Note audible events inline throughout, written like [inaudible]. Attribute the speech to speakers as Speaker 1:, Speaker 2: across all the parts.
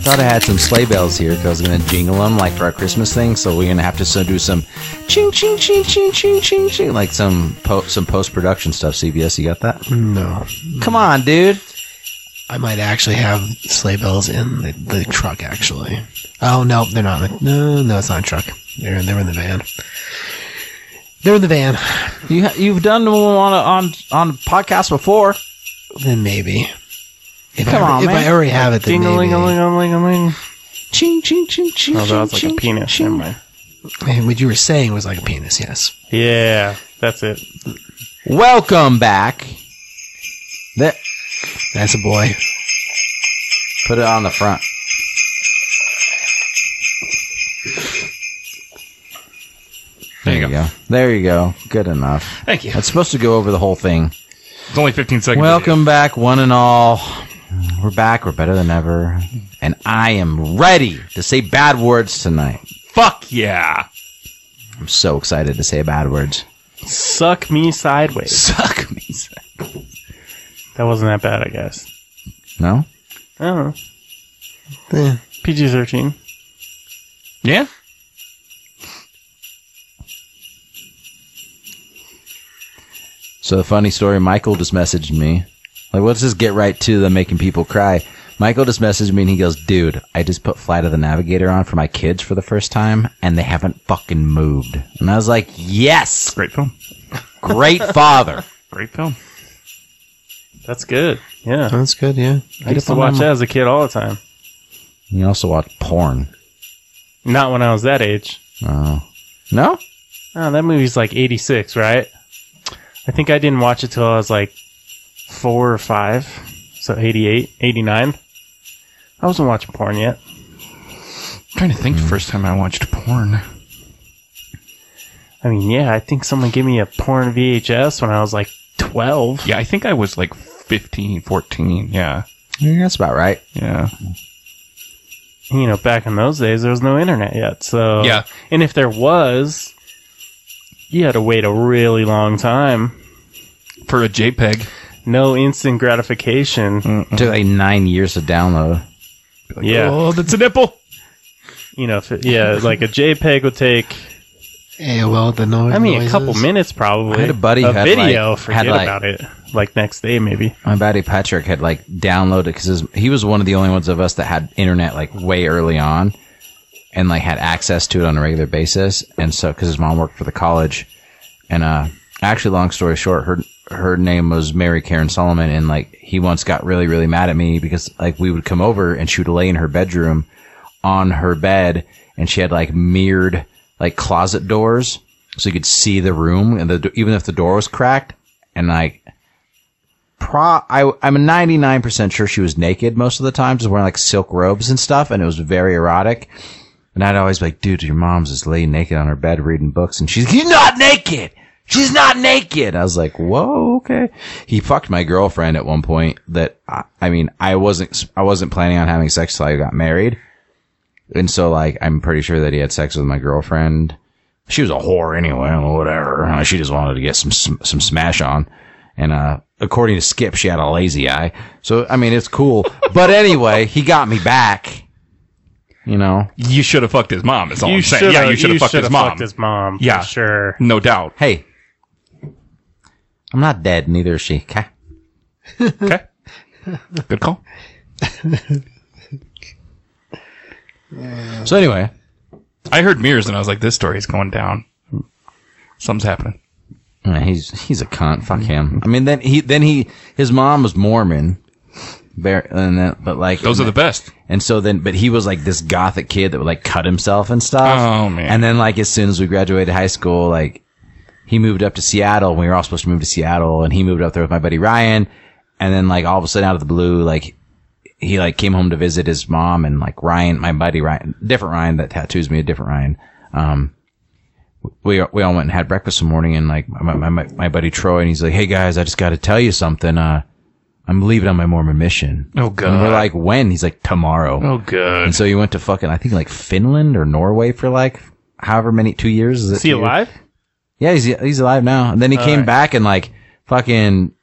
Speaker 1: thought I had some sleigh bells here because I was going to jingle them like for our Christmas thing. So we're going to have to so do some ching, ching, ching, ching, ching, ching, ching, like some, po- some post production stuff. CBS, you got
Speaker 2: Mm-hmm.
Speaker 1: that?
Speaker 3: No.
Speaker 1: Come on, dude.
Speaker 3: I might actually have sleigh bells in the, the truck, actually. Oh, no, they're not. in the- No, no, it's not a truck. They're, they're in the van. They're in the van.
Speaker 1: You, ha- you've done them on, a, on, on a podcast before.
Speaker 3: Then maybe. If
Speaker 1: Come
Speaker 3: I,
Speaker 1: on,
Speaker 3: If
Speaker 1: man.
Speaker 3: I already have it, then
Speaker 2: Ding a ling a ling
Speaker 3: maybe.
Speaker 2: a ling a ling.
Speaker 1: Ching, ching, ching, ching.
Speaker 2: Oh, that was like
Speaker 1: ching,
Speaker 2: a penis.
Speaker 1: ching,
Speaker 2: Never
Speaker 1: ching.
Speaker 2: mind.
Speaker 3: And What you were saying was like a penis, yes.
Speaker 2: Yeah, that's it.
Speaker 1: Welcome back. That,
Speaker 3: That's a boy.
Speaker 1: put it on the front. There you go. There you go. Good enough.
Speaker 2: Thank you.
Speaker 1: It's supposed to go over the whole thing.
Speaker 2: It's only 15 seconds.
Speaker 1: Welcome back, one and all. We're back. We're better than ever. And I am ready to say bad words tonight.
Speaker 2: Fuck yeah.
Speaker 1: I'm so excited to say bad words. [laughs]
Speaker 2: Suck me sideways.
Speaker 1: Suck me.
Speaker 2: That wasn't that bad, I guess.
Speaker 1: No?
Speaker 2: I don't know.
Speaker 3: Eh,
Speaker 2: PG 13.
Speaker 1: Yeah? So the funny story, Michael just messaged me. Like, let's just get right to the making people cry. Michael just messaged me and he goes, dude, I just put Flight of the Navigator on for my kids for the first time and they haven't fucking moved. And I was like, yes,
Speaker 2: Great film.
Speaker 1: great father. [laughs]
Speaker 2: Great film. That's good. Yeah.
Speaker 3: that's good, yeah.
Speaker 2: I used to watch that as a kid all the time.
Speaker 1: You also watch porn.
Speaker 2: Not when I was that age.
Speaker 1: Oh. No?
Speaker 2: Oh, that movie's like 86, right? I think I didn't watch it till I was like four or five. So 88, 89. I wasn't watching porn yet.
Speaker 4: trying to think the first time I watched porn.
Speaker 2: I mean, yeah, I think someone gave me a porn VHS when I was like 12.
Speaker 4: Yeah, I think I was like 15, 14. Yeah.
Speaker 1: Yeah, That's about right.
Speaker 4: Yeah.
Speaker 2: You know, back in those days, there was no internet yet. So,
Speaker 4: Yeah.
Speaker 2: And if there was, you had to wait a really long time.
Speaker 4: For a JPEG.
Speaker 2: No instant gratification.
Speaker 1: It took like nine years to download.
Speaker 4: Like,
Speaker 2: Yeah.
Speaker 4: Oh, that's a nipple.
Speaker 2: You know, if it, yeah, like a JPEG would take
Speaker 3: AOL, the noise.
Speaker 2: I mean, a couple minutes probably.
Speaker 1: I had a buddy who
Speaker 2: a
Speaker 1: had,
Speaker 2: video.
Speaker 1: like- had,
Speaker 2: forget
Speaker 1: like-
Speaker 2: about it. Like next day, maybe.
Speaker 1: My buddy Patrick had like downloaded because he was one of the only ones of us that had internet like way early on, and like had access to it on a regular basis. And so, because his mom worked for the college, and uh, actually, long story short, her her name was Mary Karen Solomon, and like he once got really really mad at me because like we would come over and she would lay in her bedroom on her bed, and she had like mirrored like closet doors, so you could see the room, and the even if the door was cracked, and like pro I, I'm 99% sure she was naked most of the time, just wearing like silk robes and stuff, and it was very erotic. And I'd always be like, dude, your mom's just laying naked on her bed reading books, and she's like, You're not naked! She's not naked! I was like, whoa, okay. He fucked my girlfriend at one point that, I, I mean, I wasn't, I wasn't planning on having sex till I got married. And so, like, I'm pretty sure that he had sex with my girlfriend. She was a whore anyway, or whatever. Uh, She just wanted to get some some, some smash on. And uh, according to Skip, she had a lazy eye. So I mean, it's cool. but anyway, he got me back. You know,
Speaker 4: You should have fucked his mom. Is all Oh, I'm saying.
Speaker 2: shoulda-
Speaker 4: Yeah, you should have fucked
Speaker 2: shoulda
Speaker 4: his mom.
Speaker 2: fucked his mom. for
Speaker 4: Yeah.
Speaker 2: sure.
Speaker 4: no doubt.
Speaker 1: hey, I'm not dead. Neither is she. Okay.
Speaker 4: [laughs] Okay. Good call.
Speaker 1: So anyway,
Speaker 4: I heard mirrors and I was like, this story's going down. Something's happening.
Speaker 1: uh, he's he's a cunt. Fuck him. I mean, then he then he his mom was Mormon. Bar- and then, but like
Speaker 4: Those are the best.
Speaker 1: And so then, but he was like this gothic kid that would like cut himself and stuff.
Speaker 4: Oh, man.
Speaker 1: And then like as soon as we graduated high school, like he moved up to Seattle. We were all supposed to move to Seattle, and he moved up there with my buddy Ryan. And then like all of a sudden, out of the blue, like he like came home to visit his mom, and like Ryan, my buddy Ryan, different Ryan that tattoos me, a different Ryan. Um, we we all went and had breakfast one morning, and like my my my, my buddy Troy, and he's like, "Hey guys, I just got to tell you something. Uh, I'm leaving on my Mormon mission."
Speaker 4: Oh, God.
Speaker 1: And we're like, "When?" He's like, "Tomorrow."
Speaker 4: Oh, good.
Speaker 1: And so he went to fucking, I think like Finland or Norway for like however many, two years. Is, it
Speaker 2: Is he
Speaker 1: two years?
Speaker 2: alive?
Speaker 1: Yeah, he's, he's alive now. And then he came back and like fucking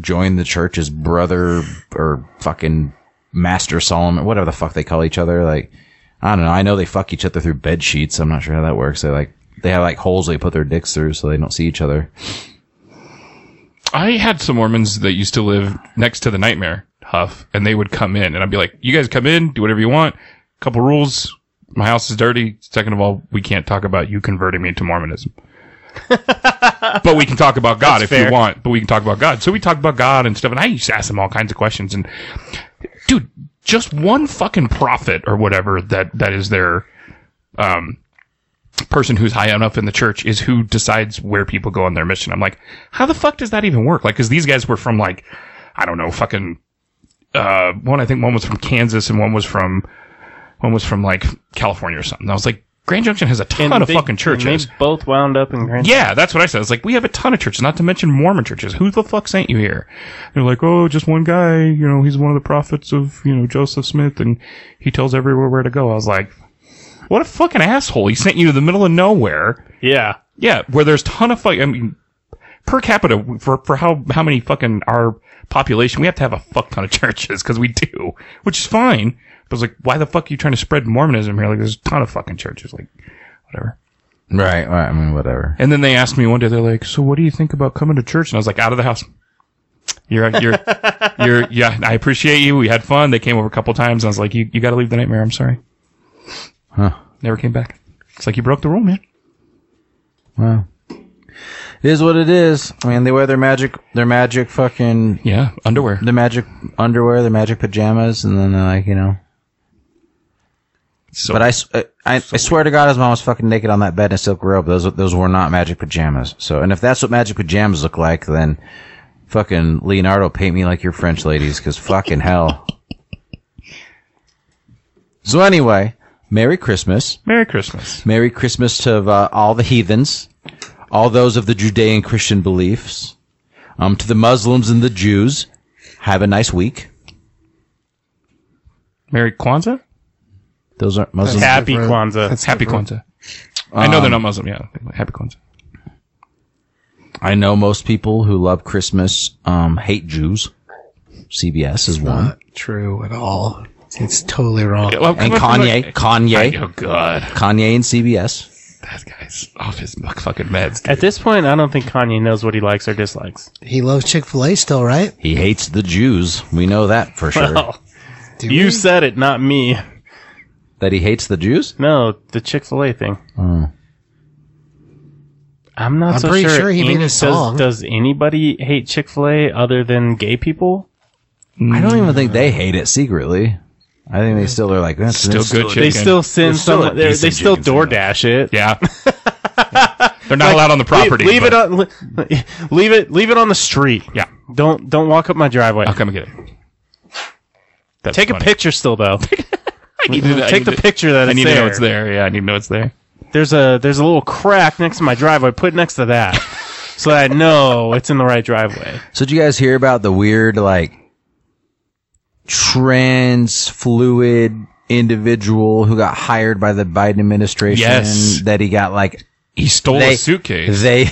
Speaker 1: joined the church as brother or fucking Master Solomon, whatever the fuck they call each other. Like, I don't know. I know they fuck each other through bed sheets. I'm not sure how that works. They like they have like holes they put their dicks through so they don't see each other.
Speaker 4: I had some Mormons that used to live next to the Nightmare Huff, and they would come in, and I'd be like, "You guys come in, do whatever you want. Couple rules: my house is dirty. Second of all, we can't talk about you converting me to Mormonism, but we can talk about God if you want. But we can talk about God. So we talked about God and stuff, and I used to ask them all kinds of questions. And dude, just one fucking prophet or whatever that that is their um person who's high enough in the church is who decides where people go on their mission. I'm like, how the fuck does that even work? Like, because these guys were from like, I don't know, fucking. Uh, one I think one was from Kansas and one was from one was from like California or something. I was like, Grand Junction has a ton of
Speaker 2: they-
Speaker 4: fucking
Speaker 2: and
Speaker 4: churches.
Speaker 2: They both wound up in Grand.
Speaker 4: Yeah, that's what I said. It's like we have a ton of churches, not to mention Mormon churches. Who the fuck sent you here? They're like, oh, just one guy. You know, he's one of the prophets of you know Joseph Smith, and he tells everywhere where to go. I was like, what a fucking asshole! He sent you to the middle of nowhere.
Speaker 2: Yeah.
Speaker 4: Yeah, where there's ton of fuck. I mean, per capita for for how how many fucking our population, we have to have a fuck ton of [laughs] churches because we do, which is fine. But it's like, why the fuck are you trying to spread Mormonism here? Like, there's a ton of fucking churches. Like, whatever.
Speaker 1: Right. right I mean, whatever.
Speaker 4: And then they asked me one day, they're like, "So what do you think about coming to church?" And I was like, "Out of the house." You're, you're, you're, yeah. I appreciate you. We had fun. They came over a couple times. And I was like, "You, you got to leave the nightmare." I'm sorry.
Speaker 1: Huh.
Speaker 4: Never came back. It's like you broke the rule, man.
Speaker 1: Well, it is what it is. I mean, they wear their magic, their magic fucking
Speaker 4: Yeah, underwear.
Speaker 1: the magic underwear, the magic pajamas, and then they're like you know.
Speaker 4: So-
Speaker 1: but I, s- I, I- I swear to God, his mom was fucking naked on that bed in a silk robe. Those those were not magic pajamas. So, and if that's what magic pajamas look like, then fucking Leonardo, paint me like your French ladies, because fucking hell. So anyway, Merry Christmas.
Speaker 4: Merry Christmas.
Speaker 1: Merry Christmas to uh, all the heathens, all those of the Judean Christian beliefs, um, to the Muslims and the Jews. Have a nice week.
Speaker 4: Merry Kwanzaa.
Speaker 1: Those aren't Muslims.
Speaker 2: Happy
Speaker 3: different.
Speaker 2: Kwanzaa.
Speaker 3: That's
Speaker 4: Happy
Speaker 3: different.
Speaker 4: Kwanzaa. I know they're not Muslim. Yeah, Happy Kwanzaa.
Speaker 1: I know most people who love Christmas um, hate Jews. CBS is one.
Speaker 3: Not true at all. It's totally wrong.
Speaker 4: Well,
Speaker 1: and
Speaker 4: come on,
Speaker 1: Kanye,
Speaker 4: like-
Speaker 1: Kanye,
Speaker 4: Oh God,
Speaker 1: Kanye, and CBS.
Speaker 4: that guy's off his muck fucking meds.
Speaker 2: At this point, I don't think Kanye knows what he likes or dislikes.
Speaker 3: He loves Chick Fil A still, right?
Speaker 1: He hates the Jews. We know that for sure.
Speaker 2: Well,
Speaker 3: Do
Speaker 2: you
Speaker 3: we?
Speaker 2: said it, not me.
Speaker 1: That he hates the Jews.
Speaker 2: No, the Chick Fil A thing.
Speaker 1: Oh.
Speaker 2: I'm not
Speaker 3: Mm. I'm
Speaker 2: so
Speaker 3: pretty
Speaker 2: sure.
Speaker 3: sure he made a
Speaker 2: does-
Speaker 3: song.
Speaker 2: Does, anybody hate Chick Fil A other than gay people?
Speaker 1: I don't even think they hate it secretly. I think they still are like that's
Speaker 4: Still
Speaker 1: that's
Speaker 4: good
Speaker 2: They
Speaker 4: chicken.
Speaker 2: still send
Speaker 1: There's still
Speaker 2: someone.
Speaker 1: a
Speaker 2: They they
Speaker 1: decent
Speaker 2: still
Speaker 1: chicken sandwich.
Speaker 2: DoorDash it.
Speaker 4: [laughs] Yeah. They're not allowed on the property.
Speaker 2: Leave, leave
Speaker 4: but-
Speaker 2: it on. [laughs] li- Leave it. Leave it on the street.
Speaker 4: Yeah.
Speaker 2: Don't don't walk up my driveway.
Speaker 4: I'll come and get it. That's
Speaker 2: Take a
Speaker 4: funny.
Speaker 2: picture still
Speaker 4: [laughs]
Speaker 2: though.
Speaker 4: I
Speaker 2: Take
Speaker 4: need
Speaker 2: the
Speaker 4: to-
Speaker 2: picture that
Speaker 4: I
Speaker 2: it's
Speaker 4: need
Speaker 2: there.
Speaker 4: to know it's there. Yeah, I need to know it's there.
Speaker 2: There's a there's a little crack next to my driveway. Put it next to
Speaker 4: [laughs]
Speaker 2: that, so that I know it's in the right driveway.
Speaker 1: So did you guys hear about the weird like trans fluid individual who got hired by the Biden administration?
Speaker 4: Yes.
Speaker 1: That he got like
Speaker 4: He stole
Speaker 1: They-
Speaker 4: a suitcase.
Speaker 1: they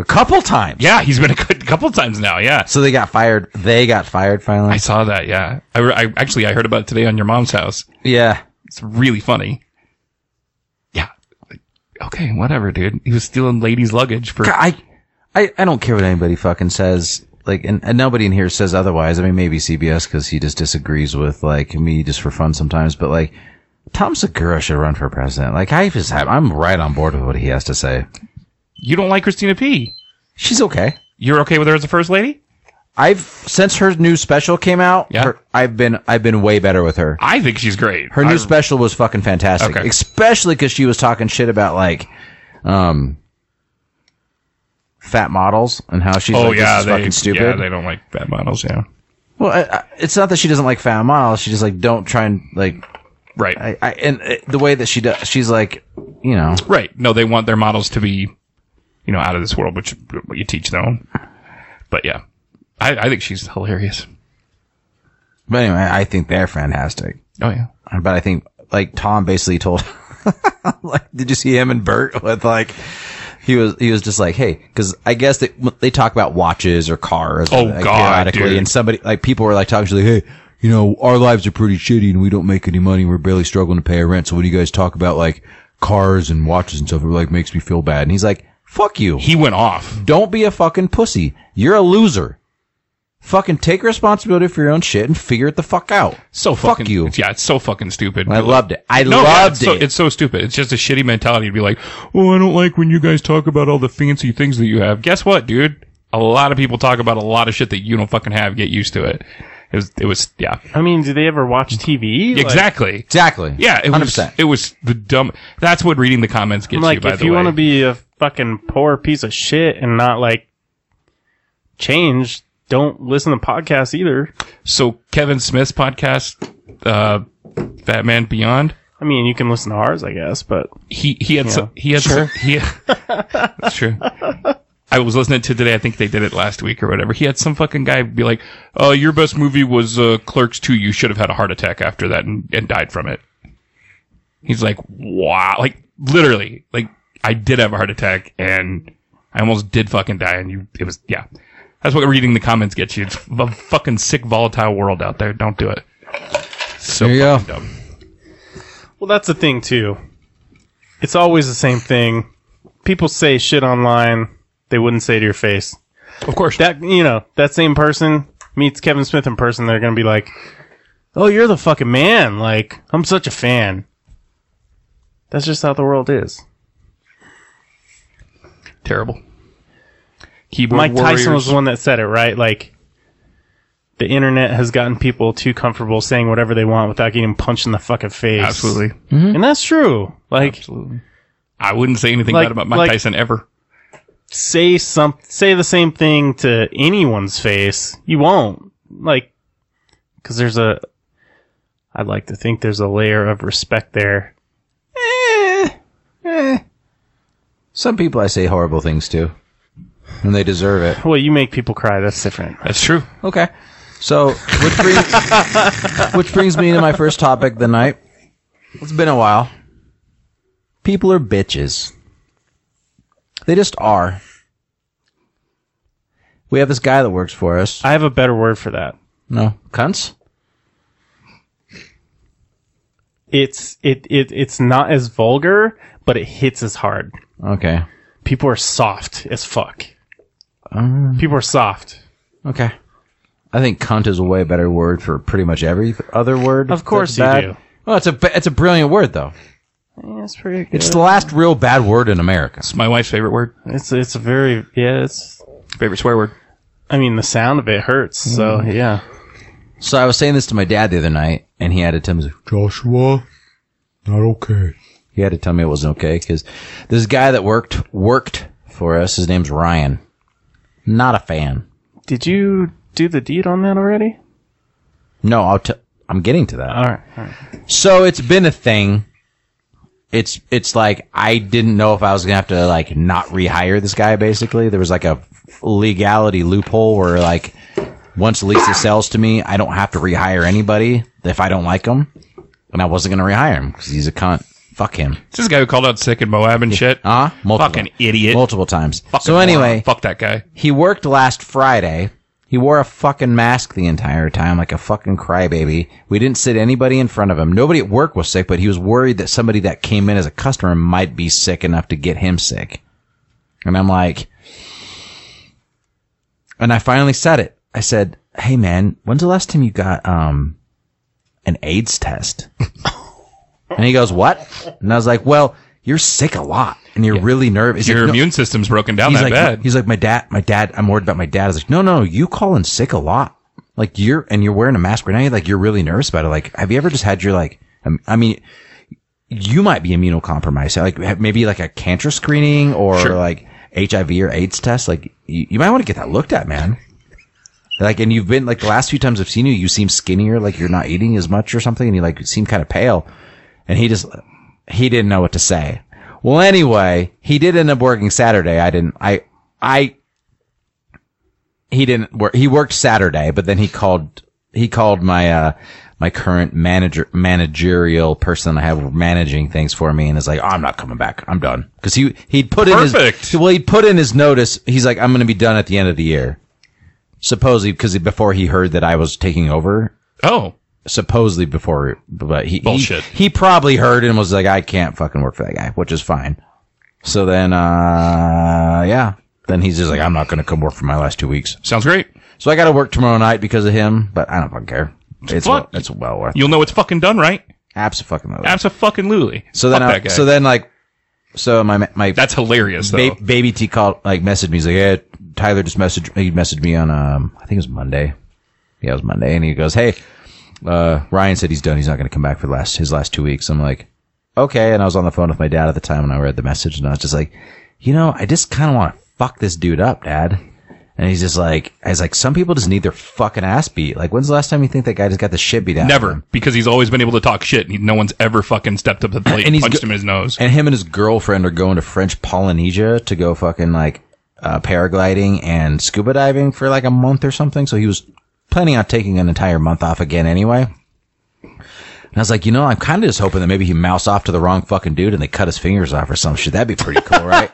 Speaker 1: a couple times.
Speaker 4: yeah, he's been a good couple times now. Yeah,
Speaker 1: So they got fired. They got fired finally.
Speaker 4: I saw that. Yeah, I, re- I actually I heard about it today on your mom's house.
Speaker 1: yeah.
Speaker 4: It's really funny. Yeah. Okay, whatever, dude. He was stealing ladies' luggage for.
Speaker 1: I, I, I don't care what anybody fucking says. Like, and, and nobody in here says otherwise. I mean, maybe CBS because he just disagrees with like me just for fun sometimes. But like, Tom Segura should run for president. Like, I just have, I'm right on board with what he has to say.
Speaker 4: You don't like Christina P.
Speaker 1: She's okay.
Speaker 4: You're okay with her as the first lady?
Speaker 1: I've since her new special came out.
Speaker 4: Yeah.
Speaker 1: her- I've been I've been way better with her.
Speaker 4: I think she's great.
Speaker 1: Her new
Speaker 4: I-
Speaker 1: special was fucking fantastic,
Speaker 4: Okay.
Speaker 1: especially because she was talking shit about like, um, fat models and how she's
Speaker 4: Oh
Speaker 1: like,
Speaker 4: yeah,
Speaker 1: this is
Speaker 4: they,
Speaker 1: fucking stupid.
Speaker 4: Yeah, they don't like bad models. Yeah,
Speaker 1: Well, I, I, it's not that she doesn't like fat models. She just like don't try and like.
Speaker 4: right,
Speaker 1: I, I and uh, the way that she does, she's like, you know,
Speaker 4: right. No, they want their models to be, you know, out of this world, which what you teach them. But yeah, I, I think she's hilarious.
Speaker 1: but anyway, I think they're fantastic.
Speaker 4: Oh yeah.
Speaker 1: But I think like Tom basically told, [laughs] like, did you see him and Bert with like. He was he was just like, hey, because I guess they they talk about watches or cars.
Speaker 4: Oh,
Speaker 1: like,
Speaker 4: God,
Speaker 1: periodically,
Speaker 4: dude.
Speaker 1: And somebody like people were like talking to like, hey, you know, our lives are pretty shitty and we don't make any money. We're barely struggling to pay our rent. So when you guys talk about like cars and watches and stuff, it like makes me feel bad. And he's like, fuck you.
Speaker 4: He went off.
Speaker 1: Don't be a fucking pussy. You're a loser. Fucking take responsibility for your own shit and figure it the fuck out.
Speaker 4: So
Speaker 1: Fuck
Speaker 4: fucking
Speaker 1: you.
Speaker 4: Yeah, it's so fucking stupid.
Speaker 1: I loved it. I
Speaker 4: No, yeah,
Speaker 1: loved
Speaker 4: it's so,
Speaker 1: it.
Speaker 4: It's so stupid. It's just a shitty mentality to be like, oh, I don't like when you guys talk about all the fancy things that you have. Guess what, dude? A lot of people talk about a lot of shit that you don't fucking have. Get used to it. It was, it was yeah,
Speaker 2: I mean, do they ever watch TV? Like,
Speaker 4: exactly.
Speaker 1: exactly.
Speaker 4: Yeah, it
Speaker 1: hundred
Speaker 4: was.
Speaker 1: percent.
Speaker 4: It was the dumb. That's what reading the comments
Speaker 2: I'm
Speaker 4: gets you.
Speaker 2: like,
Speaker 4: By
Speaker 2: if
Speaker 4: the
Speaker 2: you
Speaker 4: way,
Speaker 2: want to be a fucking poor piece of shit and not like change, don't listen to podcasts either.
Speaker 4: so Kevin Smith's podcast, uh, Batman Beyond.
Speaker 2: I mean, you can listen to ours, I guess, but
Speaker 4: He he had some,
Speaker 2: Yeah.
Speaker 4: he had some, he.
Speaker 1: [laughs]
Speaker 4: that's true. I was listening to today. I think they did it last week or whatever. He had some fucking guy be like, "Uh, your best movie was uh, Clerks Two. You should have had a heart attack after that and, and died from it." He's like, "Wow!" Like literally, like I did have a heart attack and I almost did fucking die. And you, it was yeah. That's what reading the comments gets you. It's a fucking sick, volatile world out there. Don't do it. So
Speaker 1: There you go.
Speaker 4: fucking dumb.
Speaker 2: well, that's the thing too. It's always the same thing. People say shit online they wouldn't say to your face.
Speaker 4: Of course.
Speaker 2: That you know, that same person meets Kevin Smith in person, they're gonna be like, "Oh, you're the fucking man! Like, I'm such a fan." That's just how the world is.
Speaker 4: terrible. Keyboard
Speaker 2: Mike Tyson was
Speaker 4: warriors.
Speaker 2: the one that said it, right? Like the internet has gotten people too comfortable saying whatever they want without getting punched in the fucking face.
Speaker 4: Absolutely.
Speaker 2: And that's true. Like
Speaker 4: Absolutely. I wouldn't say anything
Speaker 2: Like-
Speaker 4: bad about Mike
Speaker 2: like-
Speaker 4: Tyson ever.
Speaker 2: say some say the same thing to anyone's face. You won't. Like cuz there's a I'd like to think there's a layer of respect there.
Speaker 1: Some people I say horrible things to, and they deserve it.
Speaker 2: Well, you make people cry, that's different.
Speaker 4: That's true.
Speaker 1: Okay. So, which brings, which brings me to my first topic of the night. It's been a while. People are bitches. They just are. We have this guy that works for us.
Speaker 2: I have a better word for that.
Speaker 1: No, cunts.
Speaker 2: It's it, it it's not as vulgar, but it hits as hard.
Speaker 1: Okay.
Speaker 2: people are soft as fuck. people are soft.
Speaker 1: Okay. I think cunt is a way better word for pretty much every other word.
Speaker 2: Of course
Speaker 1: that's
Speaker 2: you
Speaker 1: bad.
Speaker 2: do.
Speaker 1: Well, it's a ba- it's a brilliant word though.
Speaker 2: Yeah, it's pretty good.
Speaker 1: It's the last real bad word in America.
Speaker 4: It's my wife's favorite word,
Speaker 2: It's it's a very yeah. It's
Speaker 4: favorite swear word.
Speaker 2: I mean the sound of it hurts. So yeah,
Speaker 1: So I was saying this to my dad the other night, and he had to tell me,
Speaker 5: Joshua, not okay.
Speaker 1: he had to tell me it wasn't okay because this guy that worked worked for us. His name's Ryan. Not a fan.
Speaker 2: did you do the deed on that already?
Speaker 1: No, I'll t- I'm getting to that.
Speaker 2: All right, all right.
Speaker 1: So it's been a thing. It's it's like I didn't know if I was gonna have to like not rehire this guy. Basically, there was like a legality loophole where like once Lisa sells to me, I don't have to rehire anybody if I don't like him, and I wasn't gonna rehire him because he's a cunt. Fuck him.
Speaker 4: It's this guy who called out sick in Moab and shit.
Speaker 1: Uh huh. Multiple.
Speaker 4: Fucking idiot.
Speaker 1: Multiple times.
Speaker 4: Fucking
Speaker 1: so
Speaker 4: moron.
Speaker 1: anyway,
Speaker 4: fuck that guy.
Speaker 1: he worked last Friday. He wore a fucking mask the entire time, like a fucking crybaby. We didn't sit anybody in front of him. Nobody at work was sick, but he was worried that somebody that came in as a customer might be sick enough to get him sick. And I'm like, and I finally said it. I said, "Hey man, when's the last time you got um an AIDS test?" and he goes, "What?" And I was like, "Well, you're sick a lot, and you're really nervous. He's
Speaker 4: Your
Speaker 1: like, "No."
Speaker 4: immune system's broken down
Speaker 1: he's
Speaker 4: that
Speaker 1: like,
Speaker 4: bad.
Speaker 1: He's like, my dad, my dad, I'm worried about my dad. I was like, no, no, you call in sick a lot. Like you're, and you're wearing a mask right now. You're like, you're really nervous about it. Like, have you ever just had your like, um, I mean, you might be immunocompromised. Like ha- maybe like a cancer screening or
Speaker 4: Sure.
Speaker 1: like HIV or AIDS test. Like you, you might want to get that looked at, man. Like, and you've been like the last few times I've seen you, you seem skinnier. Like you're not eating as much or something. And you like seem kind of pale. And he just, he didn't know what to say. Well, anyway, he did end up working Saturday. I didn't. I I he didn't work. He worked Saturday, but then he called. He called my uh my current manager managerial person I have managing things for me, and is like, "Oh, I'm not coming back. I'm done because he he'd put in
Speaker 4: Perfect.
Speaker 1: his well he'd put in his notice. He's like, I'm going to be done at the end of the year supposedly because before he heard that I was taking over,
Speaker 4: Oh,
Speaker 1: supposedly before, but he he-
Speaker 4: Bullshit.
Speaker 1: He, probably heard and was like, "I can't fucking work for that guy," which is fine. So then, uh, yeah, then he's just like, "I'm not gonna come work for my last two weeks."
Speaker 4: sounds great.
Speaker 1: So I got to work tomorrow night because of him, but I don't fucking care. It's
Speaker 4: Fuck.
Speaker 1: it's well worth.
Speaker 4: You'll know it's fucking done right.
Speaker 1: Absolutely.
Speaker 4: Absolutely.
Speaker 1: So then,
Speaker 4: Fuck
Speaker 1: I,
Speaker 4: that guy.
Speaker 1: so then, like, so my my
Speaker 4: that's hilarious though.
Speaker 1: ba- baby T called, like, messaged me. He's like, "Yeah, Tyler just messaged. He messaged me on um, I think it was Monday. Yeah, it was Monday, and he goes, "Hey, uh, Ryan said he's done. He's not going to come back for the last his last two weeks." I'm like, "Okay," and I was on the phone with my dad at the time, and I read the message, and I was just like, "You know, I just kind of want to fuck this dude up, Dad." And he's just like, I was like, some people just need their fucking ass beat. Like, when's the last time you think that guy just got the shit beat out? of him?
Speaker 4: Never, because he's always been able to talk shit. And he, no one's ever fucking stepped up to the plate
Speaker 1: And
Speaker 4: and,
Speaker 1: he's
Speaker 4: punched
Speaker 1: go-
Speaker 4: him in his nose.
Speaker 1: And him and his girlfriend are going to French Polynesia to go fucking like uh, paragliding and scuba diving for like a month or something. So he was planning on taking an entire month off again anyway. And I was like, you know, I'm kind of just hoping that maybe he moused off to the wrong fucking dude and they cut his fingers off or some shit. That'd be pretty
Speaker 5: [laughs]
Speaker 1: cool, right?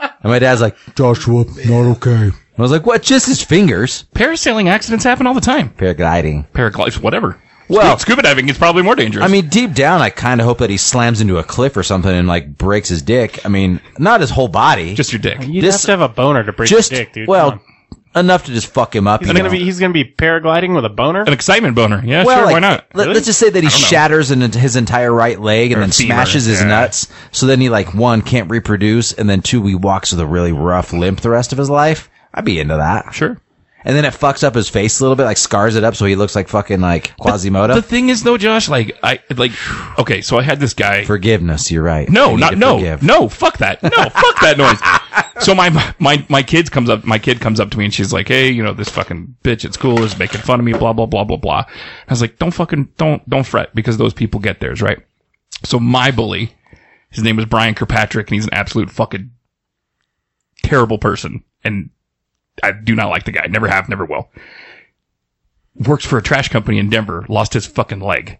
Speaker 1: and my dad's like,
Speaker 5: Joshua, not okay.
Speaker 1: I was like, what? Just his fingers?
Speaker 4: Parasailing accidents happen all the time.
Speaker 1: Paragliding.
Speaker 4: Paraglides, whatever.
Speaker 1: Well-
Speaker 4: Scuba- scuba diving is probably more dangerous.
Speaker 1: I mean, deep down, I kind of hope that he slams into a cliff or something and like breaks his dick. I mean, not his whole body.
Speaker 4: just your dick.
Speaker 2: You'd
Speaker 1: This-
Speaker 2: have to have a boner to break
Speaker 1: just
Speaker 2: your dick, dude.
Speaker 1: well
Speaker 2: Come on.
Speaker 1: enough to just fuck him up.
Speaker 2: he's
Speaker 1: you
Speaker 2: gonna
Speaker 1: know?
Speaker 2: be he's gonna be paragliding with a boner.
Speaker 4: An excitement boner. Yeah,
Speaker 1: well,
Speaker 4: sure.
Speaker 1: like,
Speaker 4: why not?
Speaker 1: Let, us just say that he shatters in his entire right leg and then
Speaker 4: femur,
Speaker 1: smashes his
Speaker 4: yeah.
Speaker 1: nuts. So then he like one can't reproduce, and then two he walks with a really rough limp the rest of his life. I'd be into that.
Speaker 4: Sure.
Speaker 1: And then it fucks up his face a little bit, like scars it up, so he looks like fucking like Quasimodo.
Speaker 4: The thing is, though, Josh, like I like. Okay, so I had this guy.
Speaker 1: Forgiveness, you're right. I
Speaker 4: No,
Speaker 1: need
Speaker 4: not
Speaker 1: to
Speaker 4: no,
Speaker 1: forgive.
Speaker 4: no. Fuck that. No, fuck that noise. So my my my kids comes up. My kid comes up to me and she's like, "Hey, you know this fucking bitch at school is making fun of me. Blah blah blah blah blah." I was like, "Don't fucking don't don't fret because those people get theirs right." So my bully, his name was Brian Kirkpatrick, and he's an absolute fucking terrible person, and I do not like the guy. Never have, never will. Works for a trash company in Denver. Lost his fucking leg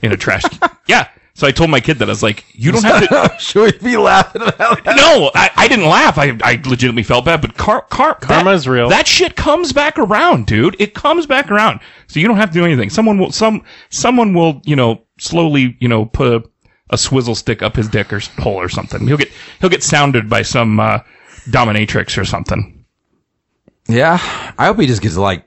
Speaker 4: in
Speaker 1: [laughs]
Speaker 4: a trash. yeah. So I told my kid that I was like, "You don't have to."
Speaker 1: [laughs] Should we be laughing about that?
Speaker 4: no, I, I didn't laugh. I, I legitimately felt bad, but car, car,
Speaker 2: Karma's
Speaker 4: that,
Speaker 2: real.
Speaker 4: That shit comes back around, dude. It comes back around. So you don't have to do anything. Someone will, some, someone will, you know, slowly, you know, put a, a swizzle stick up his dick or s- hole or something. He'll get, he'll get sounded by some, uh, dominatrix or something.
Speaker 1: Yeah, I hope he just gets like,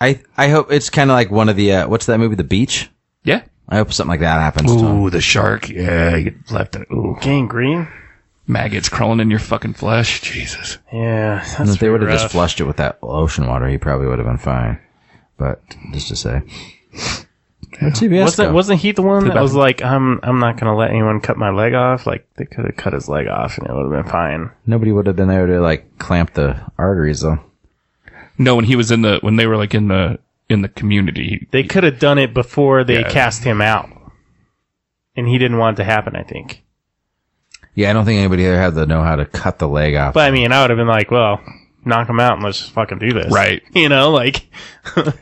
Speaker 1: I I hope it's kind of like one of the uh, what's that movie, The Beach.
Speaker 4: Yeah.
Speaker 1: I hope something like that happens. to him.
Speaker 4: Ooh, the shark. Yeah, you get left in. Ooh,
Speaker 2: Gangrene.
Speaker 4: maggots crawling in your fucking flesh. Jesus.
Speaker 2: Yeah, that's
Speaker 1: And if they
Speaker 2: pretty
Speaker 1: would have just
Speaker 2: rough.
Speaker 1: flushed it with that ocean water, he probably would have been fine. But just to say, Where'd CBS
Speaker 2: Wasn't
Speaker 1: go?
Speaker 2: wasn't he the one that was
Speaker 4: bathroom.
Speaker 2: like, I'm I'm not gonna let anyone cut my leg off? Like they could have cut his leg off and it would have been fine.
Speaker 1: nobody would have been there to like clamp the arteries though.
Speaker 4: No, when he was in the, when they were like in the, in the community.
Speaker 2: They could have done it before they
Speaker 4: Yeah.
Speaker 2: cast him out, and he didn't want it to happen. I think.
Speaker 1: Yeah, I don't think anybody there had to know how to cut the leg off.
Speaker 2: But I mean, I would have been like, well, knock him out and let's just fucking do this,
Speaker 4: Right.
Speaker 2: [laughs] You know, like
Speaker 4: That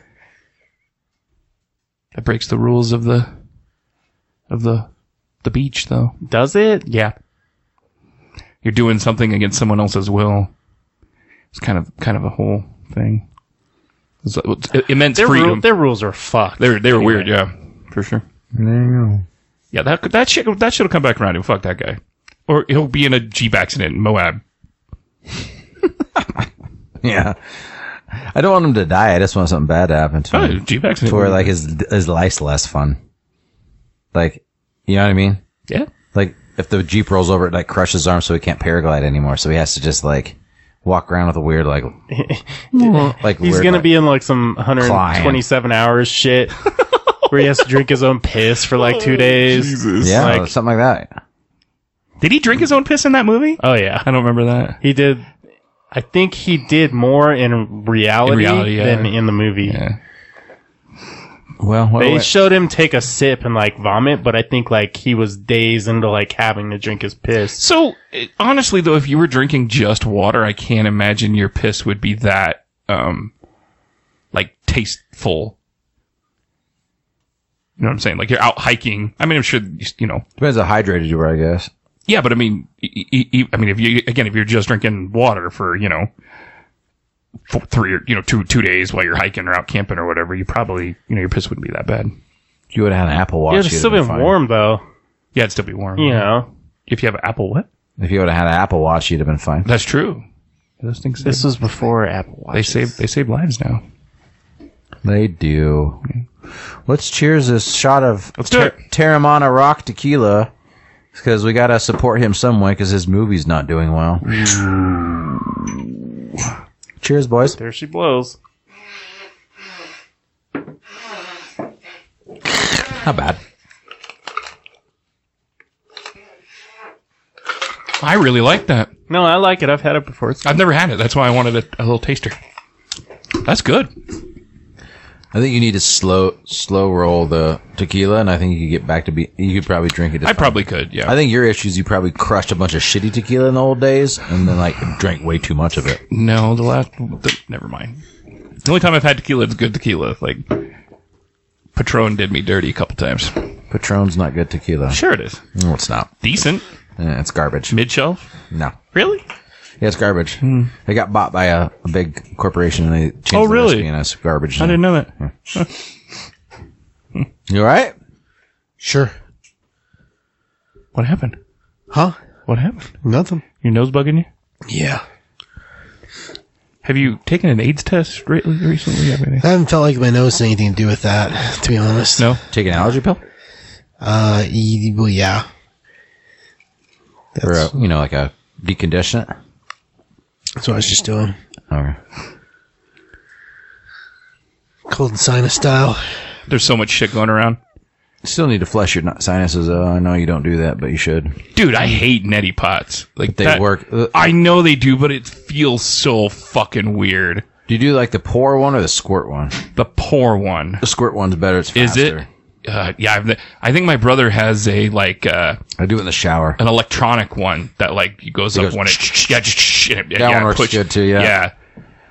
Speaker 4: breaks the rules of the of the the beach though.
Speaker 2: does it?
Speaker 4: Yeah. You're doing something against someone else's will. It's kind of kind of a whole thing. It's, it's immense
Speaker 2: Their,
Speaker 4: freedom.
Speaker 2: rule, their rules are fucked.
Speaker 4: they were they were weird, yeah. For sure.
Speaker 5: No.
Speaker 4: Yeah, that could- that shit that shit'll come back around and fuck that guy. Or he'll be in a Jeep accident in Moab.
Speaker 1: yeah, I don't want him to die. I just want something bad to happen to
Speaker 4: Oh,
Speaker 1: him,
Speaker 4: Jeep accident.
Speaker 1: to where Mm. like his his life's less fun. Like, you know what I mean?
Speaker 4: yeah.
Speaker 1: Like if the jeep rolls over, it like crushes his arm, so he can't paraglide anymore. So he has to just like walk around with a weird
Speaker 2: [laughs]
Speaker 1: like like
Speaker 2: He's
Speaker 1: weird,
Speaker 2: gonna
Speaker 1: like-
Speaker 2: be in like some 127 hours
Speaker 4: [laughs]
Speaker 2: shit, where he has to drink his own piss for like
Speaker 4: Oh,
Speaker 2: two days.
Speaker 1: yeah
Speaker 2: like-
Speaker 1: Oh, something like that.
Speaker 4: Did he drink his own piss in that movie?
Speaker 2: Oh yeah,
Speaker 4: I don't remember that.
Speaker 2: he did. I think he did more in reality,
Speaker 4: In reality, yeah.
Speaker 2: than in the movie.
Speaker 4: Yeah.
Speaker 1: Well, what a
Speaker 2: They
Speaker 1: way-
Speaker 2: showed him take a sip and like vomit, but I think like he was days into like having to drink his piss.
Speaker 4: So it- honestly, though, if you were drinking just water, I can't imagine your piss would be that, um, like tasteful. You know what I'm saying? Like you're out hiking. I mean, I'm sure you know.
Speaker 1: Depends how hydrated you were, I guess.
Speaker 4: Yeah, e, but I mean, e- e- e- I mean, if you again, if you're just drinking water for you know four, three or you know two two days while you're hiking or out camping or whatever, you probably you know your piss wouldn't be that bad.
Speaker 1: You would have had an Apple Watch.
Speaker 2: it would
Speaker 1: you'd
Speaker 2: still
Speaker 1: have
Speaker 2: been
Speaker 1: fine.
Speaker 2: warm though.
Speaker 4: Yeah, it'd still be warm.
Speaker 2: You know,
Speaker 4: if you have an Apple, what?
Speaker 1: If you would have had an Apple Watch, you'd have been fine.
Speaker 4: That's true. Those things
Speaker 2: this was before Apple Watch.
Speaker 4: they save they save lives now.
Speaker 1: They do. Let's cheers this shot of
Speaker 4: Let's do it.
Speaker 1: Terramana Rock Tequila because we gotta support him some way because his movie's not doing
Speaker 2: [sighs]
Speaker 1: well. cheers, boys.
Speaker 2: There she blows.
Speaker 1: Not bad.
Speaker 4: I really like that.
Speaker 2: No, I like it. I've had it before. It's
Speaker 4: I've never had it. That's why I wanted a, a little taster. That's good.
Speaker 1: I think you need to slow slow roll the tequila, and I think you could get back to be. You could probably drink it. As
Speaker 4: I probably could. Yeah.
Speaker 1: I think your issue is you probably crushed a bunch of shitty tequila in the old days, and then like drank way too much of it.
Speaker 4: no, the last. The, never mind. The only time I've had tequila is good tequila. Like Patron did me dirty a couple times.
Speaker 1: Patron's not good tequila.
Speaker 4: Sure, it is
Speaker 1: No, it's not.
Speaker 4: decent
Speaker 1: Eh, it's garbage.
Speaker 4: mid shelf.
Speaker 1: No.
Speaker 4: Really?
Speaker 1: Yeah, it's garbage. They got bought by a, a big corporation and they changed
Speaker 4: Hmm. Oh,
Speaker 1: the
Speaker 4: really?
Speaker 1: recipe and it's garbage.
Speaker 4: I didn't know that.
Speaker 1: You all right?
Speaker 3: Sure.
Speaker 4: What happened?
Speaker 3: Huh?
Speaker 4: What happened?
Speaker 3: Nothing.
Speaker 4: Your nose bugging you?
Speaker 3: Yeah.
Speaker 4: Have you taken an AIDS test re- recently?
Speaker 3: [laughs]
Speaker 4: or anything?
Speaker 3: I haven't felt like my nose had anything to do with that, to be honest.
Speaker 4: No.
Speaker 1: Take an allergy pill
Speaker 3: Uh, e- well, yeah.
Speaker 1: or a,
Speaker 3: That's,
Speaker 1: you know like a deconditionant.
Speaker 3: that's what I was just doing.
Speaker 1: Okay.
Speaker 3: Cold and sinus style.
Speaker 4: There's so much shit going around.
Speaker 1: Still need to flush your nu- sinuses. Uh, I know you don't do that, but you should.
Speaker 4: Dude, I hate neti pots. Like
Speaker 1: They
Speaker 4: that-
Speaker 1: work. Uh,
Speaker 4: I know they do, but it feels so fucking weird.
Speaker 1: do you do like the pour one or the squirt one?
Speaker 4: The poor one.
Speaker 1: The squirt one's better. It's
Speaker 4: Is
Speaker 1: faster.
Speaker 4: it? Uh, yeah, I've, I think my brother has a like uh,
Speaker 1: I do it in the shower.
Speaker 4: an electronic one that like goes up
Speaker 1: goes
Speaker 4: when it yeah, just, yeah,
Speaker 1: That one works
Speaker 4: push-
Speaker 1: good, too, yeah.
Speaker 4: yeah.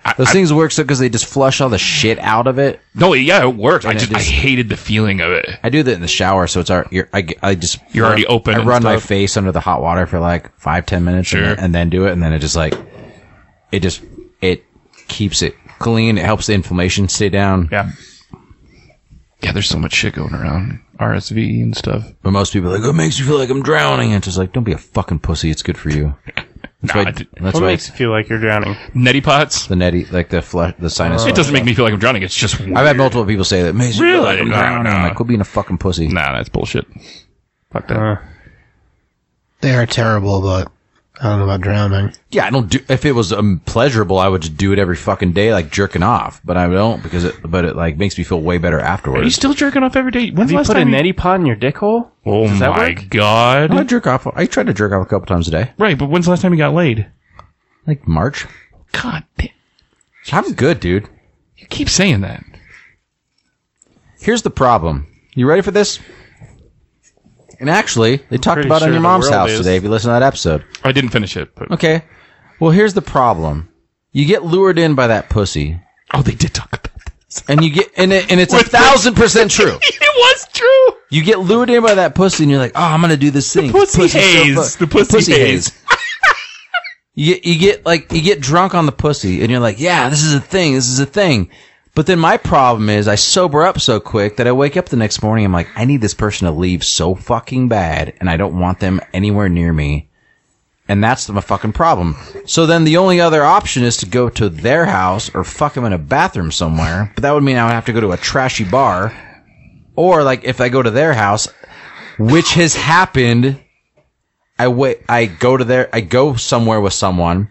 Speaker 4: I-
Speaker 1: Those
Speaker 4: I-
Speaker 1: things work so because they just flush all the shit out of it.
Speaker 4: no, yeah, it worked. I
Speaker 1: it
Speaker 4: just,
Speaker 1: just-
Speaker 4: I hated the feeling of it.
Speaker 1: I do that in the shower, so it's our. You're, I, g- I just
Speaker 4: You're already open
Speaker 1: I
Speaker 4: and
Speaker 1: run my
Speaker 4: stuff.
Speaker 1: face under the hot water for like five ten minutes, and,
Speaker 4: Sure.
Speaker 1: then, and then do it, and then it just like it just it keeps it clean. It helps the inflammation stay down.
Speaker 4: Yeah. Yeah, there's so much shit going around. RSV and stuff.
Speaker 1: But most people are like it makes me feel like I'm drowning. It's just like don't be a fucking pussy. It's good for you. That's
Speaker 4: Nah,
Speaker 1: why.
Speaker 4: I did-
Speaker 1: that's
Speaker 2: what
Speaker 1: why
Speaker 2: makes you feel like you're drowning?
Speaker 4: Neti pots.
Speaker 1: the neti like the flush the sinus.
Speaker 4: It doesn't make me feel like I'm drowning. It's just weird.
Speaker 1: I've had multiple people say that. Makes me feel like
Speaker 4: Really?
Speaker 1: I'm
Speaker 4: No,
Speaker 1: drowning. I'm
Speaker 4: no.
Speaker 1: like, quit being a fucking pussy.
Speaker 4: [laughs] Nah, that's bullshit. Fuck that.
Speaker 2: Uh,
Speaker 3: They are terrible, but I don't know about drowning.
Speaker 1: Yeah, I don't do. If it was um, pleasurable, I would just do it every fucking day, like jerking off. But I don't because it. But it like makes me feel way better
Speaker 4: Are you
Speaker 1: afterwards.
Speaker 4: still jerking off every day? When's
Speaker 2: have
Speaker 4: the
Speaker 2: you
Speaker 4: last
Speaker 2: put a
Speaker 4: time you-
Speaker 2: neti pod in your dick hole?
Speaker 4: Oh
Speaker 2: Does that
Speaker 4: my
Speaker 2: work?
Speaker 1: I
Speaker 4: god!
Speaker 1: jerk off. I try to jerk off a couple times a day,
Speaker 4: Right, but when's the last time you got laid?
Speaker 1: like March.
Speaker 4: God, damn.
Speaker 1: I'm good, dude.
Speaker 4: you keep saying that.
Speaker 1: Here's the problem. You ready for this? And actually, they talked
Speaker 2: pretty
Speaker 1: about it in
Speaker 2: sure
Speaker 1: your
Speaker 2: the
Speaker 1: mom's
Speaker 2: world
Speaker 1: house
Speaker 2: is.
Speaker 1: today. If you listen to that episode,
Speaker 4: I didn't finish it, but
Speaker 1: okay. Well, here's the problem. You get lured in by that pussy,
Speaker 4: oh, they did talk about that.
Speaker 1: and you get and it, and it's a
Speaker 4: With-
Speaker 1: thousand percent true.
Speaker 4: [laughs] It was true.
Speaker 1: You get lured in by that pussy, and you're like, "Oh, I'm gonna do this thing."
Speaker 4: pussy
Speaker 1: Pussy's so
Speaker 4: haze.
Speaker 1: fu-
Speaker 4: The pussy
Speaker 1: [laughs] you, get, you get like you get drunk on the pussy, and you're like, "Yeah, this is a thing. This is a thing." But then my problem is I sober up so quick that I wake up the next morning. I'm like, I need this person to leave so fucking bad, and I don't want them anywhere near me. And that's my fucking problem. So then the only other option is to go to their house or fuck them in a bathroom somewhere. But that would mean I would have to go to a trashy bar. Or like if I go to their house, which has happened, I wait I go to their I go somewhere with someone.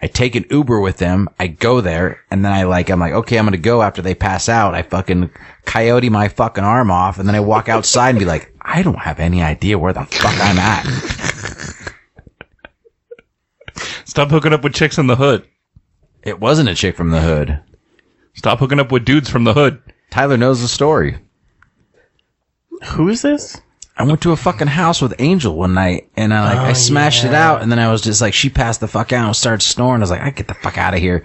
Speaker 1: I take an Uber with them. I go there and then I like I'm like, okay, I'm gonna go after they pass out. I fucking coyote my fucking arm off and then I walk outside and be like, [laughs] I don't have any idea where the fuck I'm at.
Speaker 4: Stop hooking up with chicks in the hood.
Speaker 1: It wasn't a chick from the hood.
Speaker 4: Stop hooking up with dudes from the hood.
Speaker 1: Tyler knows the story.
Speaker 2: Who is this?
Speaker 1: I went to a fucking house with Angel one night and I like
Speaker 4: Oh,
Speaker 1: I smashed it out and then I was just like she passed the fuck out and started snoring. I was like, I get the fuck out of here.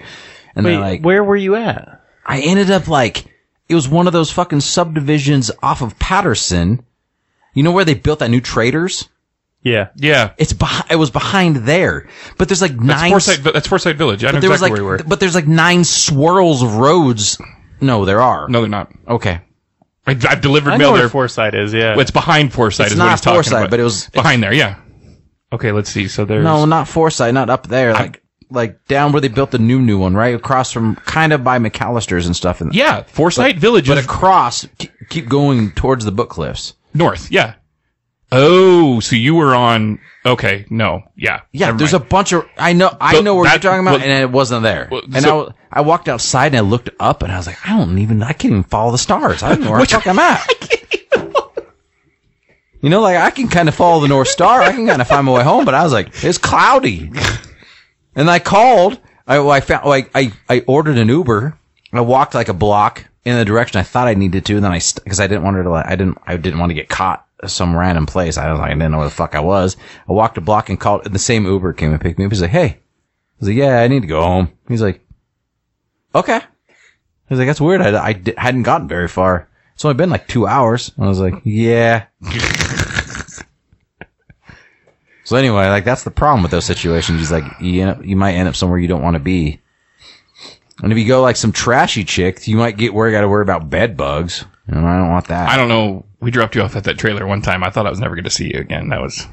Speaker 1: And
Speaker 2: Wait,
Speaker 1: then like
Speaker 2: where were you at?
Speaker 1: I ended up like it was one of those fucking subdivisions off of Patterson. You know where they built that new traders?
Speaker 2: Yeah.
Speaker 4: Yeah.
Speaker 1: It's behind, it was behind there, but there's like
Speaker 4: That's
Speaker 1: nine.
Speaker 4: Foresight. Vi- That's Foresight Village. I know
Speaker 1: but there was
Speaker 4: exactly
Speaker 1: like,
Speaker 4: where we were.
Speaker 1: but there's like nine swirls of roads. No, there are.
Speaker 4: no, they're not.
Speaker 1: Okay.
Speaker 4: I, I've delivered
Speaker 2: I know
Speaker 4: mail
Speaker 2: where
Speaker 4: there.
Speaker 2: Foresight is. Yeah.
Speaker 4: Well, it's behind Foresight.
Speaker 1: It's
Speaker 4: is
Speaker 1: not
Speaker 4: what he's talking
Speaker 1: Foresight,
Speaker 4: about.
Speaker 1: but it was-
Speaker 4: behind there. Yeah. Okay, let's see. So there's
Speaker 1: No, not Foresight, not up there. Like, like down where they built the new new one, right across from kind of by McAllister's and stuff. And
Speaker 4: yeah Foresight Village
Speaker 1: but
Speaker 4: is
Speaker 1: across, ke- keep going towards the book cliffs.
Speaker 4: north. Yeah. Oh, so you were on? Okay, no, yeah,
Speaker 1: Yeah,
Speaker 4: never
Speaker 1: there's
Speaker 4: mind.
Speaker 1: a bunch of. I know, I
Speaker 4: But
Speaker 1: know what
Speaker 4: that-
Speaker 1: you're talking about,
Speaker 4: well-
Speaker 1: and it wasn't there.
Speaker 4: Well,
Speaker 1: and
Speaker 4: so-
Speaker 1: I, I walked outside and I looked up, and I was like, I don't even, I can't even follow the stars. I don't know where the fuck I'm
Speaker 4: [laughs]
Speaker 1: at. You know, like I can kind of follow the North Star. I can kind of find my way home, but I was like, it's
Speaker 4: [laughs]
Speaker 1: cloudy. And I called. I, I found like I, I ordered an Uber. I walked like a block in the direction I thought I needed to, and then I because I didn't want her to like I didn't I didn't want to get caught some random place. I was like I didn't know where the fuck I was. I walked a block and called. And the same Uber came and picked me up. He's like, hey. I was like, yeah, I need to go home. He's like, okay. I was like, that's weird. I, I di- hadn't gotten very far. It's only been like two hours. And I was like, yeah. [laughs] so anyway, like that's the problem with those situations. He's like, you end up, you might end up somewhere you don't want to be. And if you go like some trashy chick, you might get where you got to worry about bed bugs. And I don't want that.
Speaker 4: I don't know. We dropped you off at that trailer one time. I thought I was never going to see you again. That
Speaker 1: [laughs]
Speaker 4: was.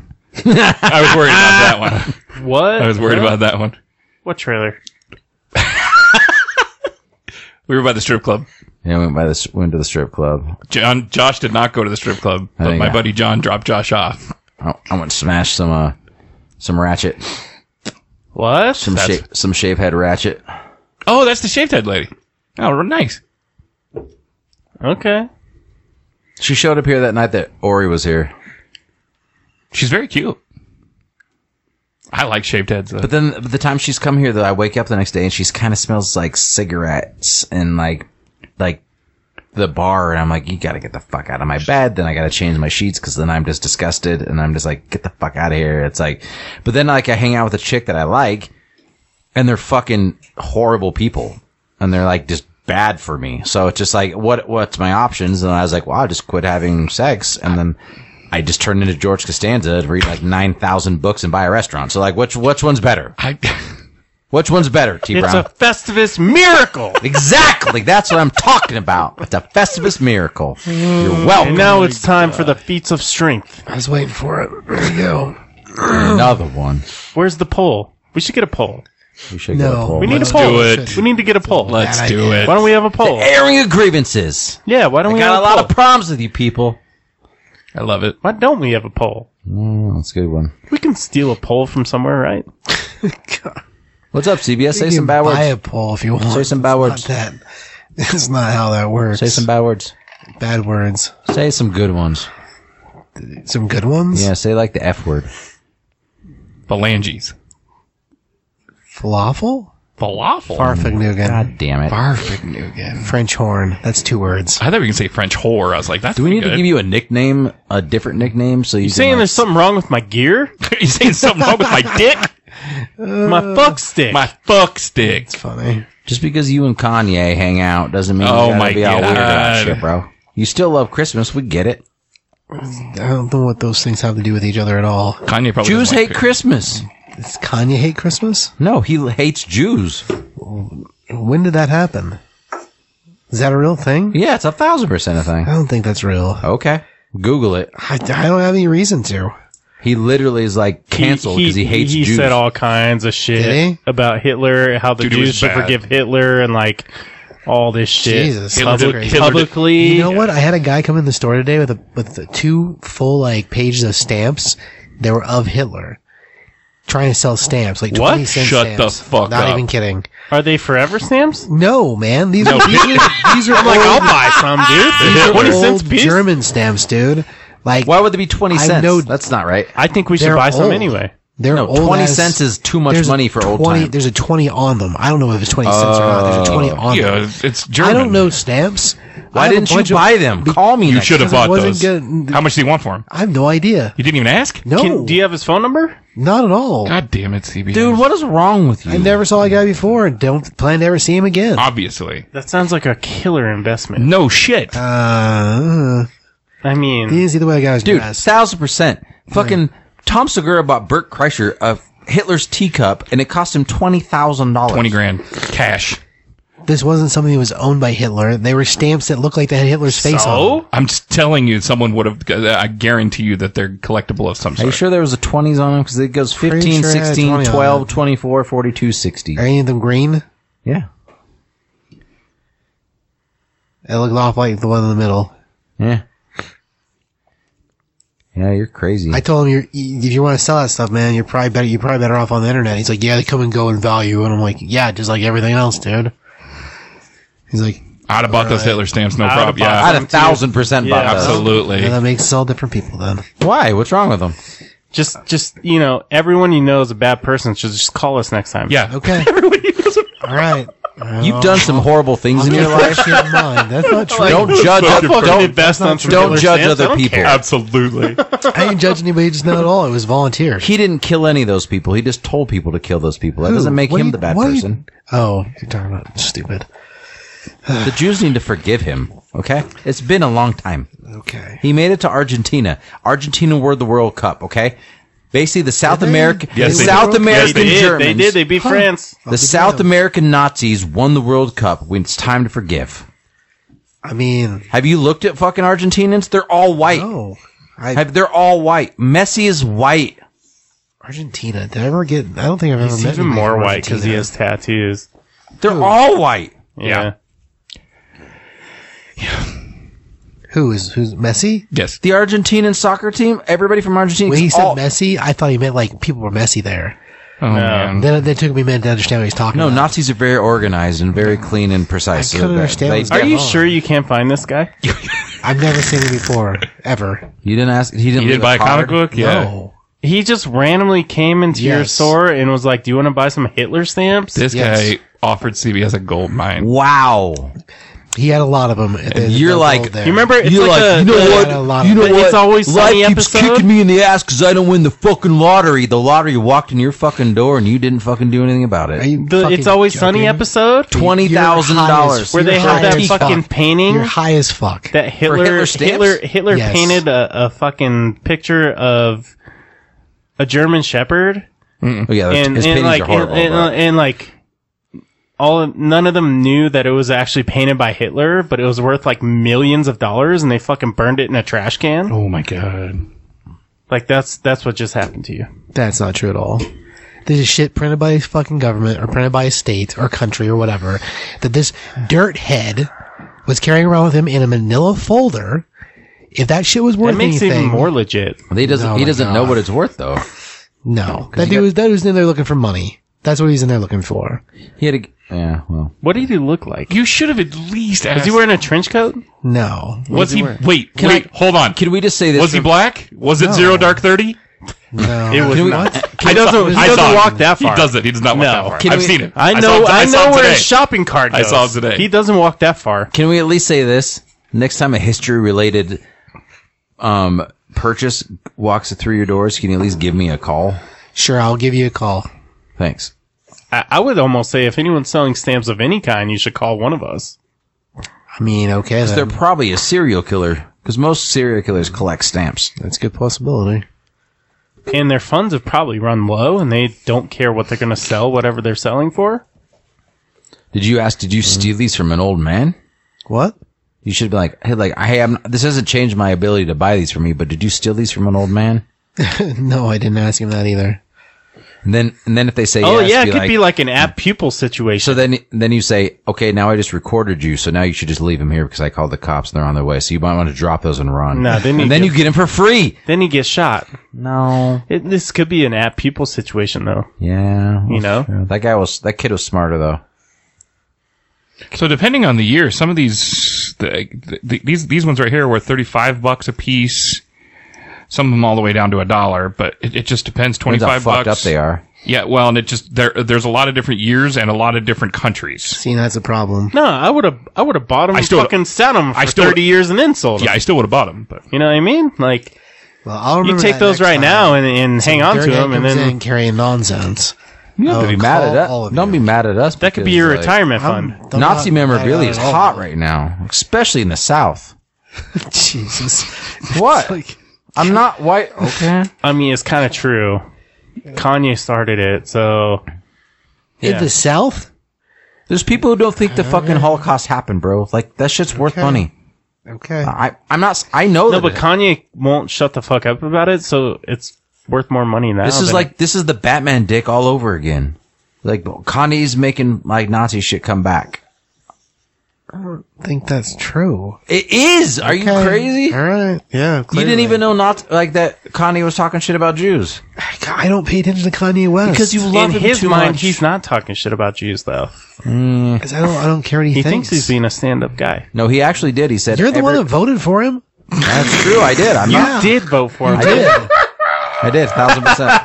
Speaker 4: I was worried about that one.
Speaker 2: what?
Speaker 4: I was worried about that one.
Speaker 2: What trailer?
Speaker 4: We were by the strip club.
Speaker 1: yeah, I went by this went to the strip club.
Speaker 4: John Josh did not go to the strip club,
Speaker 1: I
Speaker 4: but
Speaker 1: think
Speaker 4: my
Speaker 1: I-
Speaker 4: buddy John dropped Josh off.
Speaker 1: I, I went to smash some uh some ratchet,
Speaker 2: What?
Speaker 1: some
Speaker 4: That's-
Speaker 1: shape some shape head ratchet.
Speaker 4: Oh, that's the shaved head lady. Oh, nice.
Speaker 2: Okay.
Speaker 1: She showed up here that night that Ori was here.
Speaker 4: She's very cute. I like shaved heads. Though.
Speaker 1: But then but the time she's come here, though, I wake up the next day and she's kind of smells like cigarettes and like like the bar, and I'm like, you gotta get the fuck out of my bed. Then I gotta change my sheets because then I'm just disgusted and I'm just like, get the fuck out of here. It's like, but then like I hang out with a chick that I like, and they're fucking horrible people, and they're like just bad for me. So it's just like, what what's my options? And I was like, well, I'll just quit having sex, and then. I just turned into George Costanza and read like nine thousand books and buy a restaurant. So like, which which one's better?
Speaker 4: I,
Speaker 1: Which one's better, T
Speaker 2: It's
Speaker 1: Brown?
Speaker 2: a Festivus miracle.
Speaker 4: [laughs]
Speaker 1: exactly. That's what I'm talking about. It's a Festivus miracle. You're welcome.
Speaker 2: and now it's time for the feats of strength.
Speaker 3: I was waiting for it. There you go.
Speaker 1: Another one.
Speaker 2: Where's the poll? We should get a poll.
Speaker 1: We should
Speaker 3: No.
Speaker 1: get a poll.
Speaker 2: We need
Speaker 3: Let's
Speaker 2: a poll.
Speaker 4: do it.
Speaker 2: We need to get a poll.
Speaker 4: [laughs] let's
Speaker 3: Bad
Speaker 4: do
Speaker 3: idea.
Speaker 4: it.
Speaker 2: Why don't we have a poll?
Speaker 1: airing of grievances.
Speaker 2: Yeah. Why don't
Speaker 1: I
Speaker 2: we
Speaker 1: got
Speaker 2: have
Speaker 1: a lot
Speaker 2: poll?
Speaker 1: of problems with you people.
Speaker 4: I love it.
Speaker 2: Why don't we have a poll?
Speaker 1: Mm, that's a good one.
Speaker 2: We can steal a poll from somewhere, right?
Speaker 1: What's up, CBS? Say
Speaker 3: You
Speaker 1: some
Speaker 3: can
Speaker 1: bad
Speaker 3: buy
Speaker 1: words.
Speaker 3: a poll if you want.
Speaker 1: Say some bad
Speaker 3: It's not
Speaker 1: words.
Speaker 3: That it's not how that works.
Speaker 1: Say some bad words.
Speaker 3: bad words.
Speaker 1: Say some good ones.
Speaker 3: Some good ones.
Speaker 1: Yeah, say like the F word.
Speaker 4: Phalanges.
Speaker 3: Falafel.
Speaker 4: Falafel.
Speaker 3: Farfignugan.
Speaker 1: God damn it.
Speaker 3: Farfignugan. French horn. That's two words.
Speaker 4: I thought we could say French whore. I was like, that's
Speaker 1: Do we need
Speaker 4: good.
Speaker 1: to give you a nickname, a different nickname, so you,
Speaker 2: You saying
Speaker 1: can, like,
Speaker 2: there's something wrong with my gear?
Speaker 4: [laughs] you saying something
Speaker 3: [laughs]
Speaker 4: wrong with my dick?
Speaker 3: Uh,
Speaker 2: my fuck stick.
Speaker 4: My fuck stick.
Speaker 3: Funny.
Speaker 1: Just because you and Kanye hang out doesn't mean
Speaker 4: Oh
Speaker 1: you gotta
Speaker 4: my
Speaker 1: be all weird about
Speaker 4: God.
Speaker 1: shit, bro. You still love Christmas. We get it.
Speaker 3: I don't know what those things have to do with each other at all.
Speaker 4: Kanye probably
Speaker 1: Jews
Speaker 4: doesn't like
Speaker 1: hate Christmas.
Speaker 3: Does Kanye hate Christmas?
Speaker 1: No, he l- hates Jews.
Speaker 3: When did that happen? Is that a real thing?
Speaker 1: Yeah, it's a thousand percent a thing.
Speaker 3: I don't think that's real.
Speaker 1: Okay, Google it.
Speaker 3: I, I don't have any reason to.
Speaker 1: He literally is like canceled because he, hates
Speaker 2: he
Speaker 1: Jews.
Speaker 2: said all kinds of shit
Speaker 3: Did he?
Speaker 2: about Hitler, how the
Speaker 4: Dude, it was
Speaker 2: Jews should
Speaker 4: bad.
Speaker 2: forgive Hitler, and like all this shit
Speaker 3: Jesus,
Speaker 4: Hitler
Speaker 3: that's
Speaker 4: did-
Speaker 3: crazy.
Speaker 4: Hitler did-
Speaker 2: publicly.
Speaker 3: You know what? I had a guy come in the store today with a with the two full like pages of stamps. They were of Hitler, trying to sell stamps like
Speaker 4: What?
Speaker 3: twenty cent
Speaker 4: Shut the
Speaker 3: stamps.
Speaker 4: fuck
Speaker 3: Not
Speaker 4: up.
Speaker 3: even kidding.
Speaker 2: Are they forever stamps?
Speaker 3: No, man. These are these are, these are
Speaker 2: I'm like, I'll
Speaker 3: old,
Speaker 2: buy some,
Speaker 3: [laughs]
Speaker 2: dude.
Speaker 3: these are
Speaker 2: 20 cents
Speaker 3: old
Speaker 2: piece?
Speaker 3: German stamps, dude. Like
Speaker 1: Why would there be twenty
Speaker 3: I
Speaker 1: cents?
Speaker 3: know-
Speaker 1: That's not right.
Speaker 2: I think we should
Speaker 3: They're
Speaker 2: buy some
Speaker 3: old.
Speaker 2: anyway.
Speaker 3: they're
Speaker 1: No,
Speaker 3: old
Speaker 1: twenty
Speaker 3: as-
Speaker 1: cents is too much
Speaker 3: there's a
Speaker 1: money for
Speaker 3: 20,
Speaker 1: old time.
Speaker 3: There's a twenty on them. I don't know if it's twenty cents or not. There's a twenty on
Speaker 4: [laughs] Yeah,
Speaker 3: them.
Speaker 4: it's- it's
Speaker 3: I
Speaker 4: German.
Speaker 3: don't know stamps. I
Speaker 1: Why
Speaker 3: have a
Speaker 1: didn't you
Speaker 3: bunch of-
Speaker 1: buy them? Call me.
Speaker 4: You
Speaker 1: next
Speaker 4: should have
Speaker 1: time.
Speaker 4: bought
Speaker 3: Because
Speaker 4: those.
Speaker 3: it wasn't good.
Speaker 4: How much do you want for them?
Speaker 3: I have no idea.
Speaker 4: You didn't even ask.
Speaker 3: No,
Speaker 2: Can, do you have his phone number?
Speaker 3: not at all.
Speaker 4: God damn it, CB.
Speaker 1: Dude, what is wrong with you?
Speaker 3: I never saw a guy before and don't plan to ever see him again.
Speaker 4: Obviously.
Speaker 2: That sounds like a killer investment.
Speaker 4: No shit.
Speaker 3: Uh,
Speaker 2: I mean,
Speaker 3: you didn't see the way a guy was
Speaker 1: Dude,
Speaker 3: dressed.
Speaker 1: thousand percent. Fucking Tom Segura bought Bert Kreischer a Hitler's teacup, and it cost him twenty thousand dollars.
Speaker 4: Twenty grand cash.
Speaker 3: This wasn't something that was owned by Hitler. They were stamps that looked like they had Hitler's face on. them.
Speaker 4: I'm just telling you, someone would have. I guarantee you that they're collectible of some
Speaker 1: Are
Speaker 4: sort.
Speaker 1: you sure there was a 20s on them? Because it goes 15,
Speaker 3: sure it had a 20 on
Speaker 1: 16,
Speaker 3: it.
Speaker 1: 12, 24, 42, 60.
Speaker 3: Are any of them green?
Speaker 1: Yeah.
Speaker 3: It looked off like the one in the middle.
Speaker 1: Yeah. Yeah, you're crazy.
Speaker 3: I told him, you're, if you want to sell that stuff, man, you're probably better. You're probably better off on the internet. He's like, yeah, they come and go in value, and I'm like, yeah, just like everything else, dude. He's like,
Speaker 4: I'd have bought those Hitler stamps, no
Speaker 2: I'd have
Speaker 4: problem. Yeah,
Speaker 1: I'd a thousand percent
Speaker 2: Yeah,
Speaker 1: bought those.
Speaker 4: absolutely.
Speaker 3: yeah, that makes us all different people then.
Speaker 1: Why? What's wrong with them?
Speaker 2: Just, just you know, everyone you know is a bad person. So just call us next time. [laughs]
Speaker 4: Yeah,
Speaker 3: Okay, all right.
Speaker 1: You've done some horrible things in your
Speaker 3: [laughs]
Speaker 1: life.
Speaker 3: Shit, mine. That's not true.
Speaker 1: Don't judge. other- Don't,
Speaker 2: invest on some
Speaker 1: don't
Speaker 2: Hitler
Speaker 1: judge
Speaker 2: stamps. I
Speaker 1: other
Speaker 2: don't
Speaker 1: people.
Speaker 4: absolutely.
Speaker 3: I didn't judge anybody just now at all. It was volunteer.
Speaker 1: He didn't kill any of those people. He just told people to kill those people. That
Speaker 3: Who?
Speaker 1: doesn't make
Speaker 3: What
Speaker 1: him
Speaker 3: you-
Speaker 1: the bad
Speaker 3: what you-
Speaker 1: person.
Speaker 3: oh, you're talking about stupid.
Speaker 1: the Jews need to forgive him. Okay, it's been a long time.
Speaker 3: Okay.
Speaker 1: He made it to Argentina. Argentina won the World Cup. Okay, basically the South
Speaker 3: they?
Speaker 1: American,
Speaker 4: Yes,
Speaker 1: the
Speaker 4: they
Speaker 1: South
Speaker 2: Yes,
Speaker 4: did.
Speaker 1: American
Speaker 2: they did.
Speaker 1: Germans,
Speaker 2: They did. They beat France.
Speaker 1: the South American Nazis won the World Cup. When it's time to forgive.
Speaker 3: I mean,
Speaker 1: Have you looked at fucking Argentinians? They're all white.
Speaker 3: oh, I,
Speaker 1: Have, they're all white. Messi is white.
Speaker 3: Argentina. Did I ever get? I don't think I've ever
Speaker 2: He's
Speaker 3: met
Speaker 2: even
Speaker 3: anybody
Speaker 2: more
Speaker 3: from
Speaker 2: white because
Speaker 3: Argentina.
Speaker 2: he has tattoos.
Speaker 1: They're all white.
Speaker 4: Yeah.
Speaker 3: Who is who's Messi?
Speaker 4: [laughs] yes,
Speaker 1: The Argentinian soccer team. Everybody from Argentina.
Speaker 3: When he
Speaker 1: it's
Speaker 3: said
Speaker 1: all-
Speaker 3: messy, I thought he meant like people were messy there.
Speaker 4: Oh, man.
Speaker 3: Then then it took me a minute to understand what he's talking
Speaker 1: no,
Speaker 3: about.
Speaker 1: Nazis are very organized and very clean and precise.
Speaker 3: I couldn't
Speaker 1: they-
Speaker 3: understand
Speaker 1: they-
Speaker 3: what
Speaker 2: Are
Speaker 3: Yeah,
Speaker 2: you
Speaker 3: hold on.
Speaker 2: sure you can't find this guy?
Speaker 3: I've never seen it before ever. Oh.
Speaker 1: You didn't ask. He didn't.
Speaker 4: You
Speaker 1: leave
Speaker 4: didn't buy a comic
Speaker 1: card?
Speaker 4: book? Yeah.
Speaker 3: No,
Speaker 2: He just randomly came into your
Speaker 3: Yes.
Speaker 2: store and was like, "Do you want to buy some Hitler stamps?"
Speaker 4: This
Speaker 3: Yes.
Speaker 4: guy offered CBS a gold mine.
Speaker 1: Wow.
Speaker 3: he had a lot of them. At the,
Speaker 1: you're
Speaker 3: the
Speaker 1: like-
Speaker 3: gold there.
Speaker 2: you remember? It's like, a,
Speaker 3: know what? a lot You know
Speaker 2: It's always sunny
Speaker 1: Life keeps
Speaker 2: episode.
Speaker 1: kicking me in the ass because I don't win the fucking lottery. The lottery walked in your fucking door and you didn't fucking do anything about
Speaker 3: Are
Speaker 1: it.
Speaker 3: you
Speaker 2: The
Speaker 3: fucking
Speaker 2: it's always
Speaker 3: joking?
Speaker 2: sunny episode
Speaker 1: Twenty thousand dollars.
Speaker 2: where they
Speaker 3: You're
Speaker 2: have that
Speaker 3: high as
Speaker 2: fucking
Speaker 3: fuck.
Speaker 2: painting
Speaker 3: You're high as fuck.
Speaker 2: that Hitler
Speaker 1: Hitler
Speaker 2: Hitler
Speaker 1: stamps?
Speaker 2: Hitler, Hitler
Speaker 3: Yes.
Speaker 2: painted a, a fucking picture of a German Shepherd
Speaker 1: Oh, yeah,
Speaker 2: and
Speaker 1: his
Speaker 2: and
Speaker 1: paintings
Speaker 2: like
Speaker 1: are horrible.
Speaker 2: and, uh,
Speaker 1: but-
Speaker 2: and, and like all of- none of them knew that it was actually painted by Hitler, but it was worth like millions of dollars, and they fucking burned it in a trash can.
Speaker 4: Oh my god.
Speaker 2: Like that's that's what just happened to you.
Speaker 3: That's not true at all. This is shit printed by a fucking government or printed by a state or country or whatever that this dirt head was carrying around with him in a manila folder. If that shit was worth
Speaker 2: That makes it
Speaker 3: anything,
Speaker 2: even more legit.
Speaker 1: he doesn't.
Speaker 3: Oh
Speaker 1: he
Speaker 3: my
Speaker 1: doesn't know
Speaker 3: God.
Speaker 1: what it's worth though.
Speaker 3: no, that
Speaker 1: you
Speaker 3: dude
Speaker 1: got-
Speaker 3: was that was in there looking for money. That's what he's in there looking for.
Speaker 1: He had a. Yeah. Well.
Speaker 2: What did he look like?
Speaker 4: You should have at least
Speaker 2: Was
Speaker 4: asked.
Speaker 2: he wearing a trench coat?
Speaker 3: No,
Speaker 4: was he?
Speaker 2: wearing?
Speaker 4: Wait,
Speaker 1: Can
Speaker 4: wait,
Speaker 1: I-
Speaker 4: hold on.
Speaker 1: Can we just say this?
Speaker 4: was he
Speaker 1: for-
Speaker 4: black? Was it Zero Dark Thirty?
Speaker 3: no,
Speaker 2: [laughs] It was
Speaker 1: Can we-
Speaker 2: not.
Speaker 4: I
Speaker 2: doesn't- he doesn't
Speaker 4: saw it.
Speaker 2: walk that far.
Speaker 4: He doesn't. He does not walk
Speaker 2: No.
Speaker 4: that far.
Speaker 1: Can
Speaker 4: I've
Speaker 1: we-
Speaker 4: seen it.
Speaker 2: I
Speaker 4: saw
Speaker 2: know.
Speaker 4: it-
Speaker 2: I,
Speaker 4: saw
Speaker 2: know
Speaker 4: it
Speaker 2: where
Speaker 4: today.
Speaker 2: his shopping cart
Speaker 4: I
Speaker 2: goes.
Speaker 4: saw it today.
Speaker 2: He doesn't walk that far.
Speaker 1: Can we at least say this? Next time a history related um purchase walks through your doors, can you at least give me a call?
Speaker 3: sure. I'll give you a call.
Speaker 1: Thanks.
Speaker 2: I, I would almost say if anyone's selling stamps of any kind, you should call one of us.
Speaker 3: I mean, okay,
Speaker 1: They're
Speaker 3: then.
Speaker 1: probably a serial killer because most serial killers collect stamps.
Speaker 3: that's a good possibility.
Speaker 2: And their funds have probably run low, and they don't care what they're going to sell, whatever they're selling for.
Speaker 1: Did you ask? Did you steal these from an old man?
Speaker 3: What?
Speaker 1: You should be like, hey, like, hey, I'm. This hasn't changed my ability to buy these from you, but did you steal these from an old man?
Speaker 3: No, I didn't ask him that either.
Speaker 1: And then, and then if they say,
Speaker 2: oh
Speaker 1: yes,
Speaker 2: yeah, it could be like an app pupil situation.
Speaker 1: So then, then you say, okay, now I just recorded you, so now you should just leave him here because I called the cops and they're on their way. So you might want to drop those and run.
Speaker 2: No,
Speaker 4: [laughs]
Speaker 2: then
Speaker 1: [laughs]
Speaker 2: you
Speaker 1: and then
Speaker 2: get-
Speaker 1: you get him for free.
Speaker 2: then he gets shot.
Speaker 1: No.
Speaker 2: It, this could be an app pupil situation though.
Speaker 1: Yeah.
Speaker 2: You
Speaker 4: Oh,
Speaker 2: know?
Speaker 1: sure. that guy was that kid was smarter though.
Speaker 4: So depending on the year, some of these the, the, these these ones right here were thirty five bucks a piece. Some of them all the way down to a dollar, but it, it just depends. Twenty
Speaker 1: Depends how
Speaker 4: five
Speaker 1: fucked
Speaker 4: bucks.
Speaker 1: up they are.
Speaker 4: Yeah, well, and it just there. There's a lot of different years and a lot of different countries.
Speaker 3: See, that's a problem.
Speaker 2: No, I would have. I would have bought him.
Speaker 4: I
Speaker 2: and
Speaker 4: still-
Speaker 2: fucking sat him for
Speaker 4: I still-
Speaker 2: thirty years and then sold him.
Speaker 4: Yeah, I still would have bought them, but
Speaker 2: You know what I mean? Like
Speaker 3: Well, I'll
Speaker 2: you
Speaker 3: remember
Speaker 2: take
Speaker 3: that
Speaker 2: those
Speaker 3: next
Speaker 2: right
Speaker 3: time.
Speaker 2: now and, and hang on to
Speaker 3: Dirty
Speaker 2: them, and
Speaker 3: comes
Speaker 2: then
Speaker 3: in carrying nonsense.
Speaker 1: You don't have to
Speaker 3: Oh,
Speaker 1: be mad
Speaker 3: call
Speaker 1: at
Speaker 3: all
Speaker 1: us.
Speaker 3: of
Speaker 1: Don't
Speaker 3: you.
Speaker 1: be mad at us.
Speaker 2: that could be
Speaker 1: because,
Speaker 2: your
Speaker 1: like,
Speaker 2: retirement
Speaker 3: I'm-
Speaker 2: fund.
Speaker 3: don't
Speaker 1: Nazi
Speaker 3: not-
Speaker 1: memorabilia
Speaker 3: not
Speaker 1: is
Speaker 3: at all.
Speaker 1: hot right now, especially in the South.
Speaker 3: [laughs] Jesus.
Speaker 4: [laughs]
Speaker 1: What?
Speaker 3: Like,
Speaker 1: I'm not white. [laughs] Okay.
Speaker 2: I mean, it's kind of true. Kanye started it, so
Speaker 3: In the South?
Speaker 1: There's people who don't think the fucking Holocaust happened, bro. Like that shit's worth money.
Speaker 3: Okay.
Speaker 1: I I'm not. s- I know
Speaker 2: no.
Speaker 1: that.
Speaker 2: But
Speaker 1: it-
Speaker 2: Kanye won't shut the fuck up about it, so it's worth more money now.
Speaker 1: this is
Speaker 2: than-
Speaker 1: like this is the Batman dick all over again. Like Kanye's making like Nazi shit come back.
Speaker 3: I think that's true.
Speaker 1: It is. Are you
Speaker 3: Okay.
Speaker 1: crazy?
Speaker 3: All right. Yeah.
Speaker 1: You
Speaker 3: clearly.
Speaker 1: didn't even know not like that Kanye was talking shit about Jews
Speaker 3: God, I don't pay attention to Kanye West
Speaker 2: [laughs]
Speaker 1: because you
Speaker 2: in
Speaker 1: love him
Speaker 2: his
Speaker 1: too
Speaker 2: mind,
Speaker 1: much.
Speaker 2: he's not talking shit about Jews though.
Speaker 3: 'Cause I don't. I don't care what he,
Speaker 2: He thinks he's being a stand-up guy.
Speaker 1: no, he actually did. He said,
Speaker 3: You're the one
Speaker 1: every-
Speaker 3: that voted for him.
Speaker 1: [laughs] That's true. I did. I'm not.
Speaker 3: Yeah.
Speaker 2: Did vote for him?
Speaker 1: I did. I did. Thousand
Speaker 4: [laughs]
Speaker 1: percent.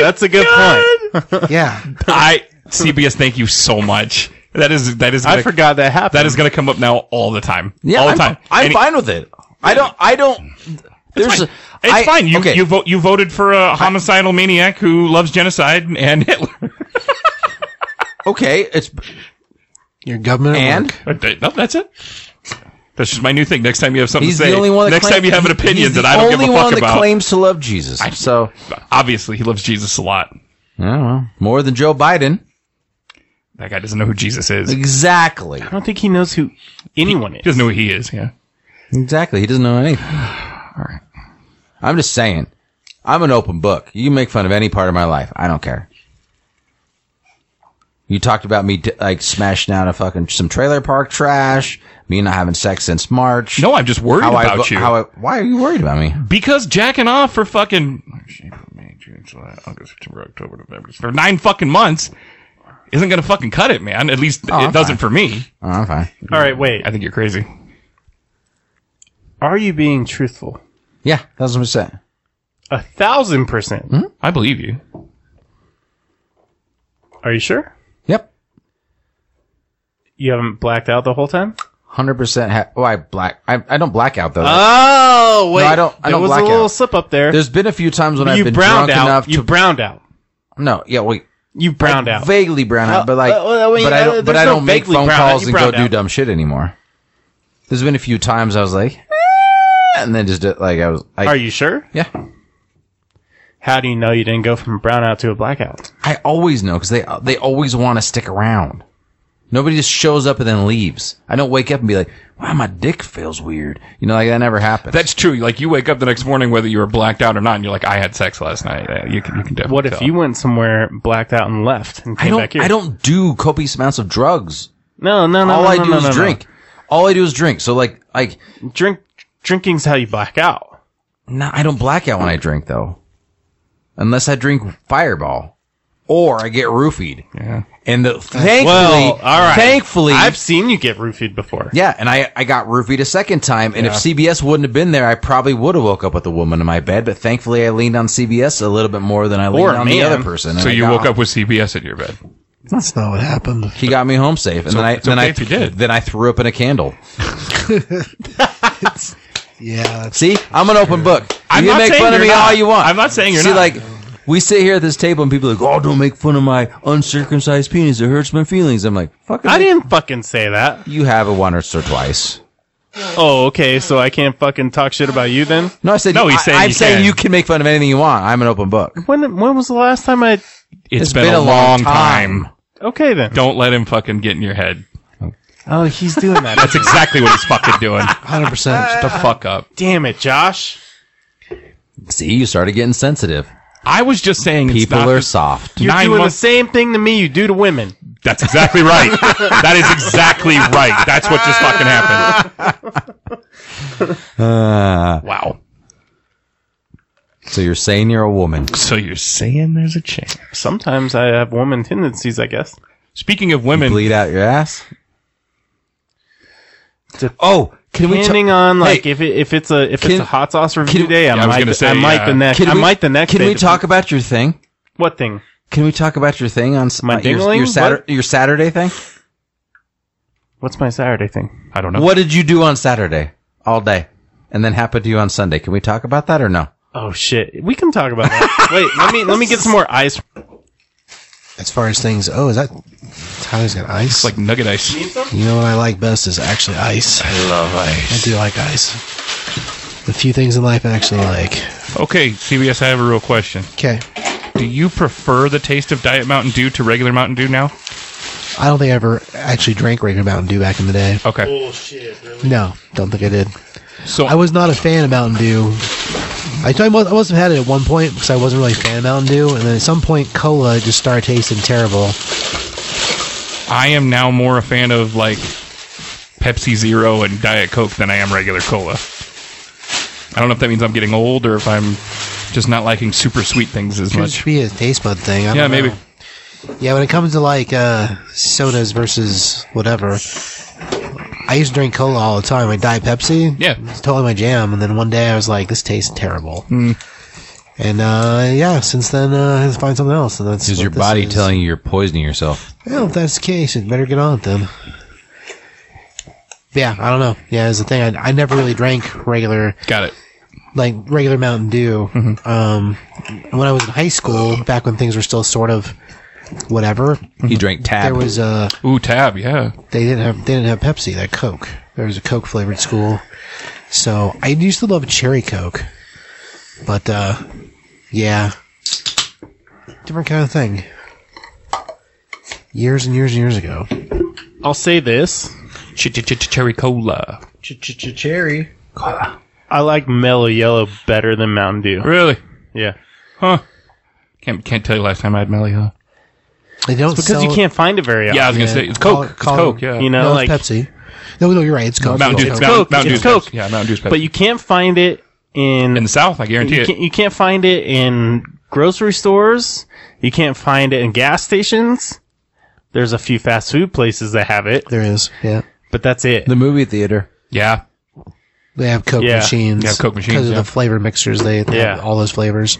Speaker 2: That's a good point.
Speaker 3: Yeah.
Speaker 4: I CBS, thank you so much. That is that is
Speaker 2: I
Speaker 4: gonna,
Speaker 2: forgot that happened.
Speaker 4: that is going to come up now all the time.
Speaker 1: Um, Yeah,
Speaker 4: all the
Speaker 1: I'm,
Speaker 4: time.
Speaker 1: I'm
Speaker 4: Any-
Speaker 1: fine with it. I don't. I don't. There's.
Speaker 4: It's
Speaker 1: a- I-
Speaker 4: fine. You
Speaker 1: okay.
Speaker 4: you vote you voted for a homicidal maniac who loves genocide and Hitler. [laughs]
Speaker 1: okay. It's
Speaker 3: Your government. at
Speaker 1: and
Speaker 3: work.
Speaker 4: no, that's it. That's just my new thing. Next time you have something
Speaker 1: he's
Speaker 4: to say,
Speaker 1: the only one. That
Speaker 4: next
Speaker 1: claim-
Speaker 4: time you have an
Speaker 1: he-
Speaker 4: opinion
Speaker 1: he's
Speaker 4: that
Speaker 1: the
Speaker 4: I don't give
Speaker 1: only
Speaker 4: a
Speaker 1: one
Speaker 4: fuck
Speaker 1: that
Speaker 4: about.
Speaker 1: claims to love Jesus. so
Speaker 4: Obviously, he loves Jesus a lot.
Speaker 1: yeah, well, more than Joe Biden.
Speaker 4: That guy doesn't know who Jesus is. He
Speaker 1: Exactly.
Speaker 2: I don't think he knows who anyone is.
Speaker 4: doesn't know who he is. Yeah.
Speaker 1: Exactly. He doesn't know
Speaker 4: [sighs]
Speaker 1: anything. All right. I'm just saying. I'm an open book. You can make fun of any part of my life. I don't care. You talked about me d- like smashing out a fucking some trailer park trash. Me not having sex since March.
Speaker 4: No, I'm just worried
Speaker 1: how I,
Speaker 4: about
Speaker 1: vo-
Speaker 4: you
Speaker 1: How I, why are you worried about me?
Speaker 4: because jacking off for fucking May, June, July, August, September, October, November for nine fucking months isn't going to fucking cut it, man. At least
Speaker 1: Oh,
Speaker 4: it
Speaker 1: I'm
Speaker 4: doesn't
Speaker 1: fine.
Speaker 4: for me.
Speaker 1: Oh, I'm fine.
Speaker 2: All right, wait.
Speaker 4: I think you're crazy.
Speaker 2: Are you being truthful?
Speaker 1: Yeah, that's what I'm saying.
Speaker 2: A thousand percent.
Speaker 1: Hmm?
Speaker 4: I believe you.
Speaker 2: Are you sure?
Speaker 1: Yep,
Speaker 2: You haven't blacked out the whole time?
Speaker 1: hundred percent. Ha- oh, I black. I, I don't black out though.
Speaker 2: Uh, Oh wait,
Speaker 1: No, I don't- I
Speaker 2: there
Speaker 1: don't
Speaker 2: was
Speaker 1: black
Speaker 2: a little
Speaker 1: out.
Speaker 2: slip up there.
Speaker 1: There's been a few times when I've
Speaker 2: you
Speaker 1: been
Speaker 2: browned
Speaker 1: drunk
Speaker 2: out.
Speaker 1: enough
Speaker 2: you
Speaker 1: to
Speaker 2: browned out.
Speaker 1: no. Yeah, wait.
Speaker 2: You browned out.
Speaker 1: Vaguely brown out, but like,
Speaker 2: uh, well, I mean,
Speaker 1: but I
Speaker 2: uh,
Speaker 1: don't, but
Speaker 2: there's
Speaker 1: I
Speaker 2: no
Speaker 1: don't make
Speaker 2: vaguely
Speaker 1: phone
Speaker 2: brown out,
Speaker 1: calls
Speaker 2: you
Speaker 1: and go
Speaker 2: browned
Speaker 1: do
Speaker 2: out.
Speaker 1: dumb shit anymore. There's been a few times I was like, "Eh," and then just did- like I was, like,
Speaker 2: Are you sure?
Speaker 1: Yeah,
Speaker 2: How do you know you didn't go from a brownout to a blackout?
Speaker 1: I always know because they they always want to stick around. Nobody just shows up and then leaves. I don't wake up and be like, "Wow, my dick feels weird." You know, like that never happens.
Speaker 4: That's true. Like you wake up the next morning, whether you were blacked out or not, and you're like, I had sex last night. Yeah, You can, you can definitely.
Speaker 2: What if
Speaker 4: tell.
Speaker 2: you went somewhere, blacked out, and left, and
Speaker 1: I
Speaker 2: came back
Speaker 1: don't.
Speaker 2: here?
Speaker 1: I don't do copious amounts of drugs.
Speaker 2: No, no, no.
Speaker 1: All
Speaker 2: no,
Speaker 1: I
Speaker 2: no,
Speaker 1: do
Speaker 2: no,
Speaker 1: is
Speaker 2: no, no.
Speaker 1: drink. All I do is drink. So like, like,
Speaker 2: Drink. Drinking's how you black out.
Speaker 1: nah, I don't black out when I drink though, unless I drink Fireball, or I get roofied.
Speaker 4: Yeah.
Speaker 1: And the thankfully,
Speaker 2: Well, all right.
Speaker 1: thankfully,
Speaker 2: I've seen you get roofied before.
Speaker 1: yeah. And I, I got roofied a second time. And if CBS wouldn't have been there, I probably would have woke up with a woman in my bed. But thankfully, I leaned on CBS a little bit more than I leaned
Speaker 2: Or a
Speaker 1: on the
Speaker 2: man.
Speaker 1: other person. and
Speaker 4: So
Speaker 1: I
Speaker 4: you
Speaker 1: got-
Speaker 4: woke up with CBS in your bed.
Speaker 3: That's not what happened.
Speaker 1: He got me home safe, and then I
Speaker 4: it's
Speaker 1: then
Speaker 4: okay
Speaker 1: I
Speaker 4: if you did.
Speaker 1: then I threw up in a candle.
Speaker 3: Yeah. That's,
Speaker 1: [laughs] See, I'm an open book.
Speaker 4: I'm
Speaker 1: you
Speaker 4: not
Speaker 1: can make
Speaker 4: saying
Speaker 1: fun of me
Speaker 4: you're not.
Speaker 1: all you want.
Speaker 4: I'm not saying you're
Speaker 1: See,
Speaker 4: not.
Speaker 1: like we sit here at this table and people are like, "Oh, don't make fun of my uncircumcised penis. It hurts my feelings." I'm like, "Fuck."
Speaker 2: I
Speaker 1: it.
Speaker 2: didn't fucking say that.
Speaker 1: You have it once or twice.
Speaker 2: Oh, okay. So I can't fucking talk shit about you then.
Speaker 1: No, I said
Speaker 4: No, he's
Speaker 1: I-
Speaker 4: saying
Speaker 1: I'm
Speaker 4: you
Speaker 1: saying
Speaker 4: can.
Speaker 1: you can make fun of anything you want. I'm an open book.
Speaker 2: When when was the last time I?
Speaker 4: it's been, a long time.
Speaker 2: Okay then.
Speaker 4: Don't let him fucking get in your head.
Speaker 2: Oh, he's doing that.
Speaker 4: That's exactly what he's fucking doing.
Speaker 3: Hundred percent.
Speaker 4: [laughs] Shut the fuck up.
Speaker 2: Damn it, Josh.
Speaker 1: See, you started getting sensitive.
Speaker 4: I was just saying it's
Speaker 1: People
Speaker 4: not
Speaker 1: are
Speaker 4: the-
Speaker 1: soft.
Speaker 2: You're
Speaker 4: Nine
Speaker 2: doing
Speaker 4: months-
Speaker 2: the same thing to me you do to women.
Speaker 4: That's exactly right. that is exactly right. That's what just fucking happened. wow.
Speaker 1: So you're saying you're a woman.
Speaker 4: So you're saying there's a chance.
Speaker 2: Sometimes I have woman tendencies, I guess.
Speaker 4: Speaking of women,
Speaker 1: Bleed out your ass.
Speaker 2: Dep-
Speaker 1: oh, can we?
Speaker 2: Depending
Speaker 1: ta-
Speaker 2: on like
Speaker 1: Hey,
Speaker 2: if it, if it's a if it's
Speaker 1: can-
Speaker 2: a hot sauce review
Speaker 1: can-
Speaker 2: day, I
Speaker 4: Yeah, I was
Speaker 2: might
Speaker 4: gonna
Speaker 2: I,
Speaker 4: say,
Speaker 2: might
Speaker 4: yeah.
Speaker 2: the next
Speaker 1: can
Speaker 2: I
Speaker 1: we-
Speaker 2: might the next.
Speaker 1: Can
Speaker 2: day
Speaker 1: we
Speaker 2: to-
Speaker 1: talk about your thing?
Speaker 2: what thing?
Speaker 1: Can we talk about your thing on s-
Speaker 2: My
Speaker 1: uh, your,
Speaker 2: ding-a-ling?
Speaker 1: your, Satur-
Speaker 2: What?
Speaker 1: your Saturday thing?
Speaker 2: What's my Saturday thing?
Speaker 4: I don't know.
Speaker 1: What did you do on Saturday all day, and then happened to you on Sunday? Can we talk about that or no?
Speaker 2: Oh shit, we can talk
Speaker 1: [laughs]
Speaker 2: about that. Wait, let me let me get some more ice.
Speaker 3: [laughs] As far as things, oh, is that Tyler's got ice?
Speaker 4: It's like nugget ice.
Speaker 3: you know what I like best is actually ice. I love ice. I do like ice. The few things in life I actually like.
Speaker 4: Okay, CBS, I have a real question.
Speaker 3: Okay.
Speaker 4: Do you prefer the taste of Diet Mountain Dew to regular Mountain Dew now?
Speaker 3: I don't think I ever actually drank regular Mountain Dew back in the day.
Speaker 4: Okay.
Speaker 2: Bullshit, really?
Speaker 3: No, don't think I did.
Speaker 4: So
Speaker 3: I was not a fan of Mountain Dew. I, I must, I must have had it at one point because I wasn't really a fan of Mountain Dew, and then at some point cola just started tasting terrible.
Speaker 4: I am now more a fan of like Pepsi Zero and Diet Coke than I am regular cola. I don't know if that means I'm getting old or if I'm just not liking super sweet things as
Speaker 3: Could just
Speaker 4: much.
Speaker 3: be a taste bud thing. I
Speaker 4: Yeah,
Speaker 3: don't know.
Speaker 4: maybe.
Speaker 3: Yeah, when it comes to like uh, sodas versus whatever, I used to drink cola all the time. Like Diet Pepsi,
Speaker 4: Yeah.
Speaker 3: it's totally my jam. And then one day I was like, this tastes terrible.
Speaker 1: Hmm.
Speaker 3: And uh, yeah, since then uh, I had to find something else. And that's
Speaker 1: Is
Speaker 3: what
Speaker 1: your
Speaker 3: this
Speaker 1: body
Speaker 3: is.
Speaker 1: telling you you're poisoning yourself?
Speaker 3: Well, if that's the case, it better get on it then. Yeah, I don't know. Yeah, it's the thing. I, I never really drank regular,
Speaker 4: Got it.
Speaker 3: like regular Mountain Dew.
Speaker 1: Mm-hmm.
Speaker 3: Um, when I was in high school, back when things were still sort of whatever,
Speaker 1: You drank tab.
Speaker 3: there was uh,
Speaker 4: Ooh, tab. Yeah.
Speaker 3: they didn't have they didn't have Pepsi. They had Coke. There was a Coke flavored school. So I used to love cherry Coke, but uh, yeah, different kind of thing. Years and years and years ago.
Speaker 2: I'll say this.
Speaker 4: Cherry cola.
Speaker 3: Cherry.
Speaker 2: I like Mellow Yellow better than Mountain Dew.
Speaker 4: Really?
Speaker 2: Yeah.
Speaker 4: Huh. Can't can't tell you last time I had Melly. Huh?
Speaker 3: They don't
Speaker 2: Because you
Speaker 3: sell-
Speaker 2: can't find it very often.
Speaker 4: Yeah, I was gonna
Speaker 3: yeah.
Speaker 4: say it's
Speaker 3: Call-
Speaker 4: Coke. It's
Speaker 3: call-
Speaker 4: Coke. Yeah.
Speaker 2: You know,
Speaker 3: No,
Speaker 2: like
Speaker 3: it's Pepsi. No, no, you're right. It's Coke.
Speaker 4: Mountain Dew.
Speaker 3: It's
Speaker 4: It's
Speaker 3: Coke.
Speaker 4: Mountain, Mountain
Speaker 2: It's
Speaker 4: Dew's Pepsi.
Speaker 2: Coke.
Speaker 4: Yeah, Mountain Dew's Pepsi.
Speaker 2: but you can't find it in
Speaker 4: in the South, I guarantee
Speaker 2: you
Speaker 4: it.
Speaker 2: can't, you can't find it in grocery stores. You can't find it in gas stations. There's a few fast food places that have it,
Speaker 3: There is. Yeah.
Speaker 2: but that's it.
Speaker 1: the movie theater.
Speaker 4: Yeah.
Speaker 3: They have Coke
Speaker 2: Yeah.
Speaker 3: machines.
Speaker 4: They have Coke machines,
Speaker 3: Because of
Speaker 4: yeah.
Speaker 3: the flavor mixtures. They, they
Speaker 2: Yeah.
Speaker 3: have all those flavors.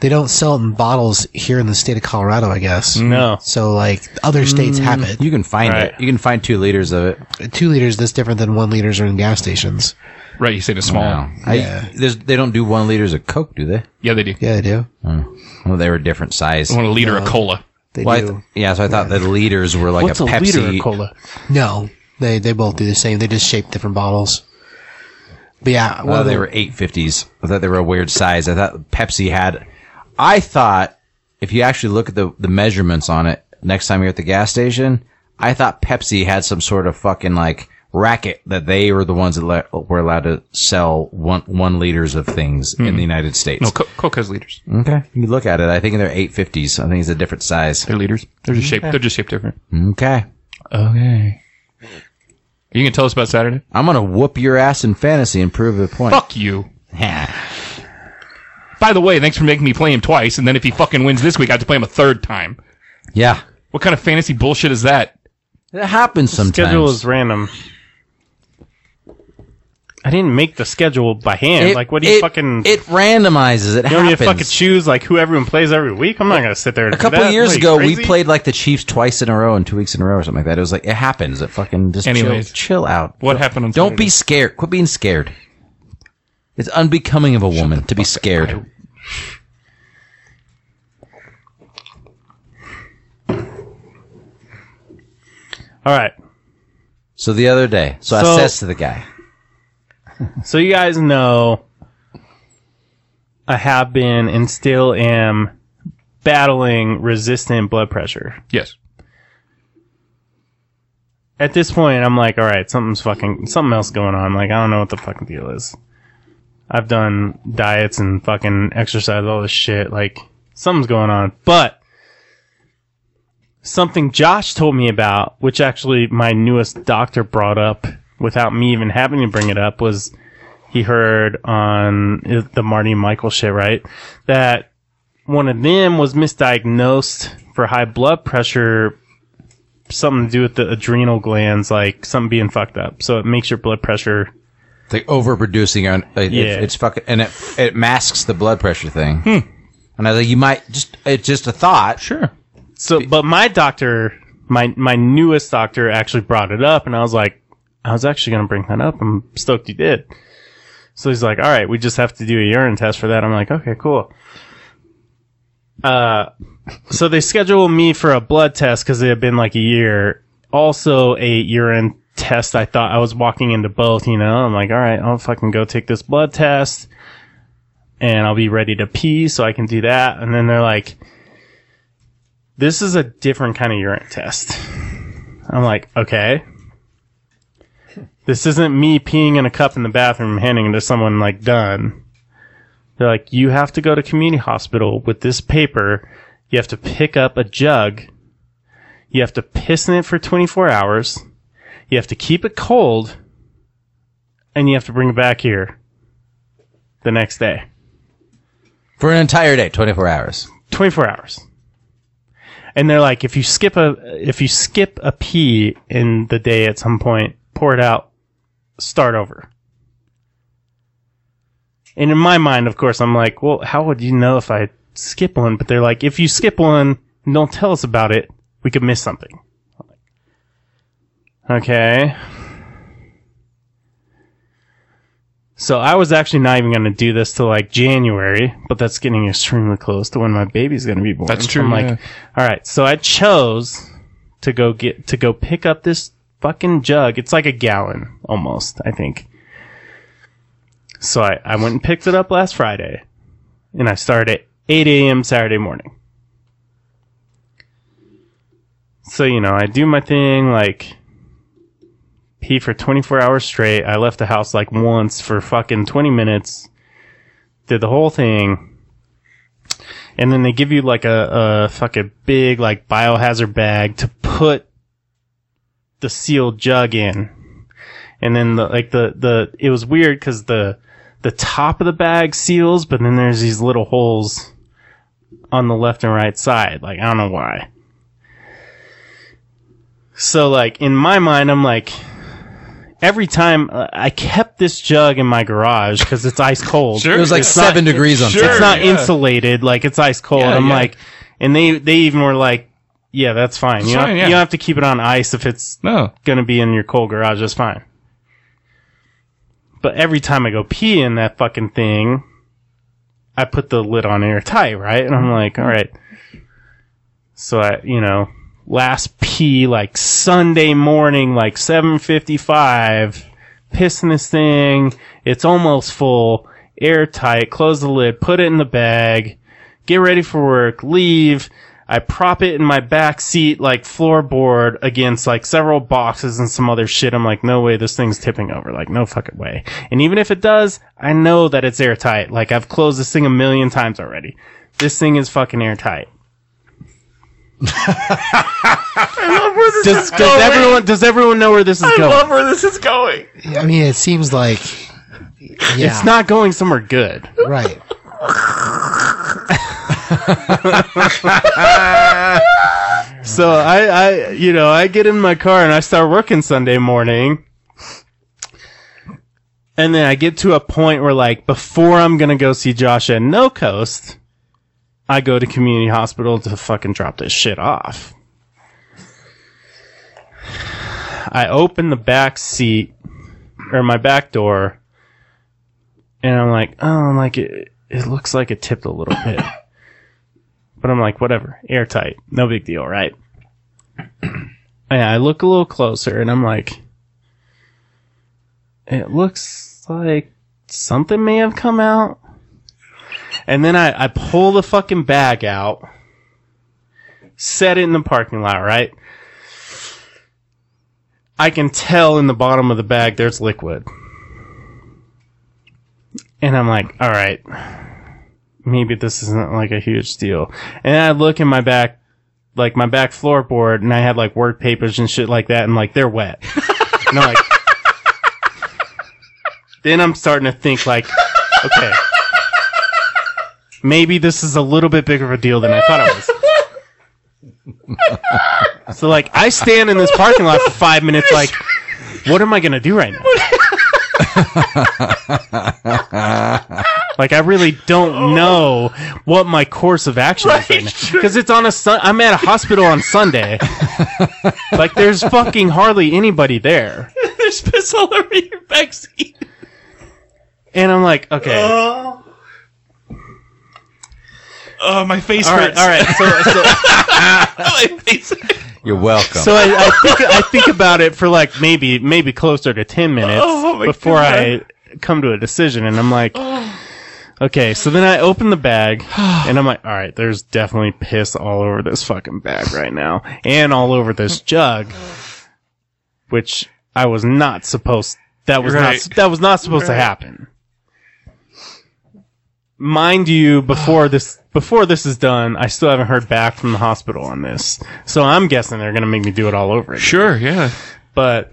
Speaker 3: They don't sell it in bottles here in the state of Colorado, I guess.
Speaker 2: No.
Speaker 3: So, like, other states have it.
Speaker 1: You can find
Speaker 2: Right.
Speaker 1: it. You can find two liters of it.
Speaker 3: Two liters that's different than one liters are in gas stations.
Speaker 4: Right. You said it's small.
Speaker 1: Wow. I-
Speaker 3: Yeah.
Speaker 1: there's, they don't do one liters of Coke, do they?
Speaker 4: Yeah, they do.
Speaker 3: Yeah, they do.
Speaker 1: Well, they were different size.
Speaker 4: I want a liter of cola.
Speaker 3: They
Speaker 1: Well, I
Speaker 3: do.
Speaker 1: th- yeah, so I thought the liters were like
Speaker 2: What's
Speaker 1: a
Speaker 2: a,
Speaker 1: Pepsi.
Speaker 2: liter of cola?
Speaker 3: no, they they both do the same. They just shape different bottles. But yeah,
Speaker 1: Well,
Speaker 3: of
Speaker 1: Uh, they
Speaker 3: the-
Speaker 1: were eight fifties. I thought they were a weird size. I thought Pepsi had. I thought if you actually look at the the measurements on it next time you're at the gas station, I thought Pepsi had some sort of fucking like racket that they were the ones that le- were allowed to sell one one liters of things
Speaker 2: Hmm.
Speaker 1: in the United States.
Speaker 4: No, Co- Coke has liters.
Speaker 1: Okay, you look at it. I think they're eight fifties. I think it's a different size.
Speaker 4: They're liters. They're just shaped. They're just shaped different.
Speaker 1: Okay,
Speaker 4: Okay. You can tell us about Saturday.
Speaker 1: I'm gonna whoop your ass in fantasy and prove the point.
Speaker 4: Fuck you. By the way, thanks for making me play him twice, and then if he fucking wins this week, I have to play him a third time.
Speaker 1: yeah,
Speaker 4: What kind of fantasy bullshit is that?
Speaker 1: it happens sometimes.
Speaker 2: Schedule is random. I didn't make the schedule by hand.
Speaker 1: It-
Speaker 2: like, what do you
Speaker 1: it-
Speaker 2: fucking?
Speaker 1: It randomizes. It
Speaker 2: you don't need
Speaker 1: happens.
Speaker 2: to fucking choose like who everyone plays every week. I'm not gonna sit there. And
Speaker 1: a couple years ago, we played like the Chiefs twice in a row and two weeks in a row or something like that. It was like it happens. It fucking just chill,
Speaker 4: Anyways.
Speaker 1: chill out.
Speaker 4: What happened on
Speaker 1: Don't
Speaker 4: Saturday?
Speaker 1: be scared. Quit being scared. It's unbecoming of a woman to be scared.
Speaker 2: All right.
Speaker 1: So the other day, so,
Speaker 2: So-
Speaker 1: I says to the guy,
Speaker 2: So you guys know I have been and still am battling resistant blood pressure.
Speaker 4: Yes.
Speaker 2: At this point, I'm like, all right, something's fucking, something else going on. Like, I don't know what the fucking deal is. I've done diets and fucking exercise, all this shit. Like, something's going on. But something Josh told me about, which actually my newest doctor brought up without me even having to bring it up, was he heard on the Marty and Michael shit, right? That one of them was misdiagnosed for high blood pressure, something to do with the adrenal glands, like something being fucked up. So it makes your blood pressure.
Speaker 1: like overproducing on it,
Speaker 2: Yeah.
Speaker 1: it's fucking and it it masks the blood pressure thing. And I was like, you might just it's just a thought. Sure.
Speaker 2: So, but my doctor, my my newest doctor, actually brought it up, and I was like, I was actually gonna bring that up. I'm stoked you did. So he's like, all right, we just have to do a urine test for that. I'm like, okay, cool. Uh, so they scheduled me for a blood test because it had been like a year. Also, a urine test I thought I was walking into both, you know? I'm like, all right, I'll fucking go take this blood test and I'll be ready to pee so I can do that. And then they're like, this is a different kind of urine test. I'm like, okay. This isn't me peeing in a cup in the bathroom and handing it to someone like done. They're like, you have to go to community hospital with this paper. You have to pick up a jug. You have to piss in it for 24 hours. You have to keep it cold. And you have to bring it back here the next day.
Speaker 1: for an entire day, 24 hours.
Speaker 2: 24 hours. And they're like, if you skip a if you skip a pee in the day at some point, pour it out, start over. And in my mind, of course, I'm like, well, how would you know if I skip one? But they're like, if you skip one, and don't tell us about it. We could miss something. Okay. So I was actually not even going to do this till like January, but that's getting extremely close to when my baby's going to be born.
Speaker 4: That's
Speaker 2: So
Speaker 4: true,
Speaker 2: I'm like,
Speaker 4: yeah.
Speaker 2: all right. So I chose to go get to go pick up this fucking jug. It's like a gallon almost, I think. So I, I went and picked it up last Friday, and I started at 8 a.m. Saturday morning. So, you know, I do my thing, like, pee for 24 hours straight. I left the house, like, once for fucking 20 minutes, did the whole thing. And then they give you, like, a, a fucking big, like, biohazard bag to put the sealed jug in. And then, the, like, the, the, it was weird because the, the top of the bag seals, but then there's these little holes on the left and right side. Like, I don't know why. So, like, in my mind, I'm like, every time uh, I kept this jug in my garage because it's ice cold.
Speaker 4: Sure.
Speaker 1: It was like
Speaker 4: It's not-
Speaker 1: seven degrees on
Speaker 4: sure.
Speaker 1: Saturday.
Speaker 2: It's not
Speaker 4: yeah.
Speaker 2: insulated. Like, it's ice cold.
Speaker 4: Yeah,
Speaker 2: I'm
Speaker 4: yeah.
Speaker 2: like, and they, they even were like, yeah, that's fine. you, don't,
Speaker 4: fine,
Speaker 2: you
Speaker 4: yeah.
Speaker 2: don't have to keep it on ice if it's
Speaker 4: No.
Speaker 2: going to be in your cold garage. That's fine. But every time I go pee in that fucking thing, I put the lid on airtight, right? And I'm like, all right. So I, you know, last pee like Sunday morning, like 7:55, pissing this thing. It's almost full, airtight. Close the lid, put it in the bag, get ready for work, leave. I prop it in my back seat, like floorboard, against like several boxes and some other shit. I'm like, no way, this thing's tipping over. Like, no fucking way. And even if it does, I know that it's airtight. Like, I've closed this thing a million times already. This thing is fucking airtight. does, does everyone does everyone know where this is going?
Speaker 4: where this is going.
Speaker 3: I mean, it seems like. Yeah,
Speaker 2: It's not going somewhere good.
Speaker 3: right.
Speaker 2: So I, I, you know, I get in my car and I start working Sunday morning. And then I get to a point where, like, before I'm going to go see Josh at No Coast, I go to community hospital to fucking drop this shit off. I open the back seat or my back door and I'm like, oh, I'm like, it, it looks like it tipped a little bit. But I'm like, whatever, airtight, no big deal, right? and I look a little closer, and I'm like, it looks like something may have come out. And then I, I pull the fucking bag out, set it in the parking lot, right? I can tell in the bottom of the bag there's liquid. And I'm like, all right, maybe this isn't like a huge deal. And I look in my back, like my back floorboard, and I had like work papers and shit like that, and like they're wet. and I'm like, then I'm starting to think like, okay, maybe this is a little bit bigger of a deal than I thought it was. so like, I stand in this parking lot for five minutes, like, what am I gonna do right now? Like I really
Speaker 6: [laughs]
Speaker 2: don't know what my course of action is right now because it's on a sun. I'm at a hospital
Speaker 6: [laughs]
Speaker 2: on Sunday. like there's fucking hardly anybody there,
Speaker 6: There's piss all over your backseat.
Speaker 2: and I'm like, okay,
Speaker 6: Oh. Oh, my face
Speaker 2: all right,
Speaker 6: hurts.
Speaker 2: all right. So, so
Speaker 6: my face.
Speaker 1: You're welcome.
Speaker 2: So I, I think I think about it for like maybe maybe closer to ten minutes
Speaker 6: Oh, my Oh.
Speaker 2: before
Speaker 6: God.
Speaker 2: I come to a decision, and I'm like, okay. So then I open
Speaker 6: [sighs]
Speaker 2: the bag, and I'm like, all right, there's definitely piss all over this fucking bag right now, and all over this jug, which I was not supposed. That was
Speaker 4: Right.
Speaker 2: not that was not supposed to happen. Mind you, before this before this is done, I still haven't heard back from the hospital on this, so I'm guessing they're gonna make me do it all over again
Speaker 4: Sure, yeah.
Speaker 2: but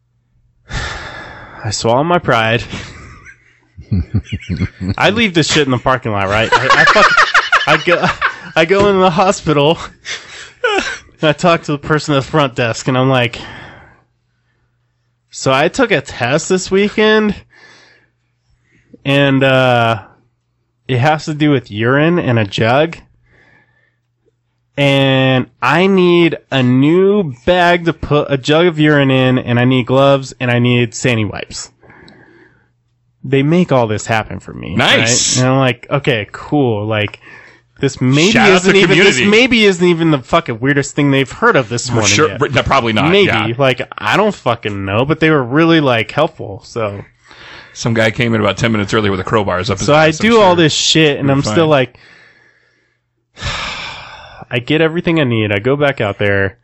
Speaker 2: [sighs] I swallow my pride. I leave this shit in the parking lot, right? I, I, fuck, I go, I go into the hospital. And I talk to the person at the front desk, and I'm like, "So I took a test this weekend, and uh, it has to do with urine and a jug." and I need a new bag to put a jug of urine in, and I need gloves, and I need sandy wipes. They make all this happen for me.
Speaker 4: Nice.
Speaker 2: right? And I'm like, okay, cool. Like this maybe
Speaker 4: Shout out
Speaker 2: isn't
Speaker 4: to
Speaker 2: even this
Speaker 4: community.
Speaker 2: maybe isn't even the fucking weirdest thing they've heard of this morning.
Speaker 4: Sure,
Speaker 2: yet.
Speaker 4: but no, probably not.
Speaker 2: maybe
Speaker 4: yeah.
Speaker 2: like I don't fucking know, but they were really like helpful. So
Speaker 4: Some guy came in about 10 minutes early with a crowbar. Is up his
Speaker 2: so I
Speaker 4: ass, I'm
Speaker 2: do all
Speaker 4: sure.
Speaker 2: this shit, and
Speaker 4: You're
Speaker 2: I'm
Speaker 4: fine.
Speaker 2: still like, [sighs] I get everything I need. I go back out there,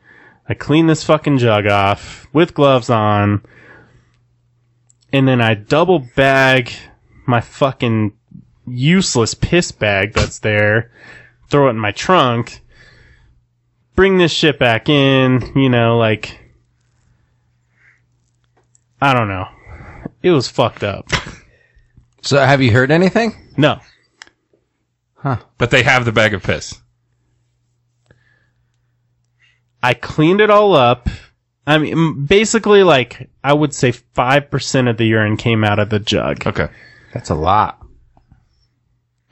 Speaker 2: I clean this fucking jug off with gloves on, and then I double bag my fucking useless piss bag that's there, throw it in my trunk, bring this shit back in. You know, like I don't know. It was fucked up.
Speaker 1: so have you heard anything?
Speaker 2: No.
Speaker 4: But they have the bag of piss.
Speaker 2: I cleaned it all up. I mean, m- basically, like I would say, five percent of the urine came out of the jug.
Speaker 4: Okay.
Speaker 1: That's a lot.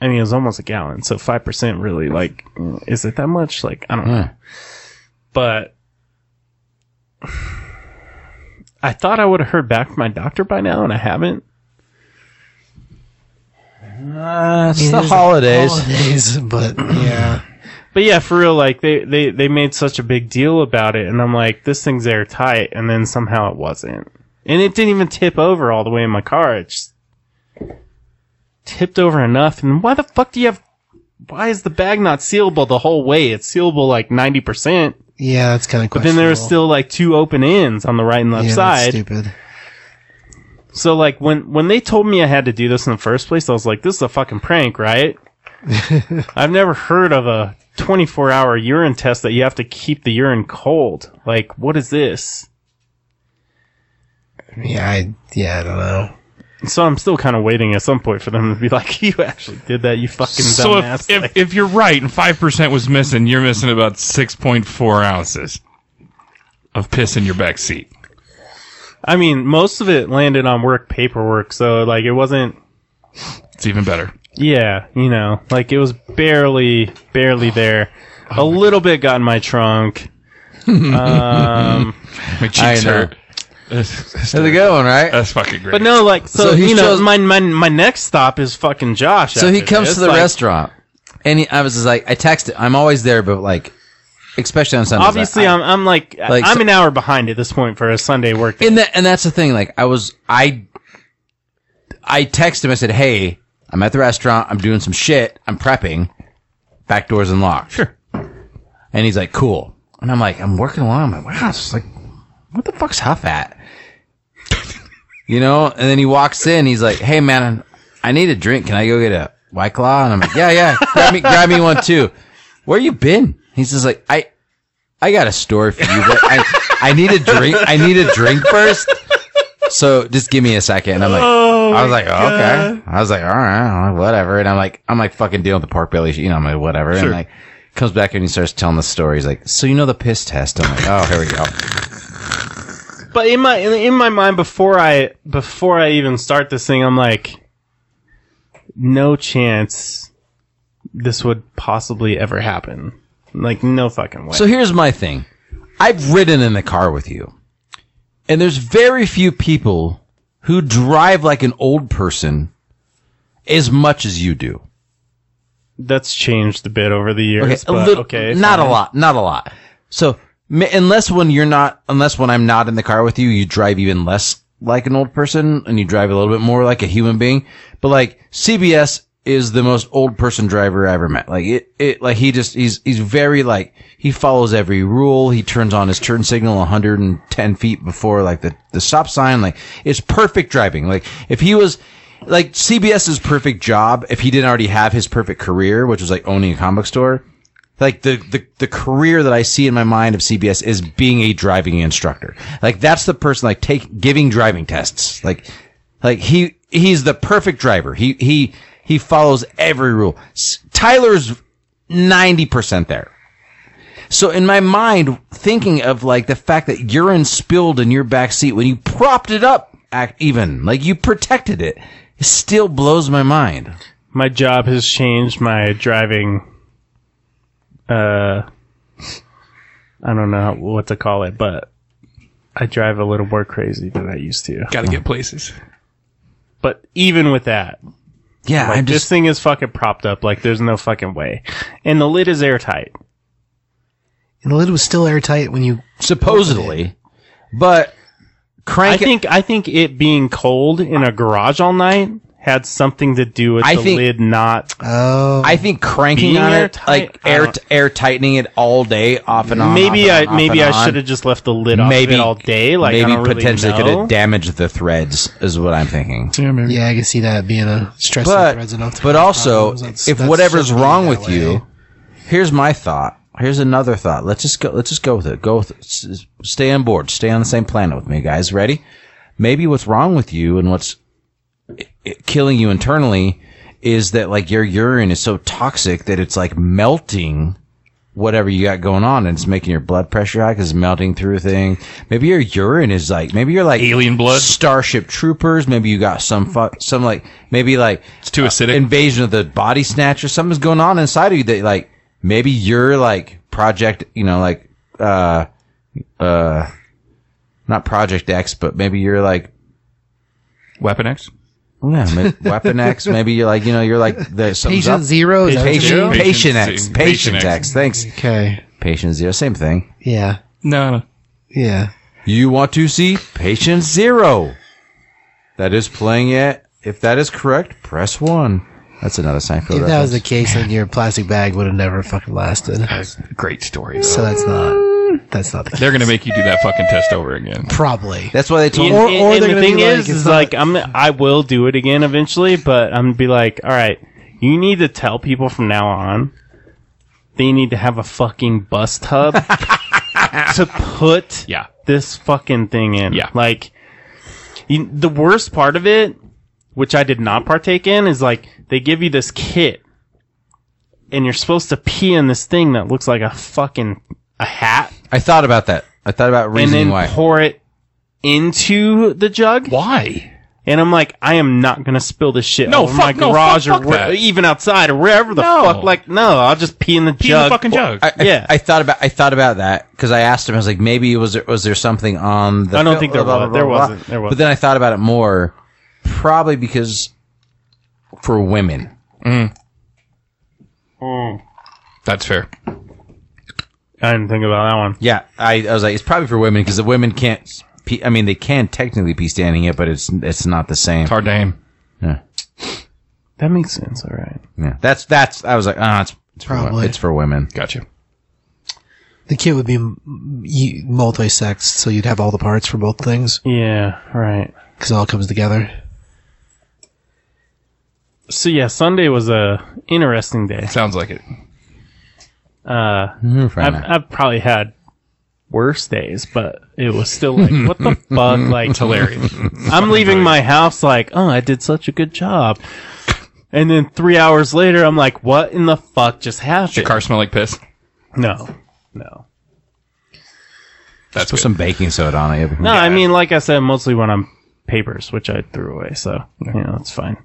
Speaker 2: I mean, it was almost a gallon, so five percent really, like, is it that much? Like, I don't know. But [sighs] I thought I would have heard back from my doctor by now, and I haven't.
Speaker 1: Uh, it's the
Speaker 3: is the
Speaker 1: holidays.
Speaker 3: Holidays, but yeah.
Speaker 2: But yeah, for real, like they they they made such a big deal about it, and I'm like, this thing's airtight, and then somehow it wasn't, and it didn't even tip over all the way in my car. It just tipped over enough, and why the fuck do you have? Why is the bag not sealable the whole way? It's sealable like ninety percent,
Speaker 3: Yeah, that's kind of
Speaker 2: but
Speaker 3: questionable.
Speaker 2: then there's still like two open ends on the right and left
Speaker 3: yeah, that's
Speaker 2: side.
Speaker 3: stupid.
Speaker 2: So like when when they told me I had to do this in the first place, I was like, this is a fucking prank, right? I've never heard of a 24 hour urine test that you have to keep the urine cold. Like, what is this?
Speaker 3: Yeah, I, yeah, I don't know.
Speaker 2: So I'm still kind of waiting at some point for them to be like, [laughs] you actually did that, you fucking
Speaker 4: So
Speaker 2: dumbass.
Speaker 4: if, if,
Speaker 2: Like,
Speaker 4: if you're right and 5% was missing, you're missing about 6.4 ounces of piss in your back seat.
Speaker 2: I mean, most of it landed on work paperwork, so like it wasn't.
Speaker 4: It's even better.
Speaker 2: Yeah, you know, like it was barely, barely there. a little bit got in my trunk. um,
Speaker 4: My cheeks
Speaker 1: I know.
Speaker 4: hurt. That's,
Speaker 1: That's a good one, right?
Speaker 4: that's fucking great.
Speaker 2: But no, like so,
Speaker 1: So he
Speaker 2: you know,
Speaker 1: shows-
Speaker 2: my, my my next stop is fucking Josh.
Speaker 1: So
Speaker 2: after
Speaker 1: he comes
Speaker 2: this.
Speaker 1: to the
Speaker 2: Like,
Speaker 1: restaurant, and he, I was just like, I texted. I'm always there, but like, especially on Sundays.
Speaker 2: Obviously,
Speaker 1: I,
Speaker 2: I'm I'm like,
Speaker 1: Like,
Speaker 2: I'm
Speaker 1: so-
Speaker 2: an hour behind at this point for a Sunday work day.
Speaker 1: And that, and that's the thing. Like, I was, I, I texted him. I said, "Hey, I'm at the restaurant. I'm doing some shit. I'm prepping. Back doors unlocked." Sure. And he's like, "Cool." And I'm like, "I'm working along." I'm like, "Wow." It's like, what the fuck's Huff at? [laughs] you know. And then he walks in. He's like, "Hey, man, I need a drink. Can I go get a white claw?" And I'm like, "Yeah, yeah. Grab me, grab me one too." Where you been? He's just like, "I." I got a story for you, but I, I need a drink. I need a drink first. So just give me a second. And I'm like, I was like, oh, okay. I was like, all right, all right, whatever. And I'm like, I'm like fucking dealing with the pork belly, shit, you know, I'm like, whatever. And like, comes back and he starts telling the story. He's like, so you know the piss test? I'm like, oh, here we go.
Speaker 2: But in my in, in my mind, before I before I even start this thing, I'm like, no chance this would possibly ever happen. Like, no fucking way.
Speaker 1: So here's my thing. I've ridden in the car with you, and there's very few people who drive like an old person as much as you do.
Speaker 2: That's changed a bit over the years.
Speaker 1: Okay, a
Speaker 2: but
Speaker 1: little,
Speaker 2: okay,
Speaker 1: not
Speaker 2: fine.
Speaker 1: a lot, not a lot. So Ma- Unless when you're not, unless when I'm not in the car with you, you drive even less like an old person and you drive a little bit more like a human being. But like CBS is the most old person driver I ever met. Like it, it, like he just, he's, he's very like, he follows every rule. He turns on his turn signal 110 feet before like the, the stop sign. Like it's perfect driving. Like if he was, like CBS's perfect job, if he didn't already have his perfect career, which was like owning a comic book store, like the, the the career that I see in my mind of CBS is being a driving instructor. Like that's the person like take giving driving tests. Like like he he's the perfect driver. He he he follows every rule. S- Tyler's ninety percent there. So in my mind, thinking of like the fact that urine spilled in your back seat when you propped it up, ac- even like you protected it, it still blows my mind.
Speaker 2: my job has changed my driving uh I don't know what to call it, but I drive a little more crazy than I used to.
Speaker 4: Got to get places.
Speaker 2: But even with that,
Speaker 1: Yeah,
Speaker 2: like
Speaker 1: I'm
Speaker 2: this
Speaker 1: just
Speaker 2: thing is fucking propped up like there's no fucking way. And the lid is airtight.
Speaker 3: And the lid was still airtight when you.
Speaker 1: supposedly, but
Speaker 2: I
Speaker 1: crank it.
Speaker 2: think I think it being cold in a garage all night had something to do with
Speaker 1: I
Speaker 2: the
Speaker 1: think-
Speaker 2: lid not
Speaker 3: Oh,
Speaker 1: I think cranking
Speaker 2: Being
Speaker 1: on it,
Speaker 2: airtight?
Speaker 1: like
Speaker 2: I
Speaker 1: air
Speaker 2: don't-
Speaker 1: air tightening it all day, off and on.
Speaker 2: maybe
Speaker 1: off and on,
Speaker 2: I
Speaker 1: off
Speaker 2: maybe
Speaker 1: and
Speaker 2: I
Speaker 1: on,
Speaker 2: should have just left the lid off of
Speaker 1: Maybe-
Speaker 2: it all day. Like
Speaker 1: maybe
Speaker 2: I don't really
Speaker 1: potentially
Speaker 2: know.
Speaker 1: could have damaged the threads, is what I'm thinking.
Speaker 4: Yeah, maybe.
Speaker 3: yeah, I can see that being a stress.
Speaker 1: But-
Speaker 3: threads enough to
Speaker 1: but
Speaker 3: cause
Speaker 1: also,
Speaker 3: problems. That's-
Speaker 1: if
Speaker 3: that's
Speaker 1: whatever's
Speaker 3: certainly
Speaker 1: wrong
Speaker 3: that
Speaker 1: with
Speaker 3: way.
Speaker 1: you, here's my thought. Here's another thought. Let's just go. Let's just go with it. Go with it. S- s- Stay on board. Stay on the same planet with me, guys. Ready? Maybe what's wrong with you and what's i- i- killing you internally is that like your urine is so toxic that it's like melting whatever you got going on and it's making your blood pressure high because it's melting through a thing. Maybe your urine is like maybe you're like
Speaker 4: Alien blood?
Speaker 1: Starship Troopers. Maybe you got some fu- some like maybe like uh,
Speaker 4: It's too acidic.
Speaker 1: invasion of the body snatcher. Something's going on inside of you that like maybe you're like project, you know, like uh uh not Project X, but maybe you're like
Speaker 4: Weapon X.
Speaker 1: yeah, ma-
Speaker 4: [laughs]
Speaker 1: Weapon X. Maybe you're like you know you're like the something's
Speaker 3: patient
Speaker 1: up.
Speaker 3: zero is that what you're
Speaker 1: Patient,
Speaker 3: doing?
Speaker 1: patient
Speaker 4: Patient
Speaker 1: X,
Speaker 4: Z-
Speaker 1: patient
Speaker 4: Patient
Speaker 1: X.
Speaker 4: X.
Speaker 1: Thanks,
Speaker 3: Okay,
Speaker 1: patient zero. Same thing.
Speaker 3: yeah,
Speaker 4: No, no.
Speaker 3: yeah.
Speaker 1: You want to see patient zero. That is playing it. If that is correct, press one. That's another Seinfeld.
Speaker 3: If that
Speaker 1: reference.
Speaker 3: was the case, then your plastic bag would have never fucking lasted.
Speaker 4: Great story.
Speaker 3: So that's not. That's not the case.
Speaker 4: They're gonna make you do that fucking test over again.
Speaker 3: Probably.
Speaker 1: That's why they told
Speaker 2: And,
Speaker 1: me.
Speaker 3: Or-
Speaker 2: and-
Speaker 3: or
Speaker 2: and
Speaker 3: they're
Speaker 2: the
Speaker 3: gonna
Speaker 2: thing
Speaker 3: be like,
Speaker 2: is,
Speaker 3: it's
Speaker 2: is
Speaker 3: not-
Speaker 2: like I'm I will do it again eventually, but I'm gonna be like, all right, you need to tell people from now on they need to have a fucking bus
Speaker 3: [laughs]
Speaker 2: tub to put
Speaker 4: Yeah.
Speaker 2: this fucking thing in.
Speaker 4: Yeah.
Speaker 2: like you, the worst part of it, which I did not partake in, is like they give you this kit, and you're supposed to pee in this thing that looks like a fucking a hat,
Speaker 1: I thought about that. I thought about
Speaker 2: and
Speaker 1: reasoning
Speaker 2: then
Speaker 1: why.
Speaker 2: pour it into the jug.
Speaker 4: Why?
Speaker 2: And I'm like, I am not gonna spill this shit
Speaker 4: No,
Speaker 2: over
Speaker 4: fuck
Speaker 2: my
Speaker 4: no,
Speaker 2: garage
Speaker 4: fuck- fuck
Speaker 2: or where-
Speaker 4: that.
Speaker 2: even outside or wherever the
Speaker 4: No.
Speaker 2: fuck. Like, no, I'll just pee in the
Speaker 4: Pee in
Speaker 2: jug.
Speaker 4: the fucking jug.
Speaker 1: I, I-
Speaker 2: Yeah.
Speaker 1: I thought about I thought about that because I asked him. I was like, maybe was there was there something on the?
Speaker 2: I don't
Speaker 1: fil-
Speaker 2: think there
Speaker 1: blah, blah,
Speaker 2: was. There
Speaker 1: blah, blah,
Speaker 2: wasn't. There
Speaker 1: But
Speaker 2: wasn't.
Speaker 1: then I thought about it more, probably because for women,
Speaker 4: That's fair.
Speaker 2: Oh. I didn't think about that one.
Speaker 1: yeah. I, I was like, it's probably for women because the women can't. Pee, I mean, they can technically be standing it, but it's it's not the same.
Speaker 4: Hard to aim.
Speaker 1: Yeah,
Speaker 2: That makes sense. All right.
Speaker 1: yeah. That's that's. I was like, ah, it's, it's For, wo-
Speaker 3: Probably.
Speaker 1: it's for women.
Speaker 4: Gotcha.
Speaker 3: The kit would be multi sexed, so you'd have all the parts for both things
Speaker 2: Yeah. Right.
Speaker 3: because it all comes together.
Speaker 2: So yeah, Sunday was a interesting day.
Speaker 4: Sounds like it.
Speaker 2: Uh,
Speaker 1: I've,
Speaker 2: I've, I've probably had worse days, but it was still like, what the fuck? Like,
Speaker 4: [laughs]
Speaker 2: hilarious. I'm leaving my house like, oh, I did such a good job. And then three hours later, I'm like, what in the fuck just happened?
Speaker 4: Your car smell like piss.
Speaker 2: No, no.
Speaker 4: That's
Speaker 1: Put
Speaker 4: good.
Speaker 1: some baking soda on it.
Speaker 2: No, I mean, like I said, mostly when I'm papers, which I threw away. So, you know, it's fine.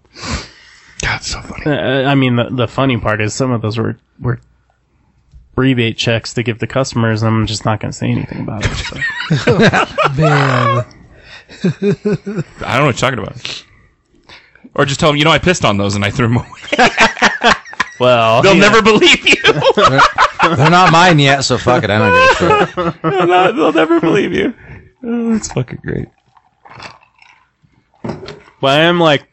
Speaker 4: God, so funny.
Speaker 2: Uh, I mean, the, the funny part is some of those were, were rebate checks to give the customers. and I'm just not going to say anything about it.
Speaker 6: [laughs]
Speaker 2: so.
Speaker 3: Man,
Speaker 4: I [laughs] don't know what you're talking about. Or just tell them, you know, I pissed on those and I threw them away.
Speaker 2: Well,
Speaker 6: They'll
Speaker 2: yeah.
Speaker 6: never believe you.
Speaker 1: They're not mine yet, so fuck it. I don't give a shit.
Speaker 6: they'll, not- they'll never believe you.
Speaker 4: Oh, that's fucking great.
Speaker 2: But I am like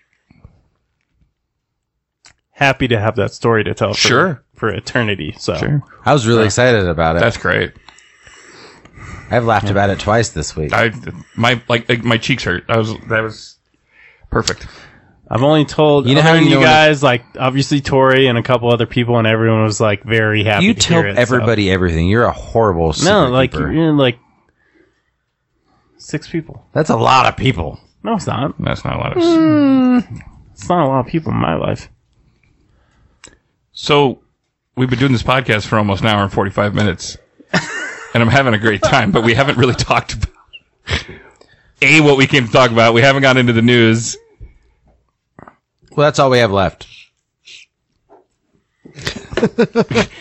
Speaker 2: happy to have that story to tell. For,
Speaker 4: Sure.
Speaker 2: For eternity. So
Speaker 4: Sure.
Speaker 1: I was really excited about it.
Speaker 4: [laughs] That's great.
Speaker 1: I've laughed about it twice this week.
Speaker 4: I my like, like my cheeks hurt. I was that was perfect.
Speaker 2: I've only told
Speaker 1: You
Speaker 2: you,
Speaker 1: know how
Speaker 2: you,
Speaker 1: you know when
Speaker 2: guys, like obviously Tori and a couple other people, and everyone was like very happy.
Speaker 1: You
Speaker 2: to
Speaker 1: tell
Speaker 2: hear it, so-
Speaker 1: everybody everything. You're a horrible.
Speaker 2: No, like
Speaker 1: keeper.
Speaker 2: you're like six people.
Speaker 1: that's a lot of people.
Speaker 2: No, it's not.
Speaker 4: That's not a lot of.
Speaker 2: It's not a lot of people in my life.
Speaker 4: So we've been doing this podcast for almost an hour and forty five [laughs] minutes, and I'm having a great time. But we haven't really talked about a what we came to talk about. We haven't gotten into the news.
Speaker 1: Well, that's all we have left.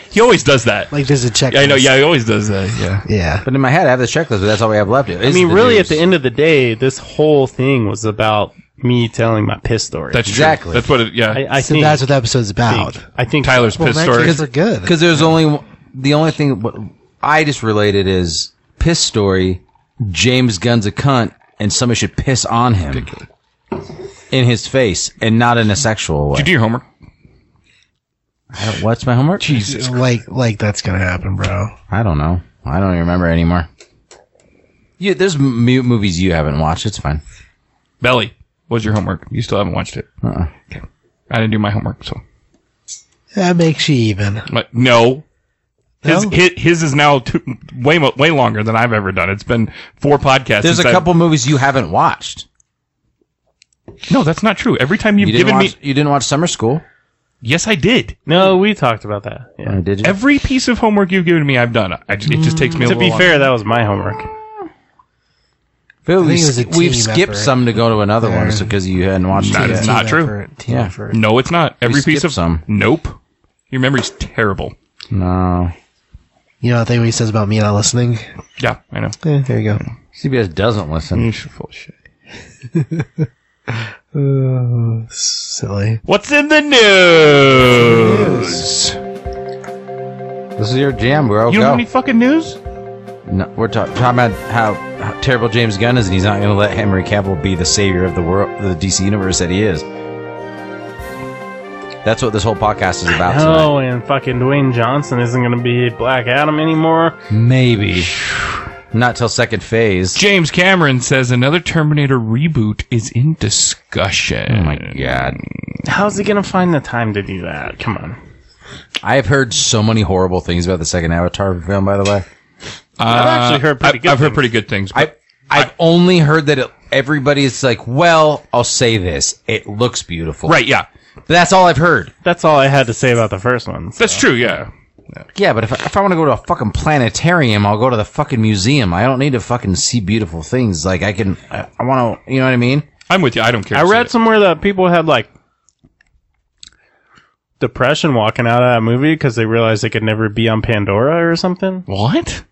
Speaker 4: He always does that.
Speaker 3: Like there's a check.
Speaker 4: I know. Yeah, he always does that. Yeah.
Speaker 3: Yeah.
Speaker 1: But in my head, I have the checklist, but that's all we have left.
Speaker 2: I mean, really, at the end of the day, this whole thing was about me telling my piss story.
Speaker 4: That's
Speaker 1: Exactly.
Speaker 4: True. That's what. It, yeah.
Speaker 2: I, I
Speaker 3: so
Speaker 2: think,
Speaker 3: that's what the episode's about.
Speaker 2: think- I think
Speaker 4: Tyler's
Speaker 3: Well,
Speaker 4: piss
Speaker 3: that's
Speaker 4: story.
Speaker 3: because they're good.
Speaker 1: because there's only the only thing what I just related is piss story. James Gunn's a cunt, and somebody should piss on him in his face, and not in a sexual way.
Speaker 4: Did you do your homework?
Speaker 1: I don't- What's my homework?
Speaker 4: Jesus.
Speaker 3: Like like that's gonna happen, bro.
Speaker 1: I don't know. I don't even remember anymore. You, there's m- movies you haven't watched. It's fine.
Speaker 4: Belly was your homework. You still haven't watched it.
Speaker 1: Uh-uh.
Speaker 4: Okay. I didn't do my homework, so.
Speaker 3: That makes you even.
Speaker 4: But no. His,
Speaker 3: No?
Speaker 4: his his is now two, way mo- way longer than I've ever done. It's been four podcasts.
Speaker 1: There's a
Speaker 4: since I've-
Speaker 1: couple movies you haven't watched.
Speaker 4: No, that's not true. Every time you've
Speaker 1: You didn't
Speaker 4: given
Speaker 1: watch.
Speaker 4: me,
Speaker 1: You didn't watch Summer School.
Speaker 4: yes, I did.
Speaker 2: no, we talked about that.
Speaker 3: Oh,
Speaker 2: Yeah.
Speaker 1: did you?
Speaker 4: Every piece of homework you've given me, I've done. I just, it just takes me
Speaker 2: To
Speaker 4: a little.
Speaker 2: be
Speaker 4: longer.
Speaker 2: fair, that was my homework.
Speaker 1: Phil,
Speaker 3: I
Speaker 1: we,
Speaker 3: think it was a
Speaker 1: we've
Speaker 3: team
Speaker 1: skipped
Speaker 3: effort.
Speaker 1: some to go to another one
Speaker 3: There.
Speaker 1: so because you hadn't watched
Speaker 4: That
Speaker 1: it.
Speaker 4: is
Speaker 1: yet.
Speaker 4: not true.
Speaker 3: Team
Speaker 1: Yeah.
Speaker 3: effort.
Speaker 4: no, it's not. Every piece
Speaker 1: skipped
Speaker 4: of
Speaker 1: some.
Speaker 4: Nope. Your memory's terrible.
Speaker 1: No.
Speaker 3: You know the thing what he says about me not listening?
Speaker 4: Yeah, I know.
Speaker 3: Eh, there you go.
Speaker 1: CBS doesn't listen.
Speaker 4: You're full of shit.
Speaker 3: Uh, silly.
Speaker 4: What's in the news?
Speaker 1: This is your jam, bro.
Speaker 4: You don't
Speaker 1: Go.
Speaker 4: have any fucking news?
Speaker 1: No, we're ta- talking about how, how terrible James Gunn is, and he's not going to let Henry Cavill be the savior of the world, the DC universe that he is. That's what this whole podcast is about. tonight.
Speaker 2: Oh, and fucking Dwayne Johnson isn't going to be Black Adam anymore.
Speaker 1: Maybe. Not till second phase.
Speaker 4: James Cameron says another Terminator reboot is in discussion.
Speaker 1: Oh my god.
Speaker 2: How's he going to find the time to do that? Come on.
Speaker 1: I have heard so many horrible things about the second Avatar film, by the way.
Speaker 4: I've
Speaker 2: actually heard pretty
Speaker 4: Uh,
Speaker 2: good
Speaker 4: I've, I've heard
Speaker 2: things.
Speaker 4: pretty good things.
Speaker 1: I
Speaker 4: But
Speaker 1: I've only heard that it, everybody's like, well, I'll say this, it looks beautiful.
Speaker 4: right, yeah,
Speaker 1: But that's all I've heard.
Speaker 2: That's all I had to say about the first one. so.
Speaker 4: that's true. Yeah,
Speaker 1: Yeah, but if I, if I want to go to a fucking planetarium, I'll go to the fucking museum. I don't need to fucking see beautiful things. Like I can, I, I want to, you know what I mean?
Speaker 4: I'm with you. I don't care.
Speaker 2: I
Speaker 4: to see
Speaker 2: read
Speaker 4: it.
Speaker 2: somewhere that people had like depression walking out of that movie because they realized they could never be on Pandora or something,
Speaker 4: What?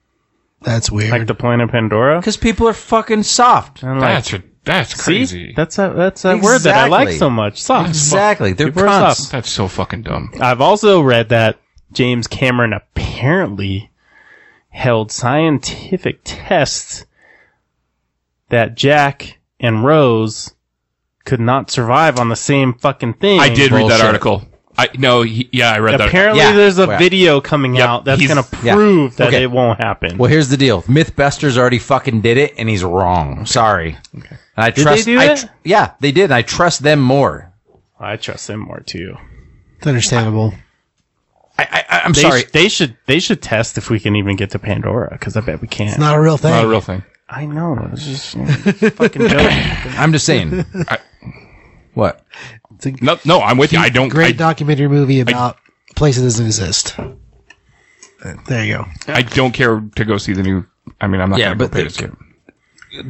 Speaker 3: That's weird.
Speaker 2: like the planet Pandora.
Speaker 1: Because people are fucking soft.
Speaker 2: And like,
Speaker 4: That's ri- that's
Speaker 2: see,
Speaker 4: crazy.
Speaker 2: that's a that's a word that I like
Speaker 1: Exactly.
Speaker 2: so much. Soft.
Speaker 1: Exactly, they're
Speaker 2: People are
Speaker 1: cunts.
Speaker 2: soft.
Speaker 4: that's so fucking dumb.
Speaker 2: I've also read that James Cameron apparently held scientific tests that Jack and Rose could not survive on the same fucking thing.
Speaker 4: I did read
Speaker 1: bullshit.
Speaker 4: that article. I no, he, yeah, I read that.
Speaker 2: Apparently,
Speaker 1: Yeah.
Speaker 2: there's a
Speaker 1: Well,
Speaker 2: video coming out that's
Speaker 4: he's-
Speaker 2: going to
Speaker 1: yeah.
Speaker 2: prove that
Speaker 1: Okay.
Speaker 2: it won't happen.
Speaker 1: Well, here's the deal: MythBusters already fucking did it, and he's wrong. Sorry. Okay. And I
Speaker 2: they
Speaker 1: trust.
Speaker 2: do
Speaker 1: I
Speaker 2: it?
Speaker 1: tr- yeah, they did. And I trust them more.
Speaker 2: I trust them more too.
Speaker 3: it's understandable.
Speaker 1: I, I, I'm
Speaker 2: They
Speaker 1: sorry.
Speaker 2: sh- they should they should test if we can even get to Pandora because I bet we can.
Speaker 3: It's not a real thing.
Speaker 4: Not a real thing.
Speaker 2: I know. It's just it's fucking dope.
Speaker 1: I'm just
Speaker 2: [laughs]
Speaker 1: saying.
Speaker 4: I-
Speaker 1: what?
Speaker 4: No, no, I'm with you. I don't.
Speaker 3: Great
Speaker 4: I,
Speaker 3: documentary movie about places that doesn't exist. Uh, There you go.
Speaker 4: I don't care to go see the new. I mean, I'm not.
Speaker 1: Yeah,
Speaker 4: gonna go
Speaker 1: but
Speaker 4: pay
Speaker 1: the-
Speaker 4: to see it.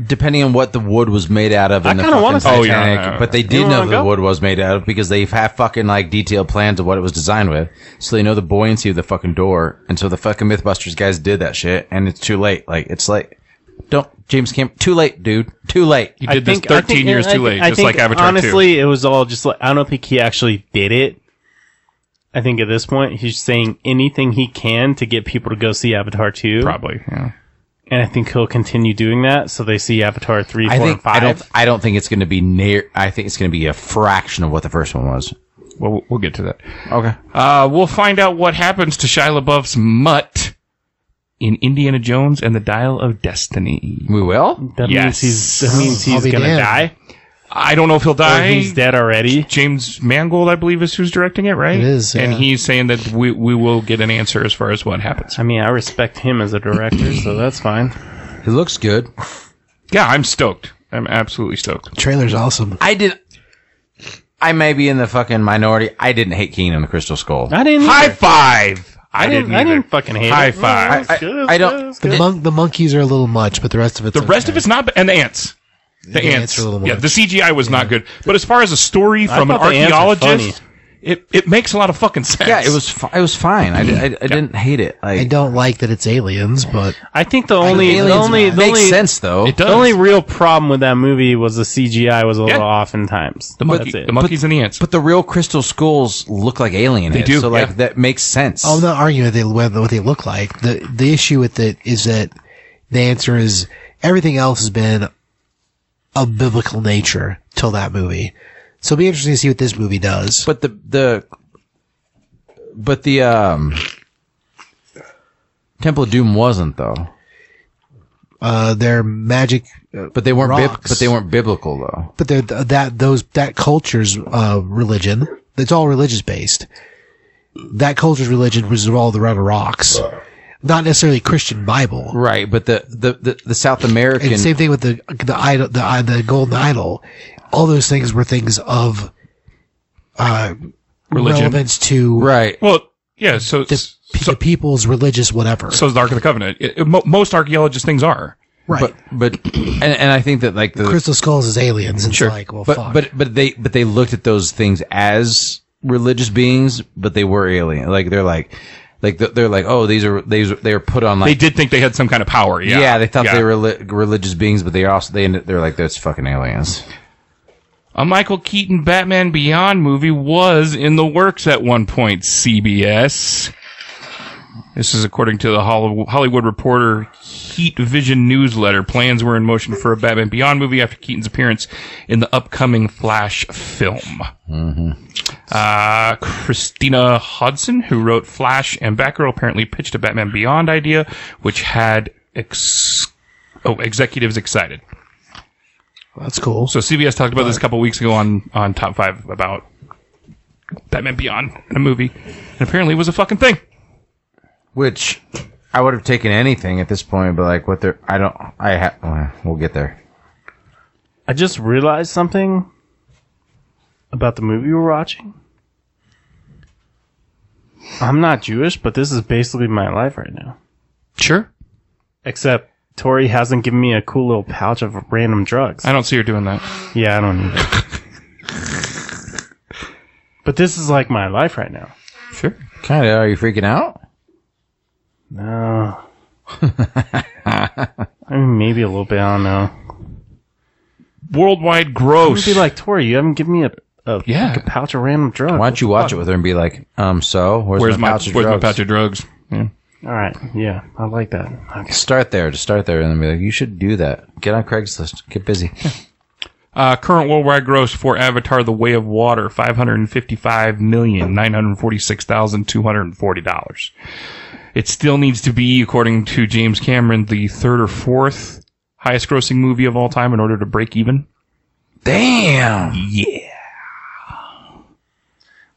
Speaker 1: Depending on what the wood was made out of, in the
Speaker 2: kinda wanna
Speaker 1: fucking
Speaker 2: see it.
Speaker 4: Oh, yeah,
Speaker 1: Titanic,
Speaker 4: yeah, yeah.
Speaker 1: but they
Speaker 2: You
Speaker 1: did know
Speaker 2: wanna
Speaker 1: the
Speaker 2: go?
Speaker 1: wood was made out of because they have fucking like detailed plans of what it was designed with, so they know the buoyancy of the fucking door, and so the fucking MythBusters guys did that shit, and it's too late. Like it's like, don't James Cam, too late, dude, too late.
Speaker 4: You did this 13 years
Speaker 2: I
Speaker 4: too
Speaker 2: thi-
Speaker 4: late,
Speaker 2: I
Speaker 4: just
Speaker 2: think,
Speaker 4: like Avatar
Speaker 2: Honestly, it was all just like I don't think he actually did it. I think at this point he's saying anything he can to get people to go see Avatar 2.
Speaker 4: Probably. Yeah.
Speaker 2: And I think he'll continue doing that so they see Avatar 3, 4,
Speaker 1: I think
Speaker 2: and 5.
Speaker 1: I don't. I don't think it's going to be near. I think it's going to be a fraction of what the first one was.
Speaker 4: Well, we'll get to that.
Speaker 1: Okay.
Speaker 4: Uh, we'll find out what happens to Shia LaBeouf's mutt in Indiana Jones and the Dial of Destiny.
Speaker 1: We will.
Speaker 2: that, means
Speaker 4: Yes.
Speaker 2: he's, that means
Speaker 3: I'll
Speaker 2: he's
Speaker 3: be
Speaker 2: going to
Speaker 3: damned.
Speaker 2: die.
Speaker 4: I don't know if he'll
Speaker 2: Or
Speaker 4: die.
Speaker 2: he's dead already.
Speaker 4: James Mangold, I believe, is who's directing it, right?
Speaker 3: It is,
Speaker 4: and
Speaker 3: yeah.
Speaker 4: he's saying that we we will get an answer as far as what happens.
Speaker 2: I mean, I respect him as a director, so that's fine.
Speaker 1: It looks good.
Speaker 4: Yeah, I'm stoked. I'm absolutely stoked.
Speaker 3: Trailer's awesome.
Speaker 1: I did. I may be in the fucking minority. I didn't hate Keenan and the Crystal Skull.
Speaker 2: I didn't.
Speaker 4: High five! I,
Speaker 2: I didn't.
Speaker 4: didn't.
Speaker 2: I
Speaker 4: either.
Speaker 2: didn't fucking hate
Speaker 4: High
Speaker 2: it.
Speaker 4: five.
Speaker 2: No, it was
Speaker 1: I- I-
Speaker 2: good, it was
Speaker 1: I don't-
Speaker 2: good, it was
Speaker 1: the
Speaker 3: The
Speaker 2: good.
Speaker 3: monk, the monkeys are a little much, but the rest of it's
Speaker 4: The rest
Speaker 3: okay.
Speaker 4: of it's not, and the ants. The
Speaker 3: Yeah, it's
Speaker 4: ants.
Speaker 3: a little
Speaker 4: yeah,
Speaker 3: much.
Speaker 4: the CGI was not good. But as far as a story from an
Speaker 2: thought the ants were
Speaker 4: archaeologist, it, it makes a lot of fucking sense.
Speaker 1: yeah, it was. Fi- it was fine. I, di- I, I didn't hate it. Like,
Speaker 3: I don't like that it's aliens, but
Speaker 2: I think the only, the
Speaker 1: Aliens
Speaker 2: only, the
Speaker 1: makes
Speaker 2: only,
Speaker 1: sense though.
Speaker 4: It
Speaker 2: the
Speaker 4: does.
Speaker 2: only real problem with that movie was the CGI was a little off in times.
Speaker 4: the, monkey,
Speaker 2: That's it.
Speaker 4: the monkeys and the ants.
Speaker 1: But the real crystal skulls look like alien. They
Speaker 4: do,
Speaker 1: So like
Speaker 4: yeah.
Speaker 1: that makes sense.
Speaker 3: I'm not arguing that they, whether what they look like. the The issue with it is that the answer is everything else has been of biblical nature till that movie. So it'll be interesting to see what this movie does.
Speaker 1: but the the but the um Temple of Doom wasn't though.
Speaker 3: Uh, their magic,
Speaker 1: But they weren't. Bib-
Speaker 3: Rocks.
Speaker 1: but they weren't biblical though.
Speaker 3: but they're, that those that culture's uh, religion. It's all religious based. That culture's religion was all the red rocks, not necessarily Christian Bible.
Speaker 1: Right. But the the the, the South
Speaker 3: And
Speaker 1: American.
Speaker 3: same thing with the the idol, the uh, the golden idol. All those things were things of uh,
Speaker 4: Religion.
Speaker 3: relevance to
Speaker 1: right.
Speaker 4: well, yeah, so,
Speaker 3: the, pe-
Speaker 4: so,
Speaker 3: the people's religious whatever.
Speaker 4: so is the Ark of the Covenant. It- it- mo- most archaeologist things are.
Speaker 3: right.
Speaker 1: But but and, and I think that like the
Speaker 3: Crystal skulls is aliens. It's like, well,
Speaker 1: but
Speaker 3: fuck.
Speaker 1: but but they but they looked at those things as religious beings, but they were alien. Like they're like like th- they're like oh these are these are- they were put on like
Speaker 4: They did think they had some kind of power. Yeah,
Speaker 1: Yeah, they thought
Speaker 4: Yeah.
Speaker 1: they were reli- religious beings, but they also they ended, they're like that's fucking aliens.
Speaker 4: A Michael Keaton Batman Beyond movie was in the works at one point, CBS. This is according to the Hollywood Hollywood Reporter Heat Vision newsletter. Plans were in motion for a Batman Beyond movie after Keaton's appearance in the upcoming Flash film. Uh, Christina Hodson, who wrote Flash and Batgirl, apparently pitched a Batman Beyond idea, which had ex- oh, executives excited.
Speaker 3: that's cool.
Speaker 4: So CBS talked about this a couple weeks ago on on Top Five about Batman Beyond in a movie, and apparently it was a fucking thing.
Speaker 1: Which I would have taken anything at this point, but like what they're I don't I ha- well, we'll get there.
Speaker 2: I just realized something about the movie we're watching. I'm not Jewish, but this is basically my life right now.
Speaker 4: Sure,
Speaker 2: Except Tori hasn't given me a cool little pouch of random drugs.
Speaker 4: I don't see her doing that.
Speaker 2: yeah, I don't need it.
Speaker 4: [laughs]
Speaker 2: but this is like my life right now.
Speaker 4: Sure,
Speaker 1: Kind of. Are you freaking out?
Speaker 4: [laughs]
Speaker 2: No. I mean, maybe a little bit. I don't know.
Speaker 4: worldwide
Speaker 2: I'm gonna
Speaker 4: gross.
Speaker 2: be like Tori. You haven't given me a, a,
Speaker 4: Oh, Yeah.
Speaker 2: like a pouch of random drugs.
Speaker 1: Why don't you watch it with her and be like, um, so where's,
Speaker 4: where's
Speaker 1: my,
Speaker 4: my
Speaker 1: pouch of
Speaker 4: where's my
Speaker 1: drugs?
Speaker 4: pouch of drugs? Yeah.
Speaker 2: All right. Yeah, I like that. Okay.
Speaker 1: Start there, just start there, and then be like, you should do that. Get on Craigslist, get busy. [laughs]
Speaker 4: Uh, current worldwide gross for Avatar: The Way of Water: five hundred and fifty-five million nine hundred forty-six thousand two hundred forty dollars. It still needs to be, according to James Cameron, the third or fourth highest-grossing movie of all time in order to break even.
Speaker 1: Damn.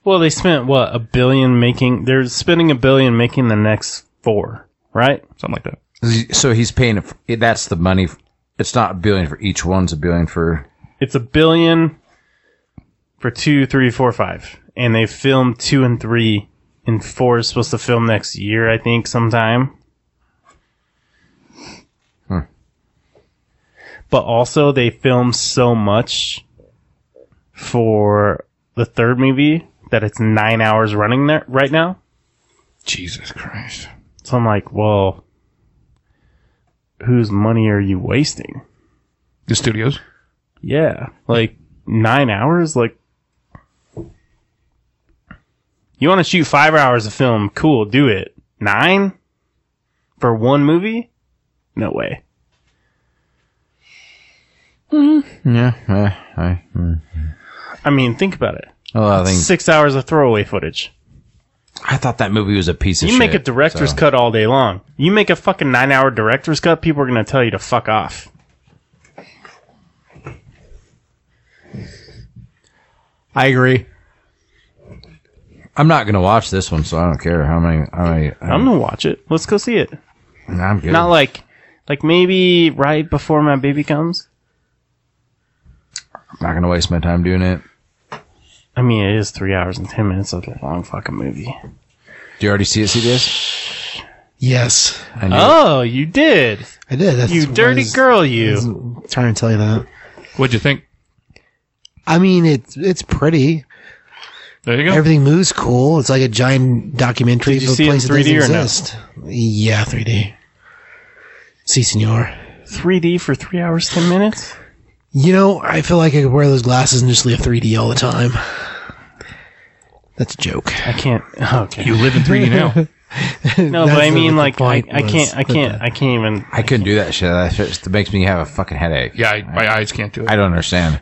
Speaker 2: Well, they spent what a billion making. They're spending a billion making the next four, right?
Speaker 4: Something like that.
Speaker 1: So he's paying. It for, that's the money. It's not a billion for each one's a billion for.
Speaker 2: It's a billion for two, three, four, five, and they filmed two and three, and four is supposed to film next year, I think, sometime. But also, they filmed so much for the third movie that it's nine hours running there right now.
Speaker 4: Jesus Christ.
Speaker 2: So I'm like, well, whose money are you wasting?
Speaker 4: The studios.
Speaker 2: Yeah, like nine hours. Like You want to shoot five hours of film? Cool, do it. Nine for one movie? No way.
Speaker 1: Yeah. eh, I- mm.
Speaker 2: I mean, think about it.
Speaker 1: A lot of things.
Speaker 2: Six hours of throwaway footage.
Speaker 1: I thought that movie was a piece of
Speaker 2: You
Speaker 1: shit.
Speaker 2: make a director's
Speaker 1: so.
Speaker 2: cut all day long. You make a fucking nine hour director's cut, people are gonna tell you to fuck off.
Speaker 7: I agree.
Speaker 1: I'm not gonna watch this one, so I don't care how many. How many
Speaker 2: I'm gonna watch it. Let's go see it.
Speaker 1: I'm good.
Speaker 2: Not like, like maybe right before my baby comes.
Speaker 1: not gonna waste my time doing it.
Speaker 2: I mean, it is three hours and ten minutes. That's a long fucking movie.
Speaker 1: Do you already see it, CBS?
Speaker 3: Yes,
Speaker 1: I knew
Speaker 2: Oh, you did.
Speaker 3: I did. That's
Speaker 2: You
Speaker 3: what I
Speaker 2: dirty
Speaker 3: was-
Speaker 2: girl, you.
Speaker 3: I was Trying to tell you that.
Speaker 4: What'd you think?
Speaker 3: I mean, it's it's pretty.
Speaker 4: There you go.
Speaker 3: Everything moves cool. It's like a giant documentary.
Speaker 2: Did you
Speaker 3: of a
Speaker 2: see it in
Speaker 3: place that doesn't
Speaker 2: 3D or no?
Speaker 3: exist. Yeah, 3D. Si, senor.
Speaker 2: 3D for three hours ten minutes.
Speaker 3: You know, I feel like I could wear those glasses and just live 3D all the time. That's a joke.
Speaker 2: I can't. [laughs] Okay.
Speaker 4: You live in 3D now.
Speaker 2: No, but I mean, like, I,
Speaker 3: point
Speaker 2: I
Speaker 3: was.
Speaker 2: can't. I can't. I can't even.
Speaker 1: I couldn't do that shit. That just makes me have a fucking headache.
Speaker 4: Yeah, I, my eyes can't do it.
Speaker 1: I don't understand.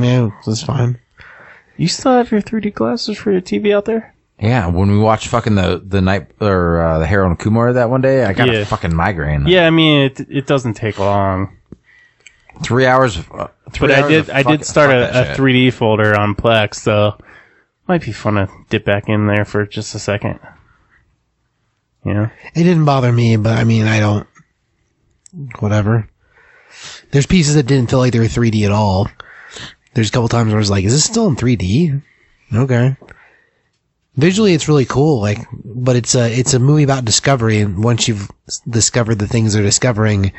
Speaker 3: Yeah, that's fine.
Speaker 2: You still have your 3D glasses for your TV out there?
Speaker 1: Yeah, when we watched fucking the the night or uh, the Harold and Kumar that one day, I got
Speaker 2: Yeah.
Speaker 1: a fucking migraine.
Speaker 2: Yeah, I mean, it it doesn't take long.
Speaker 1: three hours. Of, uh, three
Speaker 2: But I
Speaker 1: hours
Speaker 2: did.
Speaker 1: of
Speaker 2: I
Speaker 1: fuck-
Speaker 2: did start
Speaker 1: fuck that
Speaker 2: a, a
Speaker 1: shit.
Speaker 2: 3D folder on Plex, so might be fun to dip back in there for just a second. Yeah.
Speaker 3: It didn't bother me, but I mean, I don't. Whatever. There's pieces that didn't feel like they were 3D at all. There's a couple times where I was like, "Is this still in 3D?" Okay. Visually, it's really cool. Like, but it's a it's a movie about discovery, and once you've s- discovered the things they're discovering,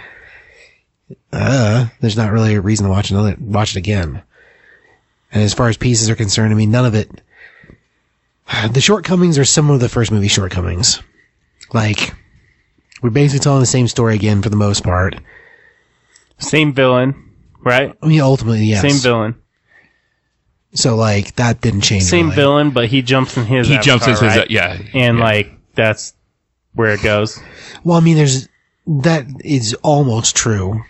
Speaker 3: uh, there's not really a reason to watch another watch it again. And as far as pieces are concerned, I mean, none of it. [sighs] The shortcomings are similar to the first movie's shortcomings like we're basically telling the same story again for the most part.
Speaker 2: Same villain, right?
Speaker 3: I mean, ultimately, yes.
Speaker 2: Same villain.
Speaker 3: So like that didn't change.
Speaker 2: Same
Speaker 3: really.
Speaker 2: villain, but he jumps in his.
Speaker 4: he jumps
Speaker 2: avatar,
Speaker 4: into his
Speaker 2: right?
Speaker 4: yeah.
Speaker 2: And
Speaker 4: yeah.
Speaker 2: like that's where it goes.
Speaker 3: Well, I mean, there's that is almost true.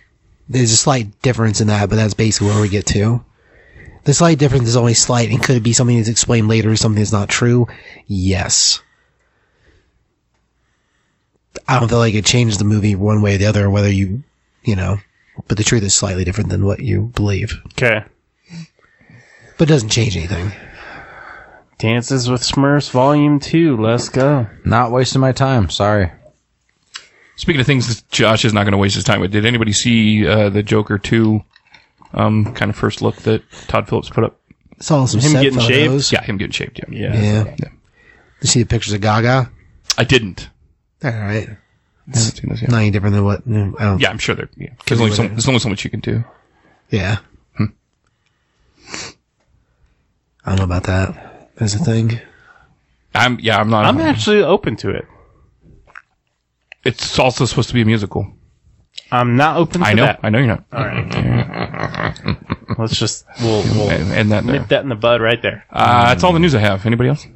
Speaker 3: There's a slight difference in that, but that's basically where we get to. The slight difference is only slight, and could it be something that's explained later or something that's not true? Yes. I don't feel like it changes the movie one way or the other, whether you, you know, but the truth is slightly different than what you believe,
Speaker 2: Okay.
Speaker 3: but it doesn't change anything.
Speaker 2: Dances with Smurfs Volume Two. Let's go.
Speaker 1: Not wasting my time. Sorry.
Speaker 4: Speaking of things, that Josh is not going to waste his time with. Did anybody see uh, the Joker two? Um, kind of first look that Todd Phillips put up.
Speaker 3: saw some
Speaker 2: Him
Speaker 3: set
Speaker 2: getting shaved?
Speaker 3: photos.
Speaker 4: Yeah, him getting shaved. Yeah,
Speaker 2: Yeah.
Speaker 3: Yeah. You see the pictures of Gaga?
Speaker 4: I didn't.
Speaker 3: All right.
Speaker 4: See this, yeah.
Speaker 3: Not any different than what mm, I don't.
Speaker 4: Yeah, I'm sure there. Yeah. There's only so, there's only so much you can do.
Speaker 3: Yeah.
Speaker 2: Hmm.
Speaker 3: I don't know about that as a thing.
Speaker 4: I'm yeah, I'm not.
Speaker 2: I'm actually open to it.
Speaker 4: it's also supposed to be a musical.
Speaker 2: I'm not open to
Speaker 4: I know.
Speaker 2: that.
Speaker 4: I know you're not.
Speaker 2: Let's just we'll, we'll
Speaker 4: And, and that,
Speaker 2: nip that in the bud right there.
Speaker 4: uh, that's all the news I have. Anybody else?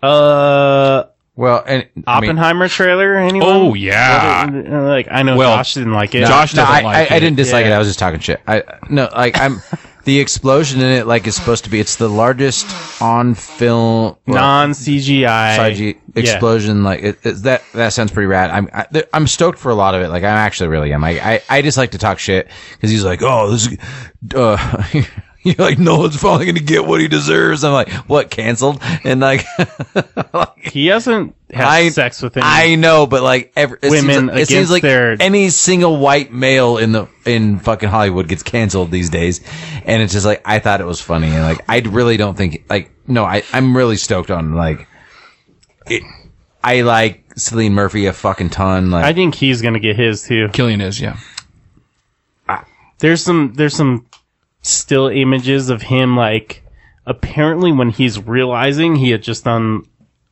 Speaker 2: Uh,
Speaker 1: Well, and I mean,
Speaker 2: Oppenheimer trailer? Anyone?
Speaker 4: Oh yeah.
Speaker 2: What it- uh, like I know
Speaker 4: Well,
Speaker 2: Josh didn't like it.
Speaker 4: Josh
Speaker 1: no,
Speaker 4: doesn't
Speaker 1: I,
Speaker 4: like
Speaker 1: I, I
Speaker 4: it.
Speaker 1: didn't dislike it.
Speaker 2: Yeah.
Speaker 1: I was just talking shit. I no, like I'm [laughs] the explosion in it. Like it's supposed to be. It's the largest on film
Speaker 2: non CGI.
Speaker 1: Saiji explosion like it, it, that that sounds pretty rad i'm I, th- i'm stoked for a lot of it like i actually really am like i i just like to talk shit because he's like oh this is uh [laughs] you're like no one's finally gonna get what he deserves i'm like what canceled and like [laughs]
Speaker 2: He hasn't had
Speaker 1: I-
Speaker 2: sex with any
Speaker 1: i know but like every it
Speaker 2: Women
Speaker 1: seems like, it seems
Speaker 2: against
Speaker 1: like
Speaker 2: their-
Speaker 1: any single white male in the in fucking hollywood gets canceled these days and it's just like i thought it was funny and like i really don't think like no i i'm really stoked on like I like Celine Murphy a fucking ton.
Speaker 2: I
Speaker 1: Like,
Speaker 2: think he's gonna get his too.
Speaker 4: Killian is yeah.
Speaker 2: There's some there's some still images of him like apparently when he's realizing he had just done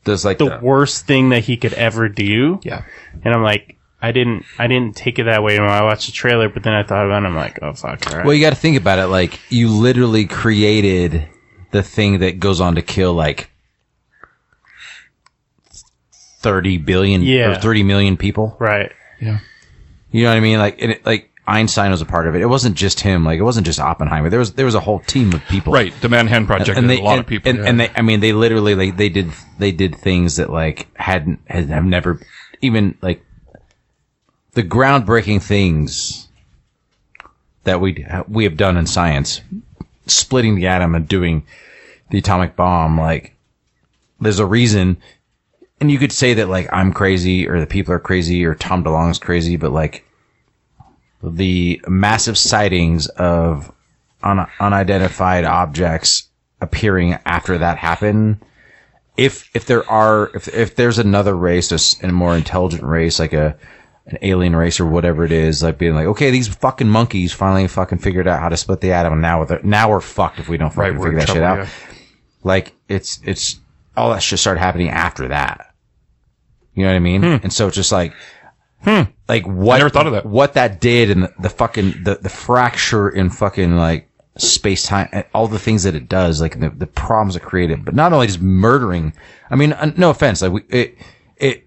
Speaker 1: there's like
Speaker 2: the
Speaker 1: the-
Speaker 2: worst thing that he could ever do.
Speaker 4: Yeah.
Speaker 2: And I'm like, I didn't I didn't take it that way when I watched the trailer, but then I thought about it and I'm like, oh fuck, all right.
Speaker 1: well, you got to think about it. Like, you literally created the thing that goes on to kill like 30 billion
Speaker 2: Yeah.
Speaker 1: or 30 million people.
Speaker 2: Right.
Speaker 1: You know what I mean? Like, and it, like Einstein was a part of it. It wasn't just him. Like, it wasn't just Oppenheimer. There was there was a whole team of people.
Speaker 4: Right, the Manhattan Project and,
Speaker 1: And they
Speaker 4: a lot
Speaker 1: and,
Speaker 4: of people.
Speaker 1: and,
Speaker 4: yeah.
Speaker 1: and they I mean they literally like they did they did things that like hadn't had, have never even like the groundbreaking things that we we have done in science splitting the atom and doing the atomic bomb like there's a reason and you could say that like I'm crazy or the people are crazy or Tom DeLong's crazy but like the massive sightings of un- unidentified objects appearing after that happen if if there are if, if there's another race a, s- a more intelligent race like a an alien race or whatever it is like being like okay these fucking monkeys finally fucking figured out how to split the atom and now we're now we're fucked if we don't
Speaker 4: Right,
Speaker 1: fucking
Speaker 4: we're
Speaker 1: figure
Speaker 4: in
Speaker 1: that shit
Speaker 4: trouble,
Speaker 1: out
Speaker 4: yeah.
Speaker 1: like it's it's all that shit started happening after that you know what i mean and so it's just like like what
Speaker 4: Hmm. never thought of that.
Speaker 1: what that did and the, the fucking the, the fracture in fucking like space time and all the things that it does like the, the problems it created but not only just murdering i mean uh, no offense like we, it it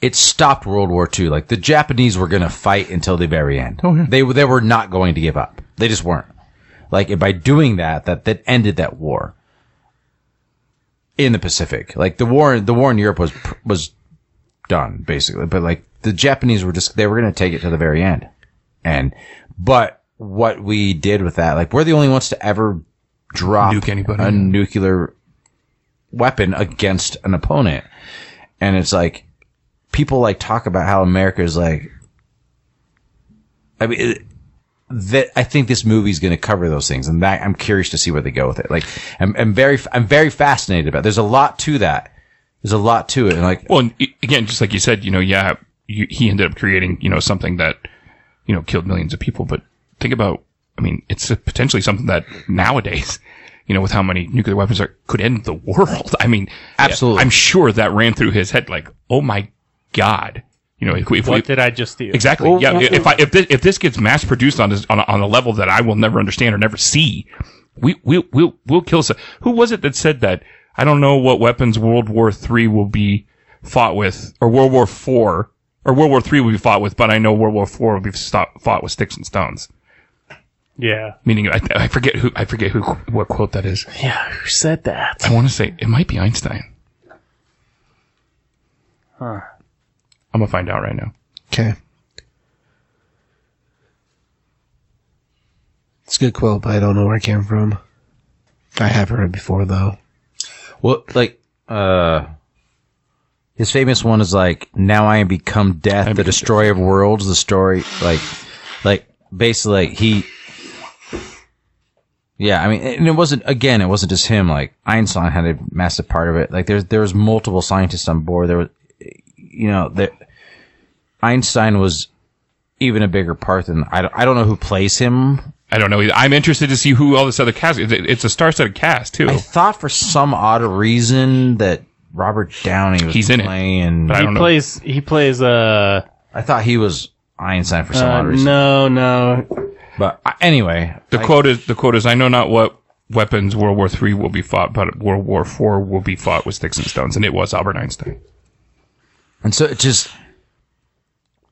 Speaker 1: it stopped world war ii like the japanese were gonna fight until the very end oh, yeah. they, were- they were not going to give up they just weren't like and by doing that that that ended that war in the pacific like the war the war in europe was pr- was done basically. But like the Japanese were just they were going to take it to the very end, and but what we did with that, like we're the only ones to ever drop
Speaker 4: Nuke anybody.
Speaker 1: a nuclear weapon against an opponent, and it's like people like talk about how America is like. I mean. It, that I think this movie's going to cover those things, and that I'm curious to see where they go with it. Like, I'm, I'm very, I'm very fascinated about. It. There's a lot to that. There's a lot to it, and like,
Speaker 4: Well, and i- again, just like you said, you know, yeah, you, he ended up creating, you know, something that, you know, killed millions of people. But think about, I mean, it's a- potentially something that nowadays, [laughs] you know, with how many nuclear weapons are, could end the [laughs] world. I mean,
Speaker 1: Absolutely.
Speaker 4: I'm sure that ran through his head like, oh my God. You know, if, we- if we,
Speaker 2: What did I just do?
Speaker 4: Exactly. yeah. if I if this, if this gets mass produced on this, on a, on a level that I will never understand or never see, we we we'll we'll kill. Some, who was it that said that? I don't know what weapons World War Three will be fought with, or World War Four, or World War Three will be fought with, but I know World War Four will be stop, fought with sticks and stones.
Speaker 2: Yeah.
Speaker 4: Meaning, I, I forget who I forget who what quote that is.
Speaker 2: Yeah. Who said that?
Speaker 4: I want to say it might be Einstein.
Speaker 2: Huh.
Speaker 4: I'm gonna find out right now.
Speaker 3: Okay. It's a good quote, but I don't know where it came from. I have heard it before, though.
Speaker 1: Well, like, uh, his famous one is like, "Now I am become death, the destroyer of worlds." The story, like, like basically, like he, yeah. I mean, and it wasn't again. It wasn't just him. Like Einstein had a massive part of it. Like there's there was multiple scientists on board. There was, you know, that Einstein was even a bigger part than I don't, I don't know who plays him.
Speaker 4: I don't know. either. I'm interested to see who all this other cast. It's a- it's a star-studded cast too.
Speaker 1: I thought for some odd reason that Robert Downey was
Speaker 4: He's in it,
Speaker 1: playing.
Speaker 4: but I
Speaker 2: He
Speaker 4: don't know.
Speaker 2: plays. He plays. Uh.
Speaker 1: I thought he was Einstein for some
Speaker 2: uh
Speaker 1: odd reason.
Speaker 2: no. No.
Speaker 1: But uh, anyway,
Speaker 4: The quote is the quote is I know not what weapons World War Three will be fought, but World War Four will be fought with sticks and stones, and it was Albert Einstein.
Speaker 1: and so it just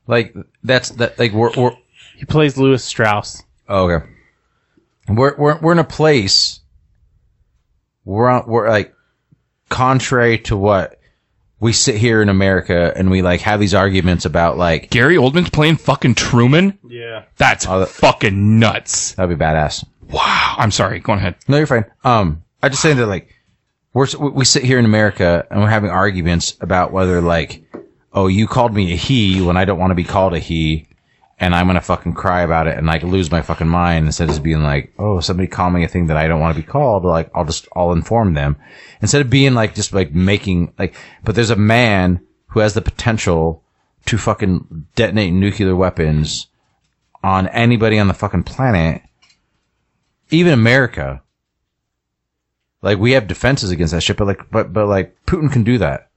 Speaker 1: like that's that like we're, we're
Speaker 2: He plays Louis Strauss.
Speaker 1: oh, okay. We're we're we're in a place. We're on, we're like contrary to what we sit here in America and we like have these arguments about like
Speaker 4: Gary Oldman's playing fucking Truman.
Speaker 2: Yeah.
Speaker 4: That's
Speaker 1: Uh, that-
Speaker 4: fucking nuts.
Speaker 1: that'd be badass.
Speaker 4: Wow. I'm sorry. Go on ahead.
Speaker 1: No, you're fine. Um, I just saying that like we're s- we sit here in America and we're having arguments about whether like, oh, you called me a he when I don't want to be called a he, and I'm gonna fucking cry about it and like lose my fucking mind instead of just being like, oh, somebody called me a thing that I don't want to be called. Like I'll just I'll inform them instead of being like just like making like. But there's a man who has the potential to fucking detonate nuclear weapons on anybody on the fucking planet, even America. Like we have defenses against that shit, but like, but but like Putin can do that.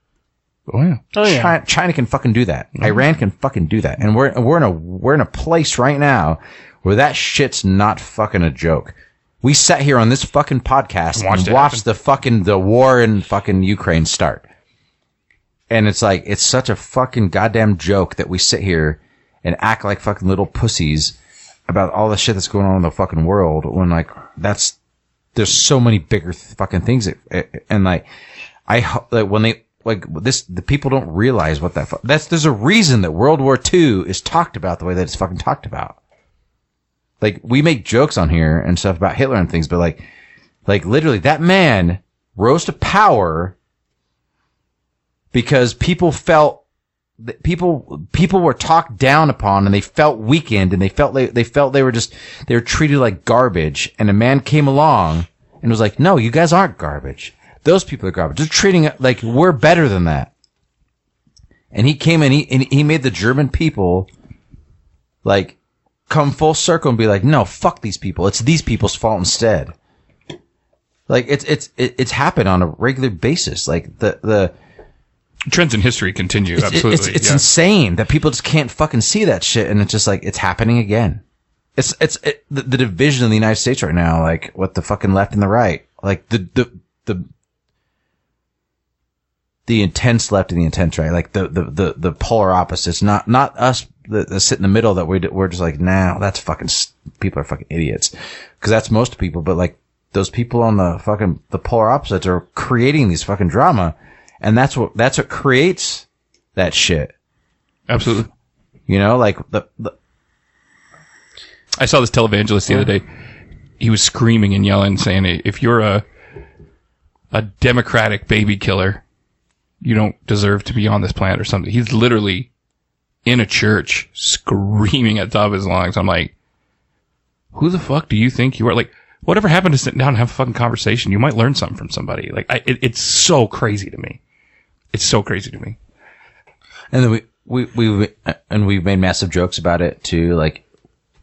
Speaker 4: Oh yeah.
Speaker 2: Oh yeah. Mm-hmm.
Speaker 1: China, China can fucking do that. Iran can fucking do that. And we're we're in a we're in a place right now where that shit's not fucking a joke. We sat here on this fucking podcast and
Speaker 4: watched
Speaker 1: watched,
Speaker 4: it
Speaker 1: the fucking the war in fucking Ukraine start. And it's like it's such a fucking goddamn joke that we sit here and act like fucking little pussies about all the shit that's going on in the fucking world when like that's there's so many bigger th- fucking things that, and like I ho- like when they like this the people don't realize what that fu- that's there's a reason that World War II is talked about the way that it's fucking talked about. Like we make jokes on here and stuff about Hitler and things, but like like literally that man rose to power because people felt that people people were talked down upon and they felt weakened and they felt they, they felt they were just they were treated like garbage and a man came along and was like no you guys aren't garbage those people are garbage they're treating it like we're better than that and he came and he and he made the german people like come full circle and be like no fuck these people it's these people's fault instead like it's it's it- it's happened on a regular basis like the the
Speaker 4: Trends in history continue.
Speaker 1: it's,
Speaker 4: absolutely.
Speaker 1: it's, it's
Speaker 4: yeah.
Speaker 1: insane that people just can't fucking see that shit, and it's just like it's happening again. It's it's it, the, the division in the United States right now, like what the fucking left and the right, like the the the the intense left and the intense right, like the the the, the polar opposites. Not not us that, that sit in the middle that we we're just like, nah, that's fucking s- people are fucking idiots, because that's most people. But like those people on the fucking the polar opposites are creating these fucking drama, and that's what that's what creates that shit.
Speaker 4: absolutely.
Speaker 1: You know, like the, the
Speaker 4: I saw this televangelist the other day. He was screaming and yelling, saying, "If you're a a democratic baby killer, you don't deserve to be on this planet or something." He's literally in a church screaming at the top of his lungs. I'm like, "Who the fuck do you think you are?" Like, whatever happened to sitting down and have a fucking conversation? You might learn something from somebody. Like, I, it, it's so crazy to me. It's so crazy to me.
Speaker 1: and then we we we and we've made massive jokes about it too, like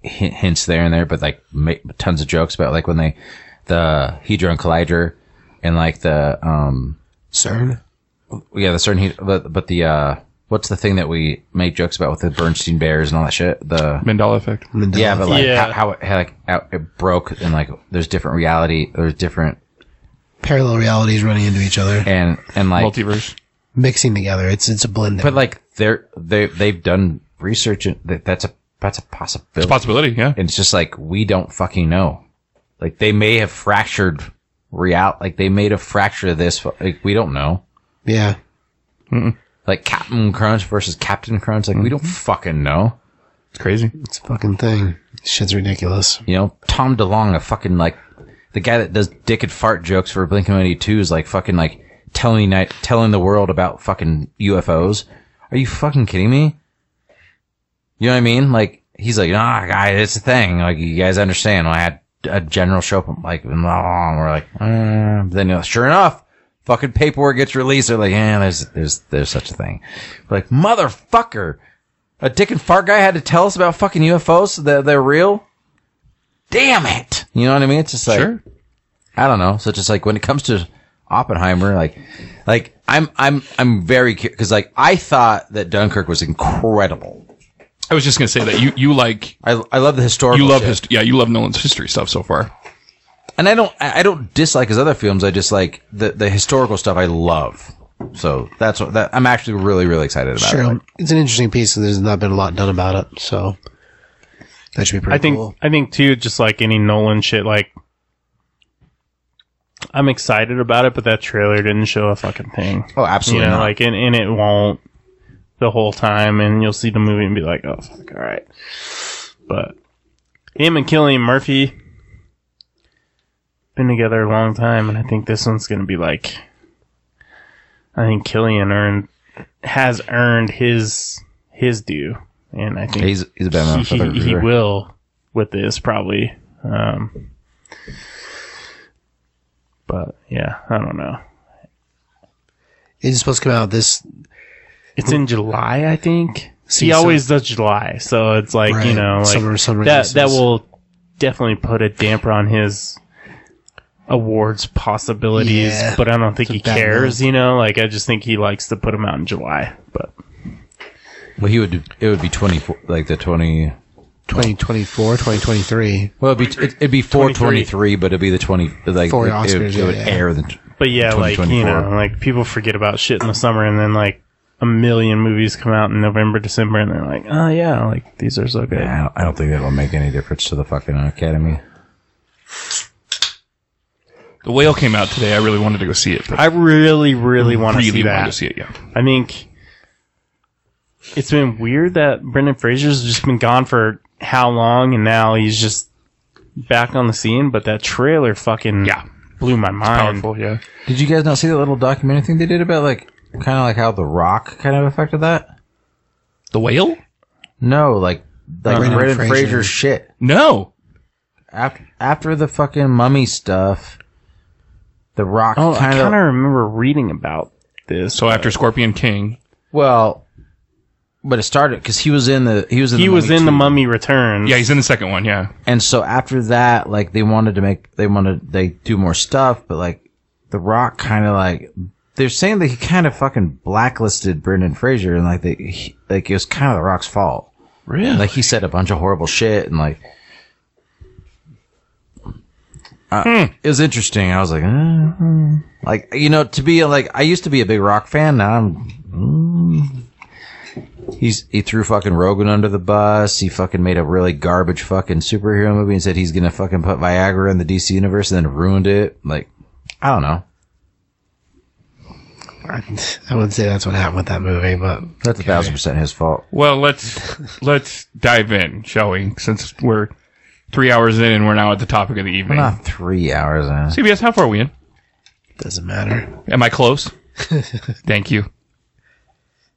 Speaker 1: hint, hints there and there, but like ma- tons of jokes about like when they the hedron collider and like the um
Speaker 3: CERN.
Speaker 1: yeah the certain he- but, but the uh what's the thing that we make jokes about with the Bernstein Bears and all that shit the
Speaker 4: Mandela effect.
Speaker 1: yeah but like how,
Speaker 2: Yeah.
Speaker 1: how it how, like how it broke and like there's different reality there's different
Speaker 3: Parallel realities running into each other,
Speaker 1: and and like
Speaker 4: Multiverse.
Speaker 3: mixing together. It's it's a blend.
Speaker 1: but like they're they they've done research and that, that's a that's a possibility
Speaker 4: Possibility. Yeah.
Speaker 1: And it's just like we don't fucking know. Like they may have fractured real. Like they made a fracture of this. fu- Like we don't know.
Speaker 3: yeah.
Speaker 1: Like Captain Crunch versus Captain Crunch. Like we don't fucking know.
Speaker 4: It's crazy.
Speaker 3: It's a fucking thing. Shit's ridiculous.
Speaker 1: You know, Tom DeLong, a fucking like the guy that does dick and fart jokes for Blink One Eighty Two, is like fucking like telling night telling the world about fucking UFOs. Are you fucking kidding me? You know what I mean? Like he's like, nah, guy, it's a thing. Like you guys understand? I had a general show up, like blah, blah, blah, and we're like, uh, then you know, sure enough. Fucking paperwork gets released. They're like, yeah, there's, there's, there's such a thing. We're like, motherfucker, a dick and fart guy had to tell us about fucking UFOs. So they're, they're real damn it. You know what I mean? It's just like
Speaker 4: Sure.
Speaker 1: I don't know. So it's just like when it comes to Oppenheimer, like like I'm I'm I'm very because like I thought that Dunkirk was incredible.
Speaker 4: I was just gonna say that you you like
Speaker 1: I I love the historical.
Speaker 4: you love
Speaker 1: shit.
Speaker 4: his yeah you love Nolan's history stuff so far.
Speaker 1: and I don't I I don't dislike his other films. I just like the the historical stuff. I love. So that's what that I'm actually really really excited about.
Speaker 3: Sure,
Speaker 1: It. Like,
Speaker 3: it's an interesting piece, and there's not been a lot done about it, so that should be pretty
Speaker 2: I think
Speaker 3: cool.
Speaker 2: I think too, just like any Nolan shit, like I'm excited about it, but that trailer didn't show a fucking thing.
Speaker 1: oh,
Speaker 2: You
Speaker 1: absolutely.
Speaker 2: know,
Speaker 1: not.
Speaker 2: like and, and it won't the whole time, and you'll see the movie and be like, oh fuck, all right. But him and Killian Murphy been together a long time, and I think this one's gonna be like, I think Killian earned has earned his his due, and I think
Speaker 1: he's he's a bad
Speaker 2: [laughs] he,
Speaker 1: motherfucker.
Speaker 2: he, he will with this probably. Um, but yeah, I don't know.
Speaker 3: It's supposed to come out this.
Speaker 2: It's in July, I think.
Speaker 3: See,
Speaker 2: he
Speaker 3: so-
Speaker 2: always does July, so it's like
Speaker 3: Right.
Speaker 2: you know, like
Speaker 3: Summer- summer
Speaker 2: that that
Speaker 3: releases.
Speaker 2: will definitely put a damper on his awards possibilities.
Speaker 3: Yeah.
Speaker 2: But I don't think
Speaker 3: It's a
Speaker 2: he
Speaker 3: bad
Speaker 2: cares. You know, like I just think he likes to put them out in July. But
Speaker 1: Well, he would. It would be twenty four, like the twenty
Speaker 3: 2024, 2023.
Speaker 1: Well, it'd be, it- it'd be 423, but it'd be the 20, like,
Speaker 3: For
Speaker 1: it,
Speaker 3: Oscars,
Speaker 1: it, it would
Speaker 3: yeah, yeah.
Speaker 1: air the.
Speaker 2: But yeah, like you
Speaker 1: 2024.
Speaker 2: know, like people forget about shit in the summer, and then like a million movies come out in November, December, and they're like, oh yeah, like these are so good.
Speaker 1: I don't, I don't think that will make any difference to the fucking Academy.
Speaker 4: The Whale came out today. I really wanted to go see it. But
Speaker 2: I really, really want to
Speaker 4: really
Speaker 2: see
Speaker 4: wanted to
Speaker 2: that.
Speaker 4: see it. Yeah.
Speaker 2: I think it's been weird that Brendan Fraser's just been gone for how long, and now he's just back on the scene. But that trailer fucking
Speaker 4: Yeah. Um,
Speaker 2: blew my mind.
Speaker 4: Powerful. Yeah.
Speaker 1: Did you guys not see that little documentary thing they did about, like, kind of like how The Rock kind of affected that?
Speaker 4: The Whale?
Speaker 1: No, like, like
Speaker 3: Brendan
Speaker 1: Brendan
Speaker 3: Fraser.
Speaker 1: Fraser's shit.
Speaker 4: No.
Speaker 1: After, after the fucking mummy stuff, The Rock
Speaker 2: Oh, I
Speaker 1: kind
Speaker 2: kind
Speaker 1: of.
Speaker 2: of remember reading about this.
Speaker 4: So after Scorpion King,
Speaker 1: Well, but it started because he was in the. He was in
Speaker 2: he
Speaker 1: the
Speaker 2: was
Speaker 1: mummy
Speaker 2: in the
Speaker 1: too.
Speaker 2: Mummy Returns.
Speaker 4: yeah, he's in the second one. Yeah.
Speaker 1: And so after that, like they wanted to make, they wanted, they do more stuff, but like The Rock kind of like, they're saying that he kind of fucking blacklisted Brendan Fraser and like they, he, like it was kind of The Rock's fault.
Speaker 4: Really?
Speaker 1: Like he said a bunch of horrible shit and like, uh, it was interesting. I was like, uh, like, you know, to be like, I used to be a big Rock fan. Now I'm, He's he threw fucking Rogan under the bus. He fucking made a really garbage fucking superhero movie and said he's gonna fucking put Viagra in the DC universe and then ruined it. Like, I don't know.
Speaker 3: I wouldn't say that's what happened with that movie, but
Speaker 1: That's a thousand percent his fault.
Speaker 4: Well, let's let's dive in, shall we? Since we're three hours in and we're now at the topic of the evening.
Speaker 1: Not three hours. In.
Speaker 4: CBS, how far are we in?
Speaker 3: doesn't matter.
Speaker 4: Am I close? Thank you.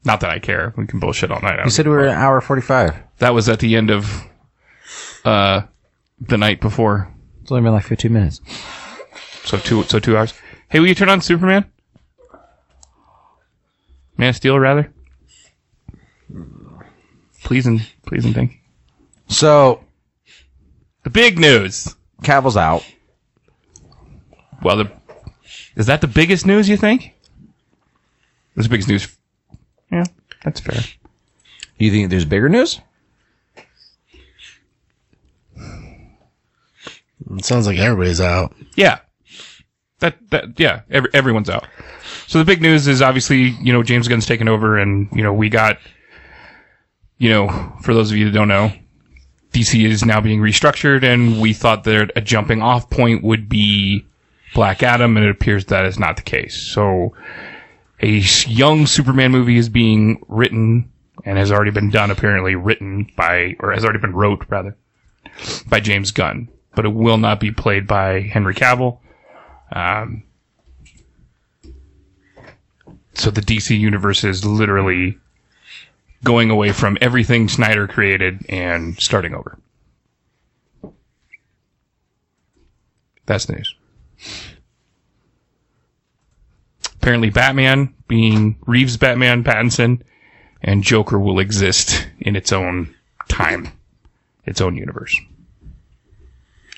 Speaker 4: Not that I care. We can bullshit all night. I
Speaker 1: You
Speaker 4: don't
Speaker 1: said
Speaker 4: give
Speaker 1: we
Speaker 4: a
Speaker 1: were
Speaker 4: fuck.
Speaker 1: at an hour forty-five.
Speaker 4: that was at the end of uh the night before.
Speaker 1: It's only been like fifteen minutes.
Speaker 4: So two so two hours. Hey, will you turn on Superman? Man of Steel rather? Please and please and thank you.
Speaker 1: So
Speaker 4: The big news.
Speaker 1: Cavill's out.
Speaker 4: Well the is that the biggest news you think? That's the biggest news. Yeah, that's fair.
Speaker 1: You think there's bigger news?
Speaker 3: It sounds like everybody's out.
Speaker 4: Yeah. That that yeah, every, everyone's out. So the big news is obviously, you know, James Gunn's taken over and, you know, we got you know, for those of you that don't know, DC is now being restructured and we thought that a jumping off point would be Black Adam and it appears that is not the case. So a s- young Superman movie is being written and has already been done apparently written by or has already been wrote rather by James Gunn, but it will not be played by Henry Cavill. Um, so the DC universe is literally going away from everything Snyder created and starting over. That's news. Apparently, Batman, being Reeves' Batman, Pattinson, and Joker will exist in its own time, its own universe.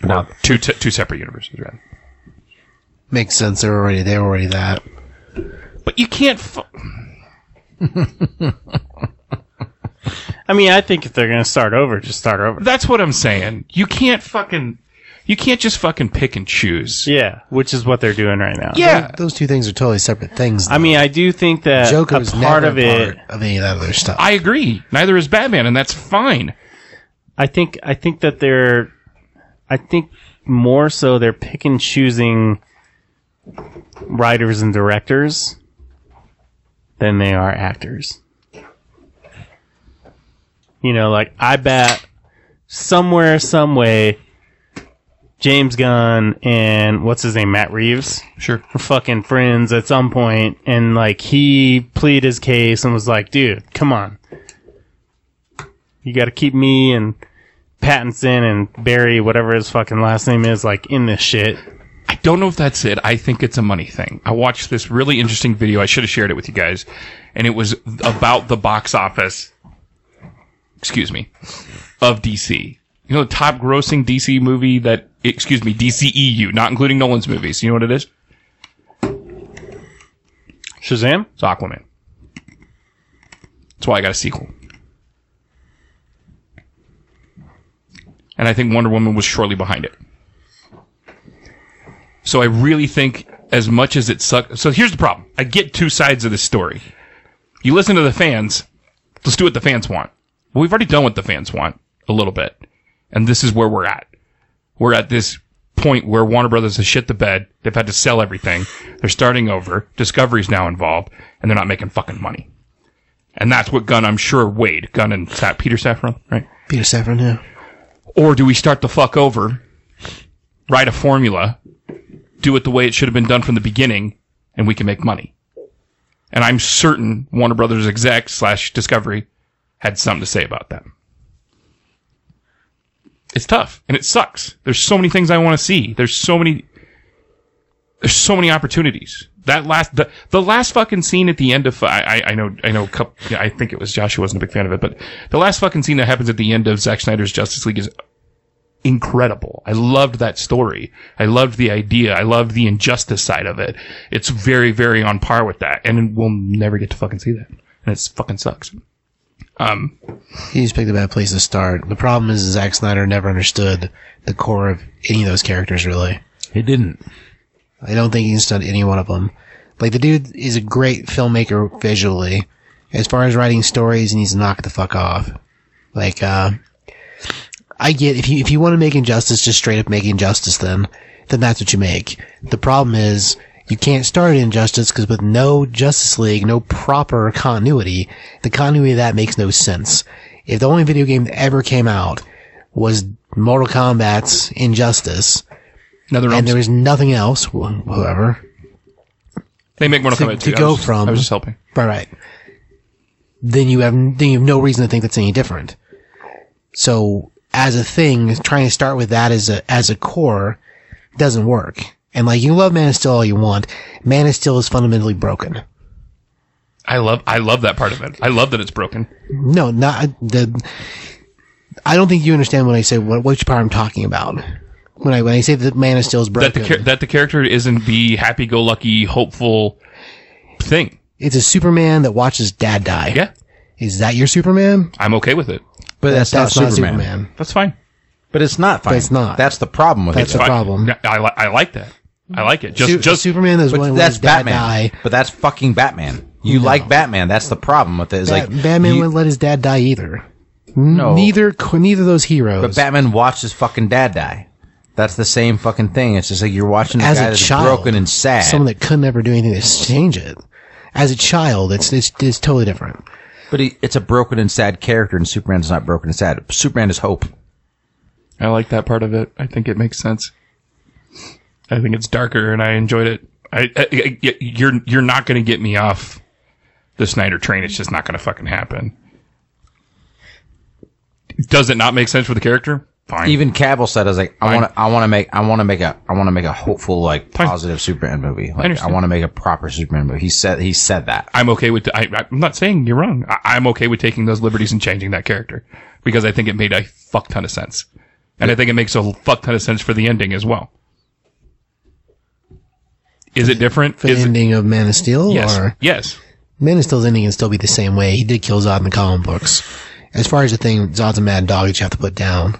Speaker 4: Or two t- two separate universes, rather.
Speaker 3: Makes sense. They're already they're already that.
Speaker 4: But you can't. Fu-
Speaker 2: I mean, I think if they're gonna start over, just start over.
Speaker 4: That's what I'm saying. You can't fucking. You can't just fucking pick and choose.
Speaker 2: Yeah, which is what they're doing right now.
Speaker 4: Yeah.
Speaker 3: Those two things are totally separate things.
Speaker 2: I mean, I do think that
Speaker 3: Joker
Speaker 2: a
Speaker 3: was
Speaker 2: part
Speaker 3: never
Speaker 2: of it.
Speaker 3: part of any of that other stuff.
Speaker 4: I agree. Neither is Batman, and that's fine.
Speaker 2: I think I think that they're I think more so they're pick and choosing writers and directors than they are actors. You know, like I bet somewhere, some way, James Gunn and what's his name, Matt Reeves,
Speaker 4: Sure.
Speaker 2: were fucking friends at some point, and like he pleaded his case and was like, "Dude, come on, you got to keep me and Pattinson and Barry, whatever his fucking last name is, like in this shit."
Speaker 4: I don't know if that's it. I think it's a money thing. I watched this really interesting video. I should have shared it with you guys, and it was about the box office. Excuse me, of DC. You know the top grossing DC movie that excuse me DCEU, not including Nolan's movies. You know what it is?
Speaker 2: Shazam?
Speaker 4: It's Aquaman. That's why I got a sequel. and I think Wonder Woman was shortly behind it. So I really think as much as it sucks. So here's the problem. I get two sides of this story. You listen to the fans. Let's do what the fans want. Well, we've already done what the fans want a little bit. And this is where we're at. We're at this point where Warner Brothers has shit the bed. They've had to sell everything. They're starting over. Discovery's now involved and they're not making fucking money. And that's what Gunn, I'm sure, Wade, Gunn and Sa- Peter Safran, right?
Speaker 3: Peter Safran, yeah.
Speaker 4: Or do we start the fuck over, write a formula, do it the way it should have been done from the beginning, and we can make money? And I'm certain Warner Brothers exec slash Discovery had something to say about that. It's tough and it sucks. There's so many things I want to see. There's so many. There's so many opportunities. That last the, the last fucking scene at the end of I I, I know I know a couple, yeah, I think it was Josh who wasn't a big fan of it, but the last fucking scene that happens at the end of Zack Snyder's Justice League is incredible. I loved that story. I loved the idea. I loved the injustice side of it. It's very, very on par with that. And we'll never get to fucking see that. And it's fucking sucks. Um,
Speaker 3: He just picked a bad place to start. The problem is Zack Snyder never understood the core of any of those characters, really.
Speaker 1: It didn't.
Speaker 3: I don't think he understood any one of them. Like, the dude is a great filmmaker visually. As far as writing stories, he needs to knock the fuck off. Like, uh, I get if you if you want to make injustice, just straight up make injustice. Then, then that's what you make. The problem is you can't start injustice because with no Justice League, no proper continuity, the continuity of that makes no sense. If the only video game that ever came out was Mortal Kombat's Injustice,
Speaker 4: another
Speaker 3: and there was nothing else, wh- whoever,
Speaker 4: they make Mortal
Speaker 3: to-
Speaker 4: Kombat
Speaker 3: to
Speaker 4: 2. I
Speaker 3: go
Speaker 4: was just-
Speaker 3: from-
Speaker 4: I was just helping.
Speaker 3: Right, right. Then you have then you have no reason to think that's any different. So as a thing, trying to start with that as a as a core doesn't work. And like you can love Man of Steel all you want, Man of Steel is fundamentally broken.
Speaker 4: I love I love that part of it. I love that it's broken.
Speaker 3: No, not the. I don't think you understand when I say what which part I'm talking about. When I when I say that Man of Steel is
Speaker 4: That
Speaker 3: broken,
Speaker 4: the char- that the character isn't the happy-go-lucky, hopeful thing.
Speaker 3: it's a Superman that watches Dad die.
Speaker 4: Yeah,
Speaker 3: Is that your Superman?
Speaker 4: I'm okay with it.
Speaker 1: But that's, not, Superman.
Speaker 4: That's fine.
Speaker 1: But it's not fine.
Speaker 3: it's not.
Speaker 1: That's the problem with
Speaker 3: That's
Speaker 1: it.
Speaker 3: the
Speaker 1: though.
Speaker 4: Fine.
Speaker 3: problem.
Speaker 4: Yeah, I, li- I like that. I like it. Just
Speaker 3: Su-
Speaker 4: just
Speaker 3: Superman that's willing
Speaker 1: But
Speaker 3: to let
Speaker 1: that's
Speaker 3: his dad
Speaker 1: Batman.
Speaker 3: die.
Speaker 1: But that's fucking Batman. You like Batman. That's the problem with it. It's
Speaker 3: Bat-
Speaker 1: like
Speaker 3: Batman
Speaker 1: you-
Speaker 3: wouldn't let his dad die either.
Speaker 1: no,
Speaker 3: Neither neither of those heroes.
Speaker 1: But Batman watched his fucking dad die. That's the same fucking thing. It's just like you're watching a
Speaker 3: as
Speaker 1: guy
Speaker 3: a
Speaker 1: that's
Speaker 3: child,
Speaker 1: broken and sad.
Speaker 3: someone that could never do anything to change it. As a child, it's it's, it's totally different.
Speaker 1: but he, it's a broken and sad character, and Superman's not broken and sad. Superman is hope.
Speaker 4: I like that part of it. I think it makes sense. I think it's darker, and I enjoyed it. I, I, I- y- you're you're not going to get me off the Snyder train. It's just not going to fucking happen. Does it not make sense for the character? Fine.
Speaker 1: Even Cavill said, "I was like, I
Speaker 4: Fine.
Speaker 1: want to, I want to make, I want to make a, I want to make a hopeful, like,
Speaker 4: Fine.
Speaker 1: positive Superman movie. Like, I,
Speaker 4: understand.
Speaker 1: want to make a proper Superman movie." He said, he said that.
Speaker 4: I'm okay with. I, I'm not saying you're wrong. I, I'm okay with taking those liberties and changing that character because I think it made a fuck ton of sense, and I think it makes a fuck ton of sense for the ending as well. Is it different?
Speaker 3: For the
Speaker 4: Is it,
Speaker 3: ending of Man of Steel,
Speaker 4: yes.
Speaker 3: or
Speaker 4: Yes.
Speaker 3: Man of Steel's ending can still be the same way. He did kill Zod in the comic books. As far as the thing, Zod's a mad dog that you have to put down.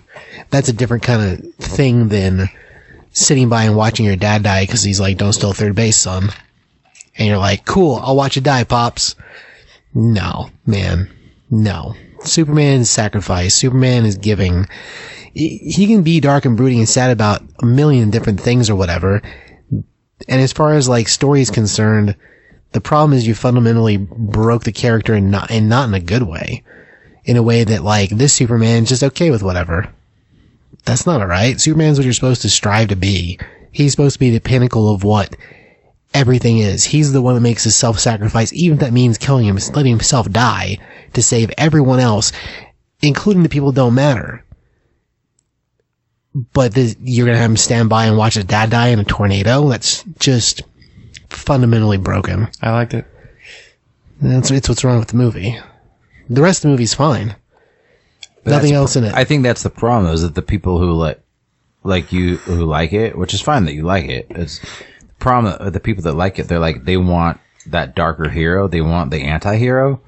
Speaker 3: That's a different kind of thing than sitting by and watching your dad die because he's like, "Don't steal third base, son," and you're like, "Cool, I'll watch you die, pops." No, man, no. Superman is sacrifice. Superman is giving. He he can be dark and brooding and sad about a million different things or whatever. And as far as like story is concerned, the problem is you fundamentally broke the character and not and not in a good way, in a way that like this Superman's just okay with whatever. That's not all right. Superman's what you're supposed to strive to be. He's supposed to be the pinnacle of what everything is. He's the one that makes his self-sacrifice, even if that means killing him, letting himself die to save everyone else, including the people that don't matter. But this, you're gonna have him stand by and watch his dad die in a tornado. That's just fundamentally broken.
Speaker 4: I liked it.
Speaker 3: That's it's what's wrong with the movie. The rest of the movie's fine.
Speaker 1: But
Speaker 3: Nothing
Speaker 1: that's-
Speaker 3: else in it.
Speaker 1: I think that's the problem, though, is that the people who like, like you, who like it, which is fine that you like it. It's the problem. that The people that like it, they're like, they want that darker hero. They want the anti-hero.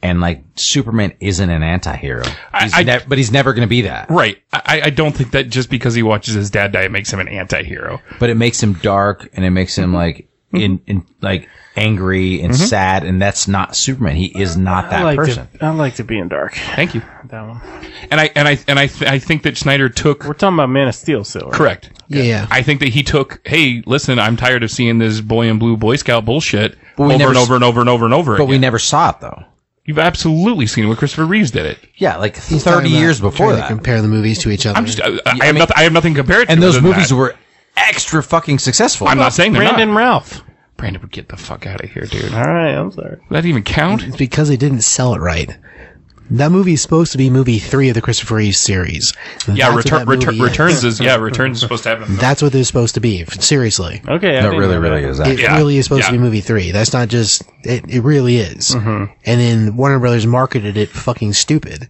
Speaker 1: And like Superman isn't an anti-hero.
Speaker 4: I-
Speaker 1: He's
Speaker 4: I-
Speaker 1: ne- but he's never going to be that.
Speaker 4: Right. I, I don't think that just because he watches his dad die, it makes him an anti hero.
Speaker 1: But it makes him dark and it makes
Speaker 4: Mm-hmm.
Speaker 1: him like in, in like angry and sad and that's not Superman. He is not that
Speaker 2: I like
Speaker 1: person.
Speaker 2: To, I like to be in dark.
Speaker 4: Thank you.
Speaker 2: That one.
Speaker 4: And I and I and I th- I think that Snyder took
Speaker 2: We're talking about Man of Steel, still. Right?
Speaker 4: correct.
Speaker 3: Yeah, yeah.
Speaker 4: I think that he took. Hey, listen, I'm tired of seeing this boy in blue Boy Scout bullshit
Speaker 1: we
Speaker 4: over
Speaker 1: never
Speaker 4: and
Speaker 1: s-
Speaker 4: over and over and over and over.
Speaker 1: But
Speaker 4: again.
Speaker 1: we never saw it though.
Speaker 4: You've absolutely seen it when Christopher Reeves did it.
Speaker 1: Yeah, like
Speaker 3: He's
Speaker 1: 30
Speaker 3: talking about
Speaker 1: years before
Speaker 3: uh, trying to
Speaker 1: that.
Speaker 3: compare the movies to each other.
Speaker 4: I'm just. I, I, have nothing. I have nothing compared to.
Speaker 1: and those
Speaker 4: other than
Speaker 1: movies
Speaker 4: that.
Speaker 1: were extra fucking successful.
Speaker 4: I'm not saying they're
Speaker 2: Brandon
Speaker 4: not.
Speaker 2: Ralph.
Speaker 4: Brandon, get the fuck out of here, dude.
Speaker 2: All right, I'm sorry.
Speaker 4: That even count?
Speaker 3: It's because they didn't sell it right. That movie is supposed to be movie three of the Christopher Reeve series. That's
Speaker 4: Yeah,
Speaker 3: what
Speaker 4: return,
Speaker 3: that movie
Speaker 4: return,
Speaker 3: is.
Speaker 4: returns is yeah, returns is supposed to happen.
Speaker 3: That's what they're supposed to be. Seriously,
Speaker 2: Okay.
Speaker 1: that
Speaker 2: I didn't
Speaker 1: really,
Speaker 2: know
Speaker 1: really
Speaker 2: that.
Speaker 1: is
Speaker 3: it
Speaker 1: that.
Speaker 4: Yeah,
Speaker 3: really is supposed to be
Speaker 4: yeah.
Speaker 3: movie three. That's not just. It, it really is. And then Warner Brothers marketed it fucking stupid.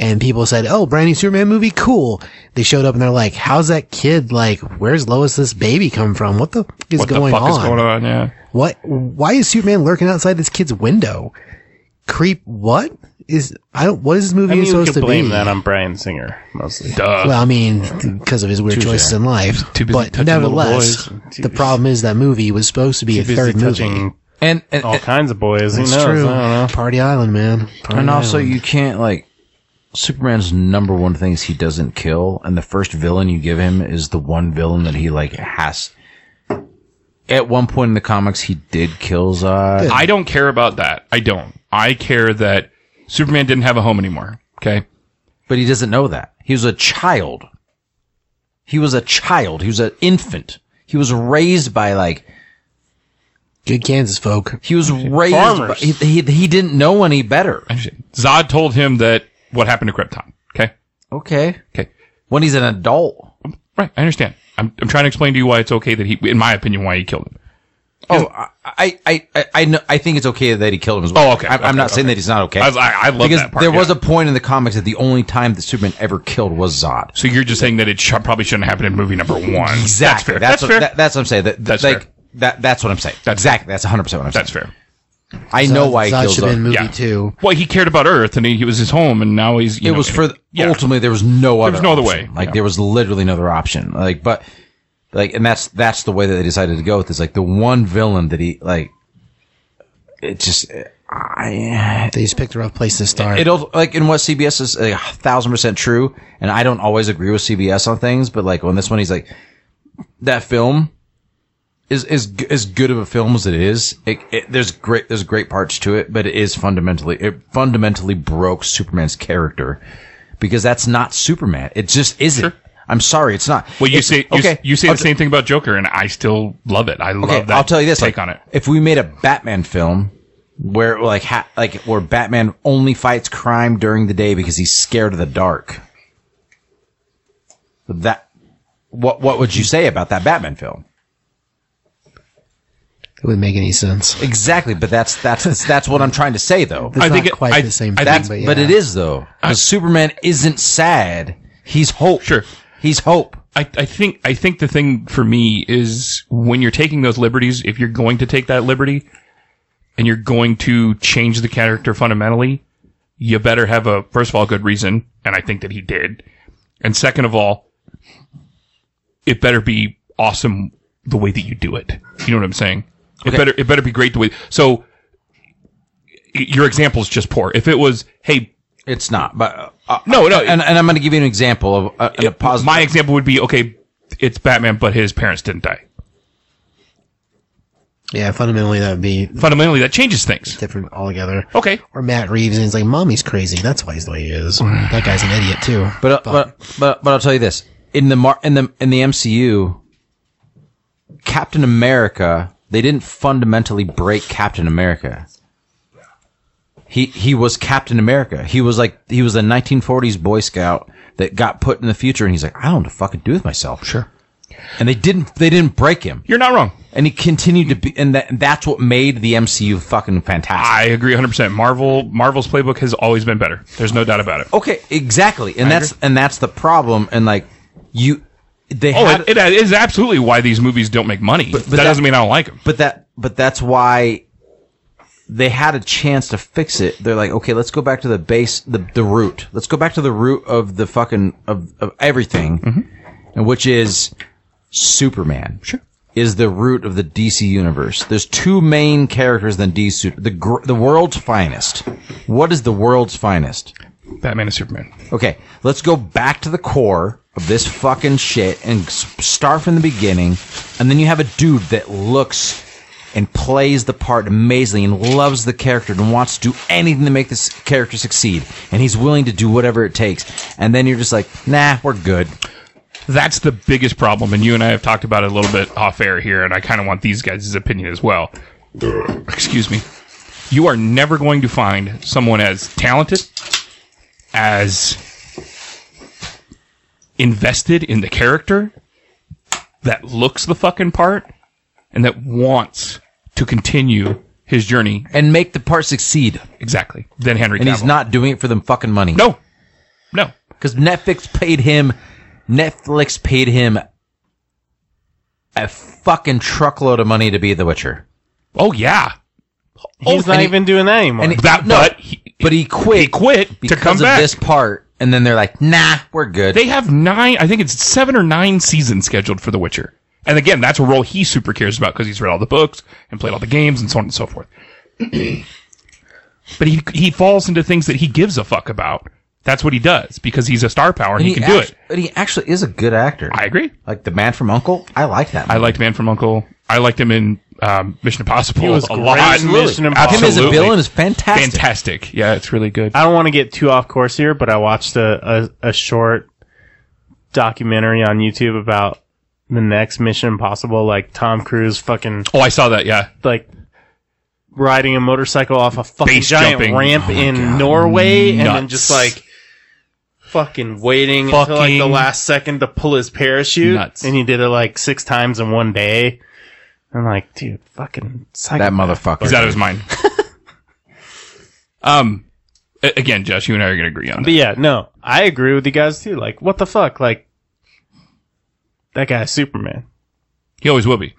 Speaker 3: And people said, "Oh, brand new Superman movie, cool." They showed up and they're like, "How's that kid? Like, where's Lois? This baby come from? What the fuck is
Speaker 4: what
Speaker 3: going
Speaker 4: the fuck
Speaker 3: on?
Speaker 4: is going on? Yeah.
Speaker 3: What? Why is Superman lurking outside this kid's window? Creep. What is? I don't. What is this movie
Speaker 2: I mean, you
Speaker 3: supposed
Speaker 2: could
Speaker 3: to
Speaker 2: blame
Speaker 3: be?
Speaker 2: that on Brian Singer mostly.
Speaker 4: Duh.
Speaker 3: well, I mean, because of his weird choices in life.
Speaker 4: Too busy
Speaker 3: but
Speaker 4: touching little
Speaker 3: nevertheless,
Speaker 2: boys. Too
Speaker 3: the
Speaker 2: busy-
Speaker 3: problem is that movie was supposed to be a
Speaker 2: Busy
Speaker 3: third movie.
Speaker 2: touching
Speaker 1: And, and,
Speaker 2: all kinds of boys. Who
Speaker 3: It's
Speaker 2: knows?
Speaker 3: true.
Speaker 2: I don't know.
Speaker 3: Party Island, man. Party
Speaker 1: and also,
Speaker 3: Island.
Speaker 1: you can't like Superman's number one thing is he doesn't kill, and the first villain you give him is the one villain that he like has. At one point in the comics, he did kill Zod.
Speaker 4: I don't care about that. I don't. I care that Superman didn't have a home anymore. Okay.
Speaker 1: but he doesn't know that. He was a child. He was a child. He was an infant. He was raised by like
Speaker 3: good Kansas folk.
Speaker 1: he was raised. By,
Speaker 2: Farmers.
Speaker 1: he, he he didn't know any better.
Speaker 4: Zod told him that what happened to Krypton. Okay.
Speaker 1: Okay,
Speaker 4: Okay.
Speaker 1: when he's an adult,
Speaker 4: Right. I understand. I'm, I'm trying to explain to you why it's okay that he, in my opinion, why he killed him.
Speaker 1: Oh, I, I, I, I, know, I think it's okay that he killed him as well.
Speaker 4: Oh, okay,
Speaker 1: I, I'm
Speaker 4: okay,
Speaker 1: not saying
Speaker 4: okay.
Speaker 1: that he's not okay.
Speaker 4: I was- I- I love
Speaker 1: because
Speaker 4: that part,
Speaker 1: there was
Speaker 4: yeah.
Speaker 1: a point in the comics that the only time that Superman ever killed was Zod.
Speaker 4: So you're just saying that it sh- probably shouldn't happen in movie number
Speaker 1: Exactly.
Speaker 4: one. That's fair. That's,
Speaker 1: what,
Speaker 4: fair.
Speaker 1: That, that's what I'm saying. That,
Speaker 4: That's
Speaker 1: that's like
Speaker 4: fair.
Speaker 1: that. That's what I'm saying.
Speaker 4: That's
Speaker 1: exactly. That's 100 percent what I'm
Speaker 4: that's
Speaker 1: saying.
Speaker 4: fair.
Speaker 1: I know why he
Speaker 3: Zod
Speaker 1: killed
Speaker 3: should have been
Speaker 1: Zod.
Speaker 3: movie
Speaker 4: Yeah.
Speaker 3: two.
Speaker 4: Well, he cared about Earth and he, he was his home, and now he's. You
Speaker 1: It
Speaker 4: know,
Speaker 1: was for the,
Speaker 4: yeah.
Speaker 1: ultimately there was no other.
Speaker 4: was no other
Speaker 1: option.
Speaker 4: way.
Speaker 1: Like
Speaker 4: Yeah.
Speaker 1: there was literally no other option. Like but like and that's that's the way that they decided to go with this. Like the one villain that he like it just I
Speaker 3: They just picked a rough place to start.
Speaker 1: It'll like in what CBS is a thousand percent true, and I don't always agree with CBS on things, but like on this one, he's like that film is is g- as good of a film as it is. It, it, there's great there's great parts to it, but it is fundamentally it fundamentally broke Superman's character because that's not Superman. It just isn't. I'm sorry, it's not.
Speaker 4: Well, you
Speaker 1: It's-
Speaker 4: say you, okay, you say
Speaker 1: I'll
Speaker 4: the
Speaker 1: t-
Speaker 4: same thing about Joker, and I still love it. I love
Speaker 1: Okay,
Speaker 4: that.
Speaker 1: I'll tell you this: like,
Speaker 4: take on it.
Speaker 1: If we made a Batman film where like ha- like where Batman only fights crime during the day because he's scared of the dark, that what what would you say about that Batman film?
Speaker 3: it wouldn't make any sense.
Speaker 1: Exactly, but that's that's [laughs] that's what I'm trying to say though.
Speaker 3: It's
Speaker 4: I think
Speaker 3: not
Speaker 4: it-
Speaker 3: quite
Speaker 4: I-
Speaker 3: the same
Speaker 4: I
Speaker 3: thing,
Speaker 4: think-
Speaker 3: but, yeah.
Speaker 1: But it is though. 'Cause Superman isn't sad. He's hope.
Speaker 4: Sure.
Speaker 1: He's hope.
Speaker 4: I, I think I think the thing for me is when you're taking those liberties, if you're going to take that liberty and you're going to change the character fundamentally, you better have a first of all good reason, and I think that he did. And second of all, it better be awesome the way that you do it. You know what I'm saying? It better it better be great the way. So y- your example is just poor. If it was, hey,
Speaker 1: It's not. But uh,
Speaker 4: No, no.
Speaker 1: And, and I'm going to give you an example of uh, a positive.
Speaker 4: my example would be okay, it's Batman, but his parents didn't die.
Speaker 3: Yeah, fundamentally that would be
Speaker 4: Fundamentally, that changes things.
Speaker 3: different altogether.
Speaker 4: Okay.
Speaker 3: Or Matt Reeves and he's like, "Mommy's crazy. That's why he's the way he
Speaker 2: [sighs]
Speaker 3: is. that guy's an idiot too."
Speaker 1: But uh, but but but I'll tell you this: in the mar- in the in the MCU, Captain America, they didn't fundamentally break Captain America. He he was Captain America. He was like he was a 1940s Boy Scout that got put in the future, and he's like, I don't know what to fucking do with myself. Sure. And they didn't they didn't break him,
Speaker 4: You're not wrong.
Speaker 1: and he continued to be, and that that's what made the MCU fucking fantastic.
Speaker 4: I agree 100%. Marvel Marvel's playbook has always been better. There's no doubt about it.
Speaker 1: okay, exactly, and that's and that's the problem, and like you. They
Speaker 4: Oh,
Speaker 1: had,
Speaker 4: it, it is absolutely why these movies don't make money.
Speaker 1: but
Speaker 4: that,
Speaker 1: that-
Speaker 4: doesn't mean I don't like them.
Speaker 1: but that but that's why they had a chance to fix it. They're like, okay, let's go back to the base, the the root. Let's go back to the root of the fucking of of everything, and which is Superman. Sure. Is the root of the DC universe. There's two main characters in the DC. The gr- the world's finest. What is the world's finest?
Speaker 4: Batman and Superman.
Speaker 1: Okay, let's go back to the core of this fucking shit and s- start from the beginning. And then you have a dude that looks and plays the part amazingly and loves the character and wants to do anything to make this character succeed. And he's willing to do whatever it takes. And then you're just like, nah, we're good.
Speaker 4: That's the biggest problem, and you and I have talked about it a little bit off air here, and I kind of want these guys' opinion as well. Excuse me. You are never going to find someone as talented, as invested in the character, that looks the fucking part, and that wants to continue his journey
Speaker 1: And make the part succeed.
Speaker 4: exactly than Henry
Speaker 1: And
Speaker 4: Cavill.
Speaker 1: he's not doing it for them fucking money.
Speaker 4: No, no.
Speaker 1: Because Netflix paid him. Netflix paid him a fucking truckload of money to be The Witcher.
Speaker 4: Oh yeah. Oh,
Speaker 2: He's not even doing that anymore.
Speaker 1: And he-
Speaker 4: That,
Speaker 1: no,
Speaker 4: but he,
Speaker 1: but he quit.
Speaker 4: He quit to
Speaker 1: because
Speaker 4: come
Speaker 1: of
Speaker 4: back.
Speaker 1: this part, and then they're like, "Nah, we're good."
Speaker 4: They have nine. I think it's seven or nine seasons scheduled for The Witcher. And again, that's a role he super cares about because he's read all the books and played all the games and so on and so forth. but he he falls into things that he gives a fuck about. That's what he does because he's a star power and, he, can do
Speaker 1: act-
Speaker 4: it.
Speaker 1: And he actually is a good actor.
Speaker 4: I agree.
Speaker 1: like the man from Uncle. I like that.
Speaker 4: I
Speaker 1: movie.
Speaker 4: liked Man from Uncle. I liked him in um, Mission Impossible.
Speaker 2: He was
Speaker 4: a
Speaker 2: great
Speaker 4: lot.
Speaker 2: in Mission
Speaker 1: him
Speaker 2: Impossible.
Speaker 1: as a
Speaker 4: Absolutely.
Speaker 1: villain is fantastic.
Speaker 4: Fantastic. Yeah, it's really good.
Speaker 2: I don't want to get too off course here, but I watched a, a, a short documentary on YouTube about the next Mission Impossible, like Tom Cruise fucking
Speaker 4: Oh, I saw that. Yeah,
Speaker 2: like riding a motorcycle off a fucking
Speaker 4: Base
Speaker 2: giant
Speaker 4: jumping.
Speaker 2: ramp
Speaker 4: Oh my
Speaker 2: in
Speaker 4: God.
Speaker 2: Norway, and then
Speaker 4: Nuts.
Speaker 2: just like fucking waiting until like the
Speaker 4: Fucking
Speaker 2: last second to pull his parachute,
Speaker 4: nuts.
Speaker 2: and he did it like six times in one day. I'm like, dude, fucking psycho.
Speaker 1: that motherfucker.
Speaker 4: he's out of his mind. um, a- again, Josh, you and I are going to agree on
Speaker 2: But
Speaker 4: that.
Speaker 2: yeah, no, I agree with you guys too. Like, what the fuck? Like, that guy's Superman.
Speaker 4: He always will be.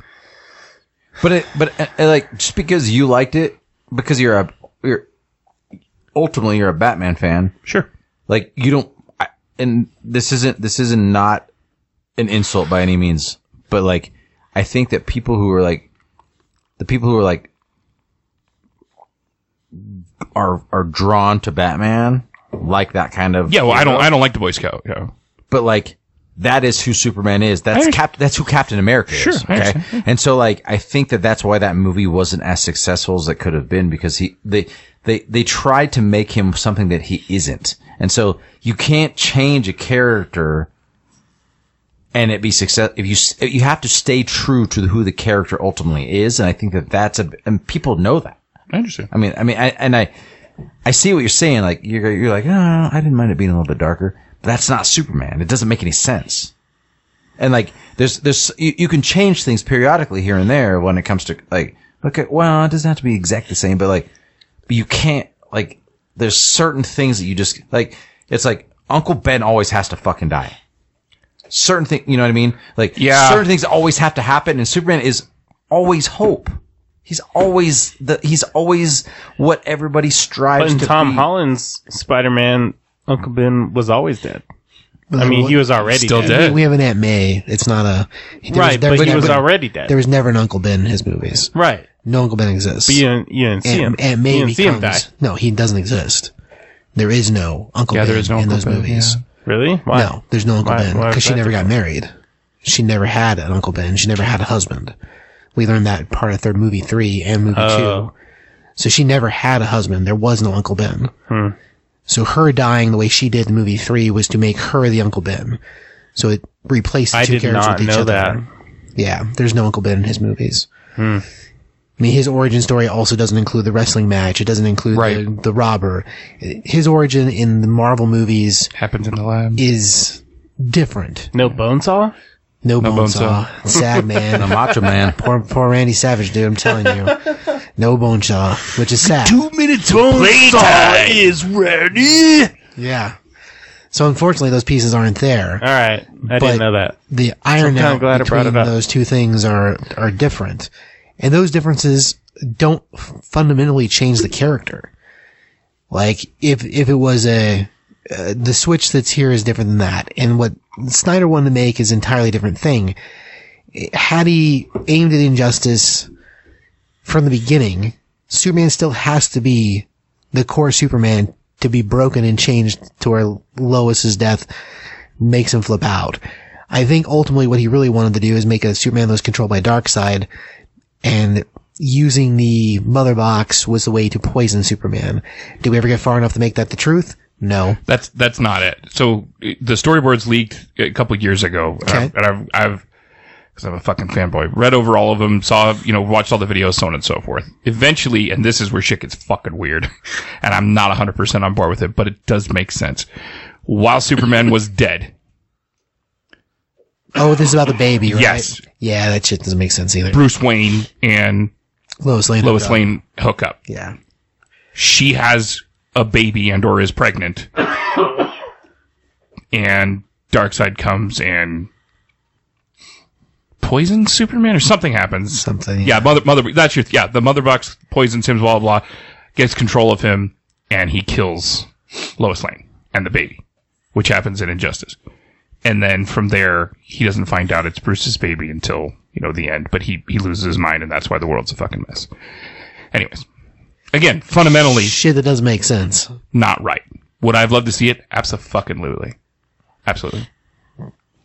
Speaker 1: But it, but uh, uh, like just because you liked it, because you're a you're ultimately you're a Batman fan.
Speaker 4: Sure.
Speaker 1: Like you don't. I, and this isn't this isn't not an insult by any means, but like I think that people who are like the people who are like are are drawn to Batman like that kind of
Speaker 4: Yeah, well, I don't. I don't like the Boy Scout. You know.
Speaker 1: but like that is who Superman is. That's
Speaker 4: I-
Speaker 1: Cap- that's who Captain America
Speaker 4: Sure,
Speaker 1: is.
Speaker 4: I
Speaker 1: Okay, and so like I think that that's why that movie wasn't as successful as it could have been because he they they they tried to make him something that he isn't, and so you can't change a character and it be success if you s- you have to stay true to who the character ultimately is, and I think that that's a and people know that.
Speaker 4: I understand.
Speaker 1: I mean, I mean, I, and I, I see what you're saying. Like you're, you're like, oh, I didn't mind it being a little bit darker, but that's not Superman. It doesn't make any sense. And like, there's, there's, you, you can change things periodically here and there when it comes to like, okay, well, it doesn't have to be exact the same, but like, but you can't like, there's certain things that you just like. It's like Uncle Ben always has to fucking die. Certain thing, you know what I mean? Like,
Speaker 4: Yeah.
Speaker 1: certain things always have to happen, and Superman is always hope. He's always the he's always what everybody
Speaker 2: But
Speaker 1: strives
Speaker 2: in
Speaker 1: to
Speaker 2: Tom
Speaker 1: be.
Speaker 2: Holland's Spider-Man, Uncle Ben was always dead. I mean, he was already
Speaker 4: Still
Speaker 2: dead.
Speaker 4: dead.
Speaker 3: we have an Aunt May. It's not a there was-
Speaker 2: Right,
Speaker 3: there
Speaker 2: but he
Speaker 3: never-
Speaker 2: was already dead.
Speaker 3: There was never an Uncle Ben in his movies.
Speaker 2: right.
Speaker 3: No Uncle Ben exists.
Speaker 2: But you didn't, you didn't see him.
Speaker 3: Aunt, Aunt May
Speaker 2: you didn't
Speaker 3: becomes
Speaker 2: see him die.
Speaker 3: no, he doesn't exist. There is no Uncle
Speaker 4: Yeah,
Speaker 3: Ben
Speaker 4: there is no
Speaker 3: in
Speaker 4: Uncle
Speaker 3: those
Speaker 4: Ben,
Speaker 3: movies.
Speaker 2: Really? Why?
Speaker 3: No, there's no Uncle
Speaker 2: Why-
Speaker 3: Ben
Speaker 2: why is
Speaker 3: because she
Speaker 2: that
Speaker 3: never got married. She never had an Uncle Ben. She never had a husband. We learned that part of third movie three and movie
Speaker 2: Oh.
Speaker 3: two. So she never had a husband. There was no Uncle Ben.
Speaker 2: Hmm.
Speaker 3: So her dying the way she did in movie three was to make her the Uncle Ben. So it replaced the
Speaker 2: I
Speaker 3: two
Speaker 2: did
Speaker 3: characters
Speaker 2: not
Speaker 3: with each
Speaker 2: know
Speaker 3: other.
Speaker 2: that.
Speaker 3: Yeah, there's no Uncle Ben in his movies. Hmm. I mean, his origin story also doesn't include the wrestling match. It doesn't include the, the robber. His origin in the Marvel movies
Speaker 4: Happens in the lab.
Speaker 3: is different.
Speaker 2: No bone saw?
Speaker 3: No,
Speaker 4: bone
Speaker 3: bone saw. [laughs] Sad
Speaker 1: the
Speaker 3: man.
Speaker 1: Macho Man.
Speaker 3: poor, poor Randy Savage, dude. I'm telling [laughs] you, no bone saw, which is sad.
Speaker 4: is ready.
Speaker 3: Yeah. So unfortunately, those pieces aren't there.
Speaker 2: All right. I
Speaker 3: But-
Speaker 2: didn't know that.
Speaker 3: the iron
Speaker 2: kinda
Speaker 3: out
Speaker 2: glad I brought
Speaker 3: between
Speaker 2: it up.
Speaker 3: those two things are are different, and those differences don't fundamentally change the character. Like if if it was a uh, the switch that's here is different than that, and what Snyder wanted to make is an entirely different thing. Had he aimed at injustice from the beginning, Superman still has to be the core Superman to be broken and changed to where Lois's death makes him flip out. I think ultimately what he really wanted to do is make a Superman that was controlled by Darkseid and using the mother box was the way to poison Superman. Did we ever get far enough to make that the truth? No.
Speaker 4: That's that's not it. So i- the storyboards leaked a couple of years ago, and I've-
Speaker 3: Okay.
Speaker 4: and I've I've because I'm a fucking fanboy, read over all of them, saw you know, watched all the videos, so on and so forth. Eventually, and this is where shit gets fucking weird, [laughs] and I'm not 100 percent on board with it, but it does make sense. While Superman was [laughs] dead,
Speaker 3: Oh, this is about the baby, right?
Speaker 4: Yes.
Speaker 3: Yeah, that shit doesn't make sense either.
Speaker 4: Bruce Wayne and
Speaker 3: Lois Lane.
Speaker 4: Lois Lane hook up.
Speaker 3: Yeah.
Speaker 4: she has a baby and or is pregnant and darkseid comes and poisons superman or something happens
Speaker 3: Something,
Speaker 4: yeah, mother mother that's your yeah the mother box poisons him blah blah blah, gets control of him and he kills lois lane and the baby which happens in injustice and then from there he doesn't find out it's bruce's baby until you know the end but he he loses his mind and that's why the world's a fucking mess anyways again fundamentally
Speaker 3: Shit that doesn't make sense.
Speaker 4: not right. Would I have loved to see it? Absolutely. Absolutely.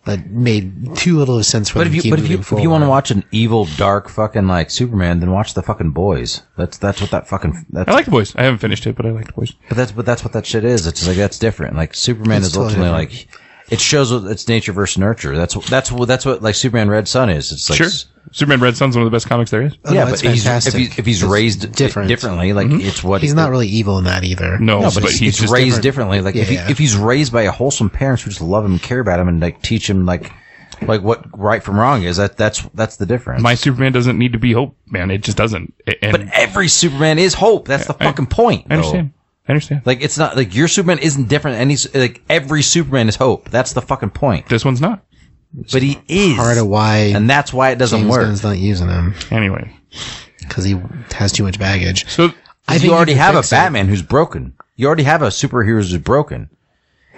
Speaker 3: That made too little of sense
Speaker 1: [laughs]
Speaker 3: for
Speaker 1: But if
Speaker 3: them to
Speaker 1: you
Speaker 3: keep
Speaker 1: but if
Speaker 3: moving
Speaker 1: you, if
Speaker 3: forward.
Speaker 1: you want to watch an evil, dark, fucking like Superman, then watch the fucking boys. That's that's what that fucking that's
Speaker 4: I like the boys. I haven't finished it, but I like the boys.
Speaker 1: But that's but that's what that shit is. It's like that's different. Like Superman
Speaker 3: It's
Speaker 1: is
Speaker 3: totally
Speaker 1: ultimately like it shows what it's nature versus nurture. That's what that's what that's what like Superman Red Sun is. It's like
Speaker 4: Sure. Superman Red Sun's one of the best comics there is.
Speaker 3: Oh, no,
Speaker 1: yeah,
Speaker 3: it's
Speaker 1: but he's, if
Speaker 3: fantastic.
Speaker 1: he's if he's
Speaker 3: It's
Speaker 1: raised
Speaker 3: different.
Speaker 1: differently, like it's what
Speaker 3: He's not really evil in that either.
Speaker 4: No,
Speaker 1: No,
Speaker 4: but, he's,
Speaker 1: he's
Speaker 4: just
Speaker 1: raised differently. Like if, he,
Speaker 3: Yeah.
Speaker 1: if he's raised by a wholesome parents who just love him, and care about him, and like teach him like like what right from wrong is. That that's that's the difference.
Speaker 4: my Superman doesn't need to be Hope, man. It just doesn't. A- And
Speaker 1: but every Superman is hope. That's the
Speaker 4: I-
Speaker 1: fucking point.
Speaker 4: I understand.
Speaker 1: though.
Speaker 4: I understand.
Speaker 1: Oh. Like it's not like your Superman isn't different. than Any s- like every Superman is hope. That's the fucking point.
Speaker 4: this one's not.
Speaker 1: But he is
Speaker 3: Part of why
Speaker 1: and that's why it doesn't
Speaker 3: James
Speaker 1: work.
Speaker 3: Gunn's not using him
Speaker 4: Anyway,
Speaker 3: because he has too much baggage.
Speaker 4: so
Speaker 3: I
Speaker 1: you already
Speaker 3: can
Speaker 1: have a
Speaker 3: fix it.
Speaker 1: Batman who's broken. You already have a superhero who's broken,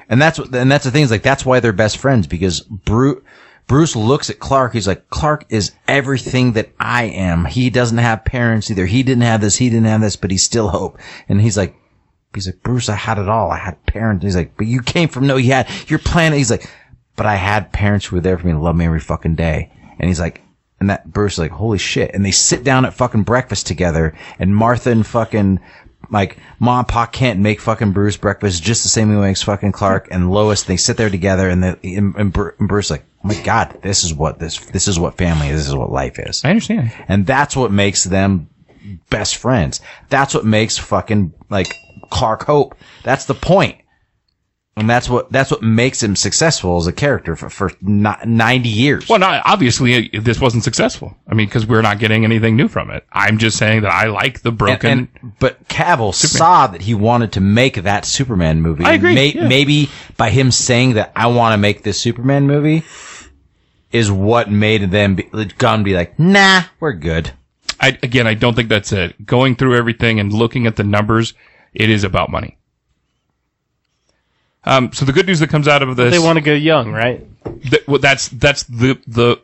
Speaker 1: and that's what- and that's the thing is like that's why they're best friends because Bruce Bruce looks at Clark. He's like Clark is everything that I am. He doesn't have parents either. He didn't have this. He didn't have this, but he's still hope. And he's like. He's like, Bruce, I had it all. I had parents. He's like, but you came from no, you had your planet. He's like, but I had parents who were there for me and loved me every fucking day. And he's like, and that Bruce is like, holy shit. And they sit down at fucking breakfast together and Martha and fucking like mom and pa can't make fucking Bruce breakfast just the same way he makes fucking Clark and Lois. They sit there together and, the, and, and Bru- and Bruce is like, oh my God, this is what this, this is what family is. This is what life is.
Speaker 4: I understand.
Speaker 1: And that's what makes them best friends. That's what makes fucking like Clark Hope. That's the point. And that's what that's what makes him successful as a character for, for ni- ninety years.
Speaker 4: Well, no, obviously uh, this wasn't successful. I mean, because we're not getting anything new from it. I'm just saying that I like the
Speaker 1: And,
Speaker 4: broken.
Speaker 1: and- but Cavill saw that he wanted to make that Superman movie.
Speaker 4: I agree,
Speaker 1: May-
Speaker 4: yeah.
Speaker 1: Maybe by him saying that I want to make this Superman movie is what made them be, gone be like, nah, we're good.
Speaker 4: I, again, I don't think that's it. Going through everything and looking at the numbers, it is about money. Um, so the good news that comes out of this,
Speaker 2: They want to go young, right?
Speaker 4: th- well, that's that's the the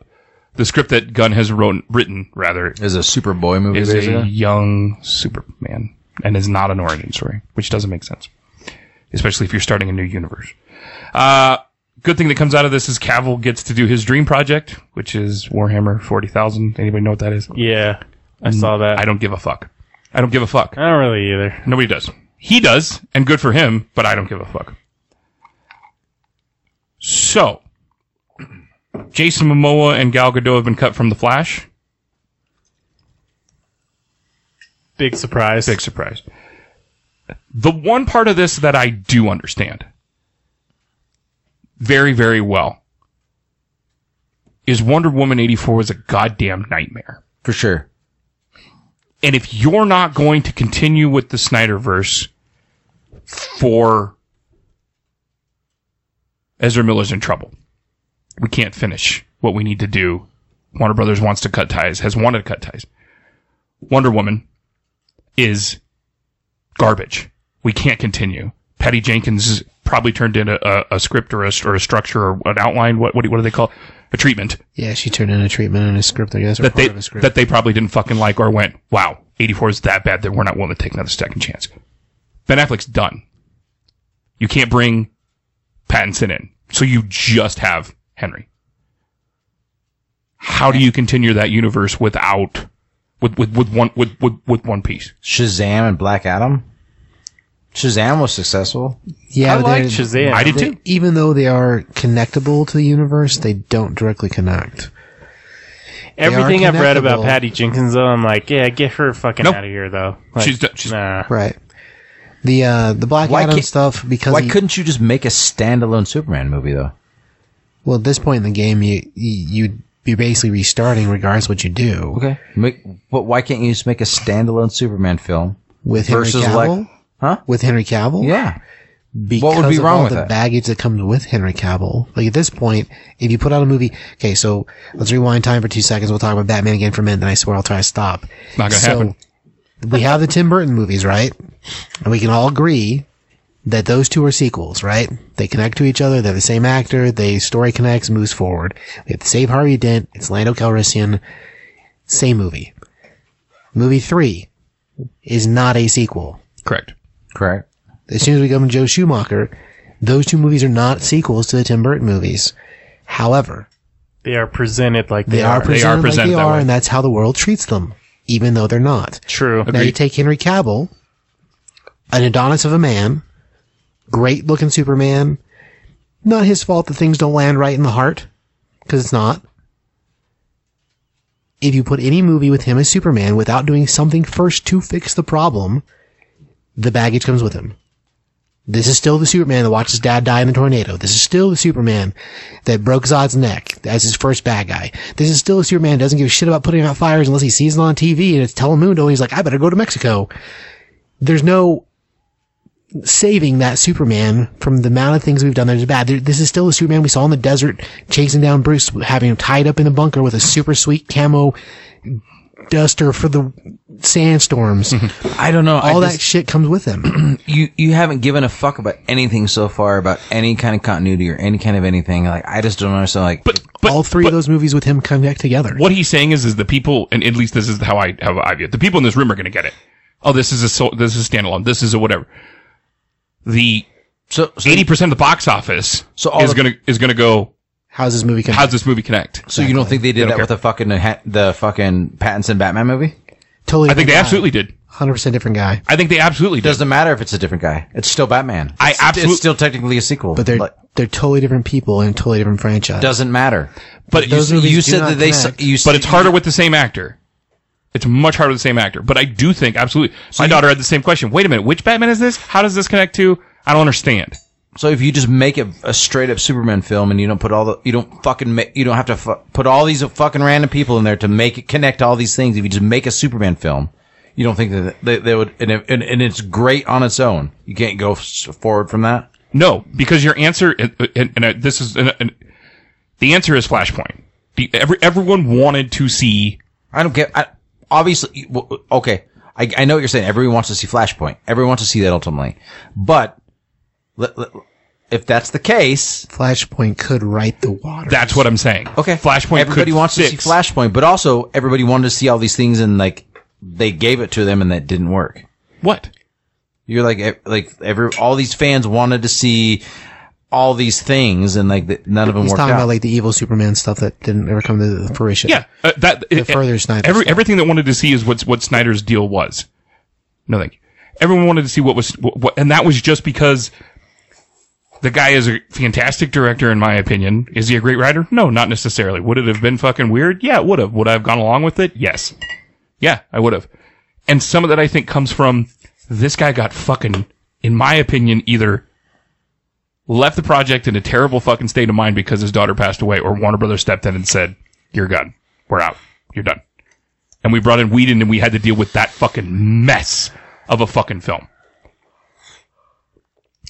Speaker 4: the script that Gunn has wrote, written rather
Speaker 1: Is a Superboy movie.
Speaker 4: is
Speaker 1: basically.
Speaker 4: a young Superman and is not an origin story, which doesn't make sense, especially if you're starting a new universe. Uh, good thing that comes out of this is Cavill gets to do his dream project, which is Warhammer forty thousand. Anybody know what that is?
Speaker 2: Yeah, I saw that.
Speaker 4: I don't give a fuck. I don't give a fuck.
Speaker 2: I don't really either.
Speaker 4: Nobody does. He does, and good for him, but I don't give a fuck. So, [clears throat] Jason Momoa and Gal Gadot have been cut from The Flash.
Speaker 2: Big surprise.
Speaker 4: Big surprise. The one part of this that I do understand very, very well is Wonder Woman 84 was a goddamn nightmare.
Speaker 1: for sure.
Speaker 4: And if you're not going to continue with the Snyderverse for Ezra Miller's in trouble. We can't finish what we need to do. Warner Brothers wants to cut ties, has wanted to cut ties. Wonder Woman is garbage. We can't continue. Patty Jenkins probably turned in a, a, a script or a, or a structure or an outline. What, what, do- what do they call it? A treatment
Speaker 3: Yeah, she turned in a treatment and a script, I guess, or
Speaker 4: that
Speaker 3: part
Speaker 4: they
Speaker 3: of a script.
Speaker 4: that they probably didn't fucking like or went, wow, 84 is that bad that we're not willing to take another second chance. Ben Affleck's done. You can't bring Pattinson in, so you just have Henry. How do you continue that universe without with with, with one with, with with one piece?
Speaker 1: Shazam and Black Adam. Shazam was successful.
Speaker 3: yeah,
Speaker 2: I
Speaker 3: but
Speaker 2: like
Speaker 3: they're-
Speaker 2: Shazam.
Speaker 4: I did
Speaker 3: they-
Speaker 4: too.
Speaker 3: even though they are connectable to the universe, they don't directly connect.
Speaker 2: Everything I've read about
Speaker 3: connectable.
Speaker 2: Patty Jenkins, though, I'm like, yeah, get her fucking
Speaker 4: Nope.
Speaker 2: out of here, though. Like,
Speaker 4: She's done- she's-
Speaker 2: nah.
Speaker 3: Right. The uh, the Black
Speaker 1: Why
Speaker 3: Adam
Speaker 1: can't-
Speaker 3: stuff because
Speaker 1: Why
Speaker 3: he-
Speaker 1: couldn't you just make a standalone Superman movie though?
Speaker 3: well at this point in the game you you you- you're basically restarting regardless what you do
Speaker 1: Okay. Make, but why can't you just make a standalone Superman film?
Speaker 3: with Henry
Speaker 1: Versus, like-
Speaker 3: Cavill
Speaker 1: Huh?
Speaker 3: with Henry Cavill
Speaker 1: Yeah.
Speaker 3: because
Speaker 1: what would be
Speaker 3: of
Speaker 1: wrong
Speaker 3: all
Speaker 1: with
Speaker 3: the
Speaker 1: that?
Speaker 3: baggage that comes with Henry Cavill like at this point if you put out a movie okay so let's rewind time for two seconds we'll talk about Batman again for a minute then I swear I'll try to stop
Speaker 4: Not gonna happen.
Speaker 3: we have the Tim Burton movies, right? And we can all agree that those two are sequels, right? They connect to each other. They're the same actor. The story connects, moves forward. We have to save Harvey Dent. It's Lando Calrissian. Same movie. Movie three is not a sequel.
Speaker 4: Correct.
Speaker 1: Correct.
Speaker 3: As soon as we come to Joe Schumacher, those two movies are not sequels to the Tim Burton movies. However,
Speaker 2: They are presented like they,
Speaker 3: they, are,
Speaker 2: are.
Speaker 3: presented like
Speaker 4: presented
Speaker 3: they
Speaker 4: that
Speaker 3: are,
Speaker 4: way.
Speaker 3: and that's how the world treats them, even though they're not.
Speaker 2: True.
Speaker 3: Now you
Speaker 4: Agreed.
Speaker 3: take Henry Cavill, an Adonis of a man, great looking Superman. Not his fault that things don't land right in the heart, because it's not. If you put any movie with him as Superman without doing something first to fix the problem, the baggage comes with him. This is still the Superman that watched his dad die in the tornado. This is still the Superman that broke Zod's neck as his first bad guy. This is still a Superman that doesn't give a shit about putting out fires unless he sees it on TV and it's Telemundo and he's like, I better go to Mexico. There's no saving that Superman from the amount of things we've done that's bad. There- This is still the Superman we saw in the desert chasing down Bruce, having him tied up in the bunker with a super sweet camo duster for the
Speaker 4: [laughs]
Speaker 3: sandstorms.
Speaker 1: I don't know.
Speaker 3: All
Speaker 1: I
Speaker 3: that shit comes with him.
Speaker 1: you you haven't given a fuck about anything so far about any kind of continuity or any kind of anything. Like I just don't understand. Like
Speaker 4: But [clears throat] but
Speaker 3: All three
Speaker 4: but-
Speaker 3: of those movies with him connect together.
Speaker 4: what he's saying is is the people and at least this is how I how I view it. The people in this room are going to get it. Oh, this is a so, this is standalone. This is a whatever. The
Speaker 1: so, so
Speaker 4: eighty percent of the box office
Speaker 1: So all
Speaker 4: is
Speaker 1: the-
Speaker 4: gonna is gonna go.
Speaker 3: How's this movie connect?
Speaker 4: How's this movie connect?
Speaker 1: So you don't think they did
Speaker 4: They
Speaker 1: that
Speaker 4: don't
Speaker 1: with the fucking ha- the fucking Pattinson Batman movie?
Speaker 3: totally
Speaker 4: I think they absolutely did.
Speaker 3: hundred percent different guy.
Speaker 4: I think they absolutely did.
Speaker 1: Doesn't matter if it's a different guy. It's still Batman.
Speaker 4: I
Speaker 1: It's st-
Speaker 4: absolute-
Speaker 1: It's still technically a sequel.
Speaker 3: But they're
Speaker 1: Like,
Speaker 3: they're totally different people in a totally different franchise.
Speaker 1: doesn't matter.
Speaker 4: But
Speaker 1: You,
Speaker 3: Those
Speaker 1: s-
Speaker 3: movies
Speaker 1: you
Speaker 3: do
Speaker 1: said
Speaker 3: not
Speaker 1: that they. s-
Speaker 3: connect.
Speaker 1: You, s-
Speaker 4: but it's harder with the same actor. It's much harder with the same actor. But I do think absolutely. My daughter had the same question. Wait a minute, which Batman is this? How does this connect to? I don't understand.
Speaker 1: So if you just make it a straight up Superman film and you don't put all the you don't fucking ma- you don't have to fu- put all these fucking random people in there to make it connect all these things. If you just make a Superman film, you don't think that they, they would and, if- and and it's great on its own. You can't go s- forward from that.
Speaker 4: No, because your answer, and, and, and uh, this is and, and the answer is Flashpoint. The, every, everyone wanted to see.
Speaker 1: I don't get. I, obviously, well, okay. I, I know what you're saying. Everyone wants to see Flashpoint. Everyone wants to see that ultimately. But let- let- if that's the case,
Speaker 3: Flashpoint could write the water.
Speaker 4: That's what I'm saying.
Speaker 1: okay.
Speaker 4: Flashpoint.
Speaker 1: Everybody
Speaker 4: could
Speaker 1: wants to
Speaker 4: fix-
Speaker 1: see Flashpoint, but also everybody wanted to see all these things, and like they gave it to them, and that didn't work.
Speaker 4: What?
Speaker 1: You're like ev- like every all these fans wanted to see all these things, and like th- none of them
Speaker 3: He's
Speaker 1: worked
Speaker 3: talking
Speaker 1: out.
Speaker 3: about like the evil Superman stuff that didn't ever come to fruition.
Speaker 4: Yeah, uh, that it-
Speaker 3: further Snyder
Speaker 4: Every,
Speaker 3: stuff.
Speaker 4: everything that wanted to see is what's what Snyder's deal was. No, thank you. Everyone wanted to see what was what, what and that was just because the guy is a fantastic director, in my opinion. Is he a great writer? No, not necessarily. Would it have been fucking weird? Yeah, it would have. Would I have gone along with it? Yes. Yeah, I would have. And some of that I think comes from this guy got fucking, in my opinion, either left the project in a terrible fucking state of mind because his daughter passed away, or Warner Brothers stepped in and said, "You're gone. We're out. You're done." And we brought in Whedon, and we had to deal with that fucking mess of a fucking film.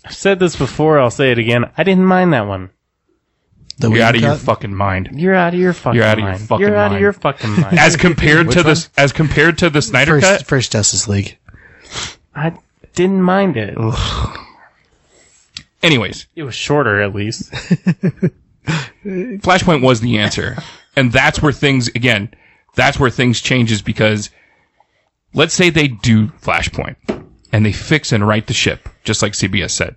Speaker 2: I've said this before. I'll say it again. I didn't mind that one.
Speaker 3: The
Speaker 4: You're
Speaker 3: Whedon
Speaker 4: out of your
Speaker 3: cut?
Speaker 4: fucking mind.
Speaker 2: You're out of your fucking
Speaker 4: You're out of your
Speaker 2: mind.
Speaker 4: fucking
Speaker 2: You're out of
Speaker 4: mind.
Speaker 2: your fucking
Speaker 4: [laughs]
Speaker 2: mind.
Speaker 4: As compared to this, as compared to the Snyder
Speaker 3: first
Speaker 4: cut,
Speaker 3: first Justice League.
Speaker 2: I didn't mind it.
Speaker 4: anyways,
Speaker 2: It was shorter, at
Speaker 3: [laughs]
Speaker 2: least.
Speaker 4: Flashpoint was the answer. And that's where things, again, that's where things changes because let's say they do Flashpoint and they fix and right the ship, just like CBS said.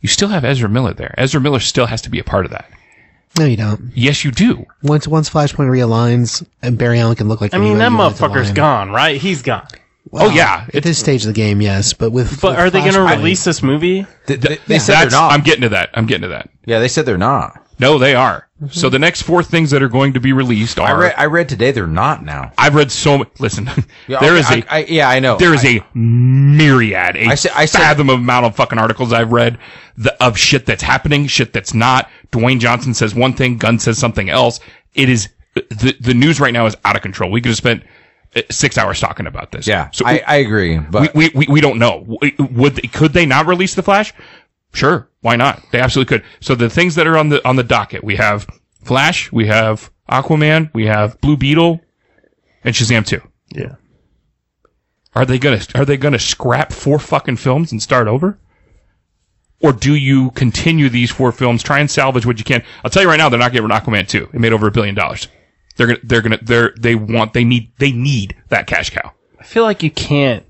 Speaker 4: You still have Ezra Miller there. Ezra Miller still has to be a part of that.
Speaker 3: No, you don't.
Speaker 4: Yes, you do.
Speaker 3: Once once Flashpoint realigns, and Barry Allen can look like.
Speaker 2: I mean, that
Speaker 3: anybody you want to
Speaker 2: motherfucker's
Speaker 3: align.
Speaker 2: gone, right? He's gone.
Speaker 3: Well,
Speaker 4: Oh, yeah.
Speaker 3: At this stage of the game, yes, but with
Speaker 2: But
Speaker 3: with
Speaker 2: are they going to
Speaker 3: Flashpoint-
Speaker 2: release this movie?
Speaker 1: They, they- they said they're
Speaker 4: That's,
Speaker 1: not.
Speaker 4: I'm getting to that. I'm getting to that.
Speaker 1: yeah, they said they're not.
Speaker 4: No, they are. So the next four things that are going to be released
Speaker 1: Mm-hmm. I
Speaker 4: are.
Speaker 1: read. I read today they're not now.
Speaker 4: I've read so much. Listen, [laughs]
Speaker 1: Yeah,
Speaker 4: there
Speaker 1: okay,
Speaker 4: is a.
Speaker 1: I- I- yeah, I know.
Speaker 4: there is
Speaker 1: I-
Speaker 4: a myriad, a
Speaker 1: I said- I said-
Speaker 4: fathom amount of fucking articles I've read the, of shit that's happening, shit that's not. Dwayne Johnson says one thing, Gunn says something else. It is the the news right now is out of control. We could have spent uh, six hours talking about this.
Speaker 1: Yeah,
Speaker 4: so
Speaker 1: I, I agree,
Speaker 4: we,
Speaker 1: but
Speaker 4: we, we we don't know. W- Would they, could they not release the Flash? Sure, why not? They absolutely could. So the things that are on the on the docket, we have Flash, we have Aquaman, we have Blue Beetle, and Shazam two.
Speaker 2: Yeah.
Speaker 4: Are they gonna Are they gonna scrap four fucking films and start over? Or do you continue these four films, try and salvage what you can? I'll tell you right now, they're not getting rid of Aquaman two. It made over a billion dollars. They're gonna They're gonna They're they want they need they need that cash cow.
Speaker 2: I feel like you can't.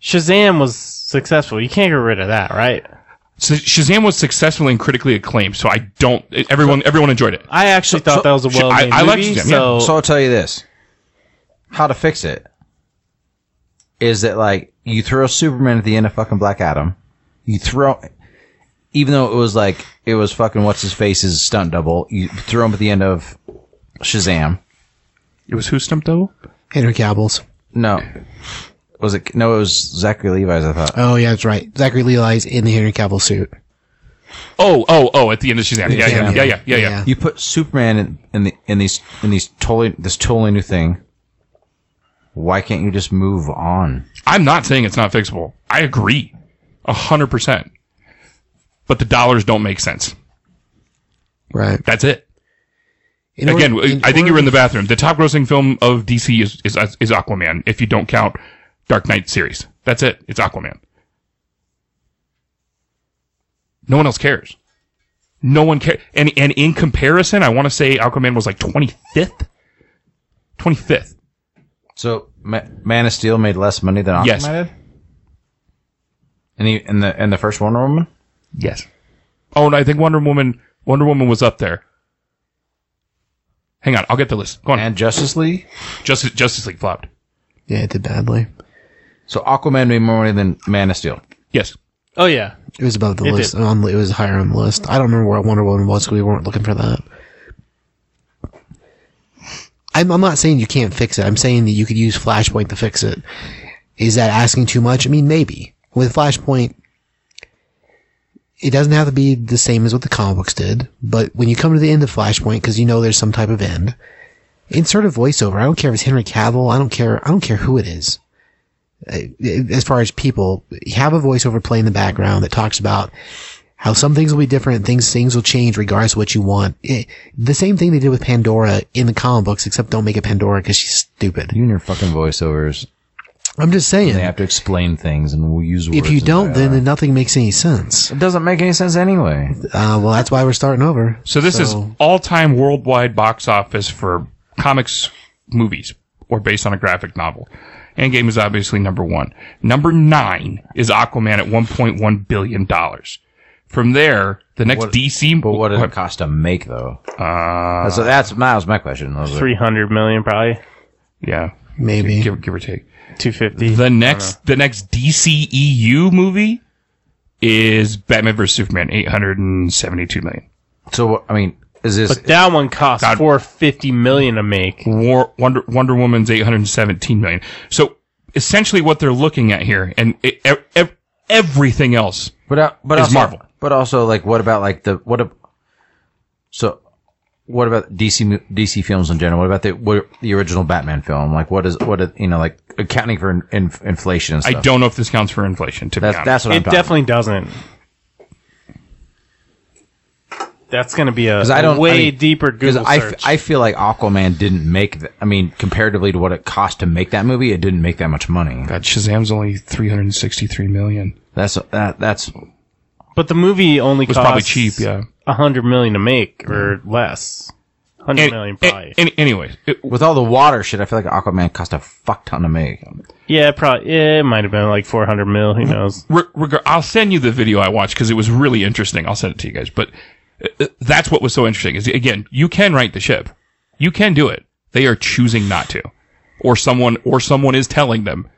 Speaker 2: Shazam was successful. You can't get rid of that, right?
Speaker 4: So Shazam was successful and critically acclaimed, so I don't. Everyone everyone enjoyed it.
Speaker 2: I actually thought that was a
Speaker 4: sh- I-
Speaker 2: well made
Speaker 4: I liked
Speaker 2: movie.
Speaker 4: Shazam, yeah.
Speaker 2: so,
Speaker 1: so I'll tell you this: how to fix it is that like you throw Superman at the end of fucking Black Adam, you throw, even though it was like it was fucking what's his face's stunt double, you throw him at the end of Shazam.
Speaker 4: It was who stumped though?
Speaker 3: Henry Cavill's?
Speaker 1: No, was it? No, it was Zachary Levi's. I thought.
Speaker 3: Oh yeah, that's right. Zachary Levi's in the Henry Cavill suit.
Speaker 4: Oh oh oh! At the end of Shazam, yeah yeah yeah yeah yeah. yeah,
Speaker 1: you put Superman in, in the in these in these totally this totally new thing. Why can't you just move on?
Speaker 4: I'm not saying it's not fixable. I agree, a hundred percent. But the dollars don't make sense.
Speaker 3: Right.
Speaker 4: That's it.
Speaker 3: In
Speaker 4: Again,
Speaker 3: order- in
Speaker 4: I think you
Speaker 3: order-
Speaker 4: were in the bathroom. The top-grossing film of DC is, is is Aquaman, if you don't count Dark Knight series. That's it. It's Aquaman. No one else cares. No one cares. And and in comparison, I want to say Aquaman was like twenty fifth, twenty fifth.
Speaker 1: So Ma- Man of Steel made less money than Aquaman
Speaker 4: Yes.
Speaker 1: did. And he and the and the first Wonder Woman.
Speaker 4: Yes. Oh, and I think Wonder Woman Wonder Woman was up there. Hang on, I'll get the list. Go on.
Speaker 1: and Justice League.
Speaker 4: Justice Justice League flopped.
Speaker 3: Yeah, it did badly.
Speaker 1: So Aquaman made more money than Man of Steel.
Speaker 4: Yes.
Speaker 2: oh yeah,
Speaker 3: It was above the
Speaker 2: It
Speaker 3: list.
Speaker 2: did.
Speaker 3: On, it was higher on the list. I don't remember where Wonder Woman was because we weren't looking for that. I'm, I'm not saying you can't fix it. I'm saying that you could use Flashpoint to fix it. Is that asking too much? I mean, maybe. With Flashpoint, it doesn't have to be the same as what the comic books did, but when you come to the end of Flashpoint, because you know there's some type of end, insert a voiceover. I don't care if it's Henry Cavill. I don't care. I don't care who it is as far as people have a voiceover play in the background that talks about how some things will be different, things things will change regardless of what you want. It, the same thing they did with Pandora in the comic books, except don't make it Pandora because she's stupid.
Speaker 1: You and your fucking voiceovers.
Speaker 2: Mm-hmm.
Speaker 3: I'm just saying,
Speaker 1: They have to explain things and we'll use words.
Speaker 3: if you
Speaker 1: and
Speaker 3: don't, then,
Speaker 1: dialogue.
Speaker 3: then nothing makes any sense. Uh,
Speaker 1: it doesn't make any sense anyway.
Speaker 3: well, that's why we're starting over.
Speaker 4: So this is all-time worldwide box office for comics, movies, or based on a graphic novel. Endgame is obviously number one. Number nine is Aquaman at 1.1 billion dollars. From there, the next
Speaker 1: What-
Speaker 4: DC.
Speaker 1: But what did it cost to make though? Uh, so that's that was my question. I was like,
Speaker 2: three hundred million, probably
Speaker 4: Yeah,
Speaker 3: maybe.
Speaker 4: give, give or take.
Speaker 2: two fifty.
Speaker 4: The next, the next DCEU movie is Batman vs Superman, 872 million.
Speaker 1: so what- I mean, is this
Speaker 2: But that one cost four fifty million to make.
Speaker 4: War, Wonder Wonder Woman's 817 million. So essentially, what they're looking at here, and it, ev- ev- everything else,
Speaker 1: But uh, but
Speaker 4: is
Speaker 1: also,
Speaker 4: Marvel.
Speaker 1: But also, like, what about like the what? ab- so, what about DC mo- DC films in general? What about the what, the original Batman film? Like, what is what is, you know like accounting for in, in, inflation and stuff?
Speaker 4: I don't know if this counts for inflation. To be
Speaker 1: That's
Speaker 4: honest,
Speaker 1: that's what I'm
Speaker 2: It
Speaker 1: talking.
Speaker 2: definitely doesn't. that's going to be a
Speaker 1: 'Cause I don't-
Speaker 2: way
Speaker 1: I mean,
Speaker 2: deeper
Speaker 1: Because
Speaker 2: Google
Speaker 1: I, f-
Speaker 2: search.
Speaker 1: I feel like Aquaman didn't make. th- I mean, comparatively to what it cost to make that movie, it didn't make that much money.
Speaker 4: God, Shazam's only 363 million.
Speaker 1: That's that, that's
Speaker 2: but the movie only
Speaker 4: It was
Speaker 2: costs
Speaker 4: probably cheap, yeah.
Speaker 2: a hundred million to make or less. Hundred
Speaker 4: And,
Speaker 2: million probably.
Speaker 4: and, and anyways, it,
Speaker 1: with all the water shit. I feel like Aquaman cost a fuck ton to make.
Speaker 2: yeah, probably. It might have been like four hundred mil.
Speaker 4: Mm-hmm.
Speaker 2: Who knows?
Speaker 4: re- reg- I'll send you the video I watched because it was really interesting. I'll send it to you guys. But uh, uh, that's what was so interesting is again, you can right the ship, you can do it. They are choosing not to, or someone or someone is telling them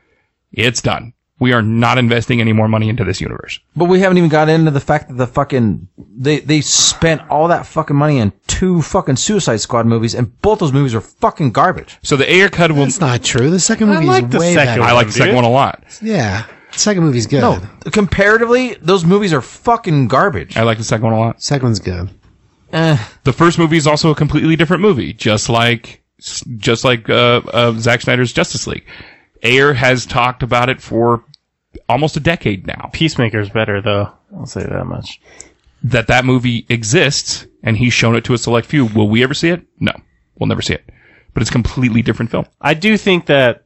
Speaker 4: it's done. We are not investing any more money into this universe.
Speaker 1: But we haven't even got into the fact that the fucking they they spent all that fucking money on two fucking Suicide Squad movies, and both those movies are fucking garbage.
Speaker 4: So the air cut will.
Speaker 3: It's not true. The second
Speaker 2: I
Speaker 3: movie
Speaker 2: like
Speaker 3: is
Speaker 2: the
Speaker 3: way
Speaker 2: second
Speaker 3: better.
Speaker 4: I like the second
Speaker 2: Dude.
Speaker 4: one a lot.
Speaker 3: Yeah, the second movie's good.
Speaker 1: No, comparatively, those movies are fucking garbage.
Speaker 4: I like the second one a lot.
Speaker 3: second one's good.
Speaker 4: The first movie is also a completely different movie, just like just like uh, uh, Zack Snyder's Justice League. Ayer has talked about it for almost a decade now.
Speaker 2: Peacemaker's better though. I'll say that much.
Speaker 4: that that movie exists and he's shown it to a select few. Will we ever see it? No, we'll never see it. But it's a completely different film.
Speaker 2: I do think that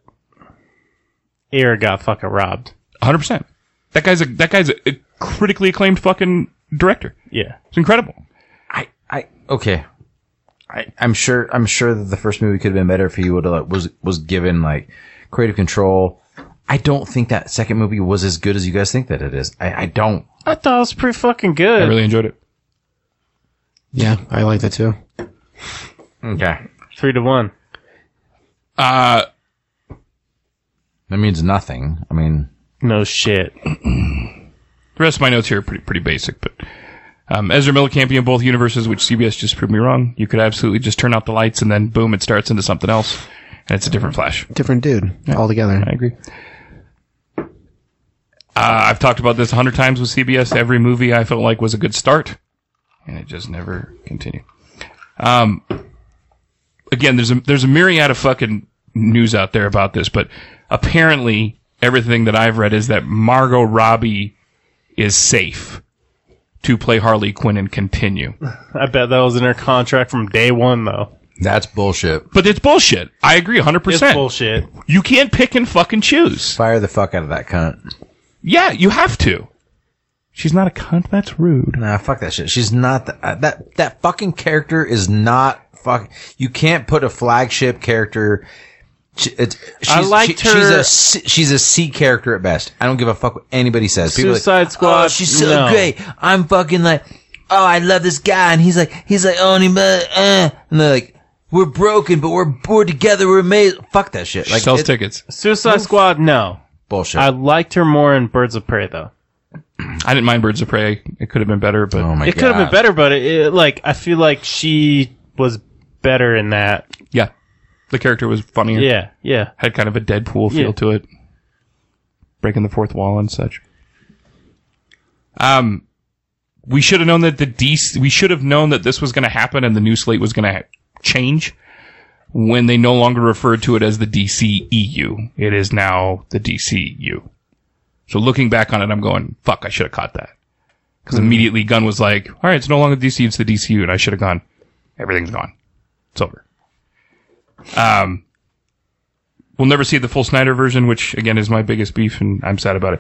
Speaker 2: Air got fucking robbed.
Speaker 4: 100%. That guy's a, that guy's a critically acclaimed fucking director.
Speaker 2: Yeah.
Speaker 4: It's incredible.
Speaker 1: I, I okay. I, I'm sure. I'm sure that the first movie could have been better if he would have was was given like creative control. I don't think that second movie was as good as you guys think that it is. I, I don't.
Speaker 2: I thought it was pretty fucking
Speaker 4: I
Speaker 2: good.
Speaker 4: really enjoyed it.
Speaker 7: Yeah, I liked it too.
Speaker 1: Okay,
Speaker 2: Three to one.
Speaker 4: Uh,
Speaker 1: that means nothing. I mean,
Speaker 2: No shit.
Speaker 4: the rest of my notes here are pretty, pretty basic, but, um, Ezra Miller in both universes, which CBS just proved me wrong. You could absolutely just turn out the lights and then boom, it starts into something else. And it's a different flash.
Speaker 7: Different dude altogether.
Speaker 4: I agree. Uh, I've talked about this a hundred times with CBS. Every movie I felt like was a good start, and it just never continued. Um, again, there's a there's a myriad of fucking news out there about this, but apparently everything that I've read is that Margot Robbie is safe to play Harley Quinn and continue.
Speaker 2: I bet that was in her contract from day one though.
Speaker 1: that's bullshit.
Speaker 4: But it's bullshit. I agree 100%.
Speaker 2: It's bullshit.
Speaker 4: You can't pick and fucking choose.
Speaker 1: Fire the fuck out of that cunt.
Speaker 4: Yeah, you have to. She's not a cunt. That's rude.
Speaker 1: Nah, fuck that shit. She's not the, uh, that. That fucking character is not fuck. You can't put a flagship character. She, it's, she's,
Speaker 2: I liked
Speaker 1: she- She's
Speaker 2: her-
Speaker 1: a C, she's a C character at best. I don't give a fuck what anybody says. People are like,
Speaker 2: Suicide Squad,
Speaker 1: Oh, she's so
Speaker 2: no."
Speaker 1: great. I'm fucking like, oh, I love this guy, and he's like, he's like, oh, and, he, uh, uh," and they're like, we're broken, but we're we're together. We're amazing. Fuck that shit. Like
Speaker 4: She sells
Speaker 1: it-
Speaker 4: tickets.
Speaker 2: Suicide Squad, no.
Speaker 1: bullshit. Oh
Speaker 2: I liked her more in Birds of Prey though.
Speaker 4: I didn't mind Birds of Prey. It could have been better, but
Speaker 1: oh my
Speaker 2: it could have been
Speaker 1: God.
Speaker 2: better, but it, it- like I feel like she was better in that.
Speaker 4: yeah, the character was funnier.
Speaker 2: Yeah, yeah.
Speaker 4: had kind of a Deadpool feel
Speaker 2: Yeah.
Speaker 4: to it, breaking the fourth wall and such. Um, we should have known that the DC. We should have known that this was going to happen, and the new slate was going to ha- change when they no longer referred to it as the DC EU. It is now the DCU. So looking back on it, I'm going, fuck, I should have caught that. Because immediately Gunn was like, all right, it's no longer DC, it's the DCU. And I should have gone, everything's gone. It's over. Um, we'll never see the full Snyder version, which again is my biggest beef, and I'm sad about it.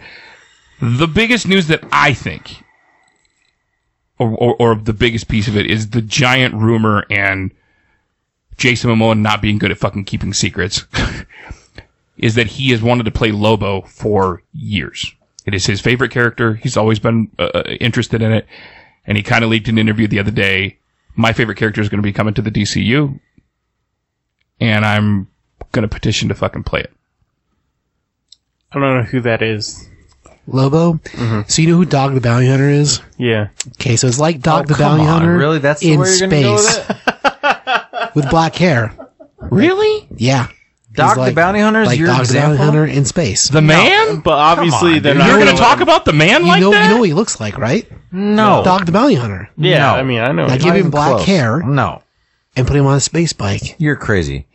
Speaker 4: The biggest news that I think, or, or, or the biggest piece of it, is the giant rumor and Jason Momoa not being good at fucking keeping secrets. [laughs] is that he has wanted to play Lobo for years. It is his favorite character. He's always been uh, uh, interested in it, and he kind of leaked an interview the other day. My favorite character is going to be coming to the DCU, and I'm going to petition to fucking play it.
Speaker 2: I don't know who that is.
Speaker 3: Lobo.
Speaker 2: Mm-hmm.
Speaker 3: So you know who Dog the Bounty Hunter is?
Speaker 2: Yeah.
Speaker 3: Okay, so it's like Dog
Speaker 1: Oh,
Speaker 3: the
Speaker 1: come
Speaker 3: Bounty
Speaker 1: on.
Speaker 3: Hunter.
Speaker 1: Really? That's the
Speaker 3: in
Speaker 1: way you're
Speaker 3: space
Speaker 1: gonna go with
Speaker 3: [laughs] with black hair.
Speaker 1: Really?
Speaker 3: Yeah,
Speaker 1: Dog the
Speaker 3: like-
Speaker 1: Bounty Hunter is
Speaker 3: like
Speaker 1: your
Speaker 3: Dog the Bounty
Speaker 1: example.
Speaker 3: Hunter in space.
Speaker 4: The man?
Speaker 2: But obviously
Speaker 1: on,
Speaker 2: they're
Speaker 1: dude.
Speaker 2: not
Speaker 4: You're going
Speaker 2: gonna
Speaker 4: to
Speaker 2: let
Speaker 4: talk
Speaker 2: him-
Speaker 4: about the man
Speaker 3: you
Speaker 4: like
Speaker 3: know,
Speaker 4: that?
Speaker 3: you know what he looks like, right?
Speaker 1: no.
Speaker 3: Dog the Bounty Hunter.
Speaker 2: Yeah,
Speaker 1: No.
Speaker 2: I mean I know.
Speaker 3: Now give him black
Speaker 1: Close.
Speaker 3: hair
Speaker 1: No,
Speaker 3: and put him on a space bike.
Speaker 1: you're crazy.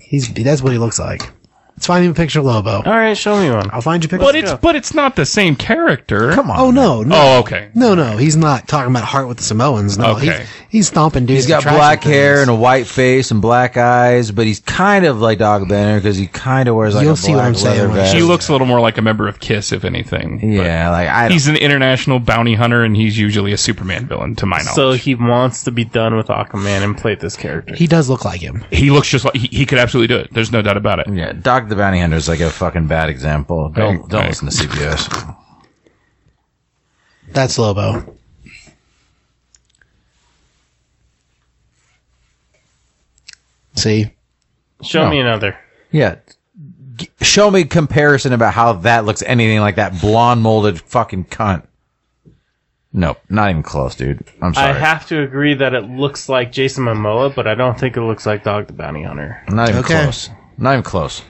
Speaker 3: He's that's what he looks like.
Speaker 1: Let's find him a picture of Lobo.
Speaker 2: All right, show me one.
Speaker 1: I'll find you a picture.
Speaker 4: But it's but it's not the same character.
Speaker 7: Come on.
Speaker 1: oh no, no,
Speaker 4: Oh, okay.
Speaker 3: No, no, he's not talking about heart with the Samoans. No,
Speaker 4: Okay.
Speaker 3: he's, he's stomping dudes.
Speaker 7: He's got
Speaker 3: with
Speaker 7: black
Speaker 3: tractor
Speaker 7: hair
Speaker 3: things.
Speaker 7: and a white face and black eyes, but he's kind of like Dog Banner because he kind of wears like
Speaker 3: You'll
Speaker 7: a
Speaker 3: see what
Speaker 7: black
Speaker 3: I'm saying
Speaker 7: leather
Speaker 3: when I
Speaker 7: vest.
Speaker 4: She looks a little more like a member of Kiss, if anything. but
Speaker 7: yeah, like I.
Speaker 4: He's an international bounty hunter, and he's usually a Superman villain, to my knowledge.
Speaker 2: So he wants to be done with Aquaman and play this character.
Speaker 3: He does look like him.
Speaker 4: he looks just like he, he could absolutely do it. There's no doubt about it.
Speaker 7: don't- yeah, Dog the Bounty Hunter is like a fucking bad example. Don't
Speaker 4: Hey,
Speaker 7: don't
Speaker 4: hey.
Speaker 7: listen to CBS.
Speaker 1: that's Lobo.
Speaker 3: See,
Speaker 2: show
Speaker 7: No.
Speaker 2: me another.
Speaker 7: [laughs] Yeah. G- Show me comparison about how that looks anything like that blonde molded fucking cunt. Nope, not even close, dude. I'm sorry.
Speaker 2: I have to agree that it looks like Jason Momoa, but I don't think it looks like Dog the Bounty Hunter.
Speaker 7: not even
Speaker 1: Okay.
Speaker 7: close. Not even close.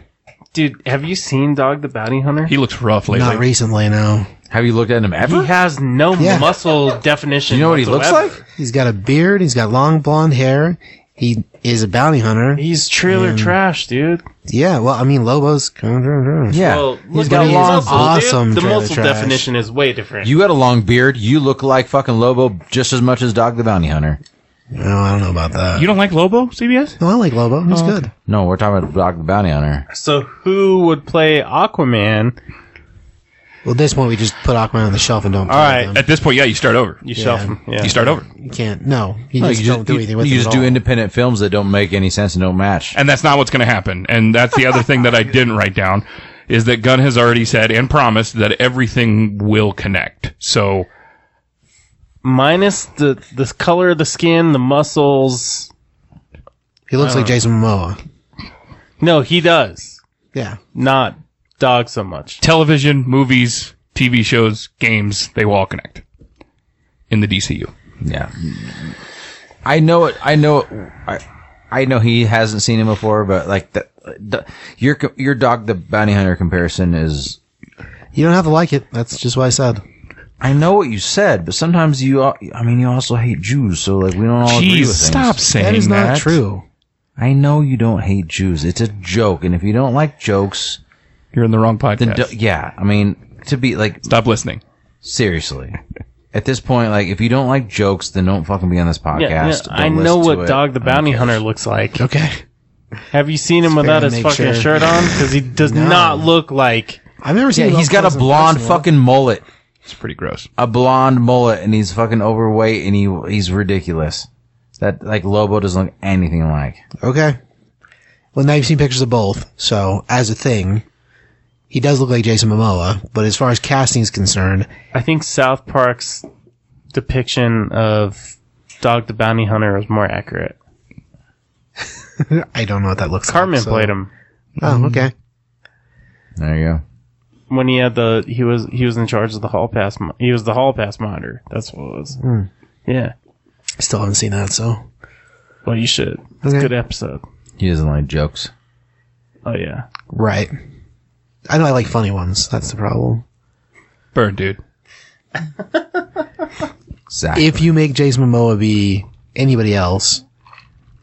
Speaker 2: Dude, have you seen Dog the Bounty Hunter?
Speaker 4: He looks rough lately.
Speaker 3: not recently. No,
Speaker 7: Have you looked at him ever?
Speaker 2: He has no
Speaker 3: Yeah.
Speaker 2: muscle definition.
Speaker 7: you know what he looks
Speaker 2: whatsoever.
Speaker 7: like?
Speaker 3: he's got a beard. He's got long blonde hair. He is a bounty hunter.
Speaker 2: He's trailer trash, dude.
Speaker 3: Yeah, well, I mean, Lobo's.
Speaker 7: Yeah.
Speaker 2: Well, look
Speaker 3: got
Speaker 2: at
Speaker 3: a
Speaker 2: the
Speaker 3: long-
Speaker 2: muscle,
Speaker 3: awesome
Speaker 2: dude. The
Speaker 3: trailer
Speaker 2: muscle
Speaker 3: trash.
Speaker 2: definition is way different.
Speaker 7: You got a long beard. You look like fucking Lobo just as much as Dog the Bounty Hunter.
Speaker 3: No, I don't know about that.
Speaker 4: you don't like Lobo, CBS?
Speaker 3: No, I like Lobo. He's good.
Speaker 7: No, we're talking about Dog the Bounty Hunter.
Speaker 2: so who would play Aquaman?
Speaker 3: Well, at this point, we just put Aquaman on the shelf and don't. All
Speaker 2: right.
Speaker 4: At this point, yeah, you start over.
Speaker 2: You shelf him. Yeah.
Speaker 4: You start over,
Speaker 3: you can't. No, you
Speaker 7: No,
Speaker 3: just don't do anything with
Speaker 7: you
Speaker 3: him
Speaker 7: just
Speaker 3: at
Speaker 7: do
Speaker 3: all.
Speaker 7: independent films that don't make any sense and don't match.
Speaker 4: and that's not what's going to happen. And that's the other thing that I didn't write down is that Gunn has already said and promised that everything will connect. So
Speaker 2: Minus the the color of the skin, the muscles.
Speaker 3: He looks like Jason Momoa.
Speaker 2: No, he does
Speaker 3: Yeah,
Speaker 2: not dog so much.
Speaker 4: television, movies, TV shows, games, they will all connect in the DCU.
Speaker 7: Yeah, I know it. I know it. I, I know he hasn't seen him before, but like that, the, your co- your Dog the Bounty Hunter comparison is.
Speaker 3: you don't have to like it. That's just what I said.
Speaker 7: I know what you said, but sometimes you. al- I mean, you also hate Jews, so like we don't all agree
Speaker 4: Jeez,
Speaker 7: with things.
Speaker 4: stop saying
Speaker 3: That
Speaker 4: that.
Speaker 3: is not true.
Speaker 7: I know you don't hate Jews. It's a joke, and if you don't like jokes,
Speaker 4: You're in the wrong podcast.
Speaker 7: then do- yeah. I mean, to be like
Speaker 4: stop listening.
Speaker 7: Seriously. At this point, like, if you don't like jokes, then don't fucking be on this podcast.
Speaker 2: Yeah, yeah,
Speaker 7: Don't
Speaker 2: I
Speaker 7: listen
Speaker 2: know
Speaker 7: to
Speaker 2: what
Speaker 7: it.
Speaker 2: Dog the
Speaker 7: I don't
Speaker 2: Bounty
Speaker 7: care.
Speaker 2: Hunter looks like.
Speaker 3: Okay.
Speaker 2: Have you seen him without
Speaker 3: gotta
Speaker 2: his
Speaker 3: make
Speaker 2: fucking
Speaker 3: sure.
Speaker 2: shirt on? Because he does not look like.
Speaker 3: I've never
Speaker 7: Yeah,
Speaker 3: seen.
Speaker 7: he's got a blonde fucking mullet,
Speaker 4: It's pretty gross.
Speaker 7: a blonde mullet, and he's fucking overweight, and he he's ridiculous. That like Lobo doesn't look anything like.
Speaker 3: Okay. Well, now you've seen pictures of both. So, as a thing, he does look like Jason Momoa. But as far as casting is concerned,
Speaker 2: I think South Park's depiction of Dog the Bounty Hunter was more accurate.
Speaker 3: I don't know what that looks
Speaker 2: Cartman
Speaker 3: like. so-
Speaker 2: played him
Speaker 3: Oh, okay.
Speaker 7: There you go.
Speaker 2: when he had the he was he was in charge of the hall pass. mo- He was the hall pass monitor. That's what it was.
Speaker 3: Hmm.
Speaker 2: Yeah.
Speaker 3: I still haven't seen that. So,
Speaker 2: Well, you should. It's a
Speaker 3: Okay.
Speaker 2: good episode.
Speaker 7: He doesn't like jokes.
Speaker 2: Oh yeah.
Speaker 3: right. I know I like funny ones. That's the problem.
Speaker 4: Burn, dude.
Speaker 7: Exactly.
Speaker 3: If you make Jason Momoa be anybody else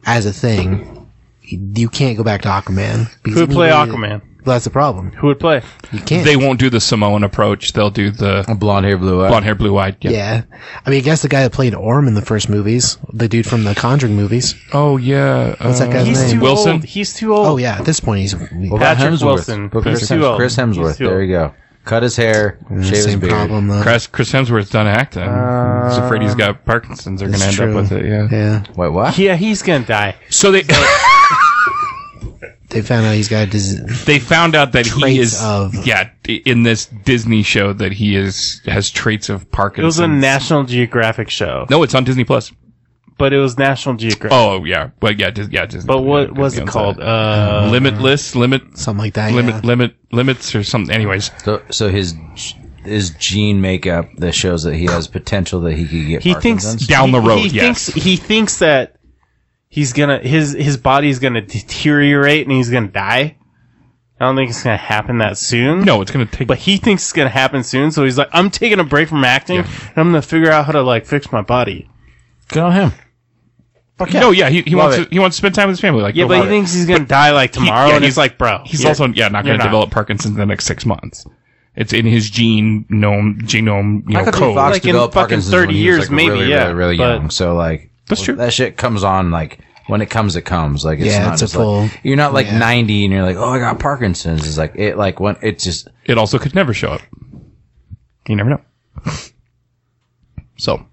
Speaker 3: as a thing, you can't go back to Aquaman.
Speaker 2: Who would play Aquaman?
Speaker 3: That's the problem.
Speaker 2: Who would play?
Speaker 3: You can't.
Speaker 4: They won't do the Samoan approach. They'll do the
Speaker 7: blonde hair, blue eyes.
Speaker 4: blonde hair, blue eyed. Yeah.
Speaker 3: Yeah. I mean, I guess the guy that played Orm in the first movies, the dude from the Conjuring movies.
Speaker 4: Oh yeah.
Speaker 3: What's that guy's
Speaker 2: Uh, He's
Speaker 3: name?
Speaker 2: too
Speaker 4: Wilson?
Speaker 2: old. He's too old.
Speaker 3: Oh, yeah. At this point, he's.
Speaker 7: What
Speaker 3: Well,
Speaker 7: about
Speaker 2: Patrick
Speaker 7: Hemsworth?
Speaker 2: Wilson.
Speaker 7: But Chris
Speaker 2: He's too
Speaker 7: Hemsworth.
Speaker 2: old.
Speaker 7: Chris
Speaker 2: He's
Speaker 7: Hemsworth.
Speaker 2: too old.
Speaker 7: There you go. Cut his hair. Shave his
Speaker 3: same
Speaker 7: beard.
Speaker 3: problem, though.
Speaker 4: Chris, Chris Hemsworth's done acting. he's afraid he's got Parkinson's. They're going to end
Speaker 3: That's
Speaker 4: up
Speaker 3: Uh, true.
Speaker 4: with it. Yeah.
Speaker 3: Yeah.
Speaker 7: Wait, what?
Speaker 2: Yeah, he's gonna die.
Speaker 4: So they
Speaker 3: They found out he's got a disease.
Speaker 4: [laughs] they found out that he
Speaker 3: Traits
Speaker 4: is
Speaker 3: of-
Speaker 4: yeah in this Disney show that he is has traits of
Speaker 2: It
Speaker 4: Parkinson's.
Speaker 2: was a National Geographic show,
Speaker 4: No, it's on Disney Plus.
Speaker 2: but it was National Geographic.
Speaker 4: Oh yeah, but yeah, Dis- yeah Disney.
Speaker 2: But what
Speaker 4: Oh, yeah,
Speaker 2: was it
Speaker 4: owns
Speaker 2: called?
Speaker 4: that.
Speaker 2: Uh,
Speaker 4: Limitless, limit,
Speaker 3: Something like that.
Speaker 4: limit,
Speaker 3: yeah.
Speaker 4: limit, limits, or something. Anyways,
Speaker 7: So, so his his gene makeup that shows that he has potential that he could get.
Speaker 2: he
Speaker 7: Parkinson's?
Speaker 2: thinks
Speaker 4: Down
Speaker 2: he-
Speaker 4: the road,
Speaker 2: He
Speaker 4: yes.
Speaker 2: thinks he thinks that he's gonna his his body's gonna deteriorate and he's gonna die. I don't think it's gonna happen that soon.
Speaker 4: no, it's going to take.
Speaker 2: But he thinks it's gonna happen soon, so he's like, "I'm taking a break from acting,
Speaker 4: Yeah.
Speaker 2: and I'm gonna figure out how to like fix my body."
Speaker 7: Good on him.
Speaker 3: Fuck
Speaker 4: No, yeah, he, he
Speaker 2: Love
Speaker 4: wants
Speaker 2: it.
Speaker 4: to, he wants to spend time with his family. Like,
Speaker 2: Yeah,
Speaker 4: go
Speaker 2: but
Speaker 4: for
Speaker 2: he
Speaker 4: it.
Speaker 2: thinks he's gonna die like tomorrow,
Speaker 4: yeah,
Speaker 2: and
Speaker 4: he's-
Speaker 2: he's like, bro,
Speaker 4: He's
Speaker 2: you're-
Speaker 4: also yeah not
Speaker 2: you're
Speaker 4: going to develop Parkinson's in the next six months. It's in his gene gnome genome you know
Speaker 7: Michael J.
Speaker 4: code.
Speaker 7: Fox
Speaker 2: Like in
Speaker 7: developed
Speaker 2: fucking
Speaker 7: Parkinson's
Speaker 2: 30
Speaker 7: when he
Speaker 2: years,
Speaker 7: was, like,
Speaker 2: maybe,
Speaker 7: really,
Speaker 2: yeah,
Speaker 7: really, really
Speaker 2: but-
Speaker 7: young. So like
Speaker 4: That's true.
Speaker 7: That shit comes on like when it comes, it comes. Like it's
Speaker 3: Yeah,
Speaker 7: not
Speaker 3: it's a
Speaker 7: just like-
Speaker 3: full-
Speaker 7: you're not like 90 and you're like, oh, I got Parkinson's. It's like it like when it's just
Speaker 4: It also could never show up. You never know. So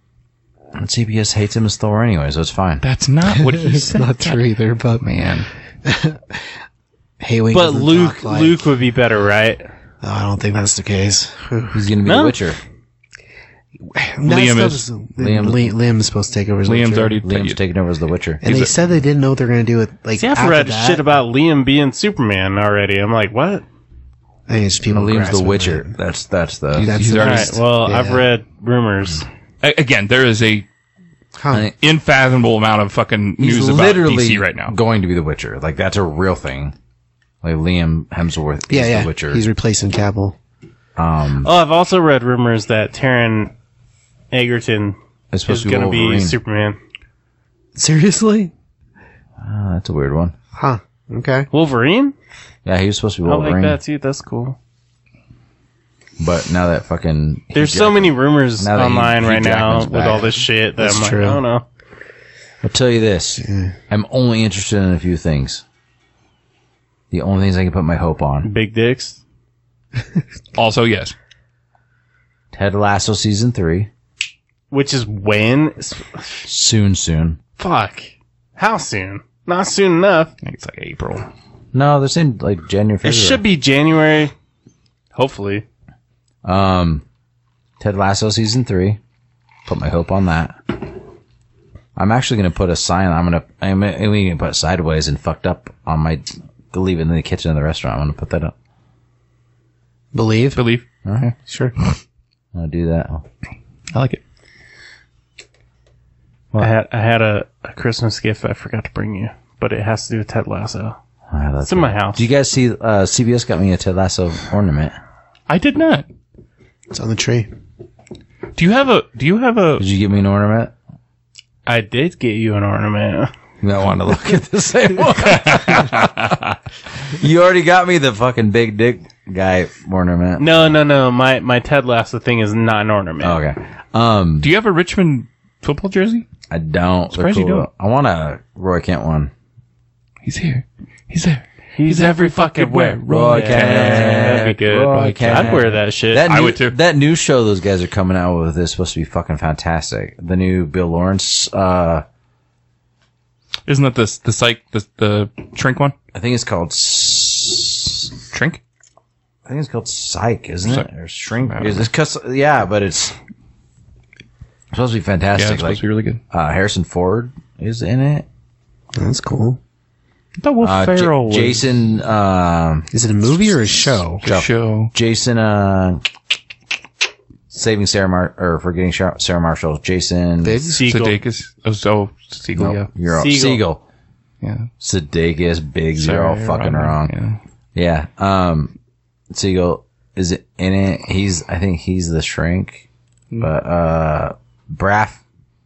Speaker 7: and CBS hates him as Thor anyway, so it's fine.
Speaker 4: that's not
Speaker 2: [laughs]
Speaker 4: what he
Speaker 3: It's
Speaker 4: said.
Speaker 3: not true either, but
Speaker 4: Man,
Speaker 3: Haywing.
Speaker 2: But
Speaker 3: doesn't
Speaker 2: Luke,
Speaker 3: talk like-
Speaker 2: Luke would be better, right?
Speaker 3: No, I don't think that's the case.
Speaker 7: He's gonna be
Speaker 2: No.
Speaker 7: the Witcher.
Speaker 3: Liam
Speaker 4: is-
Speaker 3: Liam. Liam is supposed to take over. His
Speaker 4: Liam's
Speaker 3: Witcher.
Speaker 4: already
Speaker 7: Liam's taken over as the Witcher.
Speaker 3: And they
Speaker 4: a-
Speaker 3: said they didn't know what they're going to do with like.
Speaker 2: See, I've
Speaker 3: after
Speaker 2: read
Speaker 3: that.
Speaker 2: shit about Liam being Superman already. I'm like, what?
Speaker 3: I think it's people.
Speaker 7: Liam's the
Speaker 3: grasping
Speaker 7: Witcher.
Speaker 3: that.
Speaker 7: That's that's the.
Speaker 3: That's
Speaker 4: he's
Speaker 3: the part.
Speaker 2: All
Speaker 4: already-
Speaker 2: right. Well, I've
Speaker 3: Yeah.
Speaker 2: read rumors.
Speaker 4: a- again, there is a
Speaker 3: Huh.
Speaker 4: infathomable amount of fucking
Speaker 7: he's
Speaker 4: news about
Speaker 7: literally
Speaker 4: DC right now.
Speaker 7: going to be the Witcher. Like that's a real thing. Like Liam Hemsworth
Speaker 3: Yeah,
Speaker 7: is
Speaker 3: yeah.
Speaker 7: the Witcher.
Speaker 3: He's replacing Cavill. [laughs]
Speaker 7: um,
Speaker 2: Oh, I've also read rumors that Taron Egerton is
Speaker 7: it's supposed to
Speaker 2: going
Speaker 7: be
Speaker 2: to be
Speaker 7: Wolverine.
Speaker 2: Superman.
Speaker 3: Seriously?
Speaker 7: Oh, that's a weird one.
Speaker 3: Huh. Okay.
Speaker 2: Wolverine?
Speaker 7: Yeah, he was supposed to be
Speaker 2: I like
Speaker 7: Wolverine,
Speaker 2: that too. That's cool.
Speaker 7: but now that fucking
Speaker 2: There's so many rumors
Speaker 7: Now that Hugh-
Speaker 2: online
Speaker 7: Hugh
Speaker 2: right now
Speaker 7: Jackman's
Speaker 2: with
Speaker 7: back.
Speaker 2: all this shit that
Speaker 3: That's
Speaker 2: I'm like,
Speaker 3: true.
Speaker 2: I don't know.
Speaker 7: I'll tell you this. I'm only interested in a few things. The only things I can put my hope on.
Speaker 2: Big dicks.
Speaker 4: Also, yes,
Speaker 7: Ted Lasso season three.
Speaker 2: Which is when? It's-
Speaker 7: Soon, soon.
Speaker 2: Fuck. How soon? Not soon enough.
Speaker 4: I think it's like April.
Speaker 7: No, they're saying like January.
Speaker 2: It should be January. Hopefully.
Speaker 7: Um, Ted Lasso season three. Put my hope on that. I'm actually gonna put a sign. I'm gonna. I'm, I'm gonna put sideways and fucked up on my. Leave it in the kitchen of the restaurant. I'm gonna put that up.
Speaker 3: Believe.
Speaker 4: Believe.
Speaker 7: All right,
Speaker 4: Sure.
Speaker 7: I'll do that.
Speaker 4: I like it.
Speaker 2: I had I had a, a Christmas gift I forgot to bring you, but it has to do with Ted Lasso.
Speaker 7: Ah, that's
Speaker 2: It's in my house.
Speaker 7: Do you guys see? Uh, CBS got me a Ted Lasso ornament.
Speaker 4: I did not.
Speaker 3: It's on the tree.
Speaker 4: Do you have a? Do you have a?
Speaker 7: Did you give me an ornament?
Speaker 2: I did get you an ornament.
Speaker 7: I want to look at the same one. [laughs] you already got me the fucking big dick guy ornament.
Speaker 2: No, no, no. My my Ted Lasso thing is not an ornament.
Speaker 7: Okay. Um,
Speaker 4: Do you have a Richmond football jersey?
Speaker 7: I don't. They're
Speaker 4: Surprised you don't.
Speaker 7: I want a Roy Kent one.
Speaker 4: He's here. He's there.
Speaker 2: He's every fucking
Speaker 4: where.
Speaker 7: Roy
Speaker 4: Roy
Speaker 7: Kent.
Speaker 2: That'd be good.
Speaker 7: Roy Kent.
Speaker 2: I'd wear that shit.
Speaker 7: Oh, That new,
Speaker 4: I would too.
Speaker 7: That new show those guys are coming out with is supposed to be fucking fantastic. The new Bill Lawrence. Uh,
Speaker 4: Isn't that the the psych the the trink one?
Speaker 7: I think it's called. S-
Speaker 4: Trink.
Speaker 7: I think it's called Psych, isn't
Speaker 4: Psych.
Speaker 7: it? Or Shrink?
Speaker 4: I don't
Speaker 7: Is this cus- yeah, but it's supposed to be
Speaker 4: Yeah,
Speaker 7: fantastic.
Speaker 4: it's supposed
Speaker 7: like
Speaker 4: to be really good.
Speaker 7: uh, Harrison Ford is in it.
Speaker 3: That's cool.
Speaker 4: That Will
Speaker 7: Uh, J- Jason, um
Speaker 3: Is it a movie or a show?
Speaker 4: the show.
Speaker 7: Jason, uh, saving Sarah Mar- or forgetting Shar- Sarah Marshall. Jason,
Speaker 3: Biggs.
Speaker 2: Seagull.
Speaker 4: Sudeikis. Oh, so Siegel.
Speaker 7: Nope,
Speaker 4: Yeah.
Speaker 7: you're all,
Speaker 2: Siegel.
Speaker 7: Siegel,
Speaker 4: Yeah.
Speaker 7: Sudeikis, Biggs. you're all
Speaker 4: Sorry,
Speaker 7: fucking wrong.
Speaker 4: Yeah.
Speaker 7: Yeah. Um, Siegel is in it. He's, I think he's the shrink, but uh, Braff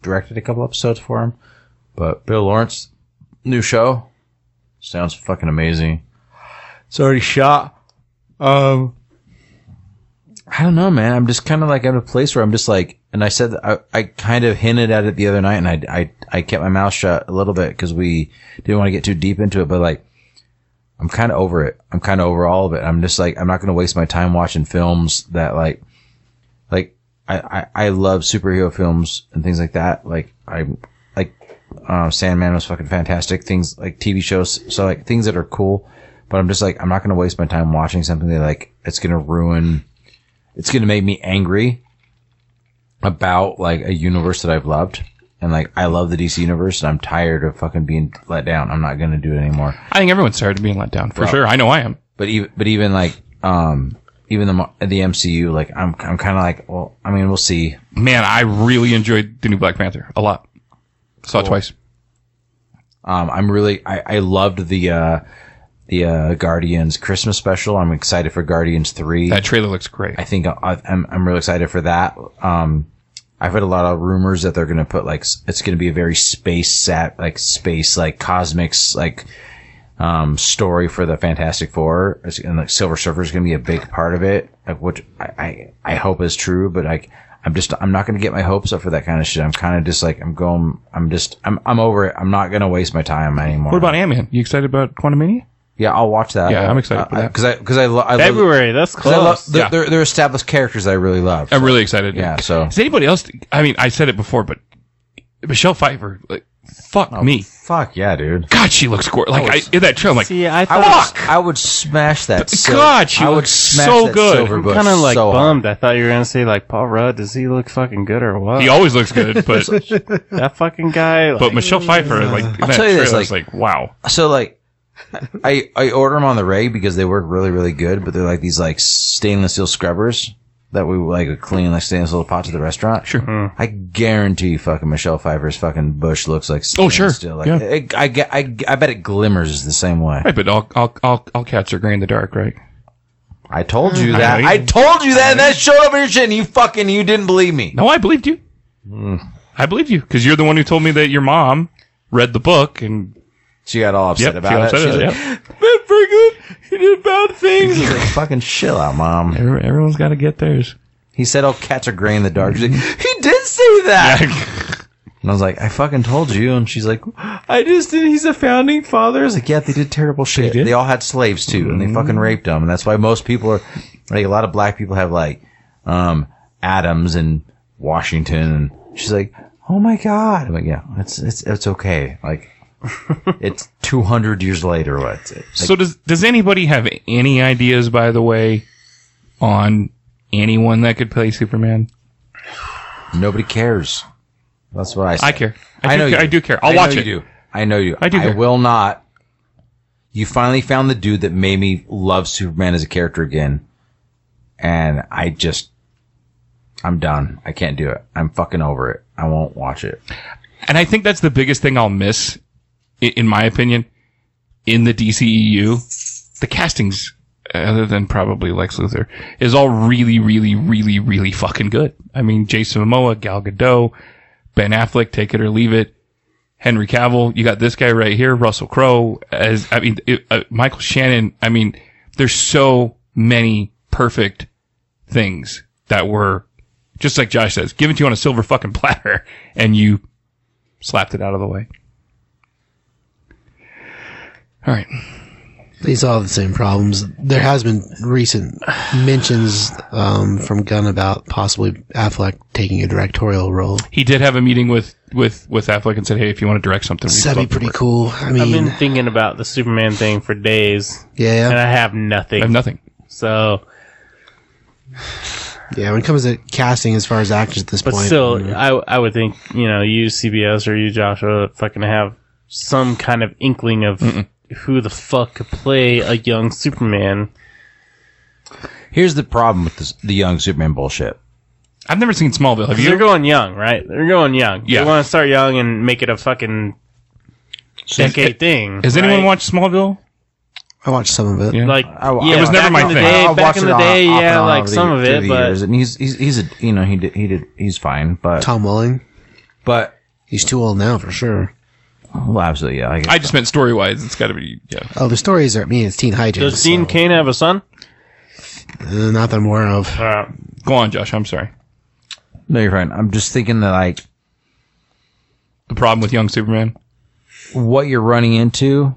Speaker 7: directed a couple episodes for him. But Bill Lawrence, new show, sounds fucking amazing. It's already shot. Um, I don't know, man. I'm just kind of like at a place where I'm just like, and I said I, I kind of hinted at it the other night, and I I, I kept my mouth shut a little bit because we didn't want to get too deep into it, but like. I'm kind of over it. I'm kind of over all of it. I'm just like, I'm not going to waste my time watching films that like, like I, I, I love superhero films and things like that. Like I, like, um, Sandman was fucking fantastic. Things like TV shows. So like things that are cool, but I'm just like, I'm not going to waste my time watching something that like, it's going to ruin, it's going to make me angry about like a universe that I've loved. And like, I love the DC universe and I'm tired of fucking being let down. I'm not going to do it anymore
Speaker 4: I think everyone's tired of being let down for sure. I know I am.
Speaker 7: but even but even like um even the mo- the MCU like I'm I'm kind of like well I mean we'll see
Speaker 4: Man, I really enjoyed the new Black Panther a lot. Saw it twice.
Speaker 7: um I'm really I I loved the uh the uh Guardians Christmas special I'm excited for Guardians 3
Speaker 4: That trailer looks great.
Speaker 7: I think I, I'm I'm real excited for that um I've read a lot of rumors that they're going to put like s- it's going to be a very space sat like space like cosmics like um story for the Fantastic Four It's- and like Silver Surfer is going to be a big part of it, like, which I, I I hope is true, but like. I'm just I'm not going to get my hopes up for that kind of shit. I'm kind of just like I'm going I'm just I'm I'm over it. I'm not going to waste my time anymore.
Speaker 4: What about Ant Man? You excited about Quantum Mania?
Speaker 7: Yeah, I'll watch that.
Speaker 4: Yeah, I'm excited for that.
Speaker 7: because I because I, lo- I love
Speaker 2: February. That's
Speaker 7: 'cause I love
Speaker 2: close.
Speaker 7: they're,
Speaker 4: Yeah.
Speaker 7: they're, they're established characters that I really love.
Speaker 4: I'm really excited.
Speaker 7: yeah, so
Speaker 4: Is anybody else? I mean, I said it before, but Michelle Pfeiffer, like, fuck
Speaker 7: Oh.
Speaker 4: me.
Speaker 7: fuck yeah, dude.
Speaker 4: God, she looks gorgeous.
Speaker 7: Oh,
Speaker 4: Like I, in that trailer, I'm like,
Speaker 8: uh,
Speaker 2: See, I
Speaker 7: I
Speaker 2: thought
Speaker 7: would I would smash that. sil-
Speaker 4: God, she
Speaker 7: I would
Speaker 4: looks
Speaker 7: smash
Speaker 4: so
Speaker 7: that
Speaker 4: good.
Speaker 7: Silver
Speaker 4: I'm
Speaker 7: bush
Speaker 2: kind of like
Speaker 7: so hard.
Speaker 2: bummed. I thought you were gonna say like Paul Rudd. Does he look fucking good or what?
Speaker 4: he always
Speaker 8: [laughs]
Speaker 4: looks good, but
Speaker 2: that fucking guy. Like,
Speaker 4: but Michelle Pfeiffer, like
Speaker 8: uh,
Speaker 4: in that
Speaker 7: tell you
Speaker 4: trailer,
Speaker 7: this,
Speaker 4: is like wow.
Speaker 7: So like, I I order them on the reg because they work really really good, but they're like these like stainless steel scrubbers that we like would clean like stainless steel pots at the restaurant.
Speaker 4: Sure.
Speaker 7: I guarantee you, fucking Michelle Pfeiffer's fucking bush looks like
Speaker 4: Oh,
Speaker 7: stainless
Speaker 4: sure.
Speaker 7: steel. Like,
Speaker 4: Yeah.
Speaker 7: it- I, ge- I ge- I bet it glimmers the same way.
Speaker 4: Right, but I'll I'll I'll, I'll catch her gray in the dark, right?
Speaker 7: I told you
Speaker 4: know
Speaker 7: that.
Speaker 4: you
Speaker 7: I told you that. And that showed up in your shit, and you fucking you didn't believe me.
Speaker 4: No, I believed you.
Speaker 7: Hmm.
Speaker 4: I believed you because you're the one who told me that your mom read the book and
Speaker 7: She got all upset
Speaker 4: yep,
Speaker 7: about
Speaker 4: she upset
Speaker 7: it. She's
Speaker 4: it,
Speaker 7: like,
Speaker 4: yep.
Speaker 8: [laughs] He did bad things.
Speaker 7: She's like, "Fucking chill out, mom."
Speaker 4: Every- Everyone's got to get theirs.
Speaker 7: He said, "I'll catch a gray in the dark." She's like, "He did say that," and I was like, "I fucking told you." And she's like,
Speaker 8: I just did. He's a founding father.
Speaker 7: "It's like, yeah, they did Mm-hmm. terrible shit. They,
Speaker 4: did?
Speaker 7: all had slaves too, and they fucking raped them, and that's why most people are like a lot of black people have like um Adams and Washington." And she's like, "Oh my god!" I'm like, "Yeah, it's it's it's okay." [laughs] Like. it's 200 years later. What's it?
Speaker 4: So does does anybody have any ideas, by the way, on anyone that could play Superman?
Speaker 7: Nobody cares. That's what I say.
Speaker 4: I care. I,
Speaker 7: I
Speaker 4: do care.
Speaker 7: know you
Speaker 4: I do care. I'll
Speaker 7: I
Speaker 4: watch
Speaker 7: know
Speaker 4: it.
Speaker 7: You do. I know you.
Speaker 4: I do
Speaker 7: I
Speaker 4: care.
Speaker 7: will not. You finally found the dude that made me love Superman as a character again, and I just, I'm done. I can't do it. I'm fucking over it. I won't watch it.
Speaker 4: And I think that's the biggest thing I'll miss, i- in my opinion, in the DCEU. The castings, other than probably Lex Luthor, is all really, really, really, really fucking good. I mean, Jason Momoa, Gal Gadot, Ben Affleck, take it or leave it. Henry Cavill, you got this guy right here, Russell Crowe. As I mean, it, uh, Michael Shannon. I mean, there's so many perfect things that were just like Josh says, given to you on a silver fucking platter, [laughs] and you slapped it out of the way. All right.
Speaker 3: These all have the same problems. There has been recent mentions um, from Gunn about possibly Affleck taking a directorial role.
Speaker 4: He did have a meeting with with with Affleck and said, "Hey, if you want to direct something, we'd
Speaker 3: That'd be
Speaker 4: love to
Speaker 3: pretty
Speaker 4: work."
Speaker 3: cool. I
Speaker 2: I've
Speaker 3: mean,
Speaker 2: been thinking about the Superman thing for days,
Speaker 3: yeah,
Speaker 2: and
Speaker 3: yeah.
Speaker 2: I have
Speaker 4: I
Speaker 2: nothing.
Speaker 4: have nothing.
Speaker 2: so,
Speaker 3: yeah. When it comes to casting, as far as actors at this
Speaker 2: but
Speaker 3: point,
Speaker 2: still,
Speaker 3: mm,
Speaker 2: I I would think you know you CBS or you Joshua fucking have some kind of inkling of who the fuck could play a young Superman.
Speaker 7: Here's the problem with this, the young Superman bullshit.
Speaker 4: I've never seen Smallville. Have
Speaker 2: 'Cause They're
Speaker 4: you?
Speaker 2: going young, right? They're going young.
Speaker 4: Yeah.
Speaker 2: They want to start young and make it a fucking decade thing.
Speaker 4: Has anyone watched Smallville?
Speaker 3: I watched some of it.
Speaker 4: Yeah.
Speaker 2: Like,
Speaker 7: I- I-
Speaker 2: yeah,
Speaker 4: It was never
Speaker 2: back
Speaker 4: my
Speaker 2: in the
Speaker 4: thing.
Speaker 2: Day,
Speaker 7: I'll
Speaker 2: back
Speaker 7: watch
Speaker 2: in
Speaker 7: it
Speaker 2: the
Speaker 7: on-
Speaker 2: day,
Speaker 7: off and
Speaker 2: yeah,
Speaker 7: on
Speaker 2: like
Speaker 7: over the-
Speaker 2: some of
Speaker 7: through
Speaker 2: it,
Speaker 7: the
Speaker 2: but
Speaker 7: years, and he's he's he's a you know he did he did he's fine, but
Speaker 3: Tom Welling,
Speaker 7: but
Speaker 3: he's too old now for sure.
Speaker 7: well, absolutely yeah. I guess
Speaker 4: I just meant story wise. It's got to be yeah.
Speaker 3: Oh, the stories are. I mean, it's teen hijinks.
Speaker 2: does Dean Kane have a son?
Speaker 3: Uh, not that I'm aware of.
Speaker 2: Uh,
Speaker 4: Go on, Josh. I'm sorry.
Speaker 7: no, you're fine. I'm just thinking that like
Speaker 4: The problem with young Superman.
Speaker 7: what you're running into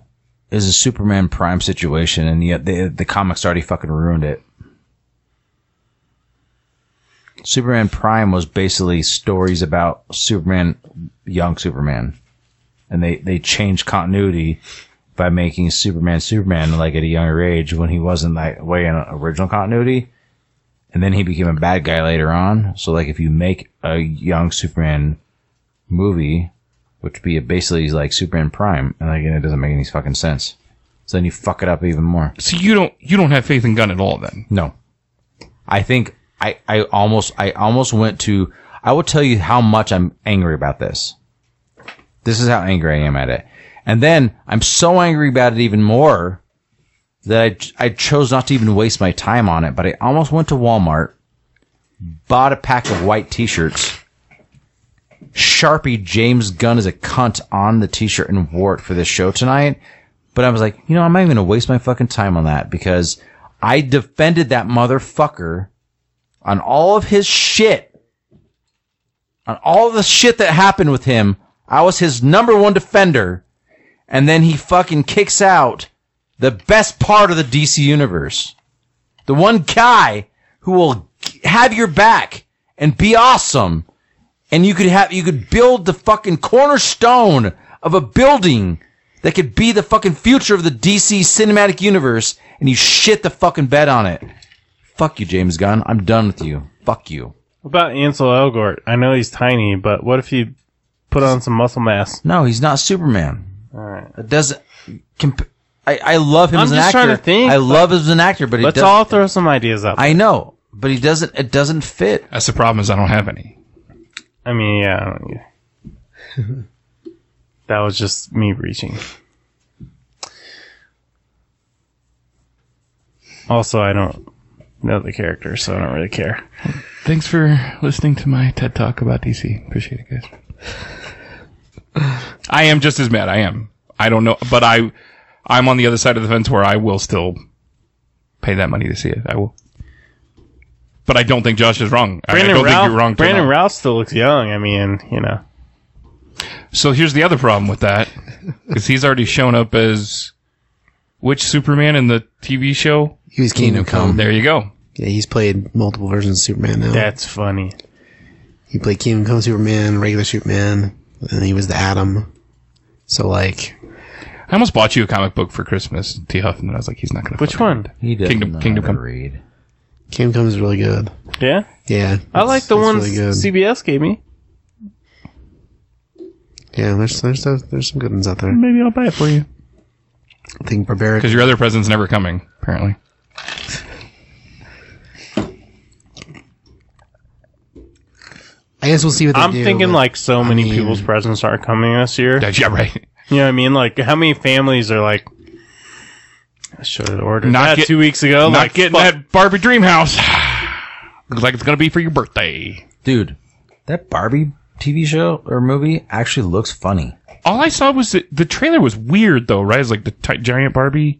Speaker 7: is a Superman Prime situation, and yet the the comics already fucking ruined it. Superman Prime was basically stories about Superman, young Superman, and they they changed continuity by making Superman Superman like at a younger age when he wasn't that way in original continuity, and then he became a bad guy later on. So like if you make a young Superman movie which would be basically like Superman Prime, and again, it doesn't make any fucking sense. So then you fuck it up even more.
Speaker 4: So you don't you don't have faith in Gunn at all then.
Speaker 7: No, I think I I almost I almost went to. I will tell you how much I'm angry about this. This is how angry I am at it, and then I'm so angry about it even more that I I chose not to even waste my time on it. But I almost went to Walmart, bought a pack of white T-shirts, Sharpie James Gunn is a cunt on the t-shirt and wart for this show tonight. But I was like, you know, I'm not even going to waste my fucking time on that because I defended that motherfucker on all of his shit. On all the shit that happened with him. I was his number one defender. And then he fucking kicks out the best part of the DC universe. The one guy who will g- have your back and be awesome. And you could have, you could build the fucking cornerstone of a building that could be the fucking future of the DC cinematic universe. And you shit the fucking bed on it. Fuck you, James Gunn. I'm done with you. Fuck you.
Speaker 2: What about Ansel Elgort? I know he's tiny, but what if he put on some muscle mass?
Speaker 7: No, he's not Superman.
Speaker 2: All right.
Speaker 7: It doesn't. Comp- I, I love him
Speaker 2: I'm
Speaker 7: as an
Speaker 2: just
Speaker 7: actor.
Speaker 2: trying to think.
Speaker 7: I love him as an actor, but it
Speaker 2: Let's
Speaker 7: does,
Speaker 2: all throw some ideas out. I,
Speaker 7: I know, but he doesn't. It doesn't fit.
Speaker 4: That's the problem is I don't have any.
Speaker 2: mean, yeah. I don't- yeah. that was just me reaching. Also, I don't know the character, so I don't really care.
Speaker 4: Thanks for listening to my TED talk about DC. Appreciate it, guys. I am just as mad. I am. I don't know, but I, I'm on the other side of the fence where I will still pay that money to see it. I will. But I don't think Josh is wrong. I- I
Speaker 2: Brandon
Speaker 4: don't
Speaker 2: Ralph.
Speaker 4: think you're wrong. to
Speaker 2: Brandon
Speaker 4: not.
Speaker 2: Ralph still looks young. I mean, you know.
Speaker 4: So here's the other problem with that, because he's already shown up as which Superman in the TV show.
Speaker 3: He was Kingdom Come.
Speaker 4: There you go.
Speaker 3: Yeah, he's played multiple versions of Superman now.
Speaker 2: That's funny.
Speaker 3: He played Kingdom Come Superman, regular Superman, and he was the Atom. So like,
Speaker 4: I almost bought you a comic book for Christmas, T. Huff, and then I was like, he's not going to.
Speaker 2: Which one?
Speaker 7: He doesn't
Speaker 4: Kingdom-
Speaker 7: know
Speaker 4: Kingdom
Speaker 7: how to
Speaker 4: Come.
Speaker 7: read.
Speaker 3: Kingdom Come is really good.
Speaker 2: Yeah,
Speaker 3: Yeah,
Speaker 2: I
Speaker 3: it's-
Speaker 2: like the
Speaker 3: it's
Speaker 2: ones
Speaker 3: really good.
Speaker 2: CBS gave me.
Speaker 3: yeah, there's there's stuff, there's some good ones out there.
Speaker 2: Maybe I'll buy it for you.
Speaker 3: I think Barbaric.
Speaker 4: Because your other present's never coming, apparently.
Speaker 3: I guess we'll see what they
Speaker 2: I'm
Speaker 3: do,
Speaker 2: thinking
Speaker 3: but-
Speaker 2: like so many
Speaker 3: mean-
Speaker 2: people's presents are coming this year.
Speaker 4: [laughs] Yeah, right.
Speaker 2: You know what I mean? Like how many families are like I should have ordered
Speaker 4: Not
Speaker 2: that
Speaker 4: get-
Speaker 2: two weeks ago.
Speaker 4: not
Speaker 2: like
Speaker 4: getting
Speaker 2: fuck.
Speaker 4: that Barbie dream house. [sighs] Looks like it's gonna be for your birthday.
Speaker 7: Dude, that Barbie TV show or movie actually looks funny.
Speaker 4: All I saw was that the trailer was weird though, right? It's like the ti- giant Barbie.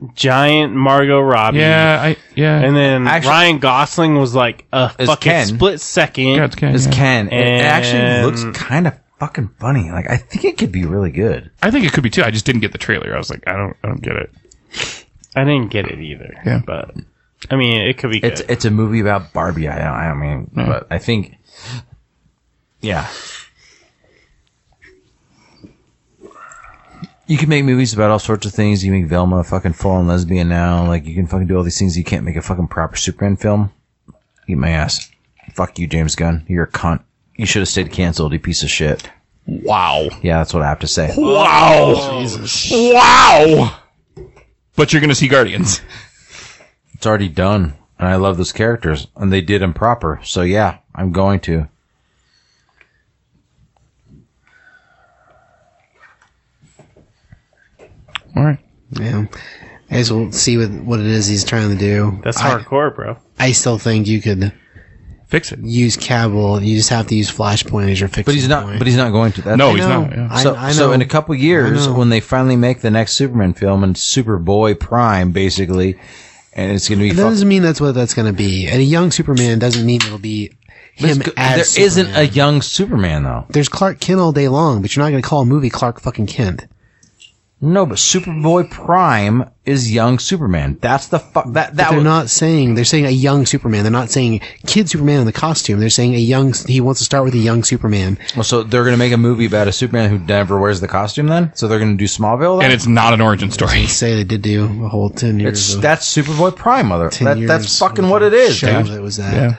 Speaker 4: Mm.
Speaker 2: giant Margot Robbie.
Speaker 4: Yeah, I yeah.
Speaker 2: And then
Speaker 7: Actually-
Speaker 2: Ryan Gosling was like a
Speaker 7: Is
Speaker 2: fucking
Speaker 7: Ken.
Speaker 2: split second.
Speaker 4: yeah, it's Ken,
Speaker 7: It's
Speaker 4: yeah.
Speaker 7: Ken. It, it actually
Speaker 2: And-
Speaker 7: looks kind of fucking funny. Like I think it could be really good.
Speaker 4: I think it could be too. I just didn't get the trailer. I was like, I don't, I don't get it.
Speaker 2: I didn't get it either.
Speaker 4: Yeah.
Speaker 2: But I mean it could be good.
Speaker 7: It's it's a movie about Barbie. I don't, I don't mean, but I think. Yeah. You can make movies about all sorts of things. You make Velma a fucking full-on lesbian now. Like you can fucking do all these things. You can't make a fucking proper Superman film. Eat my ass. Fuck you, James Gunn. You're a cunt. You should have stayed canceled. You piece of shit.
Speaker 4: Wow,
Speaker 7: Yeah, that's what I have to say.
Speaker 4: wow, wow. But you're gonna see Guardians.
Speaker 7: It's already done, and I love those characters, and they did them proper. So yeah, I'm going to.
Speaker 4: All right.
Speaker 3: Yeah. I guess we'll see what, what it is he's trying to do.
Speaker 2: That's
Speaker 3: I,
Speaker 2: hardcore, bro.
Speaker 3: I still think you could
Speaker 4: Fix it.
Speaker 3: use Cavill. You just have to use Flashpoint as your fixing
Speaker 7: But he's not.
Speaker 3: point.
Speaker 7: But he's not going to. That's
Speaker 4: No, he's not. yeah.
Speaker 3: I,
Speaker 7: So,
Speaker 3: I know.
Speaker 7: so in a couple years,
Speaker 3: I know.
Speaker 7: when they finally make the next Superman film and Superboy Prime, basically, and it's going to be
Speaker 3: that
Speaker 7: fuck-
Speaker 3: doesn't mean that's what that's going to be. And a young Superman doesn't mean it'll be him
Speaker 7: There
Speaker 3: as
Speaker 7: not
Speaker 3: Superman.
Speaker 7: a young Superman though.
Speaker 3: There's Clark Kent all day long, but you're not going to call a movie Clark fucking Kent.
Speaker 7: No, but Superboy Prime is young Superman. That's the fuck. That that
Speaker 3: They're
Speaker 7: was,
Speaker 3: not saying they're saying a young Superman. They're not saying kid Superman in the costume. They're saying a young. He wants to start with a young Superman.
Speaker 7: so they're going to make a movie about a Superman who never wears the costume. Then, so they're going to do Smallville. Then?
Speaker 4: And it's not an origin story.
Speaker 3: Say they did do a whole ten years.
Speaker 7: It's
Speaker 3: of-
Speaker 7: that's Superboy Prime, mother.
Speaker 3: 10
Speaker 7: That, that's
Speaker 3: years
Speaker 7: fucking
Speaker 3: of
Speaker 7: what it is.
Speaker 3: Show
Speaker 7: dude.
Speaker 3: that was that.
Speaker 4: Yeah.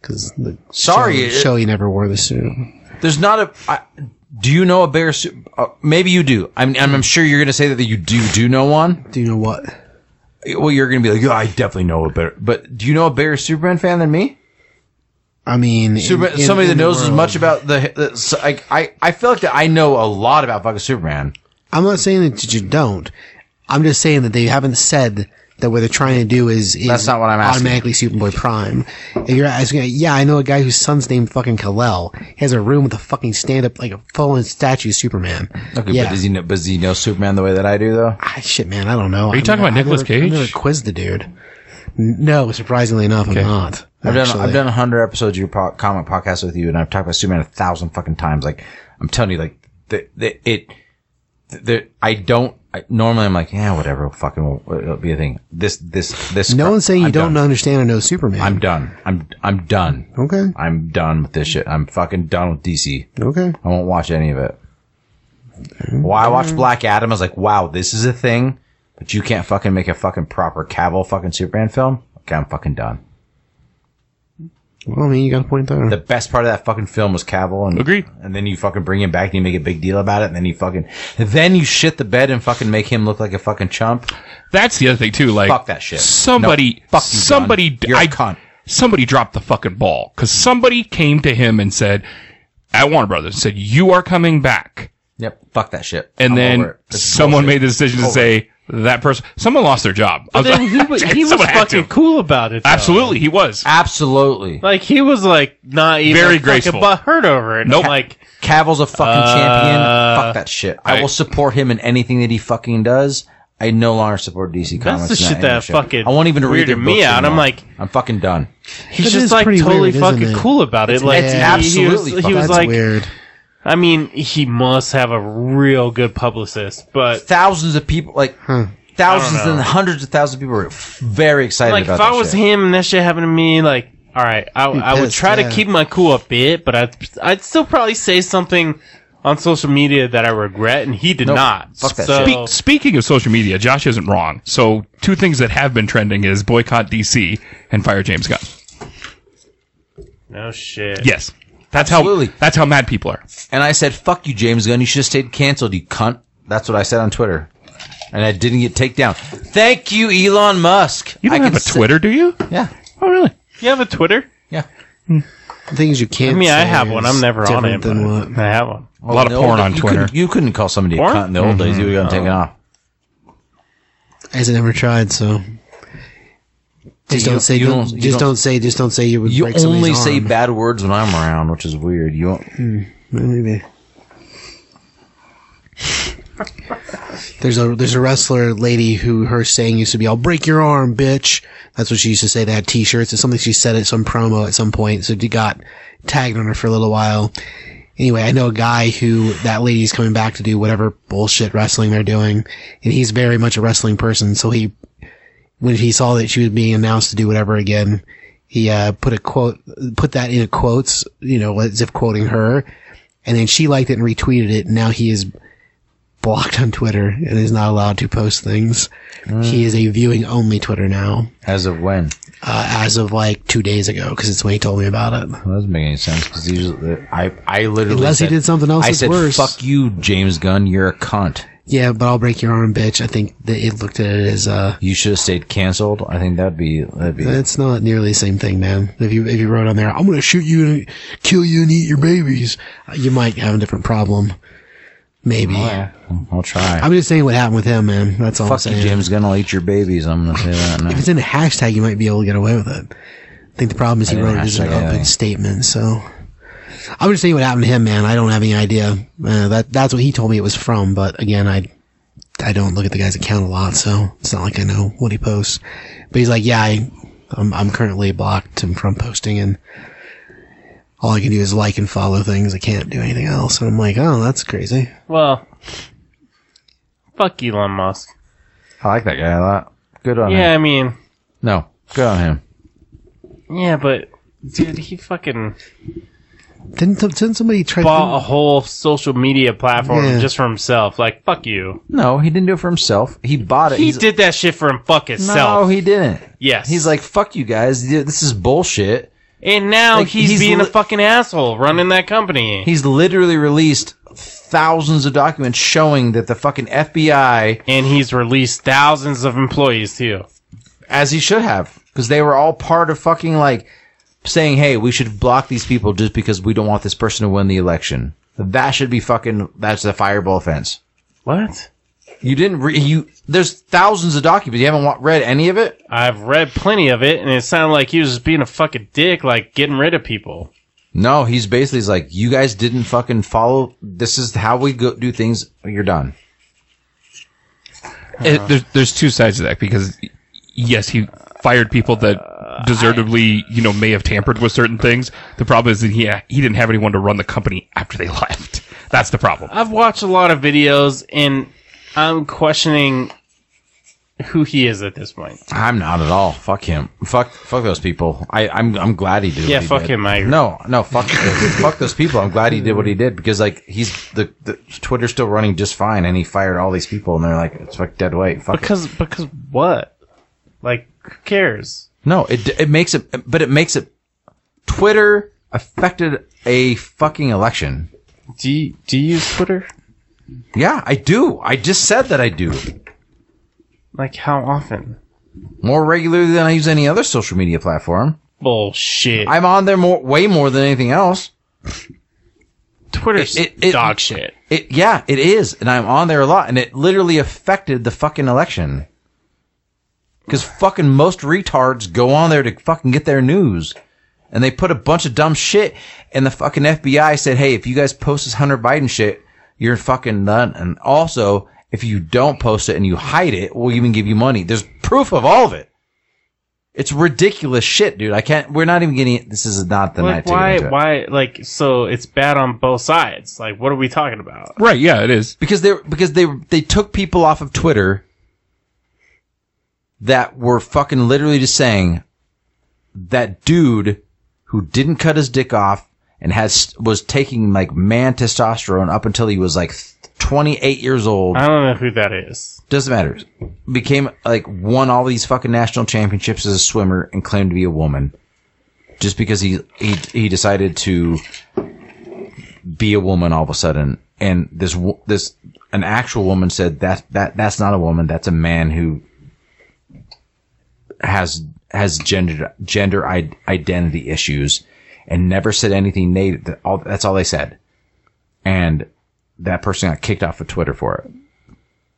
Speaker 3: Because the
Speaker 7: Sorry,
Speaker 3: show,
Speaker 7: it-
Speaker 3: show he never wore the suit.
Speaker 7: There's not a. I, do you know a bear? Su- uh, maybe you do. I'm, I'm, I'm sure you're gonna say that you do do know one.
Speaker 3: Do you know what?
Speaker 7: Well, you're gonna be like, yeah, I definitely know a better. But do you know a better Superman fan than me?
Speaker 3: I mean, in-
Speaker 7: Superman,
Speaker 3: in-
Speaker 7: somebody
Speaker 3: in
Speaker 7: that
Speaker 3: the
Speaker 7: knows as
Speaker 3: world.
Speaker 7: much about the. the so, like, I, I feel like that I know a lot about fucking Superman.
Speaker 3: I'm not saying that you don't. I'm just saying that they haven't said that what they're trying to do is, is
Speaker 7: That's not what I'm asking.
Speaker 3: automatically Superboy Prime. If you're asking, yeah, I know a guy whose son's named fucking Kal-El. He has a room with a fucking stand up, like a full-on statue of Superman.
Speaker 7: Okay,
Speaker 3: yeah.
Speaker 7: but does he know, does he know Superman the way that I do though?
Speaker 3: Ah, shit, man, I don't know. Are
Speaker 4: you talking about Nicolas Cage?
Speaker 3: I never quizzed the dude. N- No, surprisingly enough, I'm not.
Speaker 7: I've done
Speaker 3: actually.
Speaker 7: I've done hundred episodes of your po- comic podcast with you, and I've talked about Superman a thousand fucking times. Like I'm telling you, like the, the it, the I don't. I, normally, I'm like, yeah, whatever, fucking, it'll be a thing. This, this, this.
Speaker 3: No one's saying you
Speaker 7: I'm
Speaker 3: don't
Speaker 7: done.
Speaker 3: understand or know Superman.
Speaker 7: I'm done. I'm I'm done.
Speaker 3: okay.
Speaker 7: I'm done with this shit. I'm fucking done with DC.
Speaker 3: Okay.
Speaker 7: I won't watch any of it. Why I watched Black Adam? I was like, wow, this is a thing, but you can't fucking make a fucking proper Cavill fucking Superman film. Okay, I'm fucking done.
Speaker 3: Well, I mean, you got a point there.
Speaker 7: The best part of that fucking film was Cavill, and
Speaker 4: Agreed.
Speaker 7: And then you fucking bring him back, and you make a big deal about it, and then you fucking, then you shit the bed and fucking make him look like a fucking chump.
Speaker 4: That's the other thing too. Like
Speaker 7: Fuck that shit.
Speaker 4: Somebody,
Speaker 7: No, fuck you, John.
Speaker 4: somebody,
Speaker 7: You're a
Speaker 4: I-
Speaker 7: cunt.
Speaker 4: Somebody dropped the fucking ball because somebody came to him and said, "At Warner Brothers, said you are coming back."
Speaker 7: Yep, fuck that shit.
Speaker 4: And
Speaker 7: I'm over
Speaker 4: then
Speaker 7: it. This is
Speaker 4: someone
Speaker 7: bullshit.
Speaker 4: made the decision to say that person. Someone lost their job. I was
Speaker 2: Then he
Speaker 4: like- [laughs]
Speaker 2: was, he was
Speaker 4: someone had
Speaker 2: fucking
Speaker 4: to.
Speaker 2: cool about it. though.
Speaker 4: Absolutely, he was.
Speaker 7: absolutely.
Speaker 2: Like he was like not even
Speaker 4: Very
Speaker 2: fucking
Speaker 4: graceful.
Speaker 2: butthurt over it.
Speaker 4: Nope.
Speaker 2: Like
Speaker 7: Cavill's a fucking
Speaker 2: Uh,
Speaker 7: champion. Fuck that shit. I,
Speaker 4: I-
Speaker 7: will support him in anything that he fucking does. I no longer support DC Comics.
Speaker 2: That's the
Speaker 7: and
Speaker 2: shit
Speaker 7: any
Speaker 2: that
Speaker 7: of their
Speaker 2: fucking
Speaker 7: I won't even read their
Speaker 2: weirded me
Speaker 7: books
Speaker 2: out. I'm
Speaker 7: anymore.
Speaker 2: like- Hmm.
Speaker 7: I'm fucking done.
Speaker 2: he's
Speaker 3: That
Speaker 2: just
Speaker 3: is
Speaker 2: like
Speaker 3: pretty
Speaker 2: totally
Speaker 3: weird, isn't
Speaker 2: fucking
Speaker 3: it?
Speaker 2: cool about it. like
Speaker 7: it's
Speaker 2: he-
Speaker 7: absolutely
Speaker 2: he was, he
Speaker 7: fucking-
Speaker 2: was
Speaker 3: That's
Speaker 2: like,
Speaker 3: weird.
Speaker 2: I mean, he must have a real good publicist, but
Speaker 7: Thousands of people, like thousands and hundreds of thousands of people, were f- very excited
Speaker 2: like if
Speaker 7: about.
Speaker 2: I
Speaker 7: that
Speaker 2: was
Speaker 7: shit.
Speaker 2: him and that shit happened to me, like all right, I, I would
Speaker 3: pissed,
Speaker 2: try
Speaker 3: yeah.
Speaker 2: to keep my cool a bit, but I'd I'd still probably say something on social media that I regret, and he did
Speaker 7: Nope.
Speaker 2: not.
Speaker 7: Fuck that
Speaker 2: so,
Speaker 4: Spe- speaking of social media, Josh isn't wrong. So, two things that have been trending is boycott DC and fire James Gunn.
Speaker 2: no shit.
Speaker 4: Yes, that's
Speaker 7: Absolutely.
Speaker 4: how that's how mad people are.
Speaker 7: and I said, "Fuck you, James Gunn. You should have stayed canceled, you cunt." That's what I said on Twitter, and I didn't get takedown. Thank you, Elon Musk.
Speaker 4: You
Speaker 7: I
Speaker 4: don't
Speaker 7: can
Speaker 4: have a
Speaker 7: say-
Speaker 4: Twitter, do you?
Speaker 7: yeah,
Speaker 4: Oh, really?
Speaker 2: You have a Twitter?
Speaker 7: yeah.
Speaker 3: The things you can't.
Speaker 2: I mean, I
Speaker 3: say
Speaker 2: have one.
Speaker 3: is
Speaker 2: I'm never on it.
Speaker 3: different Than
Speaker 2: but
Speaker 3: what?
Speaker 2: I have one.
Speaker 4: A lot of
Speaker 7: In the
Speaker 4: porn
Speaker 7: old-
Speaker 4: on
Speaker 7: you
Speaker 4: Twitter.
Speaker 7: Couldn't, you couldn't call somebody
Speaker 2: Porn? Mm-hmm. Oh.
Speaker 7: a cunt in the old days. You would have taken off.
Speaker 3: Hasn't ever tried, so. Just
Speaker 7: you-
Speaker 3: don't say.
Speaker 7: you
Speaker 3: Don't,
Speaker 7: don't- you
Speaker 3: just
Speaker 7: don't-
Speaker 3: don't, say. Just don't say you would.
Speaker 7: You
Speaker 3: break
Speaker 7: only
Speaker 3: somebody's
Speaker 7: say
Speaker 3: arm.
Speaker 7: bad words when I'm around, which is weird. You don't,
Speaker 3: Maybe. There's a there's a wrestler lady who her saying used to be "I'll break your arm, bitch." That's what she used to say. They had T-shirts. It's something she said at some promo at some point. So she got tagged on her for a little while. Anyway, I know a guy who that lady's coming back to do whatever bullshit wrestling they're doing, and he's very much a wrestling person. So he, when he saw that she was being announced to do whatever again, he uh, put a quote, put that in quotes, you know, as if quoting her, and then she liked it and retweeted it. And now he is blocked on Twitter and is not allowed to post things.
Speaker 7: Mm.
Speaker 3: He is a viewing only Twitter now,
Speaker 7: as of when.
Speaker 3: uh, as of like two days ago, because it's when he told me about it.
Speaker 7: That doesn't make any sense because usually I, I literally
Speaker 3: Unless he
Speaker 7: said-
Speaker 3: did something else
Speaker 7: I
Speaker 3: that's
Speaker 7: said,
Speaker 3: worse.
Speaker 7: "Fuck you, James Gunn. You're a cunt.
Speaker 3: Yeah, but I'll break your arm, bitch. I think that it looked at it as uh,
Speaker 7: You should have stayed canceled." I think that'd be that'd be.
Speaker 3: That's not nearly the same thing, man. If you if you wrote on there, I'm gonna shoot you and kill you and eat your babies, uh, you might have a different problem. Maybe.
Speaker 7: I'll try.
Speaker 3: I'm just saying what happened with him, man. That's all I'm
Speaker 7: Fuck you,
Speaker 3: saying.
Speaker 7: James Gunn. I'll eat your babies. I'm gonna say that now.
Speaker 3: [laughs] If it's in a hashtag, you might be able to get away with it. I think the problem is he
Speaker 7: didn't
Speaker 3: wrote it as an
Speaker 7: hashtag
Speaker 3: open
Speaker 7: anything.
Speaker 3: statement. So I'm just saying what happened to him, man. I don't have any idea. Uh, that that's what he told me it was from, but again, I I don't look at the guy's account a lot, so it's not like I know what he posts. But he's like, yeah, I, I'm I'm currently blocked him from posting, and all I can do is like and follow things. I can't do anything else. And I'm like, oh, that's crazy.
Speaker 2: Well, fuck Elon Musk.
Speaker 7: I like that guy a lot. Good on
Speaker 2: Yeah,
Speaker 7: him.
Speaker 2: I mean,
Speaker 7: No, good on him.
Speaker 2: yeah, but dude, he fucking
Speaker 3: Didn't didn't somebody try?
Speaker 2: bought a whole social media platform
Speaker 3: Yeah.
Speaker 2: just for himself. Like, fuck you.
Speaker 7: No, he didn't do it for himself. He bought it.
Speaker 2: He
Speaker 7: He's-
Speaker 2: did that shit for him fuck
Speaker 7: No,
Speaker 2: himself.
Speaker 7: he didn't.
Speaker 2: yes.
Speaker 7: He's like, "Fuck you guys. This is bullshit."
Speaker 2: and now
Speaker 7: like,
Speaker 2: he's,
Speaker 7: he's
Speaker 2: being a
Speaker 7: li-
Speaker 2: fucking asshole running that company.
Speaker 7: He's literally released thousands of documents showing that the fucking FBI,
Speaker 2: and he's released thousands of employees too.
Speaker 7: as he should have, because they were all part of fucking like saying, "Hey, we should block these people just because we don't want this person to win the election." That should be fucking. That's a fireball offense.
Speaker 2: What?
Speaker 7: You didn't re- you. There's thousands of documents. You haven't wa- read any of it.
Speaker 2: I've read plenty of it, and it sounded like he was just being a fucking dick, like getting rid of people.
Speaker 7: No, he's basically he's like, you guys didn't fucking follow. This is how we go do things. You're done.
Speaker 2: Uh-huh.
Speaker 4: It, there's, there's two sides to that because yes, he fired people that deservedly, you know, may have tampered with certain things. The problem is that he he didn't have anyone to run the company after they [laughs] left. That's the problem.
Speaker 2: I've watched a lot of videos, and I'm questioning who he is at this point.
Speaker 7: I'm not at all. Fuck him. Fuck fuck those people. I I'm I'm glad he did.
Speaker 2: Yeah,
Speaker 7: what he
Speaker 2: fuck
Speaker 7: did.
Speaker 2: him, I agree.
Speaker 7: No,
Speaker 2: [laughs]
Speaker 7: no, fuck fuck those people. I'm glad he did what he did because like he's the, the Twitter's still running just fine, and he fired all these people, and they're like, it's like dead weight. Fuck. it.
Speaker 2: Because because what? Like who cares?
Speaker 7: No, it it makes it, but it makes it. Twitter affected a fucking election.
Speaker 2: Do you, do you use Twitter?
Speaker 7: Yeah, I do. I just said that I do.
Speaker 2: Like how often?
Speaker 7: more regularly than I use any other social media platform.
Speaker 2: Bullshit.
Speaker 7: I'm on there more, way more than anything else.
Speaker 2: Twitter's
Speaker 7: it- it-
Speaker 2: dog shit.
Speaker 7: It, yeah, it is, and I'm on there a lot, and it literally affected the fucking election. Because fucking most retards go on there to fucking get their news, and they put a bunch of dumb shit, and the fucking FBI said, "Hey, if you guys post this Hunter Biden shit, you're fucking done." And also, if you don't post it and you hide it, we'll even give you money. There's proof of all of it. It's ridiculous shit, dude. I can't. We're not even getting. This is not the
Speaker 2: Like
Speaker 7: night to get
Speaker 2: why
Speaker 7: into it.
Speaker 2: why like so it's bad on both sides. Like what are we talking about?
Speaker 4: Right? Yeah, it is.
Speaker 7: because they because they they took people off of Twitter that were fucking literally just saying that dude who didn't cut his dick off and has was taking like man testosterone up until he was like 28 years old
Speaker 2: I don't know who that is.
Speaker 7: doesn't matter became like won all these fucking national championships as a swimmer and claimed to be a woman just because he he he decided to be a woman all of a sudden and this wo- this an actual woman said that that that's not a woman that's a man who has has gender gender I- identity issues and never said anything native that all that's all they said and that person got kicked off of Twitter for it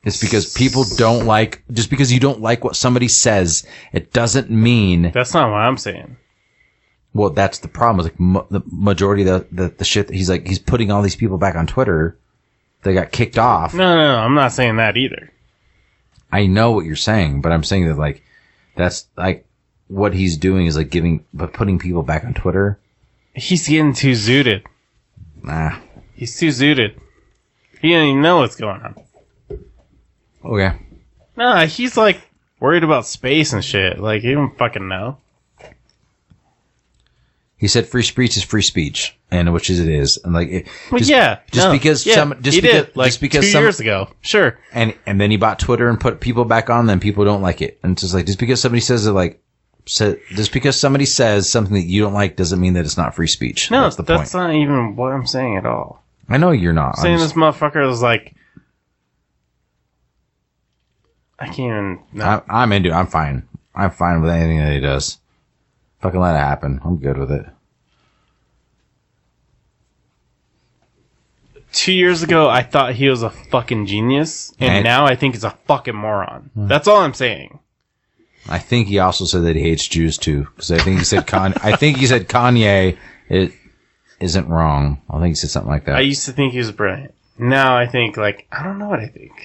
Speaker 7: it's because people don't like just because you don't like what somebody says, it doesn't mean
Speaker 2: That's not what I'm saying.
Speaker 7: well. That's the problem. It's like mo- the majority of the, the the shit that he's like he's putting all these people back on Twitter. They got kicked off.
Speaker 2: No, no, no, I'm not saying that either.
Speaker 7: I know what you're saying, but I'm saying that like that's like what he's doing is like giving but putting people back on Twitter.
Speaker 2: He's getting too zooted.
Speaker 7: Nah.
Speaker 2: He's too zooted. He didn't even know what's going on.
Speaker 7: Okay.
Speaker 2: Nah, he's like worried about space and shit. Like he don't fucking know.
Speaker 7: He said free speech is free speech, and which is it is, and like it,
Speaker 2: But
Speaker 7: just-
Speaker 2: yeah,
Speaker 7: just
Speaker 2: no,
Speaker 7: because
Speaker 2: yeah,
Speaker 7: some just
Speaker 2: he
Speaker 7: because
Speaker 2: did, like
Speaker 7: just because
Speaker 2: two
Speaker 7: some,
Speaker 2: years ago, sure.
Speaker 7: and and then he bought Twitter and put people back on. Then people don't like it, and it's just like just because somebody says it, like, so just because somebody says something that you don't like doesn't mean that it's not free speech.
Speaker 2: No,
Speaker 7: that's the point.
Speaker 2: not even what I'm saying at all.
Speaker 7: I know you're not.
Speaker 2: I'm saying
Speaker 7: I'm just-
Speaker 2: this motherfucker is like, I can't even. No.
Speaker 7: I, I'm into. it. I'm fine. I'm fine with anything that he does. Fucking let it happen. I'm good with it.
Speaker 2: Two years ago, I thought he was a fucking genius, and
Speaker 7: And-
Speaker 2: now I think he's a fucking moron.
Speaker 7: Hmm.
Speaker 2: That's all I'm saying.
Speaker 7: I think he also said that he hates Jews too, because I think he
Speaker 2: [laughs]
Speaker 7: said Con. I think he said Kanye. It isn't wrong. I think he said something like that.
Speaker 2: I used to think he was brilliant. Now I think like I don't know what I think.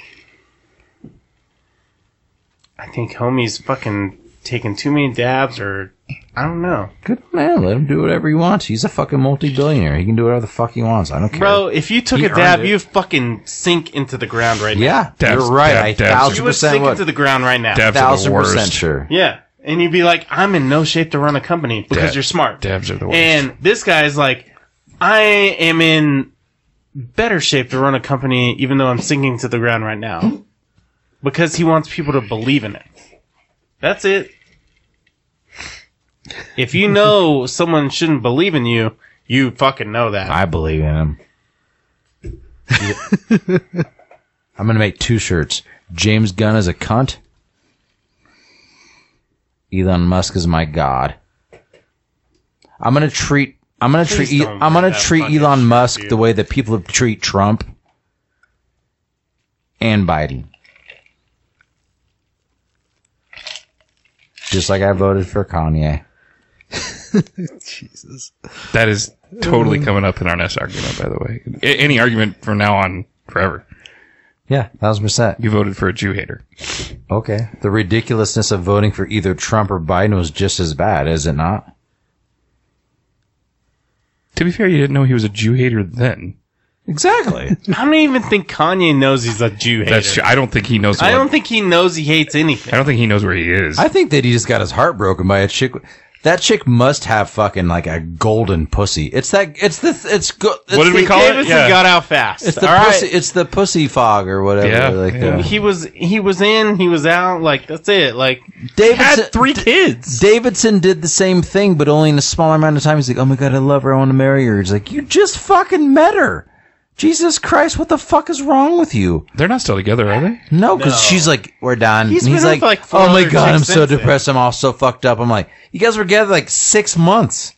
Speaker 2: I think homie's fucking taking too many dabs, or I don't know.
Speaker 7: good man. Let him do whatever he wants. He's a fucking multi-billionaire. He can do whatever the fuck he wants. I don't care.
Speaker 2: Bro, if you took
Speaker 7: He
Speaker 2: a dab,
Speaker 7: earned it.
Speaker 2: you fucking sink into the ground right now.
Speaker 7: Yeah,
Speaker 4: Devs-
Speaker 7: you're right.
Speaker 4: dev-
Speaker 7: I
Speaker 4: devs.
Speaker 7: thousand
Speaker 2: You would
Speaker 7: percent
Speaker 2: sink
Speaker 7: would.
Speaker 2: into the ground right now.
Speaker 4: Devs are
Speaker 7: thousand
Speaker 4: the
Speaker 7: percent
Speaker 4: worst.
Speaker 7: sure.
Speaker 2: Yeah. And you'd be like, I'm in no shape to run a company because
Speaker 4: Dab-
Speaker 2: you're smart.
Speaker 4: Devs are the worst.
Speaker 2: And this guy's like, I am in better shape to run a company even though I'm sinking to the ground right now. Because he wants people to believe in it. That's it. If you know
Speaker 4: [laughs]
Speaker 2: someone shouldn't believe in you, you fucking know that.
Speaker 7: I believe in
Speaker 2: [laughs]
Speaker 7: him. I'm gonna make two shirts. James Gunn is a cunt. Elon Musk is my god. I'm gonna treat. I'm gonna
Speaker 2: Please
Speaker 7: treat. E-
Speaker 2: don't
Speaker 7: I'm
Speaker 2: do
Speaker 7: gonna
Speaker 2: that
Speaker 7: treat
Speaker 2: fucking
Speaker 7: Elon
Speaker 2: shit,
Speaker 7: Musk
Speaker 2: dude.
Speaker 7: the way that people treat Trump and Biden. Just like I voted for Kanye.
Speaker 4: That is totally coming up in our next argument, by the way. A- any argument from now on forever.
Speaker 7: Yeah, thousand percent.
Speaker 4: You voted for a Jew hater.
Speaker 7: Okay. The ridiculousness of voting for either Trump or Biden was just as bad, is it not?
Speaker 4: To be fair, you didn't know he was a Jew hater then.
Speaker 9: Exactly.
Speaker 2: I don't even think Kanye knows he's a Jew hater.
Speaker 4: That's true. I don't think he knows.
Speaker 2: I
Speaker 4: what-
Speaker 2: don't think he knows he hates
Speaker 4: I
Speaker 2: anything.
Speaker 4: don't think he knows where he is.
Speaker 7: [laughs] I think that he just got his heart broken by a chick. That chick must have fucking like a golden pussy. It's that. It's the. It's good.
Speaker 4: What did we call it?
Speaker 2: Davidson
Speaker 4: Yeah.
Speaker 2: got out fast.
Speaker 7: It's the
Speaker 2: all right.
Speaker 7: pussy. It's the pussy fog or whatever.
Speaker 4: Yeah,
Speaker 7: like uh, the-
Speaker 4: yeah.
Speaker 2: He was he was in, he was out, like that's it. Like
Speaker 7: Davidson
Speaker 2: had three kids.
Speaker 7: Davidson did the same thing, but only in a smaller amount of time. He's like, "Oh my god, I love her. I want to marry her." He's like, "You just fucking met her." Jesus Christ, what the fuck is wrong with you?
Speaker 4: They're not still together, are they?
Speaker 7: No, because she's like, we're done.
Speaker 2: He's
Speaker 7: and he's
Speaker 2: been
Speaker 7: like,
Speaker 2: with, like, four
Speaker 7: oh my
Speaker 2: other
Speaker 7: god, I'm
Speaker 2: chicks
Speaker 7: so
Speaker 2: since then."
Speaker 7: depressed. I'm all so fucked up. I'm like, you guys were together like six months.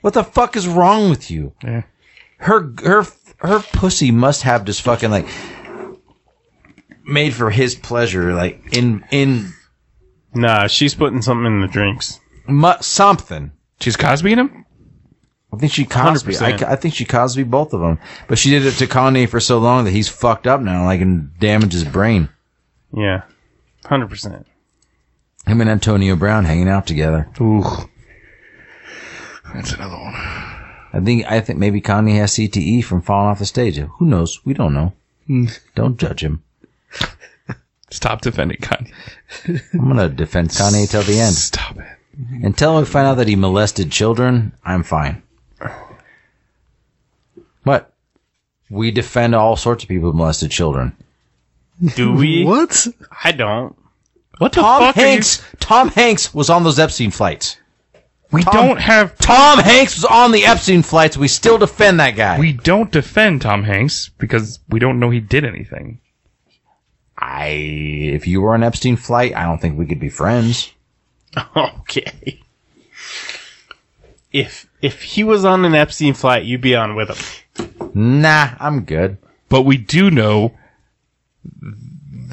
Speaker 7: What the fuck is wrong with you?
Speaker 4: Yeah.
Speaker 7: Her her her pussy must have just fucking like made for his pleasure, like in in
Speaker 2: Nah, she's putting something in the drinks.
Speaker 7: mu- something.
Speaker 4: She's Cosby in him.
Speaker 7: I think she Cosby. I,
Speaker 2: 100%.
Speaker 7: I think she Cosby both of them, but she did it to Kanye for so long that he's fucked up now, like and damaged his brain.
Speaker 2: Yeah. Hundred percent.
Speaker 7: Him and Antonio Brown hanging out together.
Speaker 4: Ooh, that's another one.
Speaker 7: I think I think maybe Kanye has CTE from falling off the stage. Who knows? We don't know. Don't judge him.
Speaker 4: Stop defending Kanye.
Speaker 7: I'm gonna defend Kanye till the end.
Speaker 4: Stop it.
Speaker 7: Until we find out that he molested children, I'm fine. But we defend all sorts of people who molested children.
Speaker 2: [laughs] Do we?
Speaker 3: What?
Speaker 2: I don't. [laughs]
Speaker 4: What the
Speaker 7: Tom
Speaker 4: fuck? are you-
Speaker 7: Hanks. Tom Hanks was on those Epstein flights.
Speaker 4: we don't have.
Speaker 7: Tom Hanks was on the Epstein flights. We still defend that guy.
Speaker 4: We don't defend Tom Hanks because we don't know he did anything.
Speaker 7: I, if you were on Epstein flight, I don't think we could be friends.
Speaker 2: Okay. If if he was on an Epstein flight, you'd be on with him.
Speaker 7: Nah, I'm good.
Speaker 4: But we do know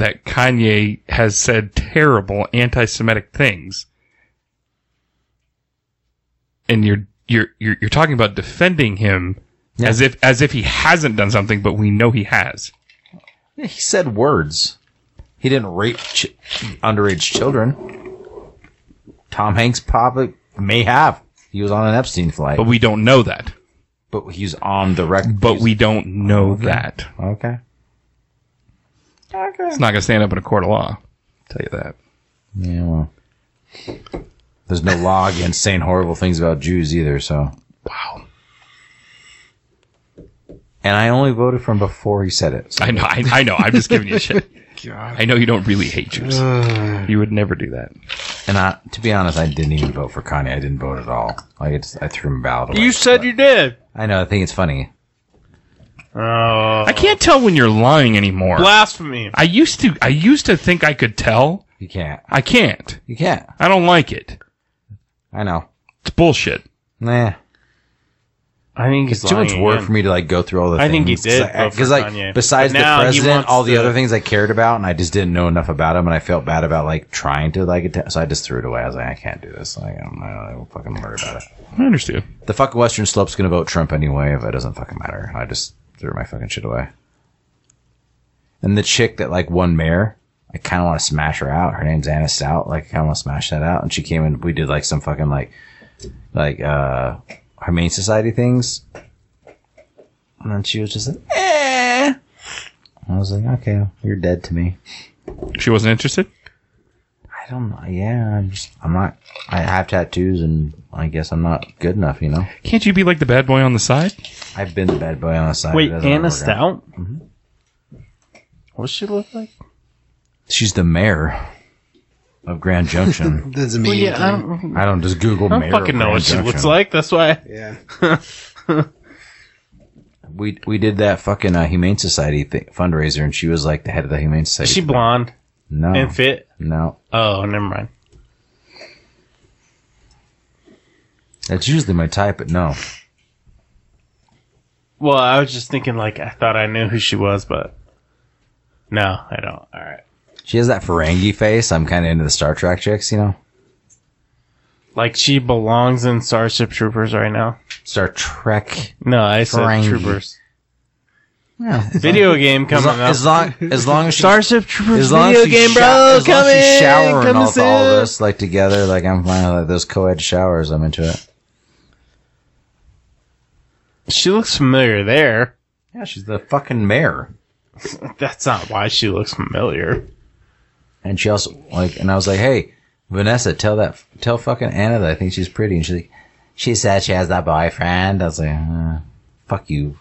Speaker 4: that Kanye has said terrible anti-Semitic things, and you're you're you're, you're talking about defending him as if as if he hasn't done something, but we know he has.
Speaker 7: He said words. He didn't rape ch- underage children. Tom Hanks probably may have. He was on an Epstein flight,
Speaker 4: But
Speaker 7: but,
Speaker 4: we don't know that.
Speaker 7: he's on the record.
Speaker 4: But we don't know that.
Speaker 7: okay.
Speaker 4: It's not going to stand up in a court of law. tell you that.
Speaker 7: Yeah, well, there's no law against saying horrible things about Jews either. So
Speaker 4: Wow.
Speaker 7: and I only voted for him before he said it.
Speaker 4: [laughs]
Speaker 7: So
Speaker 4: I know. I, I know. I'm just giving you [laughs] shit. I know you don't really hate Jews. you would never do that.
Speaker 7: And I, to be honest, I didn't even vote for Kanye. I didn't vote at all. Like it's, I threw him out.
Speaker 2: You said you did.
Speaker 7: I know. I think it's funny.
Speaker 2: Oh,
Speaker 4: I can't tell when you're lying
Speaker 2: [laughs]
Speaker 4: anymore.
Speaker 2: blasphemy!
Speaker 4: I used to. I used to think I could tell.
Speaker 7: You can't.
Speaker 4: I can't.
Speaker 7: You can't.
Speaker 4: I don't like it.
Speaker 7: I know.
Speaker 4: It's bullshit.
Speaker 7: Nah.
Speaker 2: I think
Speaker 7: It's too much work for me to like go through all the.
Speaker 2: I think he
Speaker 7: things.
Speaker 2: did vote for
Speaker 7: because like
Speaker 2: Kanye.
Speaker 7: besides
Speaker 2: But
Speaker 7: the
Speaker 2: now he
Speaker 7: president,
Speaker 2: wants
Speaker 7: all the
Speaker 2: to-
Speaker 7: other things I cared about, and I just didn't know enough about him, and I felt bad about like trying to like attempt. So I just threw it away. I was like, I can't do this. Like, I don't, I don't, I don't fucking worry about it.
Speaker 4: I understand.
Speaker 7: The fucking Western Slope's gonna vote Trump anyway. If it doesn't fucking matter, I just threw my fucking shit away. And the chick that like won mayor, I kind of want to smash her out. Her name's Anna Stout. Like, I kind of want to smash that out. And she came in. We did like some fucking like, like uh, Humane Society things. And then she was just like, eh. I was like, okay, you're dead to me.
Speaker 4: She wasn't interested.
Speaker 7: I don't know. Yeah, I'm just, I'm not. I have tattoos, and I guess I'm not good enough. You know,
Speaker 4: Can't you be like the bad boy on the side?
Speaker 7: I've been the bad boy on the side.
Speaker 2: Wait,
Speaker 7: It doesn't
Speaker 2: Anna
Speaker 7: work out. Mm-hmm.
Speaker 2: Stout? What's she look like?
Speaker 7: She's the mayor of Grand Junction.
Speaker 3: That's amazing.
Speaker 2: Yeah, I don't,
Speaker 7: I don't just Google
Speaker 2: I
Speaker 7: mayor.
Speaker 2: don't
Speaker 7: of
Speaker 2: fucking know
Speaker 7: Grand
Speaker 2: what she
Speaker 7: Junction.
Speaker 2: looks like. That's why.
Speaker 7: We we did that fucking uh, Humane Society thi- fundraiser, and she was like the head of the Humane
Speaker 2: Is
Speaker 7: Society.
Speaker 2: she blonde
Speaker 7: no,
Speaker 2: and fit?
Speaker 7: no.
Speaker 2: Oh, never mind.
Speaker 7: That's usually my type, but no.
Speaker 2: Well, I was just thinking, like, I thought I knew who she was, but no, I don't. All right.
Speaker 7: She has that Ferengi face. I'm kind of into the Star Trek chicks, you know.
Speaker 2: Like she belongs in Starship Troopers right now.
Speaker 7: Star Trek.
Speaker 2: No, I said
Speaker 7: Ferengi.
Speaker 2: Troopers.
Speaker 7: Yeah.
Speaker 2: Video game
Speaker 7: As
Speaker 2: coming
Speaker 7: long,
Speaker 2: up.
Speaker 7: as long as long as she,
Speaker 2: Starship Troopers
Speaker 7: as long
Speaker 2: video
Speaker 7: as she
Speaker 2: game,
Speaker 7: sho-
Speaker 2: bro.
Speaker 7: as long
Speaker 2: come
Speaker 7: as she's
Speaker 2: in,
Speaker 7: showering
Speaker 2: come
Speaker 7: all, all of
Speaker 2: soon.
Speaker 7: us like together, like I'm fine with like, those co-ed showers. I'm into it.
Speaker 2: She looks familiar there.
Speaker 7: Yeah, she's the fucking mayor,
Speaker 2: That's not why she looks familiar.
Speaker 7: and she also like, and I was like, hey, Vanessa, tell that tell fucking Anna that I think she's pretty, and she's like, she said she has that boyfriend. I was like, uh, fuck you.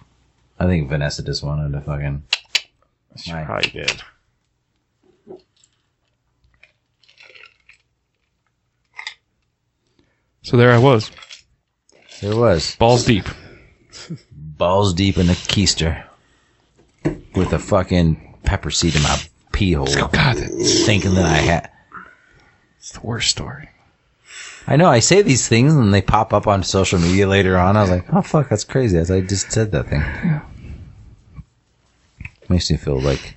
Speaker 7: I think Vanessa just wanted to fucking.
Speaker 2: She
Speaker 7: Right.
Speaker 2: probably did.
Speaker 4: So there I was,
Speaker 7: There was
Speaker 4: balls deep.
Speaker 7: balls deep in the keister with a fucking pepper seed in my pee hole,
Speaker 4: God, that's
Speaker 7: thinking that I had.
Speaker 4: the worst story.
Speaker 7: I know I say these things and they pop up on social media later on. I was like, oh fuck, that's crazy. That's, I just said that thing. Makes me feel like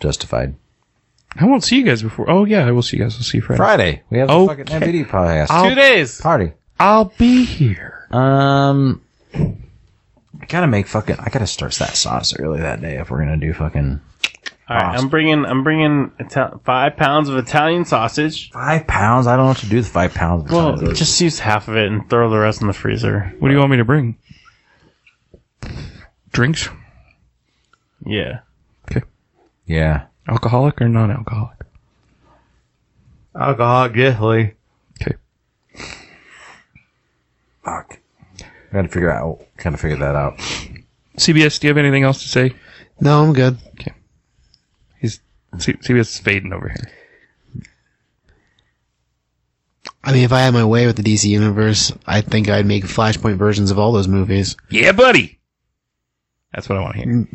Speaker 7: justified.
Speaker 4: I won't see you guys before. Oh yeah, I will see you guys. I'll see you Friday.
Speaker 7: Friday we have
Speaker 4: Okay.
Speaker 7: a fucking MVD podcast
Speaker 2: Two days.
Speaker 7: party.
Speaker 4: I'll be here.
Speaker 7: Um, I gotta make fucking. I gotta start that sauce early that day if we're gonna do fucking
Speaker 2: All right, I'm bringing. I'm bringing Ital- five pounds of Italian sausage.
Speaker 7: five pounds. I don't know what to do with five pounds.
Speaker 2: Well, just use half of it and throw the rest in the freezer.
Speaker 4: What do you want me to bring? Drinks,
Speaker 2: Yeah.
Speaker 7: yeah.
Speaker 4: alcoholic or non-alcoholic?
Speaker 10: Alcohol, Gilly.
Speaker 4: Okay.
Speaker 7: Fuck. I gotta figure out. Gotta figure that out.
Speaker 4: CBS, do you have anything else to say?
Speaker 3: No, I'm good.
Speaker 4: He's C- CBS is fading over here.
Speaker 3: I mean, if I had my way with the DC universe, I think I'd make Flashpoint versions of all those movies.
Speaker 4: Yeah, buddy. That's what I want to hear.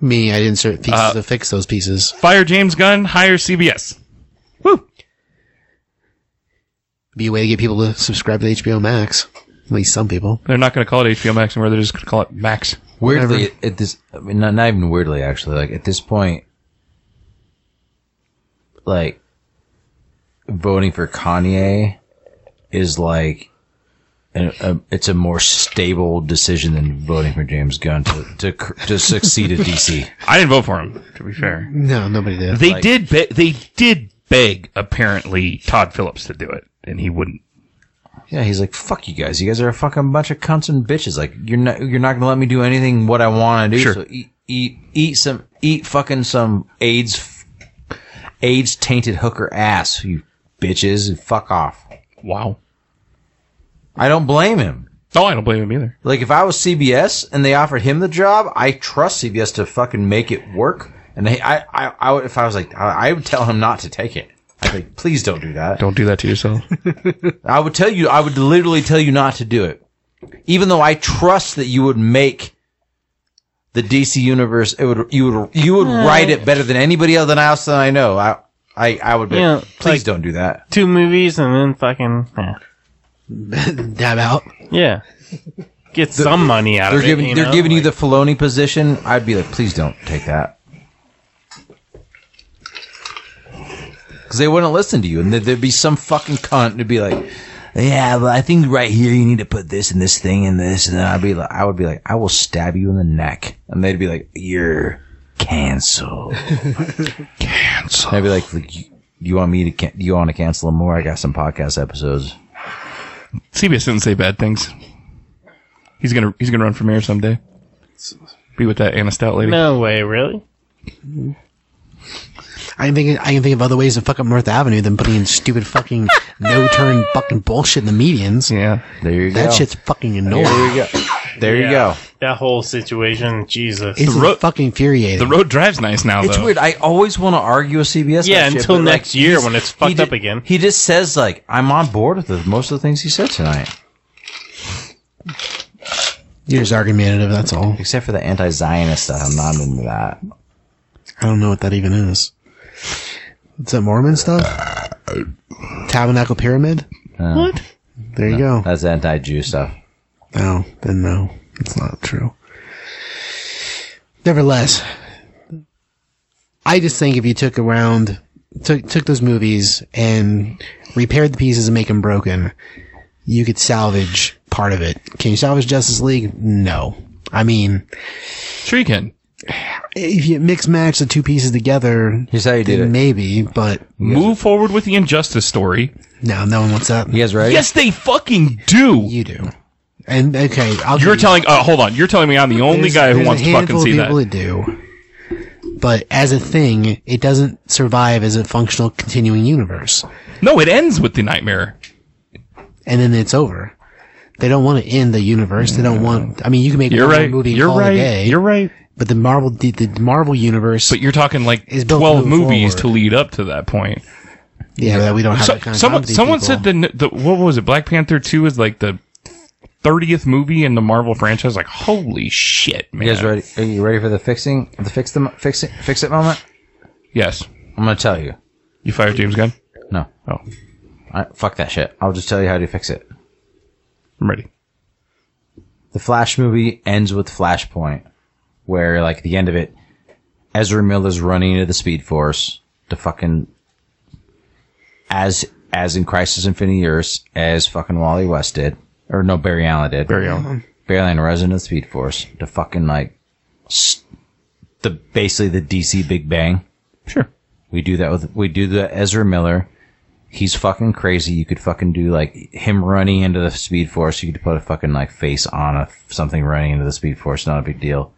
Speaker 3: Me, I'd insert pieces
Speaker 4: Uh,
Speaker 3: to fix those pieces.
Speaker 4: Fire James Gunn, hire CBS.
Speaker 3: Be a way to get people to subscribe to HBO Max. At least some people.
Speaker 4: They're not going to call it HBO Max anymore. They're just going to call it Max.
Speaker 7: Weirdly, at this, I mean, not, not even weirdly, actually, like at this point, like voting for Kanye is like, a, a, it's a more stable decision than voting for James Gunn to to, cr- to succeed at DC.
Speaker 4: I didn't vote for him. To be fair,
Speaker 3: No, nobody [laughs] did.
Speaker 4: they did. Be- they did beg apparently Todd Phillips to do it, and he wouldn't.
Speaker 7: Yeah, he's like, "Fuck you guys! You guys are a fucking bunch of cunts and bitches. Like, you're not you're not gonna let me do anything what I want to do.
Speaker 4: Sure.
Speaker 7: So eat eat eat some eat fucking some AIDS AIDS tainted hooker ass, you bitches. and Fuck off.
Speaker 4: Wow.
Speaker 7: I don't blame him.
Speaker 4: Oh, I don't blame him either.
Speaker 7: Like, if I was CBS and they offered him the job, I trust CBS to fucking make it work. And they, I I, I would, if I was like, I, I would tell him not to take it. I'd be like, please don't do that.
Speaker 4: Don't do that to [laughs] yourself.
Speaker 7: I would tell you, I would literally tell you not to do it. Even though I trust that you would make the DC universe, it would you would you would write it better than anybody else than else that I know. I I, I would be,
Speaker 2: Yeah,
Speaker 7: please
Speaker 2: like-
Speaker 7: don't do that.
Speaker 2: Two movies and then fucking. eh.
Speaker 3: Dab out.
Speaker 2: Yeah. Get some money out
Speaker 7: They're
Speaker 2: of
Speaker 7: giving
Speaker 2: it. you
Speaker 7: they're
Speaker 2: know?
Speaker 7: giving you
Speaker 2: Like,
Speaker 7: the Filoni position. I'd be like, please don't take that. Because they wouldn't listen to you, and there- there'd be some fucking cunt to be like, "Yeah, well, I think right here you need to put this and this thing and this," and then I'd be like, "I would be like, I will stab you in the neck," and they'd be like, "You're canceled." canceled. I'd be like, "Look, you, "You want me to? Can- you want to cancel more? I got some podcast episodes."
Speaker 4: CBS didn't say bad things. He's gonna he's gonna run for mayor someday. Be with that Anna Stout lady.
Speaker 2: No way, really?
Speaker 3: I can think. I can think of other ways to fuck up North Avenue than putting in stupid fucking
Speaker 4: [laughs]
Speaker 3: no turn fucking bullshit in the medians.
Speaker 4: Yeah.
Speaker 7: There you go.
Speaker 3: That shit's fucking annoying.
Speaker 7: There you go. There you go.
Speaker 2: That whole situation, Jesus.
Speaker 3: It's
Speaker 4: The ro-
Speaker 3: fucking infuriating.
Speaker 4: The road drives nice now
Speaker 7: It's
Speaker 4: though.
Speaker 7: weird. I always want to argue with CBS.
Speaker 2: Yeah,
Speaker 7: that shit,
Speaker 2: until
Speaker 7: but,
Speaker 2: next year
Speaker 7: he's-
Speaker 2: when it's
Speaker 7: he
Speaker 2: fucked
Speaker 7: ju-
Speaker 2: up again.
Speaker 7: He just says like, "I'm on board with the- most of the things he said tonight,
Speaker 3: You're just argumentative. That's all.
Speaker 7: except for the anti-Zionist stuff. I'm not into that.
Speaker 3: I don't know what that even is. It's that Mormon stuff. Tabernacle pyramid.
Speaker 7: What?
Speaker 3: There you
Speaker 2: Oh.
Speaker 3: go.
Speaker 7: That's anti-Jew stuff."
Speaker 3: No, then no, it's not true. Nevertheless, I just think if you took around took took those movies and repaired the pieces and make them broken, you could salvage part of it. Can you salvage Justice League? No. I mean,
Speaker 4: Sure you can.
Speaker 3: if you mix match the two pieces together,
Speaker 7: Here's how you did
Speaker 3: then
Speaker 7: it.
Speaker 3: maybe, but
Speaker 4: Move forward with the injustice story.
Speaker 3: no, no one wants that.
Speaker 7: You guys ready?
Speaker 4: Yes, they fucking do.
Speaker 3: You do. And okay, I'll
Speaker 4: You're
Speaker 3: give-
Speaker 4: telling. Uh, hold on. You're telling me I'm the only
Speaker 3: there's-
Speaker 4: guy who
Speaker 3: there's a
Speaker 4: wants to fucking
Speaker 3: handful of
Speaker 4: see that.
Speaker 3: people do. But as a thing, it doesn't survive as a functional continuing universe.
Speaker 4: No, it ends with the nightmare.
Speaker 3: and then it's over. They don't want to end the universe. They don't want. I mean, you can make
Speaker 4: You're
Speaker 3: one more
Speaker 4: right.
Speaker 3: movie and
Speaker 4: You're
Speaker 3: call it a
Speaker 4: right.
Speaker 3: day,
Speaker 4: You're right.
Speaker 3: but the Marvel the, the Marvel universe.
Speaker 4: But you're talking like
Speaker 3: It's built
Speaker 4: twelve
Speaker 3: to move
Speaker 4: movies
Speaker 3: forward.
Speaker 4: to lead up to that point.
Speaker 3: yeah, that we don't have.
Speaker 4: So-
Speaker 3: that kind of
Speaker 4: someone
Speaker 3: comedy
Speaker 4: someone
Speaker 3: people.
Speaker 4: said the, n- the what was it? Black Panther Two is like the thirtieth movie in the Marvel franchise. Like holy shit, man!
Speaker 7: You guys ready? Are you ready for the fixing the fix the fix it fix it moment?
Speaker 4: Yes,
Speaker 7: I'm gonna tell you.
Speaker 4: you fired James Gunn.
Speaker 7: No,
Speaker 4: Oh,
Speaker 7: I, fuck that shit. I'll just tell you how to fix it.
Speaker 4: I'm ready.
Speaker 7: the Flash movie ends with Flashpoint, where like at the end of it, Ezra Miller's running into the Speed Force to fucking as as in Crisis Infinity Earths as fucking Wally West did, or no Barry Allen did. Barry Allen, Barry Allen, resident of the Speed Force, to fucking like s- the basically the DC Big Bang.
Speaker 4: Sure.
Speaker 7: We do that with we do the Ezra Miller. He's fucking crazy. You could fucking do like him running into the Speed Force. You could put a fucking like face on a something running into the Speed Force. Not a big deal.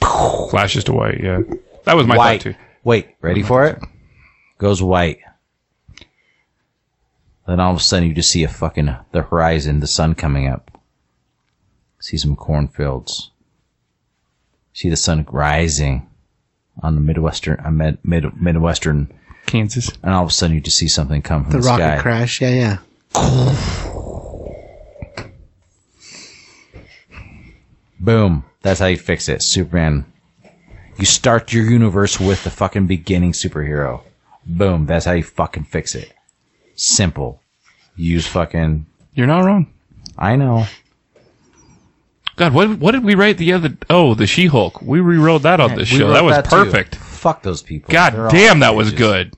Speaker 4: Flashes to white. Yeah, that was my
Speaker 7: white.
Speaker 4: thought too.
Speaker 7: Wait, ready for it? Goes white. Then all of a sudden you just see a fucking the horizon, the sun coming up. See some cornfields. See the sun rising on the midwestern, uh, mid, mid midwestern
Speaker 4: Kansas.
Speaker 7: and all of a sudden you just see something come from the,
Speaker 3: the rocket
Speaker 7: sky.
Speaker 3: crash. Yeah, yeah.
Speaker 7: Boom. That's how you fix it. Superman. You start your universe with the fucking beginning superhero. Boom. That's how you fucking fix it. Simple. Use fucking.
Speaker 4: You're not wrong.
Speaker 7: I know.
Speaker 4: God, what what did we write the other? Oh, the She Hulk. We rewrote that on this
Speaker 7: We
Speaker 4: show.
Speaker 7: wrote
Speaker 4: That was
Speaker 7: too.
Speaker 4: perfect.
Speaker 7: Fuck those people.
Speaker 4: God
Speaker 7: They're all
Speaker 4: damn, that was
Speaker 7: bitches.
Speaker 4: good.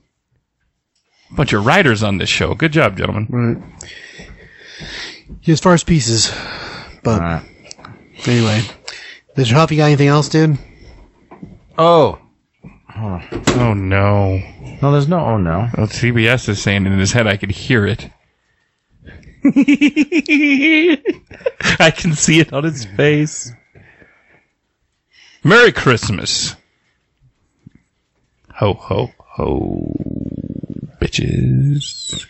Speaker 4: Bunch of writers on this show. Good job, gentlemen.
Speaker 3: Yeah, as far as pieces, but
Speaker 7: Alright.
Speaker 3: anyway, Mr. Huff, you got anything else, dude?
Speaker 7: Oh
Speaker 4: Oh no.
Speaker 7: no, there's no. Oh no.
Speaker 4: Well, CBS is saying in his head, I could hear it. [laughs] I can see it on his face. Merry Christmas. Ho, ho, ho, bitches.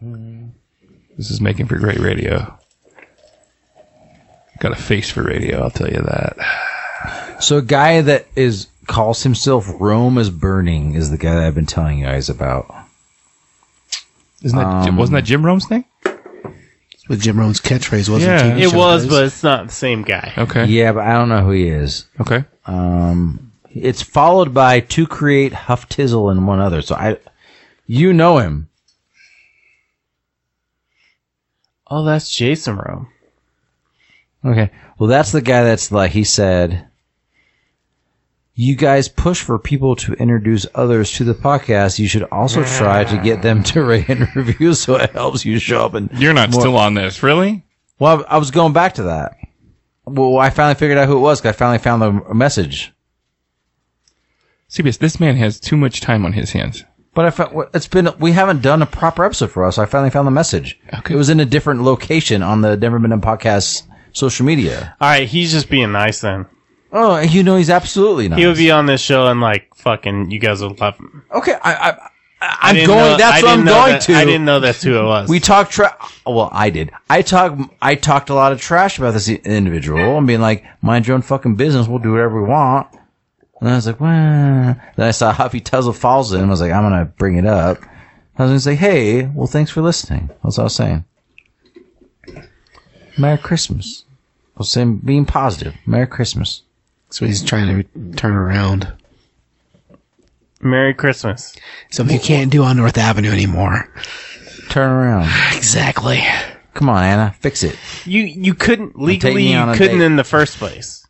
Speaker 4: this is making for great radio. Got a face for radio, I'll tell you that.
Speaker 7: So a guy that is calls himself Rome is burning is the guy that I've been telling you
Speaker 4: [laughs]
Speaker 7: guys about.
Speaker 4: Isn't that wasn't that Jim Rome's thing?
Speaker 3: That's what Jim Rohn's catchphrase was.
Speaker 2: Yeah,
Speaker 3: on TV
Speaker 2: it
Speaker 3: show
Speaker 2: was,
Speaker 3: days.
Speaker 2: but it's not the same guy.
Speaker 4: Okay.
Speaker 7: Yeah, but I don't know who he is.
Speaker 4: Okay.
Speaker 7: Um, it's followed by to create Huff Tizzle and one other. So I, you know him.
Speaker 2: Oh, that's Jason Rome.
Speaker 7: Okay. Well, that's the guy that's like he said. You guys push for people to introduce others to the podcast. You should also try to get them to [laughs] rate and review, so it helps you show up. And
Speaker 4: You're not
Speaker 7: more-
Speaker 4: still on this, really?
Speaker 7: Well, I was going back to that. Well, I finally figured out who it was. 'cause I finally found the message.
Speaker 4: CBS, this man has too much time on his hands.
Speaker 7: But I found, it's been we haven't done a proper episode for us. I finally found the message.
Speaker 4: Okay.
Speaker 7: It was in a different location on the Never Been Done podcast social media.
Speaker 2: All right, he's just being nice then.
Speaker 7: Oh, you know he's absolutely not.
Speaker 2: He would be on this show and like fucking, you guys would love him.
Speaker 7: okay. I, I, I
Speaker 2: I
Speaker 7: I'm
Speaker 2: didn't
Speaker 7: going.
Speaker 2: know- I
Speaker 7: that's what
Speaker 2: didn't
Speaker 7: I'm
Speaker 2: know
Speaker 7: going
Speaker 2: that-
Speaker 7: to.
Speaker 2: I didn't know that's who it was.
Speaker 7: We talked tra Well, I did. I talked. I talked a lot of trash about this individual and being like, "Mind your own fucking business. We'll do whatever we want." And I was like, "Well." Then I saw [laughs] Huffy Tuzzle falls in. I was like, "I'm gonna bring it up." I was gonna say, "Hey, well, thanks for listening." That's what I was saying. Merry Christmas. I was saying, being positive. Merry Christmas.
Speaker 3: so he's trying to turn around.
Speaker 2: Merry Christmas.
Speaker 3: So you can't do on North Avenue anymore.
Speaker 7: Turn around.
Speaker 3: Exactly.
Speaker 7: Come on, Anna. Fix it.
Speaker 2: You you couldn't
Speaker 7: taking
Speaker 2: legally
Speaker 7: you on
Speaker 2: you
Speaker 7: a
Speaker 2: couldn't
Speaker 7: date.
Speaker 2: in the first place.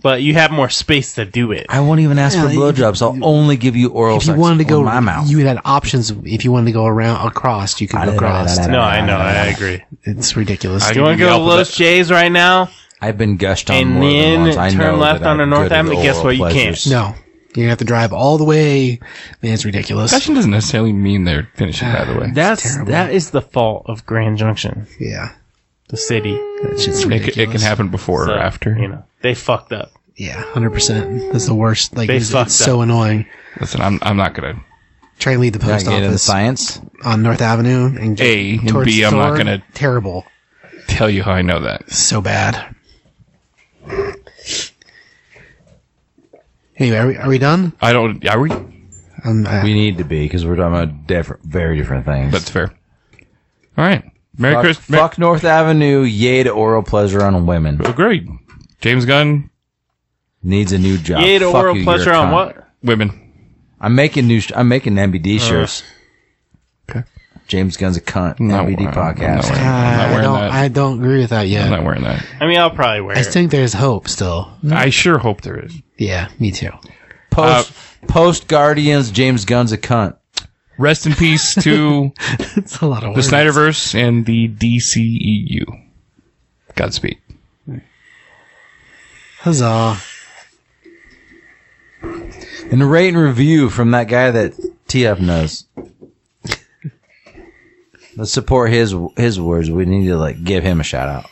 Speaker 2: but you have more space to do it.
Speaker 7: I won't even ask for
Speaker 3: Yeah, if-
Speaker 7: blowjobs. I'll only give you oral
Speaker 3: If you
Speaker 7: sex
Speaker 3: wanted to
Speaker 7: on
Speaker 3: go,
Speaker 7: my mouth.
Speaker 3: you had options. If you wanted to go around across, you could go across.
Speaker 2: No, I know, I agree.
Speaker 3: It's ridiculous.
Speaker 4: I-
Speaker 2: You want to
Speaker 4: the
Speaker 2: go to Los
Speaker 4: alphabet.
Speaker 2: Jays right now?
Speaker 7: I've been gushed on
Speaker 2: And
Speaker 7: more than
Speaker 2: then
Speaker 7: once. I
Speaker 2: turn
Speaker 7: know
Speaker 2: left
Speaker 7: that
Speaker 2: on
Speaker 7: I'm
Speaker 2: the North
Speaker 7: good at
Speaker 2: Avenue. Guess
Speaker 7: oral
Speaker 2: what? You can't.
Speaker 7: pleasures.
Speaker 3: no, you're gonna have to drive all the way. Man, it's ridiculous.
Speaker 4: Fashion doesn't necessarily mean they're finishing, by the way.
Speaker 2: [sighs] That's that is the fault of Grand Junction,
Speaker 3: yeah,
Speaker 2: the city.
Speaker 3: that shit's
Speaker 4: It, c- it can
Speaker 3: ridiculous.
Speaker 4: happen before
Speaker 2: So,
Speaker 4: or after.
Speaker 2: you know, they fucked up.
Speaker 3: Yeah, hundred percent. That's the worst. Like
Speaker 2: They
Speaker 3: it's,
Speaker 2: fucked
Speaker 3: it's so annoying.
Speaker 4: Listen, I'm, I'm not going to
Speaker 3: Try and lead the
Speaker 7: Can I
Speaker 3: post
Speaker 7: get into the
Speaker 3: office
Speaker 7: science?
Speaker 3: on North Avenue and
Speaker 4: A and
Speaker 3: towards
Speaker 4: B. I'm not
Speaker 3: Thorne.
Speaker 4: going to
Speaker 3: Terrible.
Speaker 4: tell you how I know that.
Speaker 3: So bad. Anyway, are we, are we done?
Speaker 4: I don't. Are we?
Speaker 3: Um, I-
Speaker 7: We need to be because we're talking about different, very different things.
Speaker 4: That's fair. All right. Merry
Speaker 7: fuck,
Speaker 4: Christmas.
Speaker 7: fuck North Avenue. Yay to oral pleasure on women.
Speaker 4: Agreed. James Gunn,
Speaker 7: Needs a new job.
Speaker 2: Yay to
Speaker 7: Fuck
Speaker 2: oral
Speaker 7: you,
Speaker 2: pleasure
Speaker 7: you're a
Speaker 2: on
Speaker 7: cunt.
Speaker 2: what? Uh,
Speaker 4: women.
Speaker 7: I'm making new. Sh- I'm making NBD shirts.
Speaker 4: okay.
Speaker 7: James Gunn's a cunt.
Speaker 4: No,
Speaker 7: NBD
Speaker 4: I'm not
Speaker 7: podcast.
Speaker 4: wearing-
Speaker 3: I
Speaker 4: I'm not wearing
Speaker 3: don't.
Speaker 4: that.
Speaker 3: I don't agree with that
Speaker 4: I'm
Speaker 3: yet.
Speaker 4: not wearing that.
Speaker 2: I mean, I'll probably wear
Speaker 3: I
Speaker 2: it.
Speaker 3: think there's hope still.
Speaker 4: I sure hope there is.
Speaker 3: Yeah, me too.
Speaker 7: Post
Speaker 2: Uh,
Speaker 7: post Guardians. James Gunn's a cunt.
Speaker 4: Rest in peace to
Speaker 3: [laughs] It's a lot of
Speaker 4: the
Speaker 3: words.
Speaker 4: Snyderverse and the DCEU. Godspeed.
Speaker 3: Huzzah!
Speaker 7: And a rate and review from that guy that TF knows. Let's support his his words. We need to like give him a shout out.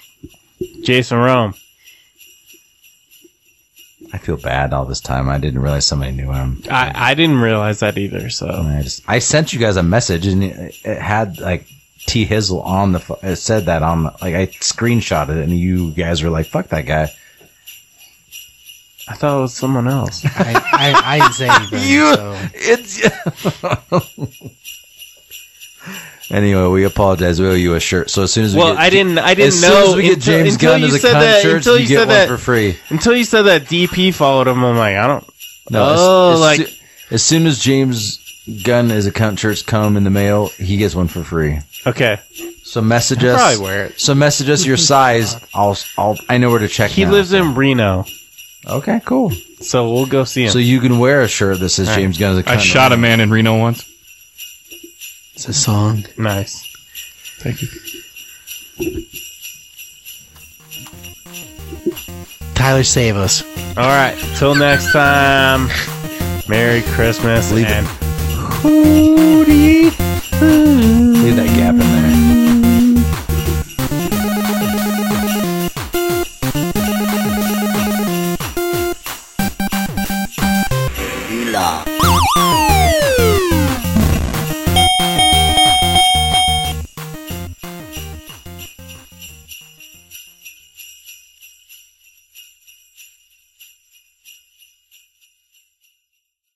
Speaker 2: Jason Rome.
Speaker 7: I feel bad all this time. I didn't realize somebody knew him.
Speaker 2: I, I didn't realize that either. So
Speaker 7: I just I sent you guys a message and it, it had like T Hizzle on the. fu- It said that on the, like I screenshotted it and you guys were like, "Fuck that guy."
Speaker 2: I thought it was someone
Speaker 7: [laughs]
Speaker 2: else.
Speaker 3: I, I, I didn't
Speaker 4: [laughs]
Speaker 3: say anything. so.
Speaker 7: It's. [laughs] anyway, we apologize. We owe you a shirt. So as soon as we
Speaker 2: well,
Speaker 7: get,
Speaker 2: I didn't. I didn't
Speaker 7: as soon
Speaker 2: know
Speaker 7: as we get
Speaker 2: until-
Speaker 7: James
Speaker 2: until
Speaker 7: Gunn
Speaker 2: you
Speaker 7: as a
Speaker 2: said
Speaker 7: cunt
Speaker 2: that-
Speaker 7: shirts,
Speaker 2: until
Speaker 7: you,
Speaker 2: you
Speaker 7: get
Speaker 2: said
Speaker 7: one
Speaker 2: that-
Speaker 7: for free.
Speaker 2: Until you said that DP followed him, I'm like, I don't.
Speaker 7: No, as-
Speaker 2: Oh,
Speaker 7: as,
Speaker 2: like-
Speaker 7: soo- as soon as James Gunn as a cunt shirts come in the mail, he gets one for free.
Speaker 2: Okay,
Speaker 7: So message
Speaker 2: I'll
Speaker 7: us.
Speaker 2: probably wear it.
Speaker 7: So message
Speaker 2: [laughs]
Speaker 7: us your size. I'll, I'll I know where to check.
Speaker 2: He
Speaker 7: now.
Speaker 2: lives in Reno,
Speaker 7: Okay, cool.
Speaker 2: so we'll go see him.
Speaker 7: So you can wear a shirt that says James Gunn as a cunt.
Speaker 4: I shot a man in Reno once.
Speaker 3: It's a song.
Speaker 2: nice.
Speaker 4: Thank you.
Speaker 3: Tyler, save us.
Speaker 2: All right. Till next
Speaker 7: [laughs]
Speaker 2: time. Merry Christmas and.
Speaker 7: Booty.